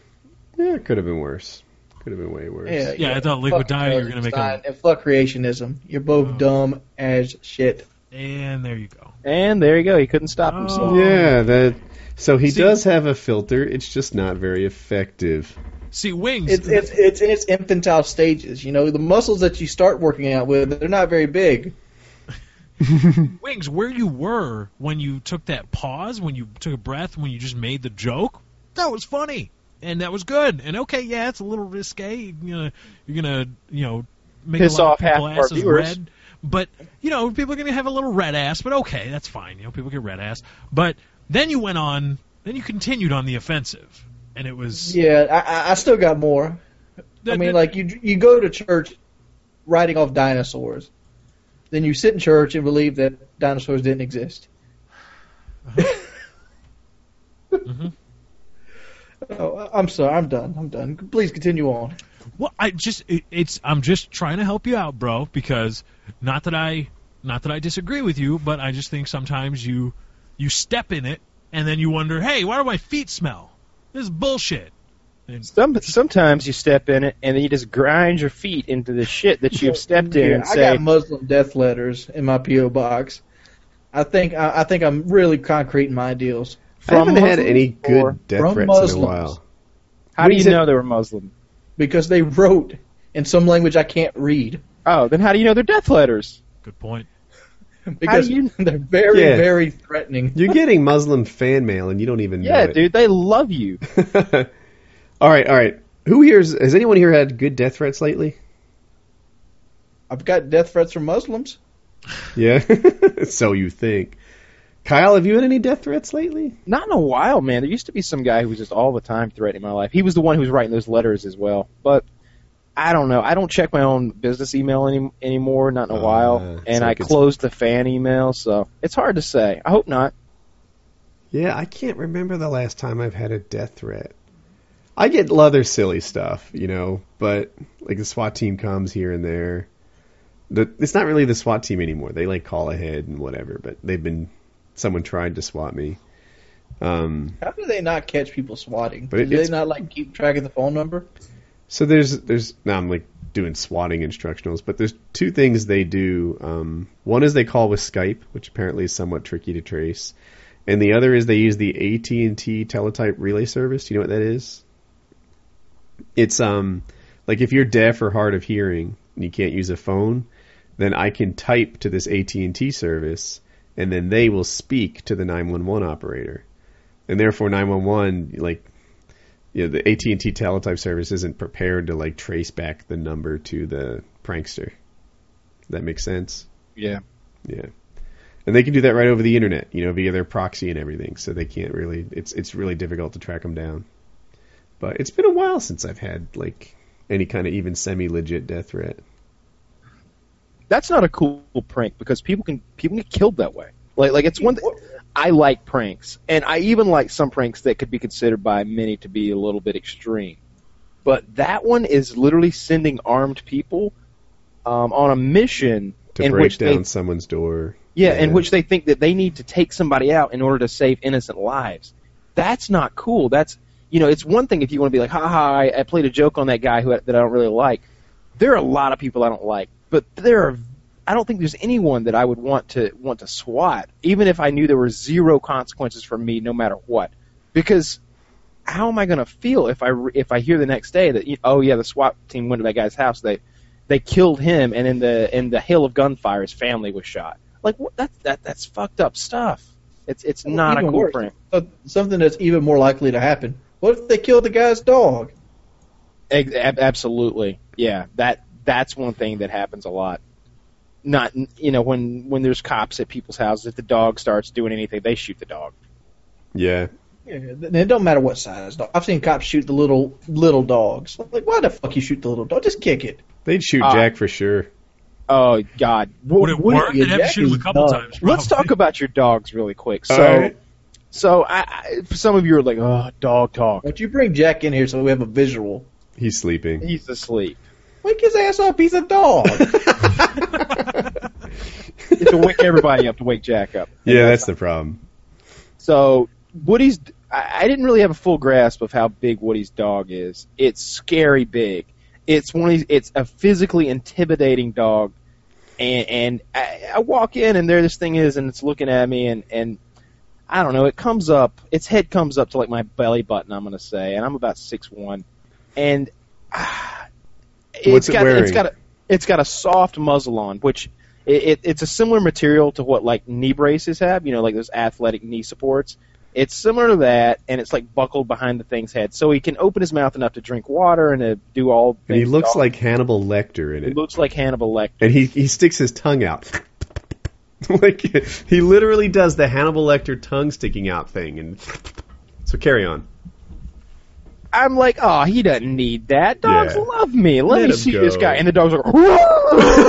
[SPEAKER 1] Yeah, it could have been worse. Could have been way worse.
[SPEAKER 13] Yeah,
[SPEAKER 4] Yeah, I thought liquid
[SPEAKER 13] Fuck
[SPEAKER 4] diet you were gonna make Oh.
[SPEAKER 13] Einstein and fuck creationism. You're both dumb as shit.
[SPEAKER 4] And there you go. Oh.
[SPEAKER 2] And there you go. He couldn't stop himself.
[SPEAKER 1] Yeah, that. So he does have a filter. It's just not very effective.
[SPEAKER 4] See, wings.
[SPEAKER 13] It's it's it's in its infantile stages. You know, the muscles that you start working out with, they're not very big.
[SPEAKER 4] Wings, where you were when you took that pause, when you took a breath, when you just made the joke, that was funny. And that was good. And okay, yeah, it's a little risque. You're gonna, you're gonna you know, make
[SPEAKER 2] Piss
[SPEAKER 4] a lot
[SPEAKER 2] off half
[SPEAKER 4] people
[SPEAKER 2] of our
[SPEAKER 4] asses
[SPEAKER 2] viewers.
[SPEAKER 4] red. But you know, people are gonna have a little red ass. But okay, that's fine. You know, people get red ass. But then you went on. Then you continued on the offensive, and it was
[SPEAKER 13] Yeah, I- I, I still got more. I
[SPEAKER 4] That-
[SPEAKER 13] mean,
[SPEAKER 4] that-
[SPEAKER 13] like you you go to church, writing off dinosaurs, then you sit in church and believe that dinosaurs didn't exist.
[SPEAKER 4] mm-hmm.
[SPEAKER 13] Oh, I- I'm sorry. I'm done. I'm done. Please continue on.
[SPEAKER 4] Well, I just it, it's I'm just trying to help you out, bro, because not that I not that I disagree with you, but I just think sometimes you you step in it and then you wonder, "Hey, why do my feet smell?" This is bullshit.
[SPEAKER 2] Some sometimes you step in it and then you just grind your feet into the shit that you've stepped in
[SPEAKER 13] Yeah,
[SPEAKER 2] and
[SPEAKER 13] I
[SPEAKER 2] say,
[SPEAKER 13] got Muslim death letters in my PO box. I think I, I think I'm really concrete in my deals.
[SPEAKER 1] I haven't had
[SPEAKER 13] Muslims
[SPEAKER 1] any
[SPEAKER 13] or
[SPEAKER 1] good death
[SPEAKER 13] from
[SPEAKER 1] threats in
[SPEAKER 13] Muslims?
[SPEAKER 1] a while.
[SPEAKER 2] "How do
[SPEAKER 13] Wings
[SPEAKER 2] you
[SPEAKER 13] had-
[SPEAKER 2] know they were Muslim?"
[SPEAKER 13] Because they wrote in some language I can't read.
[SPEAKER 2] Oh, then how do you know they're death letters?
[SPEAKER 4] Good point.
[SPEAKER 13] Because
[SPEAKER 2] you-
[SPEAKER 13] they're very
[SPEAKER 1] Yeah.
[SPEAKER 13] very threatening.
[SPEAKER 1] You're getting Muslim fan mail, and you don't even
[SPEAKER 2] Yeah,
[SPEAKER 1] know it.
[SPEAKER 2] dude, they love you.
[SPEAKER 1] all right, all right. Who here's has anyone here had good death threats lately?
[SPEAKER 13] I've got death threats from Muslims.
[SPEAKER 1] Yeah, so you think. Kyle, have you had any death threats lately?
[SPEAKER 2] Not in a while, man. There used to be some guy who was just all the time threatening my life. He was the one who was writing those letters as well. But I don't know. I don't check my own business email any, anymore. Not in a while. And
[SPEAKER 1] so
[SPEAKER 2] I
[SPEAKER 1] it gets-
[SPEAKER 2] closed the fan email, so it's hard to say. I hope not.
[SPEAKER 1] Yeah, I can't remember the last time I've had a death threat. I get other silly stuff, you know, but like the SWAT team comes here and there. The, it's not really the SWAT team anymore. They like call ahead and whatever, but they've been someone tried to SWAT me. Um,
[SPEAKER 13] How do they not catch people swatting?
[SPEAKER 1] But
[SPEAKER 13] Do
[SPEAKER 1] it-
[SPEAKER 13] they
[SPEAKER 1] it's-
[SPEAKER 13] not like keep track of the phone number?
[SPEAKER 1] so there's there's now I'm like doing swatting instructionals, but there's two things they do. Um, one is they call with Skype, which apparently is somewhat tricky to trace, and the other is they use the AT and T teletype relay service. Do you know what that is? It's um like if you're deaf or hard of hearing and you can't use a phone, then I can type to this AT and T service, and then they will speak to the 911 operator, and therefore 911 like you know, the AT and T teletype service isn't prepared to like trace back the number to the prankster. That makes sense.
[SPEAKER 2] Yeah.
[SPEAKER 1] Yeah, and they can do that right over the internet, you know, via their proxy and everything. So they can't really. It's it's really difficult to track them down. But it's been a while since I've had like any kind of even semi legit death threat.
[SPEAKER 2] That's not a cool prank because people can people get killed that way. Like like it's one. Th- I like pranks, and I even like some pranks that could be considered by many to be a little bit extreme. But that one is literally sending armed people um, on a mission
[SPEAKER 1] to
[SPEAKER 2] in
[SPEAKER 1] break
[SPEAKER 2] which
[SPEAKER 1] down
[SPEAKER 2] they
[SPEAKER 1] someone's door.
[SPEAKER 2] yeah, in which they think that they need to take somebody out in order to save innocent lives. That's not cool. That's you know, it's one thing if you want to be like, ha ha, I, I played a joke on that guy who I- that I don't really like. There are a lot of people I don't like, but there are. I don't think there's anyone that I would want to want to swat, even if I knew there were zero consequences for me, no matter what. Because how am I going to feel if I re- if I hear the next day that you- oh yeah, the SWAT team went to that guy's house, they they killed him, and in the in the hail of gunfire, his family was shot. Like what? That that that's fucked up stuff. It's it's not a
[SPEAKER 13] Even
[SPEAKER 2] cool
[SPEAKER 13] worse,
[SPEAKER 2] print.
[SPEAKER 13] uh, Something that's even more likely to happen. What if they kill the guy's dog?
[SPEAKER 2] Ex- ab- absolutely, yeah. That that's one thing that happens a lot. Not you know when when there's cops at people's houses, if the dog starts doing anything, they shoot the dog.
[SPEAKER 1] Yeah.
[SPEAKER 13] Yeah, it don't matter what size dog. I've seen cops shoot the little little dogs. Like, why the fuck you shoot the little dog? Just kick it.
[SPEAKER 1] They'd shoot
[SPEAKER 2] Ah.
[SPEAKER 1] Jack for sure.
[SPEAKER 2] Oh God! Would
[SPEAKER 1] it work? They'd have to shoot him a couple times,
[SPEAKER 2] Let's talk about your dogs really quick. So,
[SPEAKER 1] All right.
[SPEAKER 2] so I, I, some of you are like, "Oh, dog talk."
[SPEAKER 13] But you bring Jack in here so we have a visual.
[SPEAKER 1] He's sleeping.
[SPEAKER 2] He's asleep.
[SPEAKER 13] Wake his ass up. He's a dog.
[SPEAKER 2] It's to wake everybody up to wake Jack up.
[SPEAKER 1] Yeah, that's the problem.
[SPEAKER 2] So Woody's. I, I didn't really have a full grasp of how big Woody's dog is. It's scary big. It's one. Of these, it's a physically intimidating dog. And and I, I walk in and there this thing is and it's looking at me and and I don't know. It comes up. Its head comes up to like my belly button. I'm gonna say, and I'm about six one, and ah, it's
[SPEAKER 1] What's it
[SPEAKER 2] got
[SPEAKER 1] wearing?
[SPEAKER 2] it's got a it's got a soft muzzle on, which it, it, it's a similar material to what like knee braces have. You know, like those athletic knee supports. It's similar to that, and it's like buckled behind the thing's head, so he can open his mouth enough to drink water and to do all.
[SPEAKER 1] And he
[SPEAKER 2] things
[SPEAKER 1] looks
[SPEAKER 2] dog-
[SPEAKER 1] like Hannibal Lecter in
[SPEAKER 2] he
[SPEAKER 1] it.
[SPEAKER 2] looks like Hannibal Lecter.
[SPEAKER 1] And he he sticks his tongue out. like he literally does the Hannibal Lecter tongue sticking out thing and so carry on.
[SPEAKER 2] I'm like, oh, he doesn't need that. Dogs
[SPEAKER 1] Yeah.
[SPEAKER 2] love me. Let,
[SPEAKER 1] Let
[SPEAKER 2] me
[SPEAKER 1] him
[SPEAKER 2] see
[SPEAKER 1] go.
[SPEAKER 2] this guy. And the dog's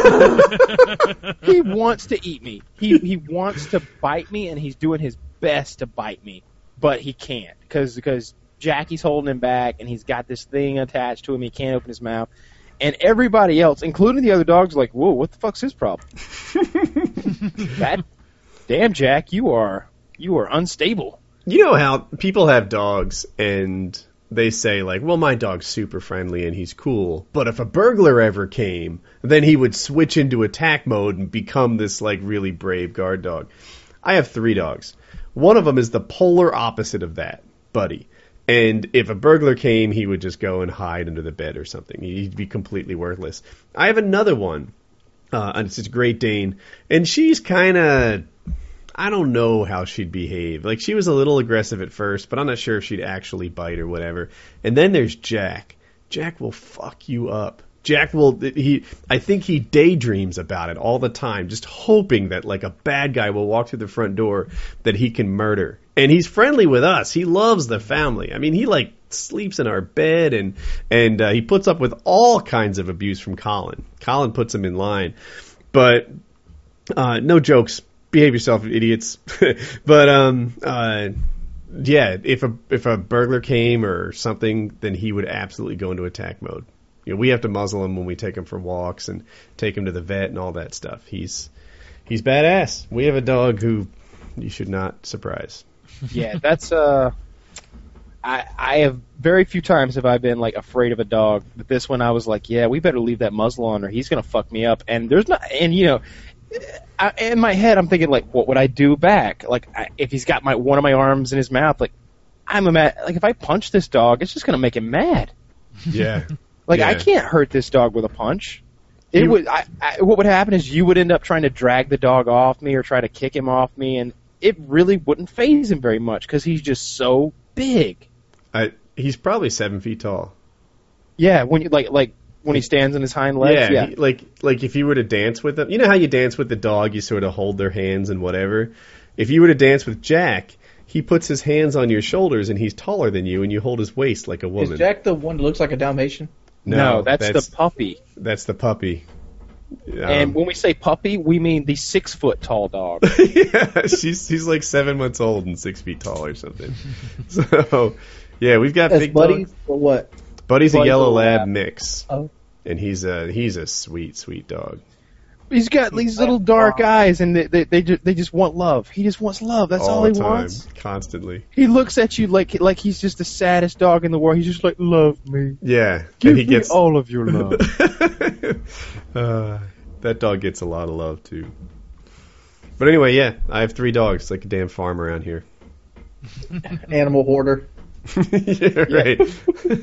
[SPEAKER 2] like, he wants to eat me. He he wants to bite me, and he's doing his best to bite me, but he can't because because Jackie's holding him back, and he's got this thing attached to him. He can't open his mouth, and everybody else, including the other dogs, are like, whoa, what the fuck's his problem? that damn Jack, you are you are unstable.
[SPEAKER 1] You know how people have dogs and they say like, "Well, my dog's super friendly and he's cool, but if a burglar ever came, then he would switch into attack mode and become this like really brave guard dog." I have 3 dogs. One of them is the polar opposite of that, Buddy. And if a burglar came, he would just go and hide under the bed or something. He'd be completely worthless. I have another one uh, and it's this Great Dane, and she's kind of. I don't know how she'd behave. Like she was a little aggressive at first, but I'm not sure if she'd actually bite or whatever. And then there's Jack. Jack will fuck you up. Jack will he I think he daydreams about it all the time, just hoping that like a bad guy will walk through the front door that he can murder. And he's friendly with us. He loves the family. I mean, he like sleeps in our bed and and uh, he puts up with all kinds of abuse from Colin. Colin puts him in line. But uh, no jokes. Behave yourself, idiots. but um, uh, yeah, if a if a burglar came or something, then he would absolutely go into attack mode. You know, we have to muzzle him when we take him for walks and take him to the vet and all that stuff. He's he's badass. We have a dog who you should not surprise.
[SPEAKER 2] yeah, that's uh I I have very few times have I been like afraid of a dog, but this one I was like, yeah, we better leave that muzzle on or he's gonna fuck me up. And there's not, and you know, I, in my head I'm thinking like, what would I do back? Like I, if he's got my one of my arms in his mouth, like I'm a mad, like if I punch this dog, it's just gonna make him mad.
[SPEAKER 1] Yeah.
[SPEAKER 2] Like I
[SPEAKER 1] Yeah.
[SPEAKER 2] can't hurt this dog with a punch. It
[SPEAKER 1] You-
[SPEAKER 2] would. I, I, what would happen is you would end up trying to drag the dog off me or try to kick him off me, and it really wouldn't phase him very much because he's just so big.
[SPEAKER 1] I he's probably seven feet tall.
[SPEAKER 2] Yeah, when you like like when he stands on his hind legs. Yeah,
[SPEAKER 1] he- like like if you were to dance with them, you know how you dance with the dog, you sort of hold their hands and whatever. If you were to dance with Jack, he puts his hands on your shoulders and he's taller than you, and you hold his waist like a woman.
[SPEAKER 13] Is Jack the one that looks like a Dalmatian?
[SPEAKER 2] No, that's the puppy.
[SPEAKER 1] That's the puppy. Um,
[SPEAKER 2] and when we say puppy, we mean the six foot tall dog.
[SPEAKER 1] yeah, she's she's like seven months old and six feet tall or something. so yeah, we've got
[SPEAKER 13] As
[SPEAKER 1] big
[SPEAKER 13] buddies
[SPEAKER 1] dogs.
[SPEAKER 13] or what?
[SPEAKER 1] Buddy's a
[SPEAKER 13] Buddy's
[SPEAKER 1] yellow
[SPEAKER 13] a
[SPEAKER 1] lab mix.
[SPEAKER 13] Oh.
[SPEAKER 1] and he's a he's a sweet sweet dog.
[SPEAKER 2] He's got these little dark eyes, and they they they just, they just want love. He just wants love. That's all,
[SPEAKER 1] the
[SPEAKER 2] he
[SPEAKER 1] time,
[SPEAKER 2] wants.
[SPEAKER 1] constantly.
[SPEAKER 2] He looks at you like like he's just the saddest dog in the world. He's just like, love me.
[SPEAKER 1] Yeah,
[SPEAKER 2] Give
[SPEAKER 1] and he
[SPEAKER 2] me
[SPEAKER 1] gets
[SPEAKER 2] all of your love.
[SPEAKER 1] uh, that dog gets a lot of love too. But anyway, yeah, I have three dogs. It's like a damn farm around here.
[SPEAKER 13] Animal hoarder.
[SPEAKER 1] yeah, right.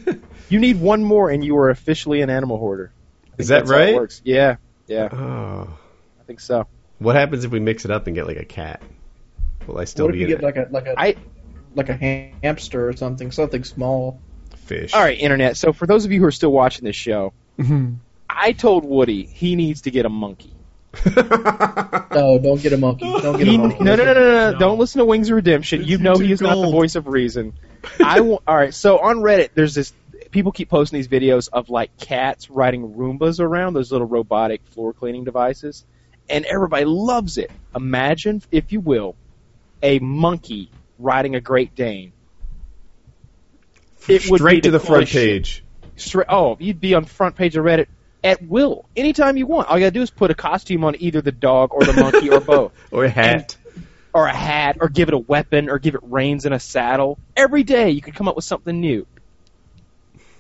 [SPEAKER 2] you need one more, and you are officially an animal hoarder. I think
[SPEAKER 1] Is that
[SPEAKER 2] that's how it
[SPEAKER 1] right?
[SPEAKER 2] works. Yeah, yeah.
[SPEAKER 1] Oh.
[SPEAKER 2] I think so.
[SPEAKER 1] What happens if we mix it up and get like a cat? Will I still
[SPEAKER 13] what if
[SPEAKER 1] be
[SPEAKER 13] you
[SPEAKER 1] in
[SPEAKER 13] get
[SPEAKER 1] it?
[SPEAKER 13] like a like a like a ham- hamster or something, something small?
[SPEAKER 1] Fish.
[SPEAKER 2] All right, internet. So for those of you who are still watching this show, Mm-hmm. I told Woody he needs to get a monkey.
[SPEAKER 13] No, don't get a monkey. Don't get
[SPEAKER 2] He-
[SPEAKER 13] a monkey.
[SPEAKER 2] No, no, no, no, no, no. Don't listen to Wings of Redemption. You know he is not the voice of reason. I w- all right. So on Reddit, there's this. People keep posting these videos of like cats riding Roombas around those little robotic floor cleaning devices, and everybody loves it. Imagine, if you will, a monkey riding a Great Dane. It would
[SPEAKER 1] Straight
[SPEAKER 2] be
[SPEAKER 1] to the front
[SPEAKER 2] coolest shit.
[SPEAKER 1] page.
[SPEAKER 2] Straight. Oh, you'd be on front page of Reddit at will, anytime you want. All you gotta do is put a costume on either the dog or the monkey or both
[SPEAKER 1] Or a hat.
[SPEAKER 2] or a hat, or give it a weapon, or give it reins and a saddle. Every day you could come up with something new.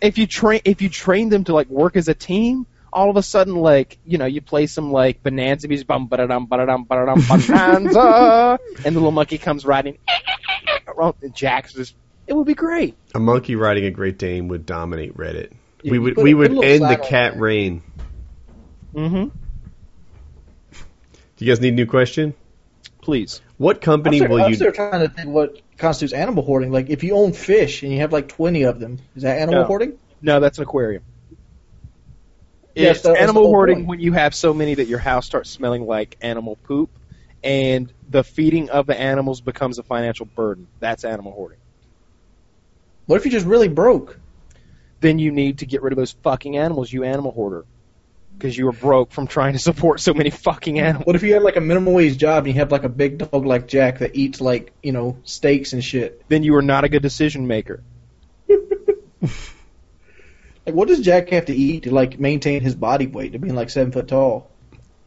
[SPEAKER 2] If you train, if you train them to like work as a team, all of a sudden, like you know, you play some like bonanza music, bum ba da dum ba da dum ba da dum bonanza, and the little monkey comes riding. around, and Jack's just, it would be great.
[SPEAKER 1] A monkey riding a Great Dane would dominate Reddit.
[SPEAKER 2] Yeah,
[SPEAKER 1] we
[SPEAKER 2] you
[SPEAKER 1] would
[SPEAKER 2] put a-
[SPEAKER 1] we
[SPEAKER 2] put a
[SPEAKER 1] would
[SPEAKER 2] little
[SPEAKER 1] end the
[SPEAKER 2] flag on
[SPEAKER 1] cat reign.
[SPEAKER 2] Mm-hmm.
[SPEAKER 1] Do you guys need a new question?
[SPEAKER 2] Please.
[SPEAKER 1] What
[SPEAKER 13] I'm
[SPEAKER 1] company
[SPEAKER 13] still,
[SPEAKER 1] will
[SPEAKER 13] I'm
[SPEAKER 1] you?
[SPEAKER 13] still trying to think what constitutes animal hoarding. Like, if you own fish and you have like 20 of them, is that animal
[SPEAKER 2] No.
[SPEAKER 13] hoarding?
[SPEAKER 2] No, that's an aquarium.
[SPEAKER 13] Yes,
[SPEAKER 2] it's
[SPEAKER 13] that was the
[SPEAKER 2] animal
[SPEAKER 13] whole
[SPEAKER 2] hoarding
[SPEAKER 13] point.
[SPEAKER 2] when you have so many that your house starts smelling like animal poop, and the feeding of the animals becomes a financial burden. That's animal hoarding.
[SPEAKER 13] What if you're just really broke?
[SPEAKER 2] Then you need to get rid of those fucking animals, you animal hoarder, because you were broke from trying to support so many fucking animals.
[SPEAKER 13] What if you have like a minimum wage job and you have like a big dog like Jack that eats like, you know, steaks and shit?
[SPEAKER 2] Then you are not a good decision maker.
[SPEAKER 13] Like, what does Jack have to eat to like maintain his body weight to being like seven foot tall?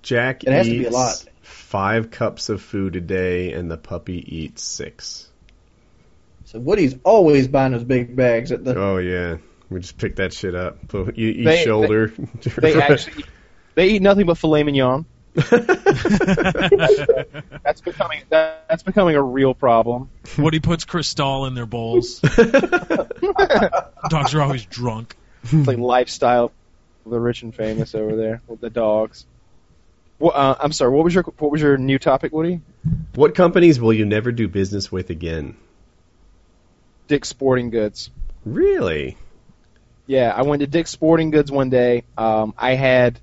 [SPEAKER 1] Jack
[SPEAKER 13] It has to
[SPEAKER 1] eats
[SPEAKER 13] be a lot.
[SPEAKER 1] five cups of food a day, and the puppy eats six.
[SPEAKER 13] So Woody's always buying those big bags at the.
[SPEAKER 1] Oh yeah, we just pick that shit up. So You eat
[SPEAKER 2] They-
[SPEAKER 1] shoulder.
[SPEAKER 2] They actually they eat nothing but filet mignon. that's becoming that, that's becoming a real problem.
[SPEAKER 4] Woody puts Cristal in their bowls. Dogs are always drunk.
[SPEAKER 2] It's like lifestyle, of the rich and famous over there with the dogs. Well, uh, I'm sorry. What was your what was your new topic, Woody?
[SPEAKER 1] What companies will you never do business with again?
[SPEAKER 2] Dick Sporting Goods.
[SPEAKER 1] Really?
[SPEAKER 2] Yeah, I went to Dick's Sporting Goods one day. Um, I had,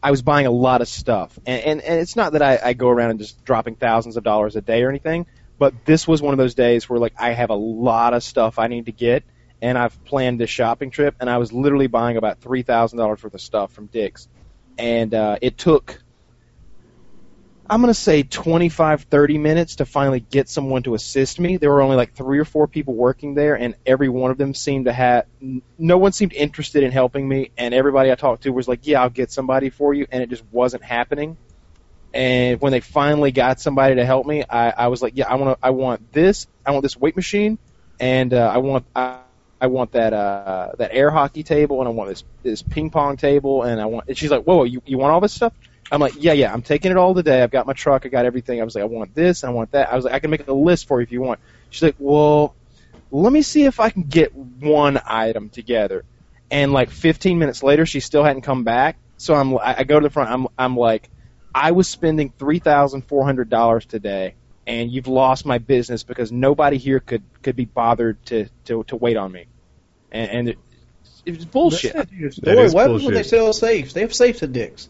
[SPEAKER 2] I was buying a lot of stuff, and and, and it's not that I, I go around and just dropping thousands of dollars a day or anything, but this was one of those days where like I have a lot of stuff I need to get, and I've planned this shopping trip, and I was literally buying about three thousand dollars worth of stuff from Dick's, and uh, it took. I'm going to say 25, 30 minutes to finally get someone to assist me. There were only like three or four people working there, and every one of them seemed to have, no one seemed interested in helping me, and everybody I talked to was like, "Yeah, I'll get somebody for you," and it just wasn't happening. And when they finally got somebody to help me, I, I was like, "Yeah, I want to. I want this. I want this weight machine, and uh, I want I, I want that uh, that air hockey table, and I want this this ping pong table, and I want." And she's like, "Whoa, you you want all this stuff?" I'm like, "Yeah, yeah. I'm taking it all today. I've got my truck. I got everything." I was like, "I want this. I want that." I was like, "I can make a list for you if you want." She's like, "Well." let me see if I can get one item together. And like 15 minutes later, she still hadn't come back. So I'm, I I go to the front. I'm, I'm like, I was spending three thousand four hundred dollars today, and you've lost my business because nobody here could could be bothered to to, to wait on me. And, and it, it was bullshit.
[SPEAKER 13] That's not your
[SPEAKER 2] That
[SPEAKER 13] story.
[SPEAKER 2] is
[SPEAKER 13] Why
[SPEAKER 2] bullshit.
[SPEAKER 13] would they sell safes? They have safes at Dick's.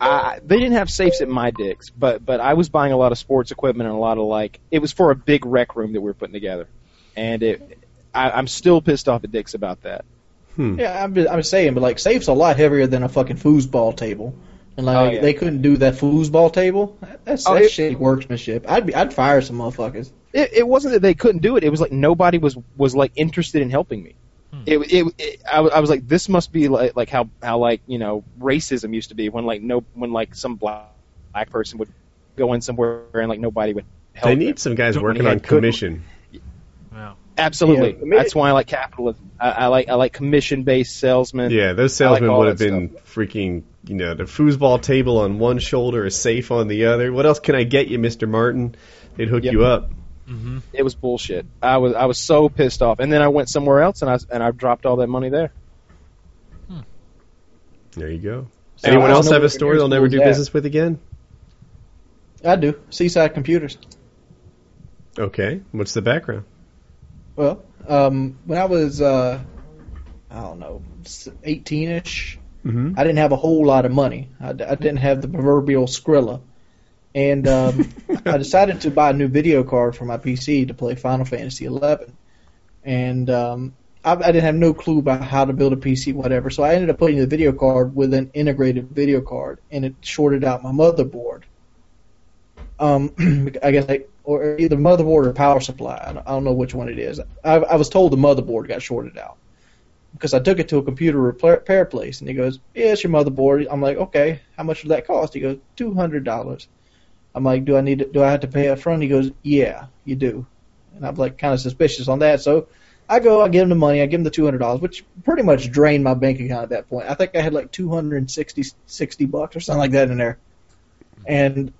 [SPEAKER 2] I, they didn't have safes at my dicks, but but I was buying a lot of sports equipment and a lot of like it was for a big rec room that we were putting together, and it I, I'm still pissed off at dicks about that.
[SPEAKER 1] Hmm.
[SPEAKER 13] Yeah, I'm just, I'm just saying, but like safes a lot heavier than a fucking foosball table, and like
[SPEAKER 2] Oh, yeah.
[SPEAKER 13] they couldn't do that foosball table. That- That's
[SPEAKER 2] Oh,
[SPEAKER 13] that
[SPEAKER 2] it-
[SPEAKER 13] shit workmanship. I'd be I'd fire some motherfuckers.
[SPEAKER 2] It, it wasn't that they couldn't do it; it was like nobody was was like interested in helping me. It, it, it I, w- I was like, this must be like, like how, how like you know racism used to be when like no when like some black black person would go in somewhere and like nobody would help.
[SPEAKER 1] They
[SPEAKER 2] them.
[SPEAKER 1] need some guys
[SPEAKER 2] When he
[SPEAKER 1] working
[SPEAKER 2] had
[SPEAKER 1] on
[SPEAKER 2] good-
[SPEAKER 1] commission.
[SPEAKER 2] Absolutely,
[SPEAKER 1] Yeah, I mean-
[SPEAKER 2] that's why I like capitalism. I, I like I like commission based salesmen.
[SPEAKER 1] Yeah, those
[SPEAKER 2] I like
[SPEAKER 1] salesmen
[SPEAKER 2] all
[SPEAKER 1] would
[SPEAKER 2] that
[SPEAKER 1] have been freaking, you know, the foosball table on one shoulder, a safe on the other. What else can I get you, Mister Martin? They'd hook
[SPEAKER 2] Yep.
[SPEAKER 1] you up.
[SPEAKER 4] Mm-hmm.
[SPEAKER 2] It was bullshit. I was I was so pissed off, and then I went somewhere else and I and I dropped all that money there.
[SPEAKER 1] There you go.
[SPEAKER 2] So I
[SPEAKER 1] Anyone
[SPEAKER 2] don't
[SPEAKER 1] else
[SPEAKER 2] know
[SPEAKER 1] have
[SPEAKER 2] where
[SPEAKER 1] a story
[SPEAKER 2] your
[SPEAKER 1] they'll never
[SPEAKER 2] school's
[SPEAKER 1] do
[SPEAKER 2] at.
[SPEAKER 1] business with again?
[SPEAKER 13] I do. Seaside Computers.
[SPEAKER 1] Okay, what's the background?
[SPEAKER 13] Well, um, when I was, uh, I don't know, 18 ish,
[SPEAKER 1] Mhm.
[SPEAKER 13] I didn't have a whole lot of money. I, d- I didn't have the proverbial Skrilla. And um, I decided to buy a new video card for my PC to play Final Fantasy XI. And um, I, I didn't have no clue about how to build a PC, whatever. So I ended up putting the video card with an integrated video card, and it shorted out my motherboard. Um, I guess I, or either motherboard or power supply. I don't- I don't know which one it is. I, I was told the motherboard got shorted out because I took it to a computer repair repair place, and he goes, "Yeah, it's your motherboard." I'm like, "Okay, how much did that cost?" He goes, 200 dollars." I'm like, "Do I need to, do I have to pay up front?" He goes, "Yeah, you do." And I'm like, kind of suspicious on that, so I go, I give him the money, I give him the 200 dollars, which pretty much drained my bank account at that point. I think I had like 260 60 bucks or something like that in there, and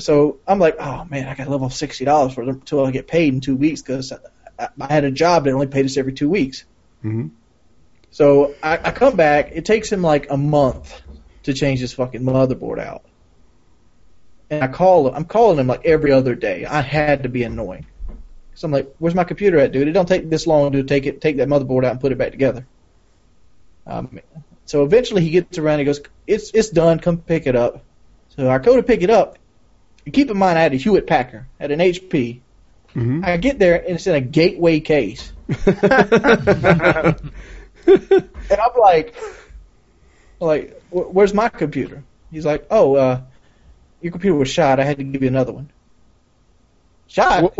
[SPEAKER 13] so I'm like, "Oh man, I got to live off sixty dollars for until I get paid in two weeks because I, I had a job that only paid us every two weeks."
[SPEAKER 1] Mm-hmm.
[SPEAKER 13] So I, I come back. It takes him like a month to change his fucking motherboard out. And I call him. I'm calling him like every other day. I had to be annoying. So I'm like, "Where's my computer at, dude? It don't take this long to take it, take that motherboard out and put it back together." Um, so eventually he gets around. and He goes, "It's it's done. Come pick it up." So I go to pick it up. And keep in mind, I had a Hewlett Packard, had an HP.
[SPEAKER 1] Mhm.
[SPEAKER 13] I get there and it's in a gateway case. and I'm like, like, "Wh- where's my computer? He's like, oh, uh, your computer was shot. I had to give you another one. Shot?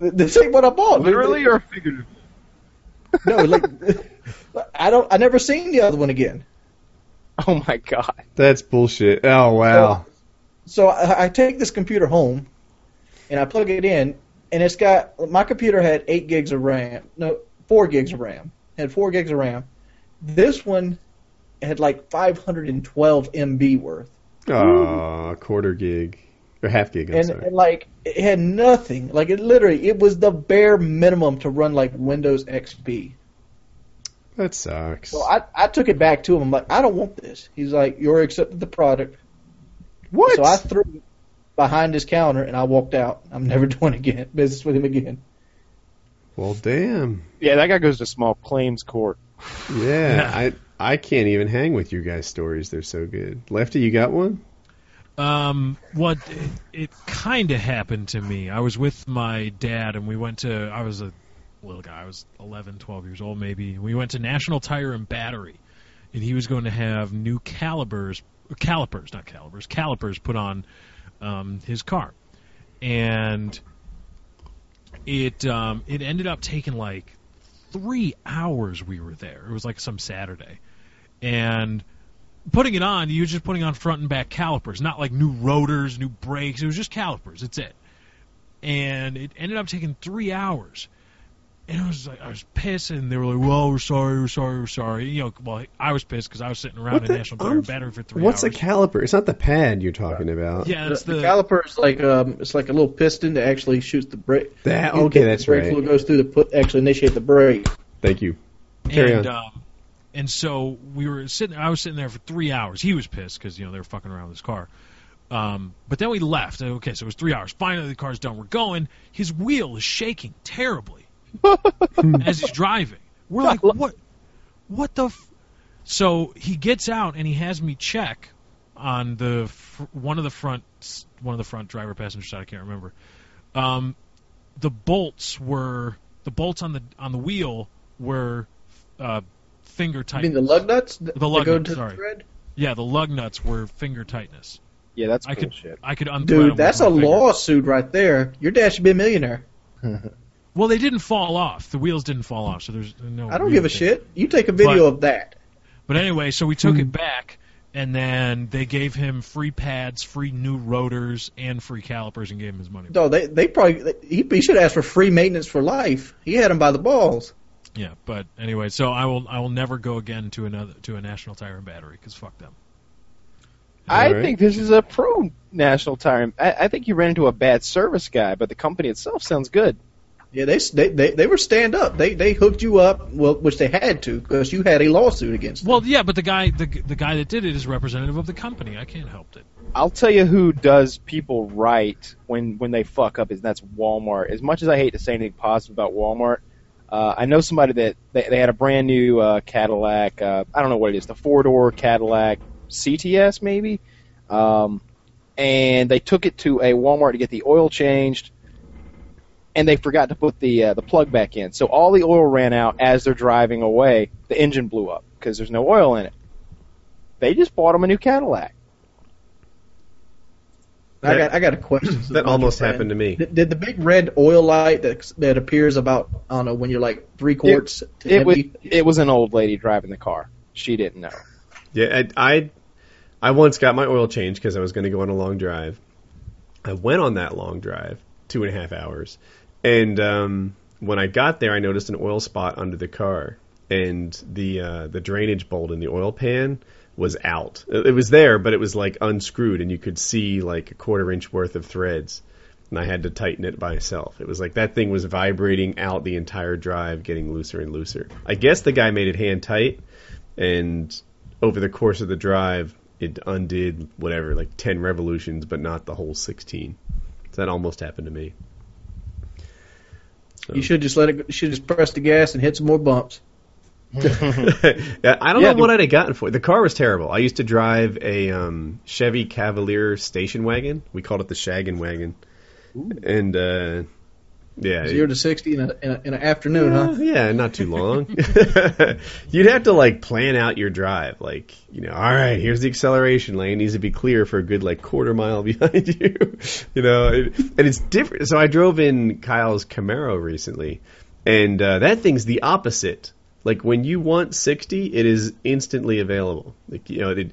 [SPEAKER 13] Th- This ain't what I bought. dude.
[SPEAKER 6] Literally or figuratively?
[SPEAKER 13] No, like, I don't. I never seen the other one again.
[SPEAKER 2] Oh my god!
[SPEAKER 1] That's bullshit. Oh wow.
[SPEAKER 13] So I, I take this computer home, and I plug it in, and it's got my computer had eight gigs of RAM. No, four gigs of RAM. Had four gigs of RAM. This one had like 512 MB worth.
[SPEAKER 1] Ah, quarter gig or half gig. I'm
[SPEAKER 13] and,
[SPEAKER 1] sorry.
[SPEAKER 13] and like it had nothing. Like it literally, it was the bare minimum to run like Windows XP.
[SPEAKER 1] That sucks.
[SPEAKER 13] So I, I took it back to him. I'm like, I don't want this. He's like, you already accepted the product. What? So I threw it behind his counter and I walked out. I'm never doing again business with him again.
[SPEAKER 1] Well, damn.
[SPEAKER 2] Yeah, that guy goes to small claims court.
[SPEAKER 1] Yeah, I I can't even hang with you guys' stories. They're so good. Lefty, you got one?
[SPEAKER 4] Um, what it, it kind of happened to me. I was with my dad, and we went to. I was a little guy. I was 11, 12 years old, maybe. We went to National Tire and Battery, and he was going to have new calipers, calipers, not calipers, calipers put on um, his car, and it um, it ended up taking like three hours. We were there. It was like some Saturday, and putting it on, you were just putting on front and back calipers, not like new rotors, new brakes. It was just calipers. That's it. And it ended up taking three hours. And I was like, I was pissed, and they were like, "Well, we're sorry, we're sorry, we're sorry." You know, well, I was pissed because I was sitting around
[SPEAKER 1] What
[SPEAKER 4] in
[SPEAKER 1] the-
[SPEAKER 4] National Tire
[SPEAKER 1] I'm-
[SPEAKER 4] and Battery for three
[SPEAKER 1] What's
[SPEAKER 4] hours.
[SPEAKER 1] a caliper? It's not the pad you're talking about.
[SPEAKER 4] Yeah, it's the-
[SPEAKER 13] caliper is like um, it's like a little piston that actually shoots the brake.
[SPEAKER 1] That-
[SPEAKER 13] You
[SPEAKER 1] okay,
[SPEAKER 13] get the
[SPEAKER 1] that's
[SPEAKER 13] brake
[SPEAKER 1] right.
[SPEAKER 13] fluid goes through to put actually initiate the brake.
[SPEAKER 1] Thank you. Carry
[SPEAKER 4] and
[SPEAKER 1] on.
[SPEAKER 4] um, and so we were sitting. I was sitting there for three hours. He was pissed because you know they were fucking around with his car. Um, but then we left. and, Okay, so it was three hours. Finally, the car's done. We're going. His wheel is shaking terribly as he's driving. We're like, what? What the? F-? So he gets out and he has me check on the fr- one of the front one of the front driver passenger side. I can't remember. Um, the bolts were the bolts on the on the wheel were uh, finger
[SPEAKER 13] I
[SPEAKER 4] tightness.
[SPEAKER 13] mean the lug nuts. that-
[SPEAKER 4] The lug
[SPEAKER 13] that go
[SPEAKER 4] nuts,
[SPEAKER 13] to
[SPEAKER 4] sorry.
[SPEAKER 13] The thread?
[SPEAKER 4] yeah, the lug nuts were finger tightness.
[SPEAKER 2] Yeah, that's
[SPEAKER 4] I could
[SPEAKER 2] bullshit.
[SPEAKER 4] I could unthread 'em
[SPEAKER 13] Dude,
[SPEAKER 4] with
[SPEAKER 13] that's
[SPEAKER 4] my
[SPEAKER 13] a
[SPEAKER 4] finger.
[SPEAKER 13] lawsuit right there. Your dad should be a millionaire.
[SPEAKER 4] Well, they didn't fall off. The wheels didn't fall off, so there's no.
[SPEAKER 13] I don't
[SPEAKER 4] real
[SPEAKER 13] give a
[SPEAKER 4] thing.
[SPEAKER 13] shit. Hmm. You take a video
[SPEAKER 4] But-
[SPEAKER 13] of that.
[SPEAKER 4] But anyway, so we took it back, and then they gave him free pads, free new rotors, and free calipers, and gave him his money.
[SPEAKER 13] No, they they probably he, he should ask for free maintenance for life. He had him by the balls.
[SPEAKER 4] Yeah, but anyway, so I will I will never go again to another to a National Tire and Battery because fuck them.
[SPEAKER 2] I
[SPEAKER 4] Alright.
[SPEAKER 2] think this is a pro national tire. I, I think you ran into a bad service guy, but the company itself sounds good.
[SPEAKER 13] Yeah, they they they, they were stand up. They they hooked you up, well, which they had to because you had a lawsuit against.
[SPEAKER 4] Well, yeah, but the guy the the guy that did it is representative of the company. I can't help it.
[SPEAKER 2] I'll tell you who does people right when when they fuck up is that's Walmart. As much as I hate to say anything positive about Walmart, uh, I know somebody that they, they had a brand new uh, Cadillac. Uh, I don't know what it is, the four door Cadillac CTS maybe, um, and they took it to a Walmart to get the oil changed, and they forgot to put the uh, the plug back in. So all the oil ran out as they're driving away. The engine blew up because there's no oil in it. They just bought them a new Cadillac.
[SPEAKER 13] I got I got a question.
[SPEAKER 1] That almost happened to me.
[SPEAKER 13] Did, did the big red oil light that that appears about I don't know when you're like three quarts? to
[SPEAKER 2] It was
[SPEAKER 13] empty?
[SPEAKER 2] it was an old lady driving the car. She didn't know.
[SPEAKER 1] Yeah, I, I, I once got my oil changed because I was going to go on a long drive. I went on that long drive, two and a half hours, and um, when I got there, I noticed an oil spot under the car, and the uh, the drainage bolt in the oil pan was out. It it was there, but it was like unscrewed, and you could see like a quarter inch worth of threads. And I had to tighten it myself. It was like that thing was vibrating out the entire drive, getting looser and looser. I guess the guy made it hand tight, and over the course of the drive, it undid whatever, like 10 revolutions, but not the whole 16. So that almost happened to me.
[SPEAKER 13] You should just let it. You should just press the gas and hit some more bumps.
[SPEAKER 1] Yeah, I don't
[SPEAKER 13] Mm-hmm. Yeah,
[SPEAKER 1] know
[SPEAKER 13] the-
[SPEAKER 1] what I'd have gotten for it. The car was terrible. I used to drive a um, Chevy Cavalier station wagon. We called it the Shaggin' Wagon. And, uh, yeah. it-
[SPEAKER 13] Zero to sixty in, a, in, a, in an afternoon,
[SPEAKER 1] yeah,
[SPEAKER 13] huh?
[SPEAKER 1] yeah, not too long. You'd have to like plan out your drive. Like, you know, all right, here's the acceleration lane. needs to be clear for a good like quarter mile behind you. you know, it, and it's different. So I drove in Kyle's Camaro recently, and uh, that thing's the opposite. Like when you want 60, it is instantly available. Like you know, it,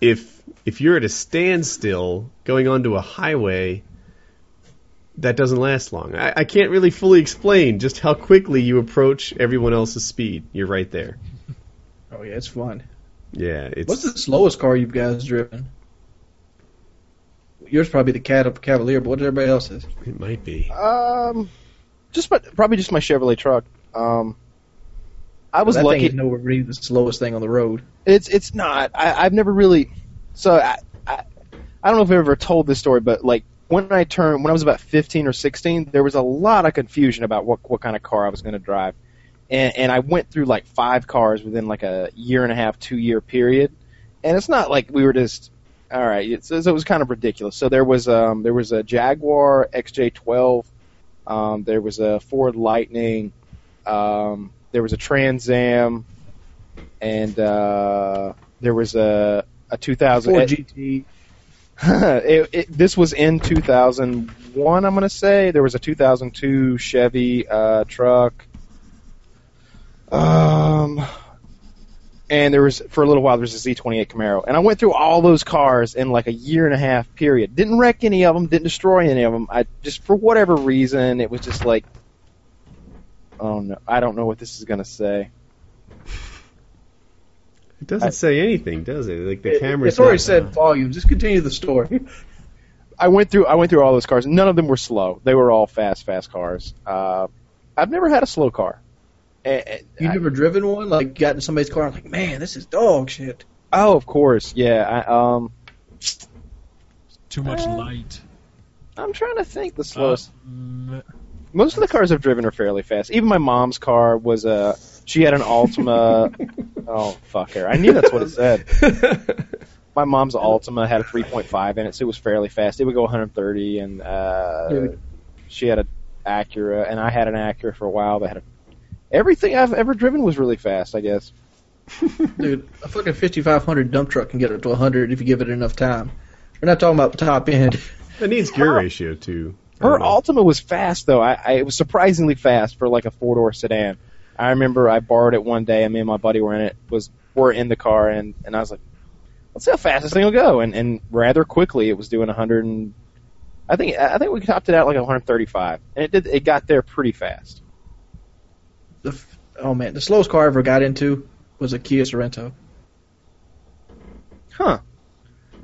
[SPEAKER 1] if if you're at a standstill going onto a highway, that doesn't last long. I, I can't really fully explain just how quickly you approach everyone else's speed. You're right there.
[SPEAKER 13] Oh yeah, it's fun.
[SPEAKER 1] Yeah, it's
[SPEAKER 13] What's the slowest car you guys driven? Yours probably the Cat Cavalier, but what did everybody else's?
[SPEAKER 1] It might be.
[SPEAKER 2] Um, just but probably just my Chevrolet truck. Um, I was
[SPEAKER 13] that
[SPEAKER 2] lucky.
[SPEAKER 13] Thing is nowhere really the slowest thing on the road.
[SPEAKER 2] It's it's not. I, I've never really. So I, I I don't know if I've ever told this story, but like when I turned when I was about fifteen or sixteen, there was a lot of confusion about what what kind of car I was going to drive, and and I went through like five cars within like a year and a half, two year period, and it's not like we were just all right. It's, so it was kind of ridiculous. So there was um there was a Jaguar XJ12, um there was a Ford Lightning, um there was a Trans Am, and uh there was a a 2000
[SPEAKER 13] Ford GT.
[SPEAKER 2] it, it, this was in 2001, I'm going to say. There was a 2002 Chevy uh, truck. Um, and there was, for a little while, there was a Z28 Camaro. And I went through all those cars in like a year and a half period. Didn't wreck any of them, didn't destroy any of them. I just, for whatever reason, it was just like, oh no, I don't know what this is going to say.
[SPEAKER 1] It doesn't say anything, does it? Like the camera's
[SPEAKER 13] It's already
[SPEAKER 1] not-
[SPEAKER 13] said volume. Just continue the story.
[SPEAKER 2] I went through I went through all those cars. None of them were slow. They were all fast, fast cars. Uh, I've never had a slow car. Eh, eh,
[SPEAKER 13] You never driven one? Like got in somebody's car and like, man, this is dog shit.
[SPEAKER 2] oh, of course, yeah. I, um,
[SPEAKER 4] Too much
[SPEAKER 13] Oh.
[SPEAKER 2] Uh,
[SPEAKER 4] light. Mm,
[SPEAKER 2] I'm trying to think the slowest. Most of the cars I've driven are fairly fast. Even my mom's car was a. She had an Altima. oh fuck her! I knew that's what it said. My mom's Altima had a 3.5 in it, so it was fairly fast. It would go 130, and uh,
[SPEAKER 13] Dude.
[SPEAKER 2] she had a Acura, and I had an Acura for a while. That had a, everything I've ever driven was really fast. I guess.
[SPEAKER 13] Dude, a fucking 5500 dump truck can get up to 100 if you give it enough time. We're not talking about top end.
[SPEAKER 1] It needs gear ratio too.
[SPEAKER 2] Her Altima was fast though. I, I it was surprisingly fast for like a four door sedan. I remember I borrowed it one day. and Me and my buddy were in it was were in the car and and I was like, let's see how fast this thing will go. And and rather quickly it was doing 100 and I think I think we topped it out like 135 and it did it got there pretty fast.
[SPEAKER 13] The f- oh man, the slowest car I ever got into was a Kia Sorento.
[SPEAKER 2] Huh.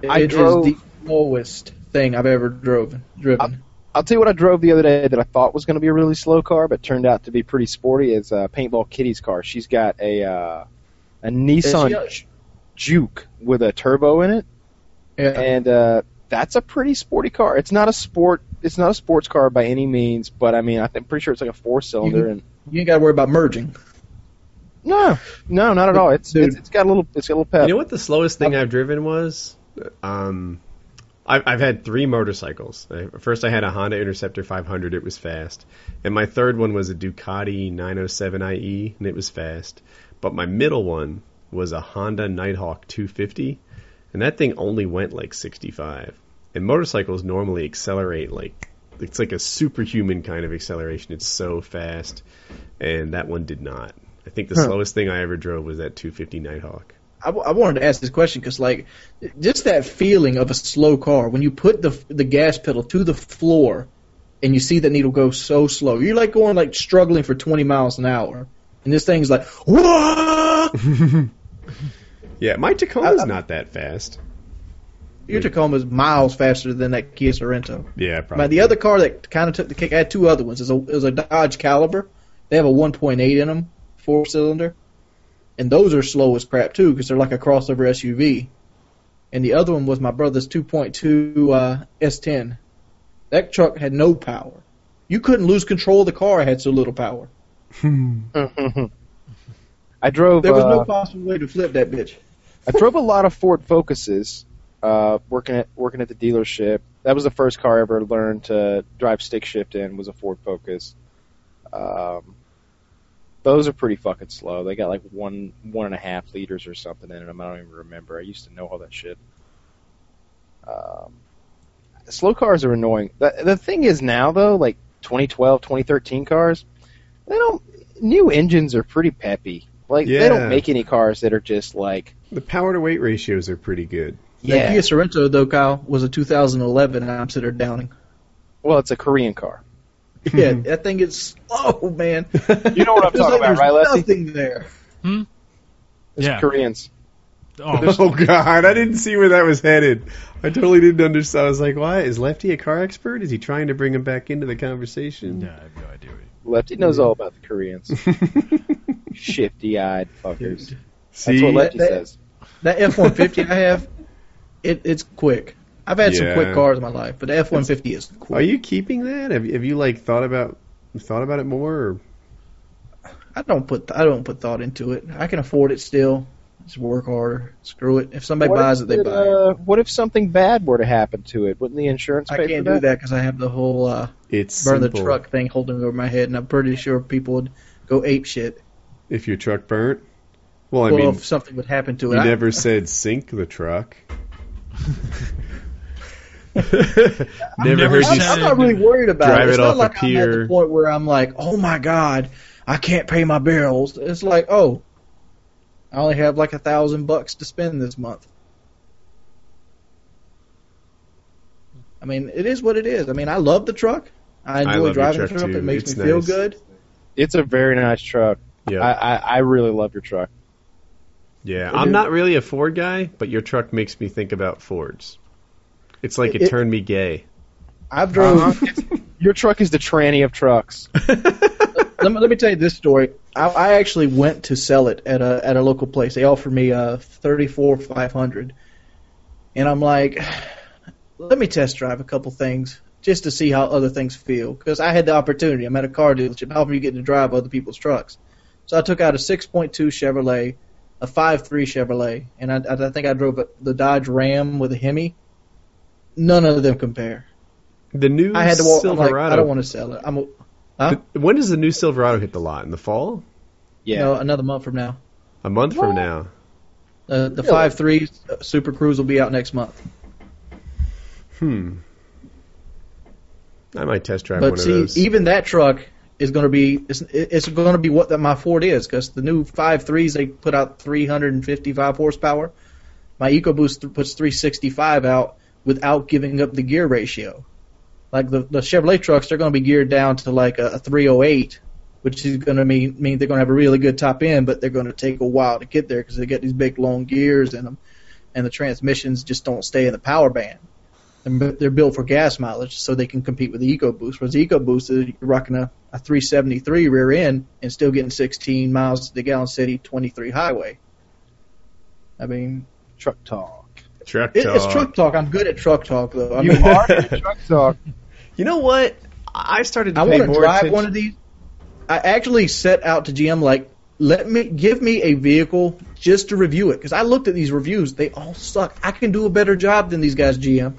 [SPEAKER 2] I
[SPEAKER 13] It is
[SPEAKER 2] drove- Uh,
[SPEAKER 13] the slowest thing I've ever drove driven.
[SPEAKER 2] I'll tell you what I drove the other day that I thought was going to be a really slow car, but turned out to be pretty sporty. Is uh, Paintball Kitty's car. She's got a uh, a Nissan
[SPEAKER 13] she-
[SPEAKER 2] Juke with a turbo in it, and uh, that's a pretty sporty car. It's not a sport. It's not a sports car by any means, but I mean, I think, I'm pretty sure it's like a four
[SPEAKER 13] Mm-hmm.
[SPEAKER 2] cylinder. And
[SPEAKER 13] you ain't got to worry about merging.
[SPEAKER 2] no, no, not at all. It's, it's it's got a little it's got a little pep.
[SPEAKER 1] You know what the slowest thing I've driven was? Um, I've, I've had three motorcycles. I- First, I had a Honda Interceptor 500. It was fast. And my third one was a Ducati 907IE, E, and it was fast. But my middle one was a Honda Nighthawk 250, and that thing only went like 65. And motorcycles normally accelerate like it's like a superhuman kind of acceleration. It's so fast, and that one did not. I think the
[SPEAKER 13] Huh.
[SPEAKER 1] slowest thing I ever drove was that 250 Nighthawk.
[SPEAKER 13] I, w- I wanted to ask this question because, like, just that feeling of a slow car when you put the the gas pedal to the floor, and you see that needle go so slow, you're like going like struggling for 20 miles an hour, and this thing's like, whoa!
[SPEAKER 1] Yeah, my
[SPEAKER 13] Uh,
[SPEAKER 1] Tacoma's not that fast.
[SPEAKER 13] Your Tacoma's miles faster than that Kia Sorento.
[SPEAKER 1] Yeah,
[SPEAKER 13] Now, the other car that kind of took the kick, I had two other ones. Is a is a Dodge Caliber. They have a 1.8 in them, four cylinder, and those are slow as crap too because they're like a crossover SUV. And the other one was my brother's 2.2 uh, S10. That truck had no power. You couldn't lose control of the car. It had so little power.
[SPEAKER 2] I drove.
[SPEAKER 13] There was
[SPEAKER 2] uh,
[SPEAKER 13] no possible way to flip that bitch.
[SPEAKER 2] I drove a lot of Ford Focuses, uh, working at working at the dealership. That was the first car I ever learned to drive stick shift in was a Ford Focus. Um, those are pretty fucking slow. They got like one one and a half liters or something in them. I don't even remember. I used to know all that shit. Um, slow cars are annoying. The, the thing is now though, like 2012, 2013 cars, they don't. New engines are pretty peppy. Like they
[SPEAKER 1] Yeah.
[SPEAKER 2] don't make any cars that are just like
[SPEAKER 1] The power to weight ratios are pretty good.
[SPEAKER 13] That Kia Sorento though, Kyle, was a 2011 and I'm considered Downing.
[SPEAKER 2] Well, it's a Korean car.
[SPEAKER 13] Yeah, that thing is slow, man.
[SPEAKER 2] You know what I'm
[SPEAKER 13] It's
[SPEAKER 2] talking about,
[SPEAKER 13] like there's
[SPEAKER 2] right, Leslie?
[SPEAKER 13] Nothing there.
[SPEAKER 2] It's
[SPEAKER 1] Yeah.
[SPEAKER 2] Koreans.
[SPEAKER 1] Oh. God, I didn't see where that was headed. I totally didn't understand. I was like, "Why is Lefty a car expert? Is he trying to bring him back into the conversation?"
[SPEAKER 4] Yeah, I have no idea.
[SPEAKER 2] Lefty knows all about the Koreans. Shifty eyed fuckers. That's
[SPEAKER 1] See?
[SPEAKER 2] what Lefty
[SPEAKER 13] That-
[SPEAKER 2] says.
[SPEAKER 13] That F one fifty I have, it, it's quick. I've had some
[SPEAKER 1] Yeah.
[SPEAKER 13] quick cars in my life, but the F one fifty is
[SPEAKER 1] Are
[SPEAKER 13] quick.
[SPEAKER 1] you keeping that? Have, have you like thought about thought about it more? Or?
[SPEAKER 13] I don't put I don't put thought into it. I can afford it still. Just work harder. Screw it. If somebody
[SPEAKER 2] What
[SPEAKER 13] buys
[SPEAKER 2] if
[SPEAKER 13] it, they
[SPEAKER 2] it,
[SPEAKER 13] buy it.
[SPEAKER 2] uh, what if something bad were to happen to it? Wouldn't the insurance
[SPEAKER 13] I
[SPEAKER 2] pay
[SPEAKER 13] can't
[SPEAKER 2] for
[SPEAKER 13] do that because I have the whole uh,
[SPEAKER 1] It's
[SPEAKER 13] burn the
[SPEAKER 1] simple.
[SPEAKER 13] truck thing holding over my head, and I'm pretty sure people would go ape shit.
[SPEAKER 1] If your truck burnt, well, I
[SPEAKER 13] well,
[SPEAKER 1] mean,
[SPEAKER 13] if something would happen to
[SPEAKER 1] you
[SPEAKER 13] it, I-
[SPEAKER 1] never said sink the truck. never,
[SPEAKER 13] I'm,
[SPEAKER 1] heard you.
[SPEAKER 13] I'm
[SPEAKER 1] say-
[SPEAKER 13] not really worried about
[SPEAKER 1] drive
[SPEAKER 13] it. It's
[SPEAKER 1] it
[SPEAKER 13] not
[SPEAKER 1] off a
[SPEAKER 13] like I'm at
[SPEAKER 1] pier.
[SPEAKER 13] the point where I'm like, oh my god, I can't pay my bills. It's like, oh, I only have like a thousand bucks to spend this month. I mean, it is what it is. I mean, I love the truck. I
[SPEAKER 2] I
[SPEAKER 13] enjoy
[SPEAKER 2] love your
[SPEAKER 13] driving the
[SPEAKER 2] truck,
[SPEAKER 13] truck.
[SPEAKER 2] too.
[SPEAKER 13] It makes
[SPEAKER 2] It's
[SPEAKER 13] me feel
[SPEAKER 2] nice.
[SPEAKER 13] good.
[SPEAKER 2] It's a very nice truck.
[SPEAKER 1] Yeah.
[SPEAKER 2] I, I, I really love your truck.
[SPEAKER 1] Yeah, I'm not really a Ford guy, but your truck makes me think about Fords. It's like it,
[SPEAKER 2] It-
[SPEAKER 1] turned me gay.
[SPEAKER 13] I've drove.
[SPEAKER 2] your truck is the tranny of trucks.
[SPEAKER 13] let, me, let me tell you this story. I, I actually went to sell it at a at a local place. They offered me uh thirty four five hundred, and I'm like, let me test drive a couple things just to see how other things feel because I had the opportunity. I'm at a car dealership. How often you get to drive other people's trucks? So I took out a six point two Chevrolet, a five three Chevrolet, and I, I think I drove a, the Dodge Ram with a Hemi. None of them compare.
[SPEAKER 1] The new
[SPEAKER 13] I had to walk. I'm like,
[SPEAKER 1] Silverado.
[SPEAKER 13] I don't want to sell it. I'm a,
[SPEAKER 1] The- when does the new Silverado hit the lot? In the fall?
[SPEAKER 2] Yeah.
[SPEAKER 13] no another month from now.
[SPEAKER 1] A month from now.
[SPEAKER 13] Uh, the five three Super Cruise will be out next month.
[SPEAKER 1] Hmm. I might test drive one
[SPEAKER 13] But
[SPEAKER 1] of
[SPEAKER 13] see,
[SPEAKER 1] those.
[SPEAKER 13] even that truck is going to be it's, it's going to be what that my Ford is because the new five threes they put out 355 horsepower. My EcoBoost th- puts 365 out without giving up the gear ratio. Like the, the Chevrolet trucks, they're going to be geared down to like a, a 308, which is going to mean mean they're going to have a really good top end, but they're going to take a while to get there because they got these big long gears in them, and the transmissions just don't stay in the power band. And bu- they're built for gas mileage, so they can compete with the EcoBoost. Whereas the EcoBoost is you're rocking a, a 373 rear end and still getting 16 miles to the gallon city 23 highway. I mean,
[SPEAKER 2] truck talk.
[SPEAKER 1] Truck
[SPEAKER 13] It, it's
[SPEAKER 1] talk.
[SPEAKER 13] truck talk. I'm good at truck talk though. I
[SPEAKER 2] You
[SPEAKER 13] mean,
[SPEAKER 2] are good at truck talk.
[SPEAKER 1] You know what? I I started to
[SPEAKER 13] I
[SPEAKER 1] pay
[SPEAKER 13] want to
[SPEAKER 1] more
[SPEAKER 13] drive
[SPEAKER 1] attention.
[SPEAKER 13] one of these. I actually set out to GM like, let me give me a vehicle just to review it because I looked at these reviews. They all suck. I can do a better job than these guys, GM.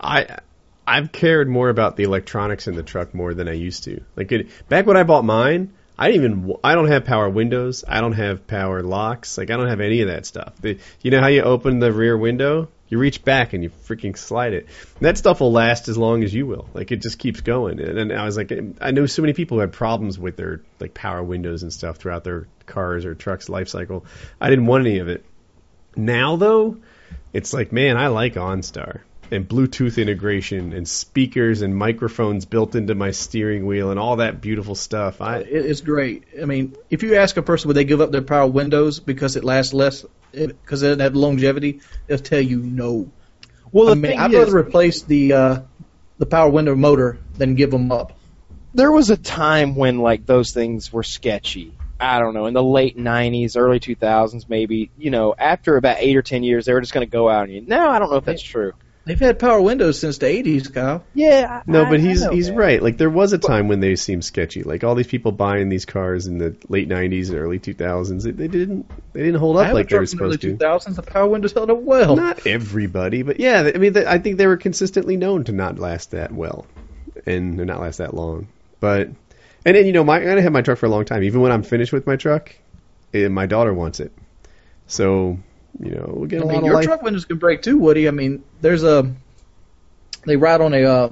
[SPEAKER 1] I I've cared more about the electronics in the truck more than I used to. Like it, back when I bought mine, I didn't even w- I don't have power windows, I don't have power locks, like I don't have any of that stuff. The, you know how you open the rear window? You reach back and you freaking slide it. And that stuff will last as long as you will. Like it just keeps going. And, and I was like, I know so many people who had problems with their like power windows and stuff throughout their cars or trucks life cycle. I didn't want any of it. Now though, it's like, man, I like OnStar and Bluetooth integration and speakers and microphones built into my steering wheel and all that beautiful stuff. I
[SPEAKER 13] It, it's great. I mean, if you ask a person would they give up their power windows because it lasts less, because it doesn't have longevity, they'll tell you no.
[SPEAKER 2] Well,
[SPEAKER 13] I
[SPEAKER 2] the
[SPEAKER 13] mean,
[SPEAKER 2] thing
[SPEAKER 13] I'd
[SPEAKER 2] is-
[SPEAKER 13] rather replace the uh, the power window motor than give them up.
[SPEAKER 2] there was a time when like those things were sketchy. I don't know, in the late '90s, early 2000s, maybe. You know, after about eight or ten years, they were just going to go out on you. Now I don't know if that's true.
[SPEAKER 13] They've had power windows since the '80s, Kyle.
[SPEAKER 2] Yeah.
[SPEAKER 1] no, but
[SPEAKER 2] I
[SPEAKER 1] he's
[SPEAKER 2] know
[SPEAKER 1] he's
[SPEAKER 2] that.
[SPEAKER 1] right. Like there was a time when they seemed sketchy. Like all these people buying these cars in the late '90s and early 2000s, they, they didn't they didn't hold
[SPEAKER 13] I
[SPEAKER 1] up
[SPEAKER 13] have a
[SPEAKER 1] like they were
[SPEAKER 13] truck from the early
[SPEAKER 1] supposed to.
[SPEAKER 13] 2000s. The power windows held up well.
[SPEAKER 1] Not everybody, but yeah, th- I mean, th- I think they were consistently known to not last that well, and to not last that long. But and then you know, my, I'm gonna have my truck for a long time. Even when I'm finished with my truck, eh, my daughter wants it, so you know, we'll get a
[SPEAKER 13] I mean,
[SPEAKER 1] lot of
[SPEAKER 13] your
[SPEAKER 1] life.
[SPEAKER 13] truck windows can break too, Woody. I mean, there's a they ride on a uh,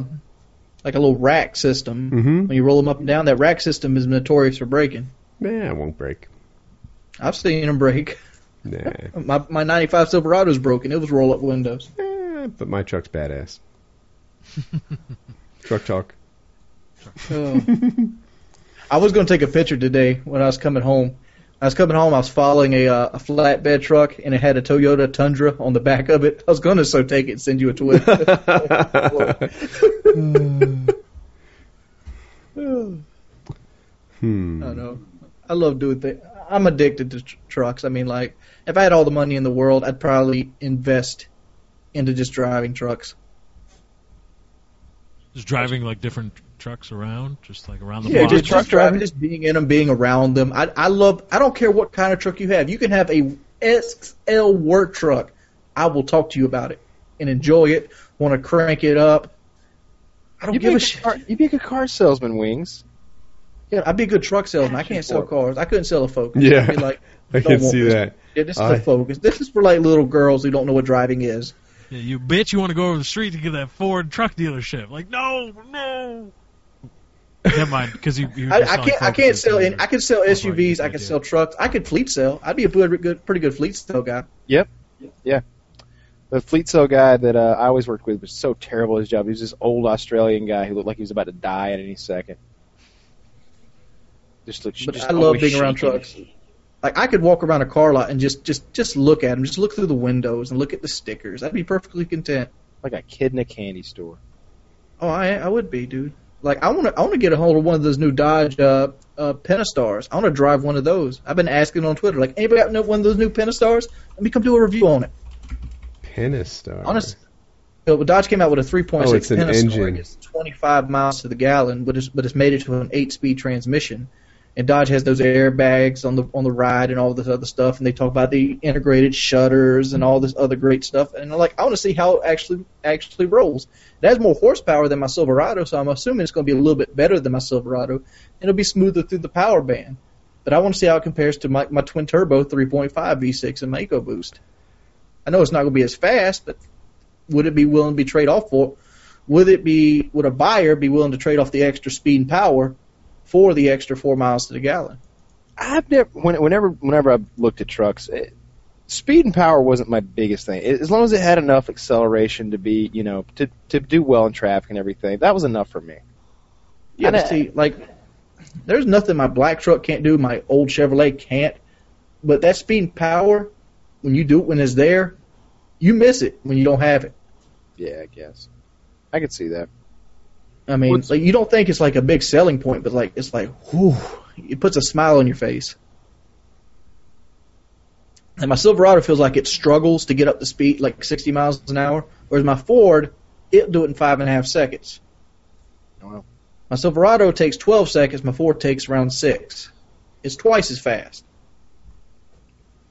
[SPEAKER 13] like a little rack system.
[SPEAKER 1] Mhm.
[SPEAKER 13] When you roll them up and down, that rack system is notorious for breaking.
[SPEAKER 1] Nah, it won't break.
[SPEAKER 13] I've seen them break.
[SPEAKER 1] Nah,
[SPEAKER 13] My my '95 Silverado's broken. It was roll up windows.
[SPEAKER 1] Eh, but my truck's badass. truck talk.
[SPEAKER 13] Oh. I was going to take a picture today when I was coming home. I was coming home. I was following a, uh, a flatbed truck, and it had a Toyota Tundra on the back of it. I was going to so take it and send you a tweet.
[SPEAKER 1] Hmm.
[SPEAKER 13] I don't know. I love doing things. I'm addicted to tr- trucks. I mean, like, if I had all the money in the world, I'd probably invest into just driving trucks.
[SPEAKER 4] Just driving like different trucks around, just like around the
[SPEAKER 13] Yeah,
[SPEAKER 4] block.
[SPEAKER 13] just truck driving, just being in them, being around them. I, I love. I don't care what kind of truck you have. You can have a SL work truck. I will talk to you about it and enjoy it. Want to crank it up? I don't
[SPEAKER 2] You'd be,
[SPEAKER 13] give
[SPEAKER 2] a
[SPEAKER 13] a
[SPEAKER 2] good
[SPEAKER 13] shit.
[SPEAKER 2] car, you'd be a good car salesman, Wings.
[SPEAKER 13] Yeah, I'd be a good truck salesman. I can't sell cars. I couldn't sell a Focus.
[SPEAKER 1] Yeah.
[SPEAKER 13] I'd be like,
[SPEAKER 1] I
[SPEAKER 13] don't
[SPEAKER 1] can
[SPEAKER 13] want
[SPEAKER 1] see
[SPEAKER 13] this.
[SPEAKER 1] that.
[SPEAKER 13] Yeah, this is
[SPEAKER 1] I-
[SPEAKER 13] a Focus. This is for like little girls who don't know what driving is.
[SPEAKER 4] Yeah, you bitch, you want to go over the street to get that Ford truck dealership. Like, no, no. Never mind, because you. you
[SPEAKER 13] I, I can't. I can't sell. In, I could sell SUVs. I could sell trucks. I could fleet sell. I'd be a good, good pretty good fleet sell guy.
[SPEAKER 2] Yep. Yeah. The fleet cell guy that uh, I always worked with was so terrible at his job. He was this old Australian guy who looked like he was about to die at any second. Just looked.
[SPEAKER 13] But
[SPEAKER 2] just
[SPEAKER 13] I love
[SPEAKER 2] always
[SPEAKER 13] being around
[SPEAKER 2] shaking.
[SPEAKER 13] trucks. Like I could walk around a car lot and just just just look at them. Just look through the windows and look at the stickers. I'd be perfectly content.
[SPEAKER 2] Like a kid in a candy store.
[SPEAKER 13] Oh, I I would be, dude. Like I want to I want to get a hold of one of those new Dodge uh, uh Pentastars. I want to drive one of those. I've been asking on Twitter, like anybody got one of those new Pentastars? Let me come do a review on it.
[SPEAKER 1] Pennistar.
[SPEAKER 13] Honest. So, well, Dodge came out with a 3.6
[SPEAKER 1] Oh, it's an
[SPEAKER 13] Pentastar.
[SPEAKER 1] engine.
[SPEAKER 13] It's 25 miles to the gallon, but it's but it's made it to an eight-speed transmission. And Dodge has those airbags on the on the ride and all this other stuff, and they talk about the integrated shutters and all this other great stuff. And I'm like, I want to see how it actually actually rolls. It has more horsepower than my Silverado, so I'm assuming it's going to be a little bit better than my Silverado. and It'll be smoother through the power band, but I want to see how it compares to my my twin turbo 3.5 V6 and my EcoBoost. I know it's not going to be as fast, but would it be willing to be trade off for would it be would a buyer be willing to trade off the extra speed and power for the extra four miles to the gallon?
[SPEAKER 2] I've never when, whenever whenever I've looked at trucks, it, speed and power wasn't my biggest thing. It, as long as it had enough acceleration to be you know to to do well in traffic and everything, that was enough for me.
[SPEAKER 13] Yeah,
[SPEAKER 2] And
[SPEAKER 13] but
[SPEAKER 2] I-
[SPEAKER 13] see, like there's nothing my black truck can't do, my old Chevrolet can't. But that speed and power, when you do it when it's there, you miss it when you don't have it.
[SPEAKER 2] Yeah, I guess I could see that.
[SPEAKER 13] I mean, like you don't think it's like a big selling point, but like it's like, whew, it puts a smile on your face. And my Silverado feels like it struggles to get up to speed, like 60 miles an hour, whereas my Ford, it'll do it in five and a half seconds.
[SPEAKER 2] Wow.
[SPEAKER 13] My Silverado takes 12 seconds, my Ford takes around six. It's twice as fast.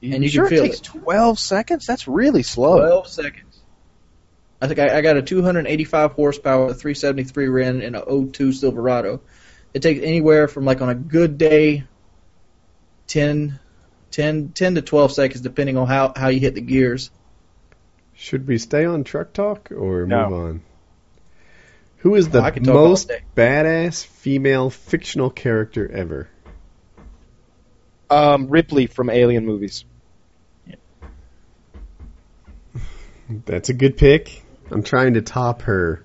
[SPEAKER 13] and you
[SPEAKER 2] sure
[SPEAKER 13] can feel
[SPEAKER 2] it takes 12 seconds? That's really slow.
[SPEAKER 13] 12 seconds. I think I, I got a 285 horsepower, a 373 Ren, and a 02 Silverado. It takes anywhere from like on a good day, 10, 10, 10 to 12 seconds, depending on how, how you hit the gears.
[SPEAKER 1] Should we stay on truck talk or
[SPEAKER 13] No.
[SPEAKER 1] move on? Who is the
[SPEAKER 13] I could talk all
[SPEAKER 1] most
[SPEAKER 13] day.
[SPEAKER 1] badass female fictional character ever?
[SPEAKER 2] Um, Ripley from Alien movies.
[SPEAKER 1] That's a good pick. I'm trying to top her.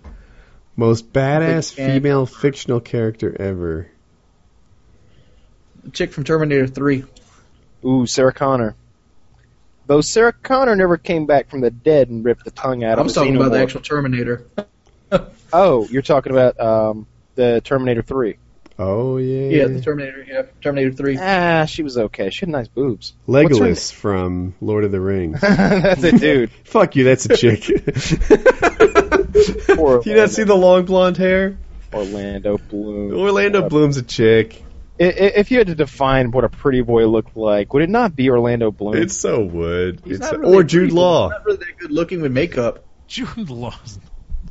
[SPEAKER 1] Most badass
[SPEAKER 13] Big fan.
[SPEAKER 1] female fictional character ever.
[SPEAKER 13] The chick from Terminator 3.
[SPEAKER 2] Ooh, Sarah Connor. Though Sarah Connor never came back from the dead and ripped the tongue out
[SPEAKER 13] I'm
[SPEAKER 2] of a
[SPEAKER 13] talking about the
[SPEAKER 2] xenomorph.
[SPEAKER 13] actual Terminator.
[SPEAKER 2] Oh, you're talking about um, the Terminator 3.
[SPEAKER 1] Oh yeah.
[SPEAKER 13] Yeah, the Terminator. Yeah, Terminator 3.
[SPEAKER 2] Ah, she was okay. She had nice boobs. What's her
[SPEAKER 1] Legolas from Lord of the Rings.
[SPEAKER 2] That's a dude.
[SPEAKER 1] Fuck you, that's a chick.
[SPEAKER 2] Or-
[SPEAKER 1] you not see the long blonde hair?
[SPEAKER 2] Orlando Bloom.
[SPEAKER 1] Orlando Bloom's a chick.
[SPEAKER 2] I- i- If you had to define what a pretty boy looked like, would it not be Orlando Bloom?
[SPEAKER 1] It so would.
[SPEAKER 13] He's
[SPEAKER 1] It's
[SPEAKER 13] not
[SPEAKER 1] or
[SPEAKER 13] really
[SPEAKER 1] Jude
[SPEAKER 13] pretty,
[SPEAKER 1] Law.
[SPEAKER 13] He's not really that good looking with makeup.
[SPEAKER 4] Jude Law.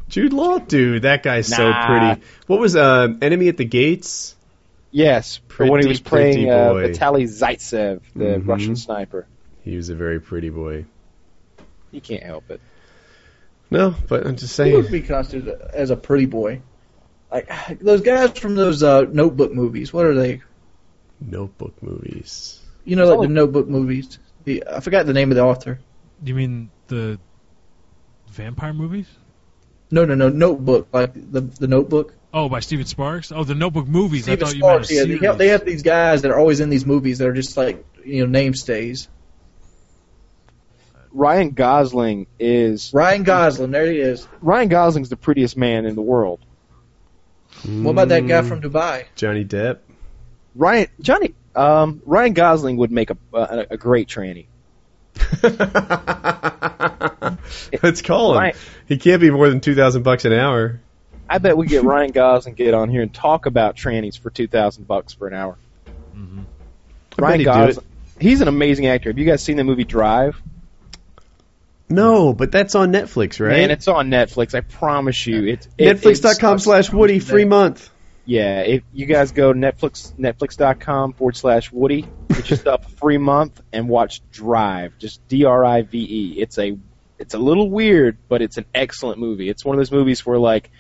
[SPEAKER 1] Jude Law, dude, that guy's so
[SPEAKER 2] Nah.
[SPEAKER 1] pretty. What was uh, Enemy at the Gates?
[SPEAKER 2] yes,
[SPEAKER 1] Pretty,
[SPEAKER 2] when he was
[SPEAKER 1] pretty
[SPEAKER 2] playing uh,
[SPEAKER 1] boy.
[SPEAKER 2] Vitaly Zaitsev, the
[SPEAKER 13] Mm-hmm.
[SPEAKER 1] Mhm.
[SPEAKER 2] Russian sniper.
[SPEAKER 1] He was a very pretty boy.
[SPEAKER 2] He can't help it.
[SPEAKER 1] No, but I'm just
[SPEAKER 13] Who would
[SPEAKER 1] saying.
[SPEAKER 13] be constituted as a pretty boy? Like those guys from those uh, Notebook movies. What are they?
[SPEAKER 1] Notebook movies.
[SPEAKER 13] You know, like the Notebook movies. The, I forgot the name of the author.
[SPEAKER 4] You mean the vampire movies?
[SPEAKER 13] No, no, no, Notebook, like the the Notebook.
[SPEAKER 4] Oh, by Steven Sparks. Oh, the Notebook movies. I
[SPEAKER 13] Steven
[SPEAKER 4] thought you meant a
[SPEAKER 13] Sparks, yeah, they
[SPEAKER 4] series.
[SPEAKER 13] have, they have these guys that are always in these movies that are just like you know name stays.
[SPEAKER 2] Ryan Gosling is
[SPEAKER 13] Ryan Gosling, there he is.
[SPEAKER 2] Ryan Gosling's the prettiest man in the world.
[SPEAKER 13] What about that
[SPEAKER 4] Hmm.
[SPEAKER 13] guy from Dubai?
[SPEAKER 1] Hmm. Johnny Depp?
[SPEAKER 2] Ryan Johnny um, Ryan Gosling would make a a, a great tranny.
[SPEAKER 1] Let's call him.
[SPEAKER 2] Right.
[SPEAKER 1] He can't be more than two thousand bucks an hour.
[SPEAKER 2] I bet we get Ryan Gosling get on here and talk about trannies for two thousand bucks for an hour.
[SPEAKER 1] Mm-hmm. I bet
[SPEAKER 2] Ryan
[SPEAKER 1] he'd do it.
[SPEAKER 2] Gosling, he's an amazing actor. Have you guys seen the movie Drive?
[SPEAKER 1] No, but that's on Netflix, right?
[SPEAKER 2] And it's on Netflix. I promise you, it's it,
[SPEAKER 1] Netflix.com
[SPEAKER 2] it's-
[SPEAKER 1] slash Woody free month.
[SPEAKER 2] Yeah, if you guys go Netflix Netflix.com forward slash Woody, it's just up free month and watch Drive, just D R I V E. It's a it's a little weird, but it's an excellent movie. It's one of those movies where like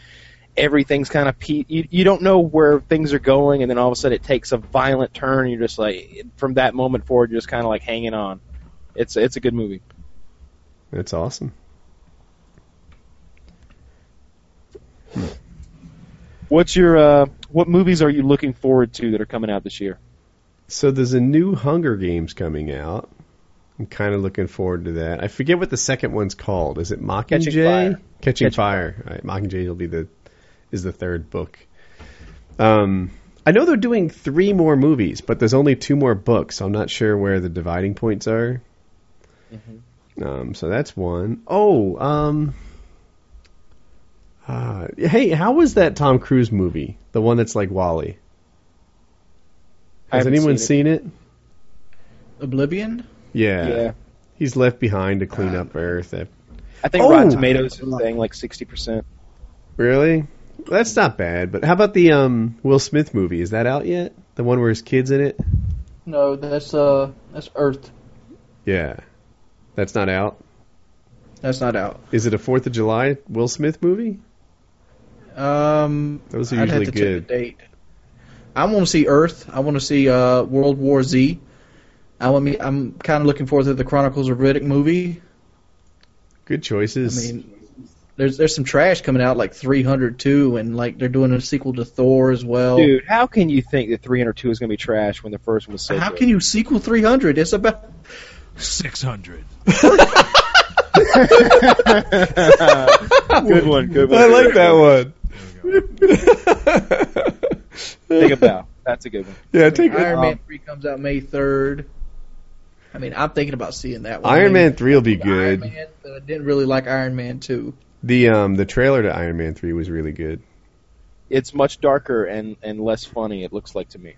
[SPEAKER 2] everything's kind of pe- you, you don't know where things are going, and then all of a sudden it takes a violent turn. And you're just like from that moment forward, you're just kind of like hanging on. It's it's a good movie.
[SPEAKER 1] That's awesome.
[SPEAKER 2] What's your uh, what movies are you looking forward to that are coming out this year?
[SPEAKER 1] So there's a new Hunger Games coming out. I'm kind of looking forward to that. I forget what the second one's called. Is it Mockingjay?
[SPEAKER 2] Catching Fire.
[SPEAKER 1] Catching,
[SPEAKER 2] Catching
[SPEAKER 1] Fire. All right, Mockingjay will be the is the third book. Um, I know they're doing three more movies, but there's only two more books. So I'm not sure where the dividing points are. Um, so that's one. Oh, um, uh, hey, how was that Tom Cruise movie? The one that's like Wally.
[SPEAKER 2] I
[SPEAKER 1] Has
[SPEAKER 2] haven't
[SPEAKER 1] anyone
[SPEAKER 2] seen
[SPEAKER 1] seen it?
[SPEAKER 13] Oblivion.
[SPEAKER 1] Yeah. Uh,
[SPEAKER 2] Yeah.
[SPEAKER 1] He's left behind to clean up Earth. af-
[SPEAKER 2] I think
[SPEAKER 1] Oh!
[SPEAKER 2] Rotten Tomatoes is saying like sixty percent.
[SPEAKER 1] Really? That's not bad. But how about the um, Will Smith movie? Is that out yet? The one where his kids in it?
[SPEAKER 13] No, that's uh, that's Earth.
[SPEAKER 1] Yeah. That's not out.
[SPEAKER 13] That's not out.
[SPEAKER 1] Is it a Fourth of July Will Smith movie?
[SPEAKER 13] Um,
[SPEAKER 1] Those are
[SPEAKER 13] I'd have
[SPEAKER 1] usually
[SPEAKER 13] to
[SPEAKER 1] good.
[SPEAKER 13] Check the date. I want to see Earth. I want to see uh, World War Z. I want me. I'm kind of looking forward to the Chronicles of Riddick movie.
[SPEAKER 1] Good choices.
[SPEAKER 13] I mean, there's there's some trash coming out like 302, and like they're doing a sequel to Thor as well.
[SPEAKER 2] Dude, how can you think that 302 is going to be trash when the first one was so
[SPEAKER 13] How
[SPEAKER 2] good?
[SPEAKER 13] can you sequel 300? It's about
[SPEAKER 4] Six hundred.
[SPEAKER 2] good one, good one.
[SPEAKER 1] I like that one.
[SPEAKER 2] Think about. That's a good one.
[SPEAKER 1] Yeah, take
[SPEAKER 13] Iron
[SPEAKER 1] Iron,
[SPEAKER 13] Man 3 comes out May 3rd. I mean, I'm thinking about seeing that one.
[SPEAKER 1] Iron
[SPEAKER 13] I mean,
[SPEAKER 1] Man three will be good.
[SPEAKER 13] Iron Man, but I didn't really like Iron Man 2.
[SPEAKER 1] The um the trailer to Iron Man three was really good.
[SPEAKER 2] It's much darker and, and less funny, it looks like to me.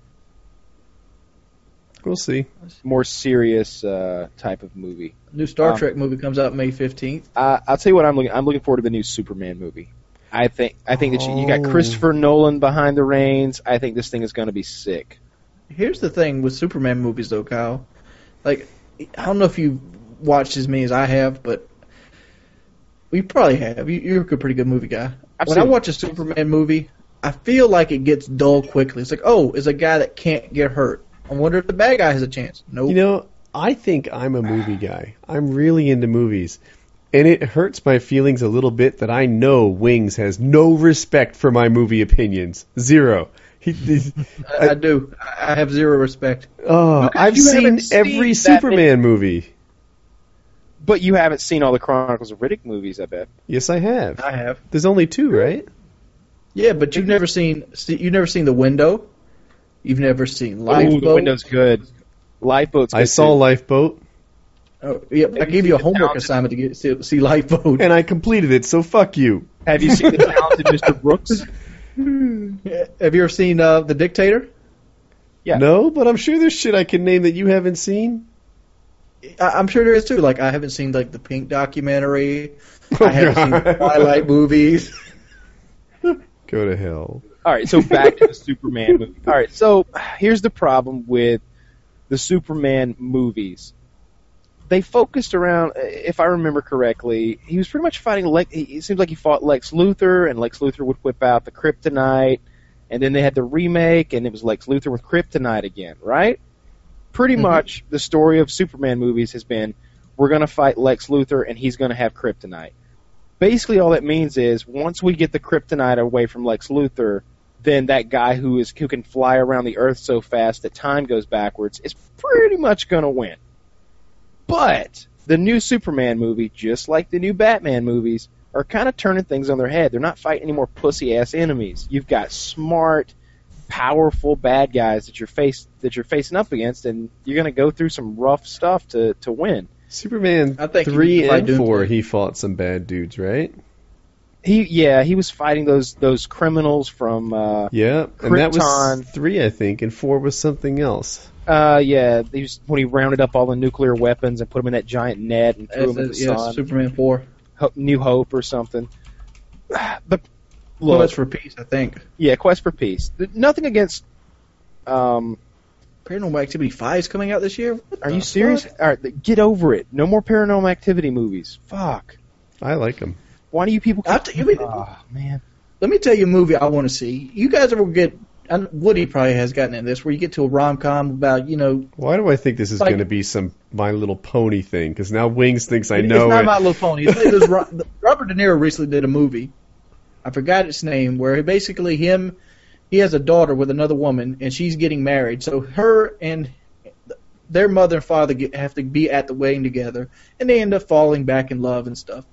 [SPEAKER 1] We'll see.
[SPEAKER 2] More serious uh, type of movie.
[SPEAKER 13] New Star
[SPEAKER 2] Um,
[SPEAKER 13] Trek movie comes out May 15th.
[SPEAKER 2] Uh, I'll tell you what I'm looking. I'm looking forward to the new Superman movie. I think I think that you, you got
[SPEAKER 13] Oh.
[SPEAKER 2] Christopher Nolan behind the reins. I think this thing is going to be sick.
[SPEAKER 13] Here's the thing with Superman movies, though, Kyle. Like, I don't know if you've watched as many as I have, but we probably have. You, you're a pretty good movie guy.
[SPEAKER 2] I've
[SPEAKER 13] when
[SPEAKER 2] seen
[SPEAKER 13] I
[SPEAKER 2] it.
[SPEAKER 13] watch a Superman movie, I feel like it gets dull quickly. It's like, oh, it's a guy that can't get hurt. I wonder if the bad guy has a chance. Nope.
[SPEAKER 1] You know, I think I'm a movie guy. I'm really into movies. And it hurts my feelings a little bit that I know Wings has no respect for my movie opinions. Zero. He, he-
[SPEAKER 13] I, I do. I I have zero respect.
[SPEAKER 1] oh,
[SPEAKER 2] Because
[SPEAKER 1] I've
[SPEAKER 2] you haven't
[SPEAKER 1] seen
[SPEAKER 2] seen
[SPEAKER 1] every
[SPEAKER 2] that
[SPEAKER 1] Superman movie.
[SPEAKER 2] But you haven't seen all the Chronicles of Riddick movies, I bet.
[SPEAKER 1] Yes, I have.
[SPEAKER 13] I have.
[SPEAKER 1] There's only two, right?
[SPEAKER 13] Yeah, but you've never seen see- you've never seen the window. You've never seen
[SPEAKER 2] Ooh, the
[SPEAKER 13] Lifeboat.
[SPEAKER 2] window's good. Lifeboat's. Good
[SPEAKER 1] I saw
[SPEAKER 2] too.
[SPEAKER 1] Lifeboat,
[SPEAKER 13] Oh, yeah, I gave you a homework assignment to get see, see Lifeboat.
[SPEAKER 1] and I completed it, so fuck you.
[SPEAKER 2] Have you seen the talented Mr. Brooks?
[SPEAKER 13] Yeah, Have you ever seen uh, The Dictator?
[SPEAKER 2] Yeah.
[SPEAKER 1] No, but I'm sure there's shit I can name that you haven't seen.
[SPEAKER 13] I, I'm sure there is too. Like I haven't seen like the Pink documentary.
[SPEAKER 1] Oh,
[SPEAKER 13] I haven't seen
[SPEAKER 1] God.
[SPEAKER 13] the Twilight movies.
[SPEAKER 1] Go to hell.
[SPEAKER 2] All right, so back to the Superman movie. All right, so here's the problem with the Superman movies. They focused around, if I remember correctly, he was pretty much fighting. Lex, he- it seems like he fought Lex Luthor, and Lex Luthor would whip out the Kryptonite, and then they had the remake, and it was Lex Luthor with Kryptonite again, right? Pretty much the story of Superman movies has been we're going to fight Lex Luthor, and he's going to have Kryptonite basically all that means is once we get the kryptonite away from Lex Luthor, then that guy who is who can fly around the earth so fast that time goes backwards is pretty much going to win. But the new Superman movie, just like the new Batman movies, are kind of turning things on their head. They're not fighting any more pussy ass enemies. You've got smart, powerful bad guys that you're face that you're facing up against, and you're going to go through some rough stuff to to win.
[SPEAKER 1] Superman
[SPEAKER 13] I think he
[SPEAKER 1] three
[SPEAKER 13] could fight
[SPEAKER 1] and four, he fought some bad dudes, right?
[SPEAKER 2] He yeah, he was fighting those those criminals from uh,
[SPEAKER 1] Yeah, and that was
[SPEAKER 2] Krypton.
[SPEAKER 1] three, I think, and four was something else.
[SPEAKER 2] Uh, yeah, he was, when he rounded up all the nuclear weapons and put them in that giant net and threw
[SPEAKER 13] That's-
[SPEAKER 2] them in the
[SPEAKER 13] that's- uh, yeah,
[SPEAKER 2] sun.
[SPEAKER 13] Superman four.
[SPEAKER 2] Ho- New Hope or something. The
[SPEAKER 13] Well,
[SPEAKER 2] look,
[SPEAKER 13] that's for peace, I think.
[SPEAKER 2] yeah, Quest for Peace. Th- Nothing against. Um,
[SPEAKER 13] Paranormal Activity five is coming out this year. What
[SPEAKER 2] are
[SPEAKER 13] the
[SPEAKER 2] you serious?
[SPEAKER 13] fuck?
[SPEAKER 2] All right, th- get over it. No more Paranormal Activity movies. Fuck.
[SPEAKER 1] I like him.
[SPEAKER 2] Why do you people?
[SPEAKER 13] I'll tell you- I mean,
[SPEAKER 2] oh man.
[SPEAKER 13] Let me tell you a movie I want to see. You guys ever get? I know Woody probably has gotten in this where you get to a rom com about you know.
[SPEAKER 1] Why do I think this is
[SPEAKER 13] Like-
[SPEAKER 1] going to be some My Little Pony thing? Because now Wings thinks I
[SPEAKER 13] it-
[SPEAKER 1] know
[SPEAKER 13] it's not
[SPEAKER 1] it.
[SPEAKER 13] My Little Pony. It's like this Ro- Robert De Niro recently did a movie. I forgot its name. Where he basically him, he has a daughter with another woman, and she's getting married. So her and their mother and father get, have to be at the wedding together, and they end up falling back in love and stuff.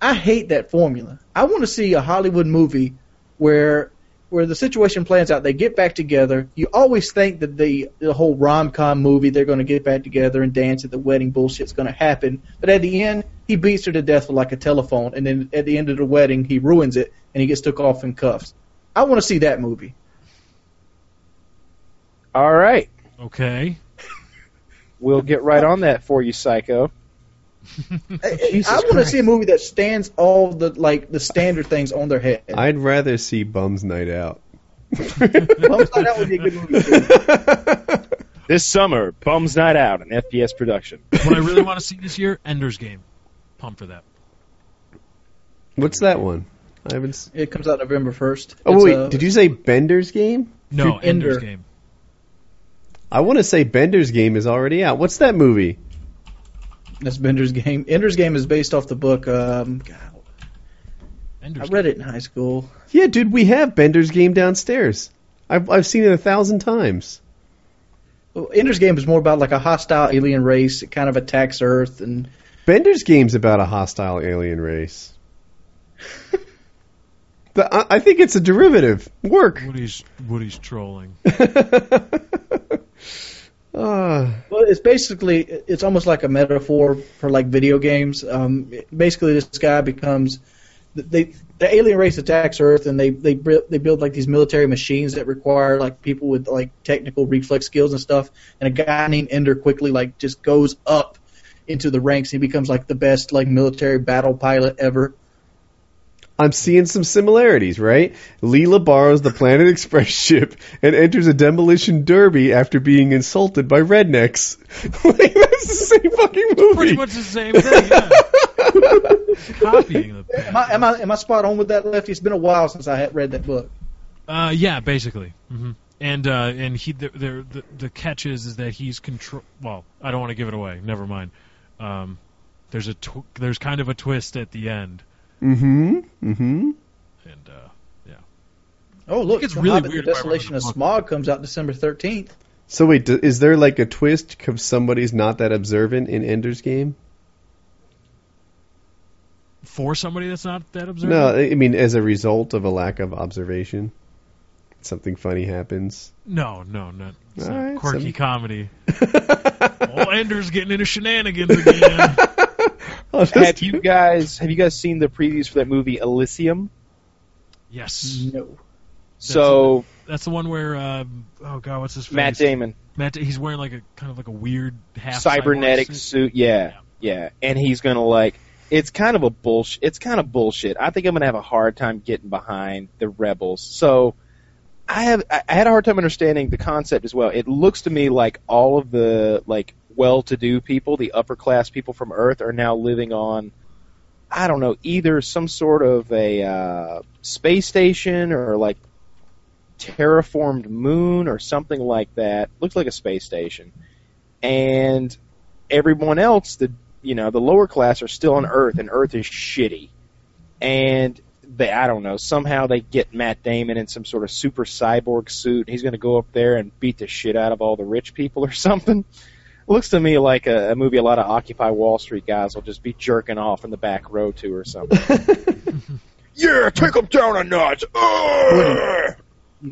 [SPEAKER 13] I hate that formula. I want to see a Hollywood movie where where the situation plans out. They get back together. You always think that the the whole rom com movie they're going to get back together and dance at the wedding bullshit's going to happen. But at the end, he beats her to death with like a telephone, and then at the end of the wedding, he ruins it and he gets took off in cuffs. I want to see that movie.
[SPEAKER 2] All right,
[SPEAKER 4] Okay.
[SPEAKER 2] we'll get right on that for you, Psycho.
[SPEAKER 13] I,
[SPEAKER 2] Jesus
[SPEAKER 13] Eh, I want to see a movie that stands all the like the standard things on their head.
[SPEAKER 1] I'd rather see Bums Night Out.
[SPEAKER 13] Bums Night Out would be a good movie. Too.
[SPEAKER 2] This summer, Bums Night Out, an FPS production.
[SPEAKER 4] What I really want to see this year, Ender's Game. Pumped for that.
[SPEAKER 1] What's that one? I haven't. s-
[SPEAKER 13] It comes out November first. uh,
[SPEAKER 1] Oh wait, did you say Bender's game?
[SPEAKER 4] No, Ender's Game.
[SPEAKER 1] I want to say Bender's game is already out. What's that movie?
[SPEAKER 13] That's Bender's game. Ender's game is based off the book. Um, God, I read it in high school.
[SPEAKER 1] Yeah, dude, we have Bender's game downstairs. I've I've seen it a thousand times.
[SPEAKER 13] Well, Ender's game is more about like a hostile alien race that kind of attacks Earth, and
[SPEAKER 1] Bender's game's about a hostile alien race. The- I, I think it's a derivative. Work.
[SPEAKER 4] Woody's Woody's trolling.
[SPEAKER 1] Ah,
[SPEAKER 13] well, it's basically it's almost like a metaphor for like video games. Um, it- basically, this guy becomes they the alien race attacks Earth, and they they bri- they build like these military machines that require like people with like technical reflex skills and stuff. And a guy named Ender quickly like just goes up into the ranks. He becomes like the best like military battle pilot ever.
[SPEAKER 1] I'm seeing some similarities, right? Leela borrows the Planet Express ship and enters a demolition derby after being insulted by rednecks. like, that's the same fucking movie.
[SPEAKER 4] Pretty much the same thing. Yeah. Copying the.
[SPEAKER 13] Am I, am I am I spot on with that, Lefty? It's been a while since I had read that book.
[SPEAKER 4] Uh, yeah, basically. hmm And uh, and he the, the the the catch is is that he's control. Well, I don't want to give it away. Never mind. Um, there's a tw- there's kind of a twist at the end.
[SPEAKER 1] Mm-hmm. Mm-hmm.
[SPEAKER 4] And uh,
[SPEAKER 13] Oh, look!
[SPEAKER 4] it's
[SPEAKER 13] The
[SPEAKER 4] really
[SPEAKER 13] Hobbit,
[SPEAKER 4] weird
[SPEAKER 13] The
[SPEAKER 4] if I remember
[SPEAKER 13] Desolation of Smog comes out December thirteenth.
[SPEAKER 1] So wait, d is there like a twist because somebody's not that observant in Ender's Game?
[SPEAKER 4] for somebody that's not that observant.
[SPEAKER 1] No, I I mean as a result of a lack of observation, something funny happens.
[SPEAKER 4] No, no, not, it's
[SPEAKER 1] All
[SPEAKER 4] not
[SPEAKER 1] right,
[SPEAKER 4] quirky
[SPEAKER 1] so-
[SPEAKER 4] comedy. oh, Ender's getting into shenanigans again.
[SPEAKER 2] have you guys have you guys seen the previews for that movie Elysium?
[SPEAKER 4] yes,
[SPEAKER 13] No.
[SPEAKER 2] so
[SPEAKER 4] that's the one where um, oh god, what's his face?
[SPEAKER 2] Matt Damon,
[SPEAKER 4] Matt, Da- he's wearing like a kind of like a weird half
[SPEAKER 2] cybernetic
[SPEAKER 4] cyborg
[SPEAKER 2] suit.
[SPEAKER 4] suit.
[SPEAKER 2] Yeah, yeah, and he's gonna like. It's kind of a bullshit. It's kind of bullshit. I think I'm gonna have a hard time getting behind the rebels. So I have I I had a hard time understanding the concept as well. It looks to me like all of the like well-to-do people, the upper class people from Earth, are now living on I don't know, either some sort of a uh, space station or like terraformed moon or something like that. Looks like a space station. And everyone else, the you know, the lower class are still on Earth, and Earth is shitty. And they, I don't know, somehow they get Matt Damon in some sort of super cyborg suit. and He's going to go up there and beat the shit out of all the rich people or something. Looks to me like a, a movie a lot of Occupy Wall Street guys will just be jerking off in the back row to or something. yeah, take them down a notch. Ugh!
[SPEAKER 13] I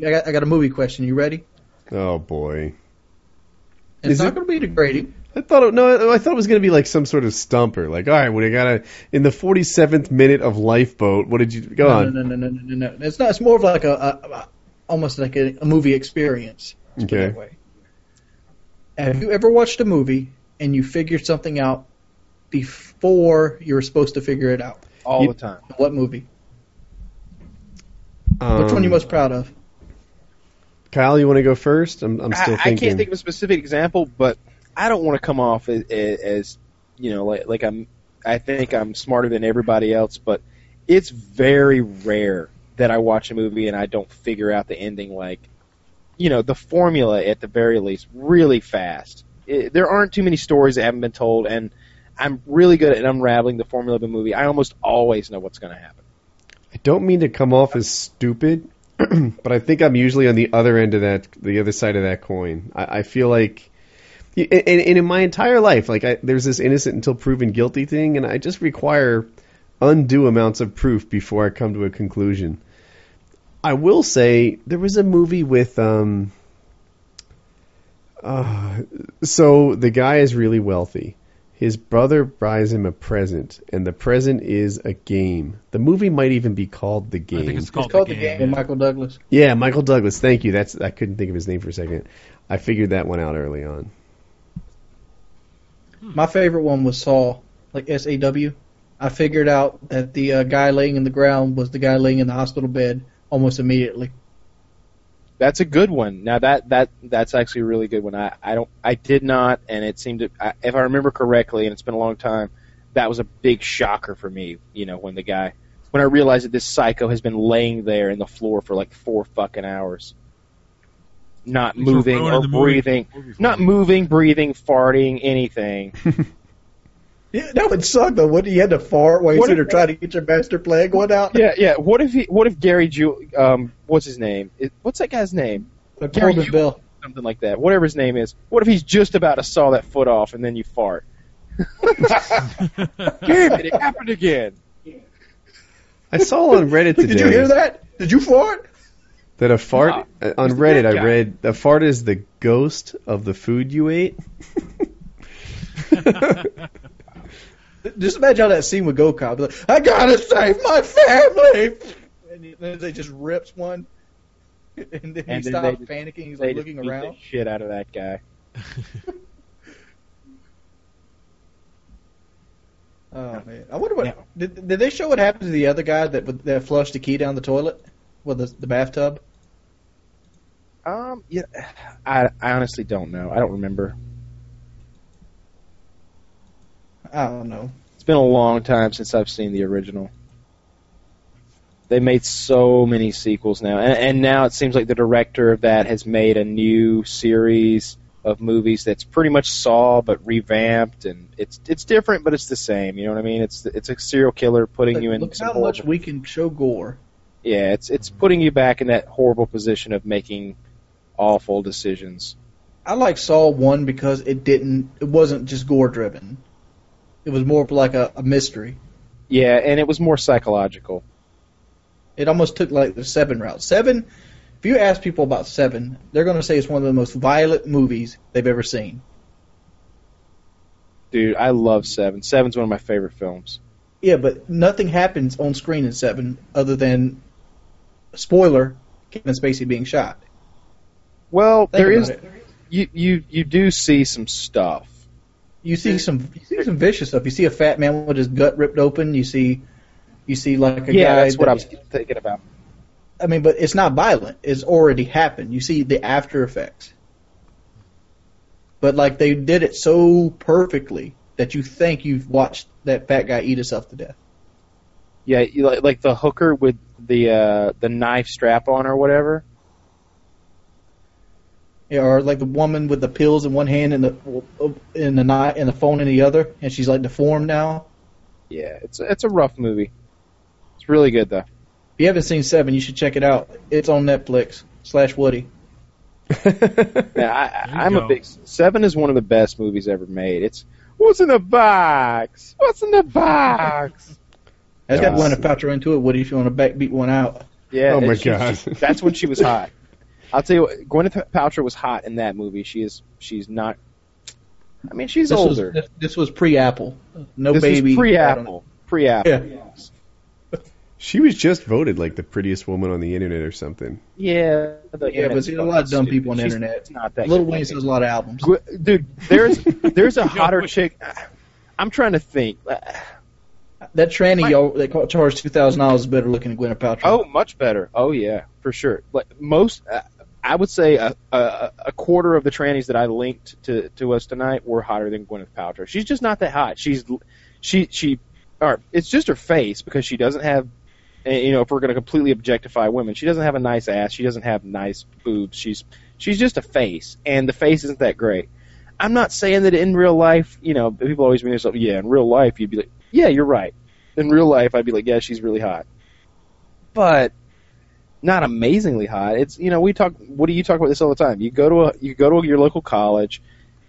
[SPEAKER 13] got, I got a movie question. You ready?
[SPEAKER 1] Oh boy.
[SPEAKER 13] It's
[SPEAKER 1] Is
[SPEAKER 13] not
[SPEAKER 1] it-
[SPEAKER 13] going to be degrading.
[SPEAKER 1] I thought it, no, I thought it was going to be like some sort of stumper. Like, all right, when I got a in the forty seventh minute of lifeboat, what did you go
[SPEAKER 13] no,
[SPEAKER 1] on?
[SPEAKER 13] No, no, no, no, no, no. It's not. It's more of like a, a, a almost like a, a movie experience.
[SPEAKER 1] okay,
[SPEAKER 13] Have you ever watched a movie and you figured something out before you were supposed to figure it out?
[SPEAKER 2] All
[SPEAKER 1] You-
[SPEAKER 2] the time.
[SPEAKER 13] What movie? Which one you
[SPEAKER 1] Um,
[SPEAKER 13] most proud of?
[SPEAKER 1] Kyle, you want to go first? I'm, I'm still
[SPEAKER 2] I, I
[SPEAKER 1] thinking.
[SPEAKER 2] can't think of a specific example, but I don't want to come off as, as you know, like, like I'm. I think I'm smarter than everybody else, but it's very rare that I watch a movie and I don't figure out the ending. Like, you know, the formula at the very least, really fast. It, there aren't too many stories that haven't been told, and I'm really good at unraveling the formula of a movie. I almost always know what's going to happen.
[SPEAKER 1] I don't mean to come off as stupid, but I think I'm usually on the other end of that, the other side of that coin. I, I feel like, and, and in my entire life, like I, there's this innocent until proven guilty thing, and I just require undue amounts of proof before I come to a conclusion. I will say there was a movie with um, uh, so the guy is really wealthy. His brother buys him a present, and the present is a game. The movie might even be called The Game.
[SPEAKER 4] I think it's called,
[SPEAKER 13] It's called
[SPEAKER 4] the,
[SPEAKER 13] The
[SPEAKER 4] game.
[SPEAKER 13] Game with Michael Douglas.
[SPEAKER 1] Yeah, Michael Douglas. Thank you. That's I couldn't think of his name for a second. I figured that one out early on.
[SPEAKER 13] My favorite one was Saw, like S A W. I figured out that the uh, guy laying in the ground was the guy laying in the hospital bed almost immediately.
[SPEAKER 2] That's a good one. Now that that that's actually a really good one. I, I don't I did not, and it seemed to I, if I remember correctly, and it's been a long time, that was a big shocker for me. You know when the guy when I realized that this psycho has been laying there in the floor for like four fucking hours, not
[SPEAKER 6] Thanks for
[SPEAKER 2] moving
[SPEAKER 6] ruining
[SPEAKER 2] or
[SPEAKER 6] the movie-
[SPEAKER 2] breathing, not moving, breathing, farting, anything.
[SPEAKER 13] Yeah, that would suck though. What you had to fart while you
[SPEAKER 2] What
[SPEAKER 13] sit
[SPEAKER 2] if-
[SPEAKER 13] there trying to get your master plague one out?
[SPEAKER 2] yeah, yeah. What if he, what if Gary Jewel, um, what's his name? It- What's that guy's name?
[SPEAKER 13] Like
[SPEAKER 2] Gary
[SPEAKER 13] Corbin
[SPEAKER 2] Jewel,
[SPEAKER 13] Bell.
[SPEAKER 2] something like that. Whatever his name is. What if he's just about to saw that foot off and then you fart? Damn it! It happened again.
[SPEAKER 1] I saw on Reddit today.
[SPEAKER 13] Did you hear that? Did you fart?
[SPEAKER 1] That a fart uh, on
[SPEAKER 13] dead
[SPEAKER 1] Reddit, I
[SPEAKER 13] guy.
[SPEAKER 1] read a fart is the ghost of the food you ate.
[SPEAKER 13] Just imagine how that scene would go, Kyle. Be Like, I gotta save my family. And then they just rips one, and then he
[SPEAKER 2] And then
[SPEAKER 13] stops
[SPEAKER 2] they just-
[SPEAKER 13] panicking. He's
[SPEAKER 2] they
[SPEAKER 13] like
[SPEAKER 2] just
[SPEAKER 13] looking
[SPEAKER 2] beat the
[SPEAKER 13] around.
[SPEAKER 2] shit out of that guy.
[SPEAKER 13] Oh man, I wonder what did, did they show what happened to the other guy that that flushed the key down the toilet, well the, the bathtub.
[SPEAKER 2] Um, yeah, I, I honestly don't know. I don't remember.
[SPEAKER 13] I don't know.
[SPEAKER 2] It's been a long time since I've seen the original. They made so many sequels now, and, and now it seems like the director of that has made a new series of movies that's pretty much Saw but revamped, and it's it's different, but it's the same. You know what I mean? It's it's a serial killer putting you in
[SPEAKER 13] Look
[SPEAKER 2] some
[SPEAKER 13] how
[SPEAKER 2] horrible
[SPEAKER 13] much we can show gore.
[SPEAKER 2] Yeah, it's it's putting you back in that horrible position of making awful decisions.
[SPEAKER 13] I like Saw one because it didn't. It wasn't just gore driven. It was more of like a, a mystery.
[SPEAKER 2] Yeah, and it was more psychological.
[SPEAKER 13] It almost took like the Seven route. Seven. If you ask people about Seven, they're going to say it's one of the most violent movies they've ever seen.
[SPEAKER 2] Dude, I love Seven. Seven's one of my favorite films.
[SPEAKER 13] Yeah, but nothing happens on screen in Seven other than spoiler: Kevin Spacey being shot.
[SPEAKER 2] Well,
[SPEAKER 13] Think
[SPEAKER 2] there
[SPEAKER 13] about
[SPEAKER 2] is
[SPEAKER 13] it.
[SPEAKER 2] you you you do see some stuff.
[SPEAKER 13] You see some you see some vicious stuff. You see a fat man with his gut ripped open. You see, you see like a
[SPEAKER 2] yeah,
[SPEAKER 13] guy.
[SPEAKER 2] that's what
[SPEAKER 13] that-
[SPEAKER 2] I was thinking about.
[SPEAKER 13] I mean, but it's not violent. It's already happened. You see the after effects. But like they did it so perfectly that you think you've watched that fat guy eat himself to death.
[SPEAKER 2] Yeah, you, like, like the hooker with the uh, the knife strap on or whatever.
[SPEAKER 13] Yeah, or like the woman with the pills in one hand and the in the ni- and the phone in the other, and she's like deformed now.
[SPEAKER 2] Yeah, it's it's a rough movie. It's really good though.
[SPEAKER 13] If you haven't seen Seven, you should check it out. It's on Netflix slash Woody.
[SPEAKER 2] Yeah, I, I, I'm
[SPEAKER 13] go.
[SPEAKER 2] a big Seven is one of the best movies ever made. It's what's in the box? What's in the box?
[SPEAKER 13] That's got
[SPEAKER 2] Nice.
[SPEAKER 13] Gwyneth Paltrow into it. Woody, if you want to backbeat one out.
[SPEAKER 2] Yeah.
[SPEAKER 13] Oh my
[SPEAKER 2] and she-
[SPEAKER 13] God.
[SPEAKER 2] she- that's when she was hot. I'll tell you what, Gwyneth Paltrow was hot in that movie. She is. She's not. I mean, she's
[SPEAKER 13] This was-
[SPEAKER 2] older.
[SPEAKER 13] this- this was pre-Apple. No
[SPEAKER 2] This was
[SPEAKER 13] baby.
[SPEAKER 2] pre-Apple. Pre-Apple.
[SPEAKER 13] Yeah.
[SPEAKER 1] She was just voted like the prettiest woman on the internet or something.
[SPEAKER 2] Yeah,
[SPEAKER 13] Yeah, but see, a lot of dumb people on the internet.
[SPEAKER 2] It's not that
[SPEAKER 13] Little
[SPEAKER 2] good.
[SPEAKER 13] Wayne sells a lot of albums.
[SPEAKER 2] Gw- Dude, there's there's a hotter chick. I'm trying to think.
[SPEAKER 13] That tranny y'all that ca- charged two thousand dollars is better looking than Gwyneth Paltrow.
[SPEAKER 2] Oh, much better. Oh yeah, for sure. Like most, uh, I would say a, a a quarter of the trannies that I linked to to us tonight were hotter than Gwyneth Paltrow. She's just not that hot. She's she she, or it's just her face because she doesn't have. eh, You know, if we're going to completely objectify women, she doesn't have a nice ass. She doesn't have nice boobs. She's she's just a face, and the face isn't that great. I'm not saying that in real life, you know, people always mean themselves. Yeah, in real life, you'd be like, yeah, you're right. In real life, I'd be like, yeah, she's really hot but not amazingly hot. It's you know we talk. What do you talk about this all the time? You go to a you go to your local college,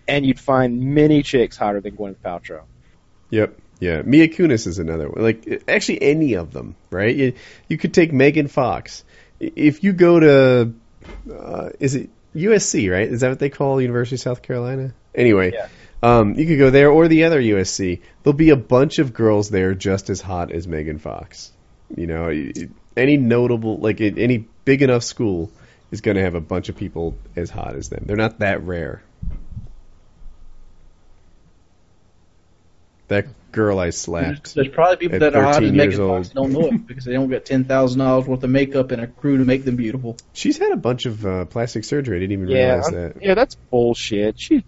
[SPEAKER 2] and you'd find many chicks hotter than Gwyneth Paltrow.
[SPEAKER 1] Yep. Yeah. Mia Kunis is another one. Like actually any of them, right? You, you could take Megan Fox. I- If you go to uh, is it USC, right? Is that what they call University of South Carolina? Anyway, um, you could go there or the other USC. There'll be a bunch of girls there just as hot as Megan Fox. You know, y- y- any notable like a- any big enough school is going to have a bunch of people as hot as them. They're not that rare. That girl I slapped.
[SPEAKER 13] There's probably people
[SPEAKER 1] at
[SPEAKER 13] that are hot as
[SPEAKER 1] 13
[SPEAKER 13] Megan
[SPEAKER 1] years
[SPEAKER 13] Fox
[SPEAKER 1] old.
[SPEAKER 13] and don't know it because they don't get ten thousand dollars worth of makeup and a crew to make them beautiful.
[SPEAKER 1] She's had a bunch of uh, plastic surgery. I didn't even realize
[SPEAKER 2] I'm-
[SPEAKER 1] that.
[SPEAKER 2] yeah, that's bullshit. She,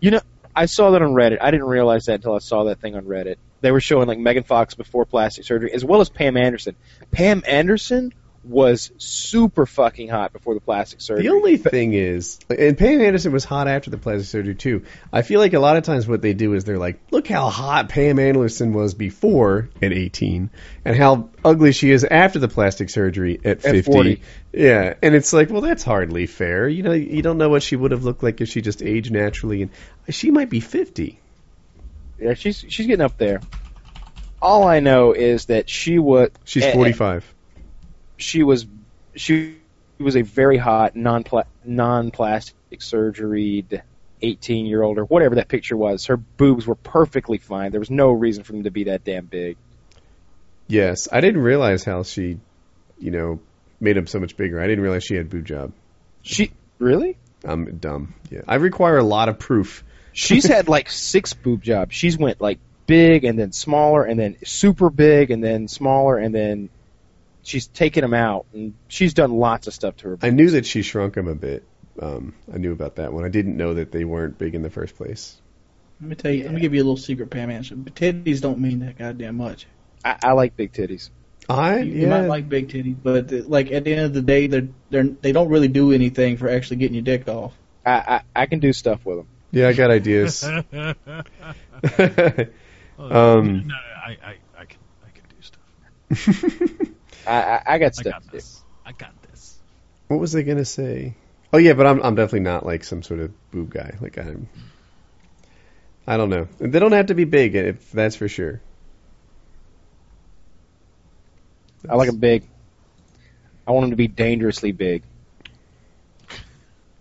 [SPEAKER 2] you know, I saw that on Reddit. I didn't realize that until I saw that thing on Reddit. They were showing like Megan Fox before plastic surgery, as well as Pam Anderson. Pam Anderson was super fucking hot before the plastic surgery.
[SPEAKER 1] The only thing is, and Pam Anderson was hot after the plastic surgery too. I feel like a lot of times what they do is they're like, look how hot Pam Anderson was before at 18, and how ugly she is after the plastic surgery at 50.
[SPEAKER 2] 40.
[SPEAKER 1] Yeah, and it's like, well, that's hardly fair. You know, you don't know what she would have looked like if she just aged naturally, and she might be 50.
[SPEAKER 2] Yeah, she's she's getting up there. All I know is that she was
[SPEAKER 1] She's
[SPEAKER 2] eh, eh,
[SPEAKER 1] 45.
[SPEAKER 2] she was she was a very hot non non plastic surgeried eighteen year old or whatever that picture was. Her boobs were perfectly fine. There was no reason for them to be that damn big.
[SPEAKER 1] Yes, I didn't realize how she, you know, made him so much bigger. I didn't realize she had boob job.
[SPEAKER 2] She really?
[SPEAKER 1] I'm dumb. Yeah, I require a lot of proof.
[SPEAKER 2] She's had like six boob jobs. She's went like big and then smaller and then super big and then smaller and then she's taken them out and she's done lots of stuff to her.
[SPEAKER 1] I knew that she shrunk him a bit. Um, I knew about that one. I didn't know that they weren't big in the first place.
[SPEAKER 13] Let me tell you. Let me give you a little secret, Pam Anderson. But titties don't mean that goddamn much.
[SPEAKER 2] I, I like big titties.
[SPEAKER 1] I
[SPEAKER 13] You, you might
[SPEAKER 1] yeah.
[SPEAKER 13] like big titties, but uh, like at the end of the day, they're they're they don't really do anything for actually getting your dick off.
[SPEAKER 2] I I, I can do stuff with them.
[SPEAKER 1] Yeah, I got ideas. um,
[SPEAKER 4] No, I, I, I can, I can do stuff.
[SPEAKER 2] I I, I got
[SPEAKER 4] I
[SPEAKER 2] stuff
[SPEAKER 4] got
[SPEAKER 2] to do.
[SPEAKER 4] this. I got this.
[SPEAKER 1] what was I gonna say? Oh yeah, but I'm I'm definitely not like some sort of boob guy. Like I'm. I don't know. They don't have to be big, if that's for sure.
[SPEAKER 2] I like them big. I want them to be dangerously big.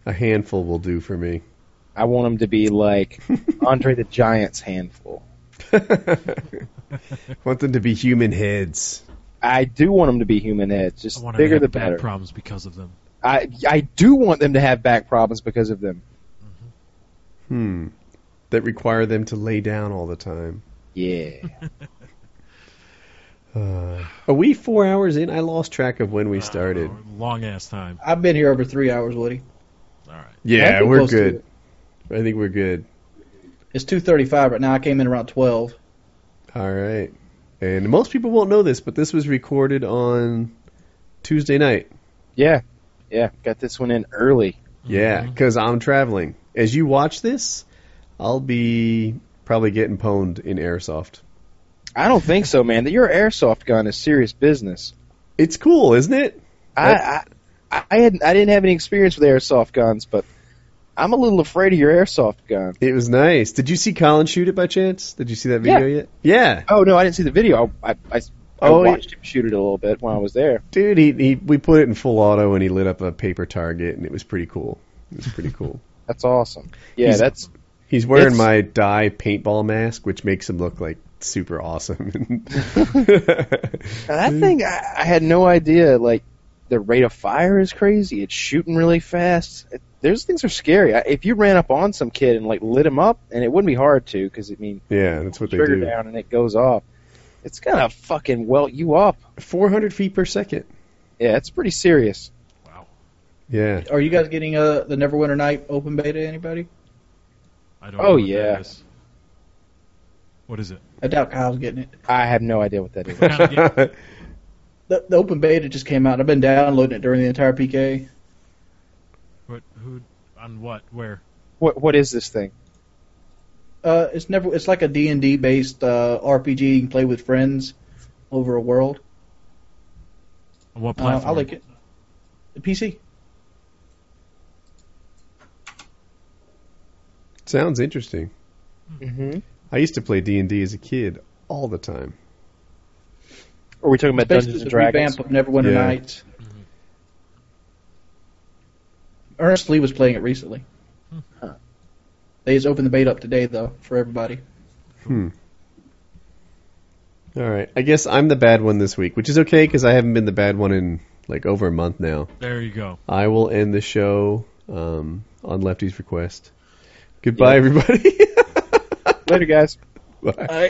[SPEAKER 1] A handful will do for me.
[SPEAKER 2] I want them to be like Andre the Giant's handful.
[SPEAKER 1] Want them to be human heads.
[SPEAKER 2] I do want them to be human heads,
[SPEAKER 4] I
[SPEAKER 2] just
[SPEAKER 4] want
[SPEAKER 2] bigger
[SPEAKER 4] to
[SPEAKER 2] the
[SPEAKER 4] have back
[SPEAKER 2] better.
[SPEAKER 4] problems because of them.
[SPEAKER 2] I I do want them to have back problems because of them.
[SPEAKER 1] Hmm. That require them to lay down all the time.
[SPEAKER 2] Yeah.
[SPEAKER 1] Uh, are we four hours in? I lost track of when we started.
[SPEAKER 4] Uh, Long ass time.
[SPEAKER 13] I've been here over three hours, Woody.
[SPEAKER 4] All right.
[SPEAKER 13] I
[SPEAKER 1] Yeah,
[SPEAKER 13] think
[SPEAKER 1] we're
[SPEAKER 13] close to
[SPEAKER 1] good. I think we're good.
[SPEAKER 13] It's two thirty five right now. I came in around twelve.
[SPEAKER 1] All right. And most people won't know this, but this was recorded on Tuesday night.
[SPEAKER 2] Yeah. Yeah. Got this one in early.
[SPEAKER 1] Yeah, because I'm traveling. As you watch this, I'll be probably getting pwned in airsoft.
[SPEAKER 2] I don't think so, man. That your airsoft gun is serious business.
[SPEAKER 1] It's cool, isn't it?
[SPEAKER 2] I, I I had I didn't have any experience with airsoft guns, but I'm a little afraid of your airsoft gun.
[SPEAKER 1] It was nice. Did you see Colin shoot it by chance? Did you see that video
[SPEAKER 2] Yeah.
[SPEAKER 1] yet? Yeah.
[SPEAKER 2] Oh no, I didn't see the video. I I, I, I
[SPEAKER 1] Oh, yeah.
[SPEAKER 2] watched him shoot it a little bit when I was there.
[SPEAKER 1] Dude, he, he we put it in full auto and he lit up a paper target and it was pretty cool. It was pretty cool.
[SPEAKER 2] That's awesome. Yeah,
[SPEAKER 1] He's-
[SPEAKER 2] that's
[SPEAKER 1] He's wearing
[SPEAKER 2] It's-
[SPEAKER 1] my dye paintball mask, which makes him look like super awesome.
[SPEAKER 2] that thing. I, I had no idea. Like the rate of fire is crazy. It's shooting really fast. It, those things are scary. I, if you ran up on some kid and like lit him up, and it wouldn't be hard to, because I mean,
[SPEAKER 1] yeah, that's what they
[SPEAKER 2] trigger
[SPEAKER 1] do.
[SPEAKER 2] down and it goes off. It's gonna fucking welt you up.
[SPEAKER 1] 400 feet per second.
[SPEAKER 2] Yeah, it's pretty serious.
[SPEAKER 1] Yeah.
[SPEAKER 13] Are you guys getting uh, the Neverwinter Night open beta? Anybody?
[SPEAKER 4] I don't know
[SPEAKER 2] Oh
[SPEAKER 4] what that
[SPEAKER 2] yeah,
[SPEAKER 4] is. What is it?
[SPEAKER 13] I doubt Kyle's getting it.
[SPEAKER 2] I have no idea what that is.
[SPEAKER 4] What kind of game?
[SPEAKER 13] The, the open beta just came out. and I've been downloading it during the entire PK.
[SPEAKER 4] What? Who? On what? Where?
[SPEAKER 2] What what is this thing?
[SPEAKER 13] Uh, it's never. It's like a D and D based uh, RPG you can play with friends over a world.
[SPEAKER 4] On what
[SPEAKER 13] Uh,
[SPEAKER 4] platform?
[SPEAKER 13] I like it. The PC.
[SPEAKER 1] Sounds interesting.
[SPEAKER 2] Mm-hmm.
[SPEAKER 1] I used to play D&D as a kid all the time.
[SPEAKER 2] Are we talking about
[SPEAKER 13] Basically,
[SPEAKER 2] Dungeons
[SPEAKER 13] it's
[SPEAKER 2] and
[SPEAKER 13] a
[SPEAKER 2] Dragons?
[SPEAKER 13] revamp of Neverwinter
[SPEAKER 1] Yeah.
[SPEAKER 13] Nights. Ernest Lee was playing it recently.
[SPEAKER 2] Huh.
[SPEAKER 13] They just opened the beta up today though for everybody.
[SPEAKER 1] Hmm. All right. I guess I'm the bad one this week, which is okay because I haven't been the bad one in like over a month now.
[SPEAKER 4] There you go.
[SPEAKER 1] I will end the show um, on Lefty's request. Goodbye, everybody.
[SPEAKER 2] Later, guys.
[SPEAKER 1] Bye.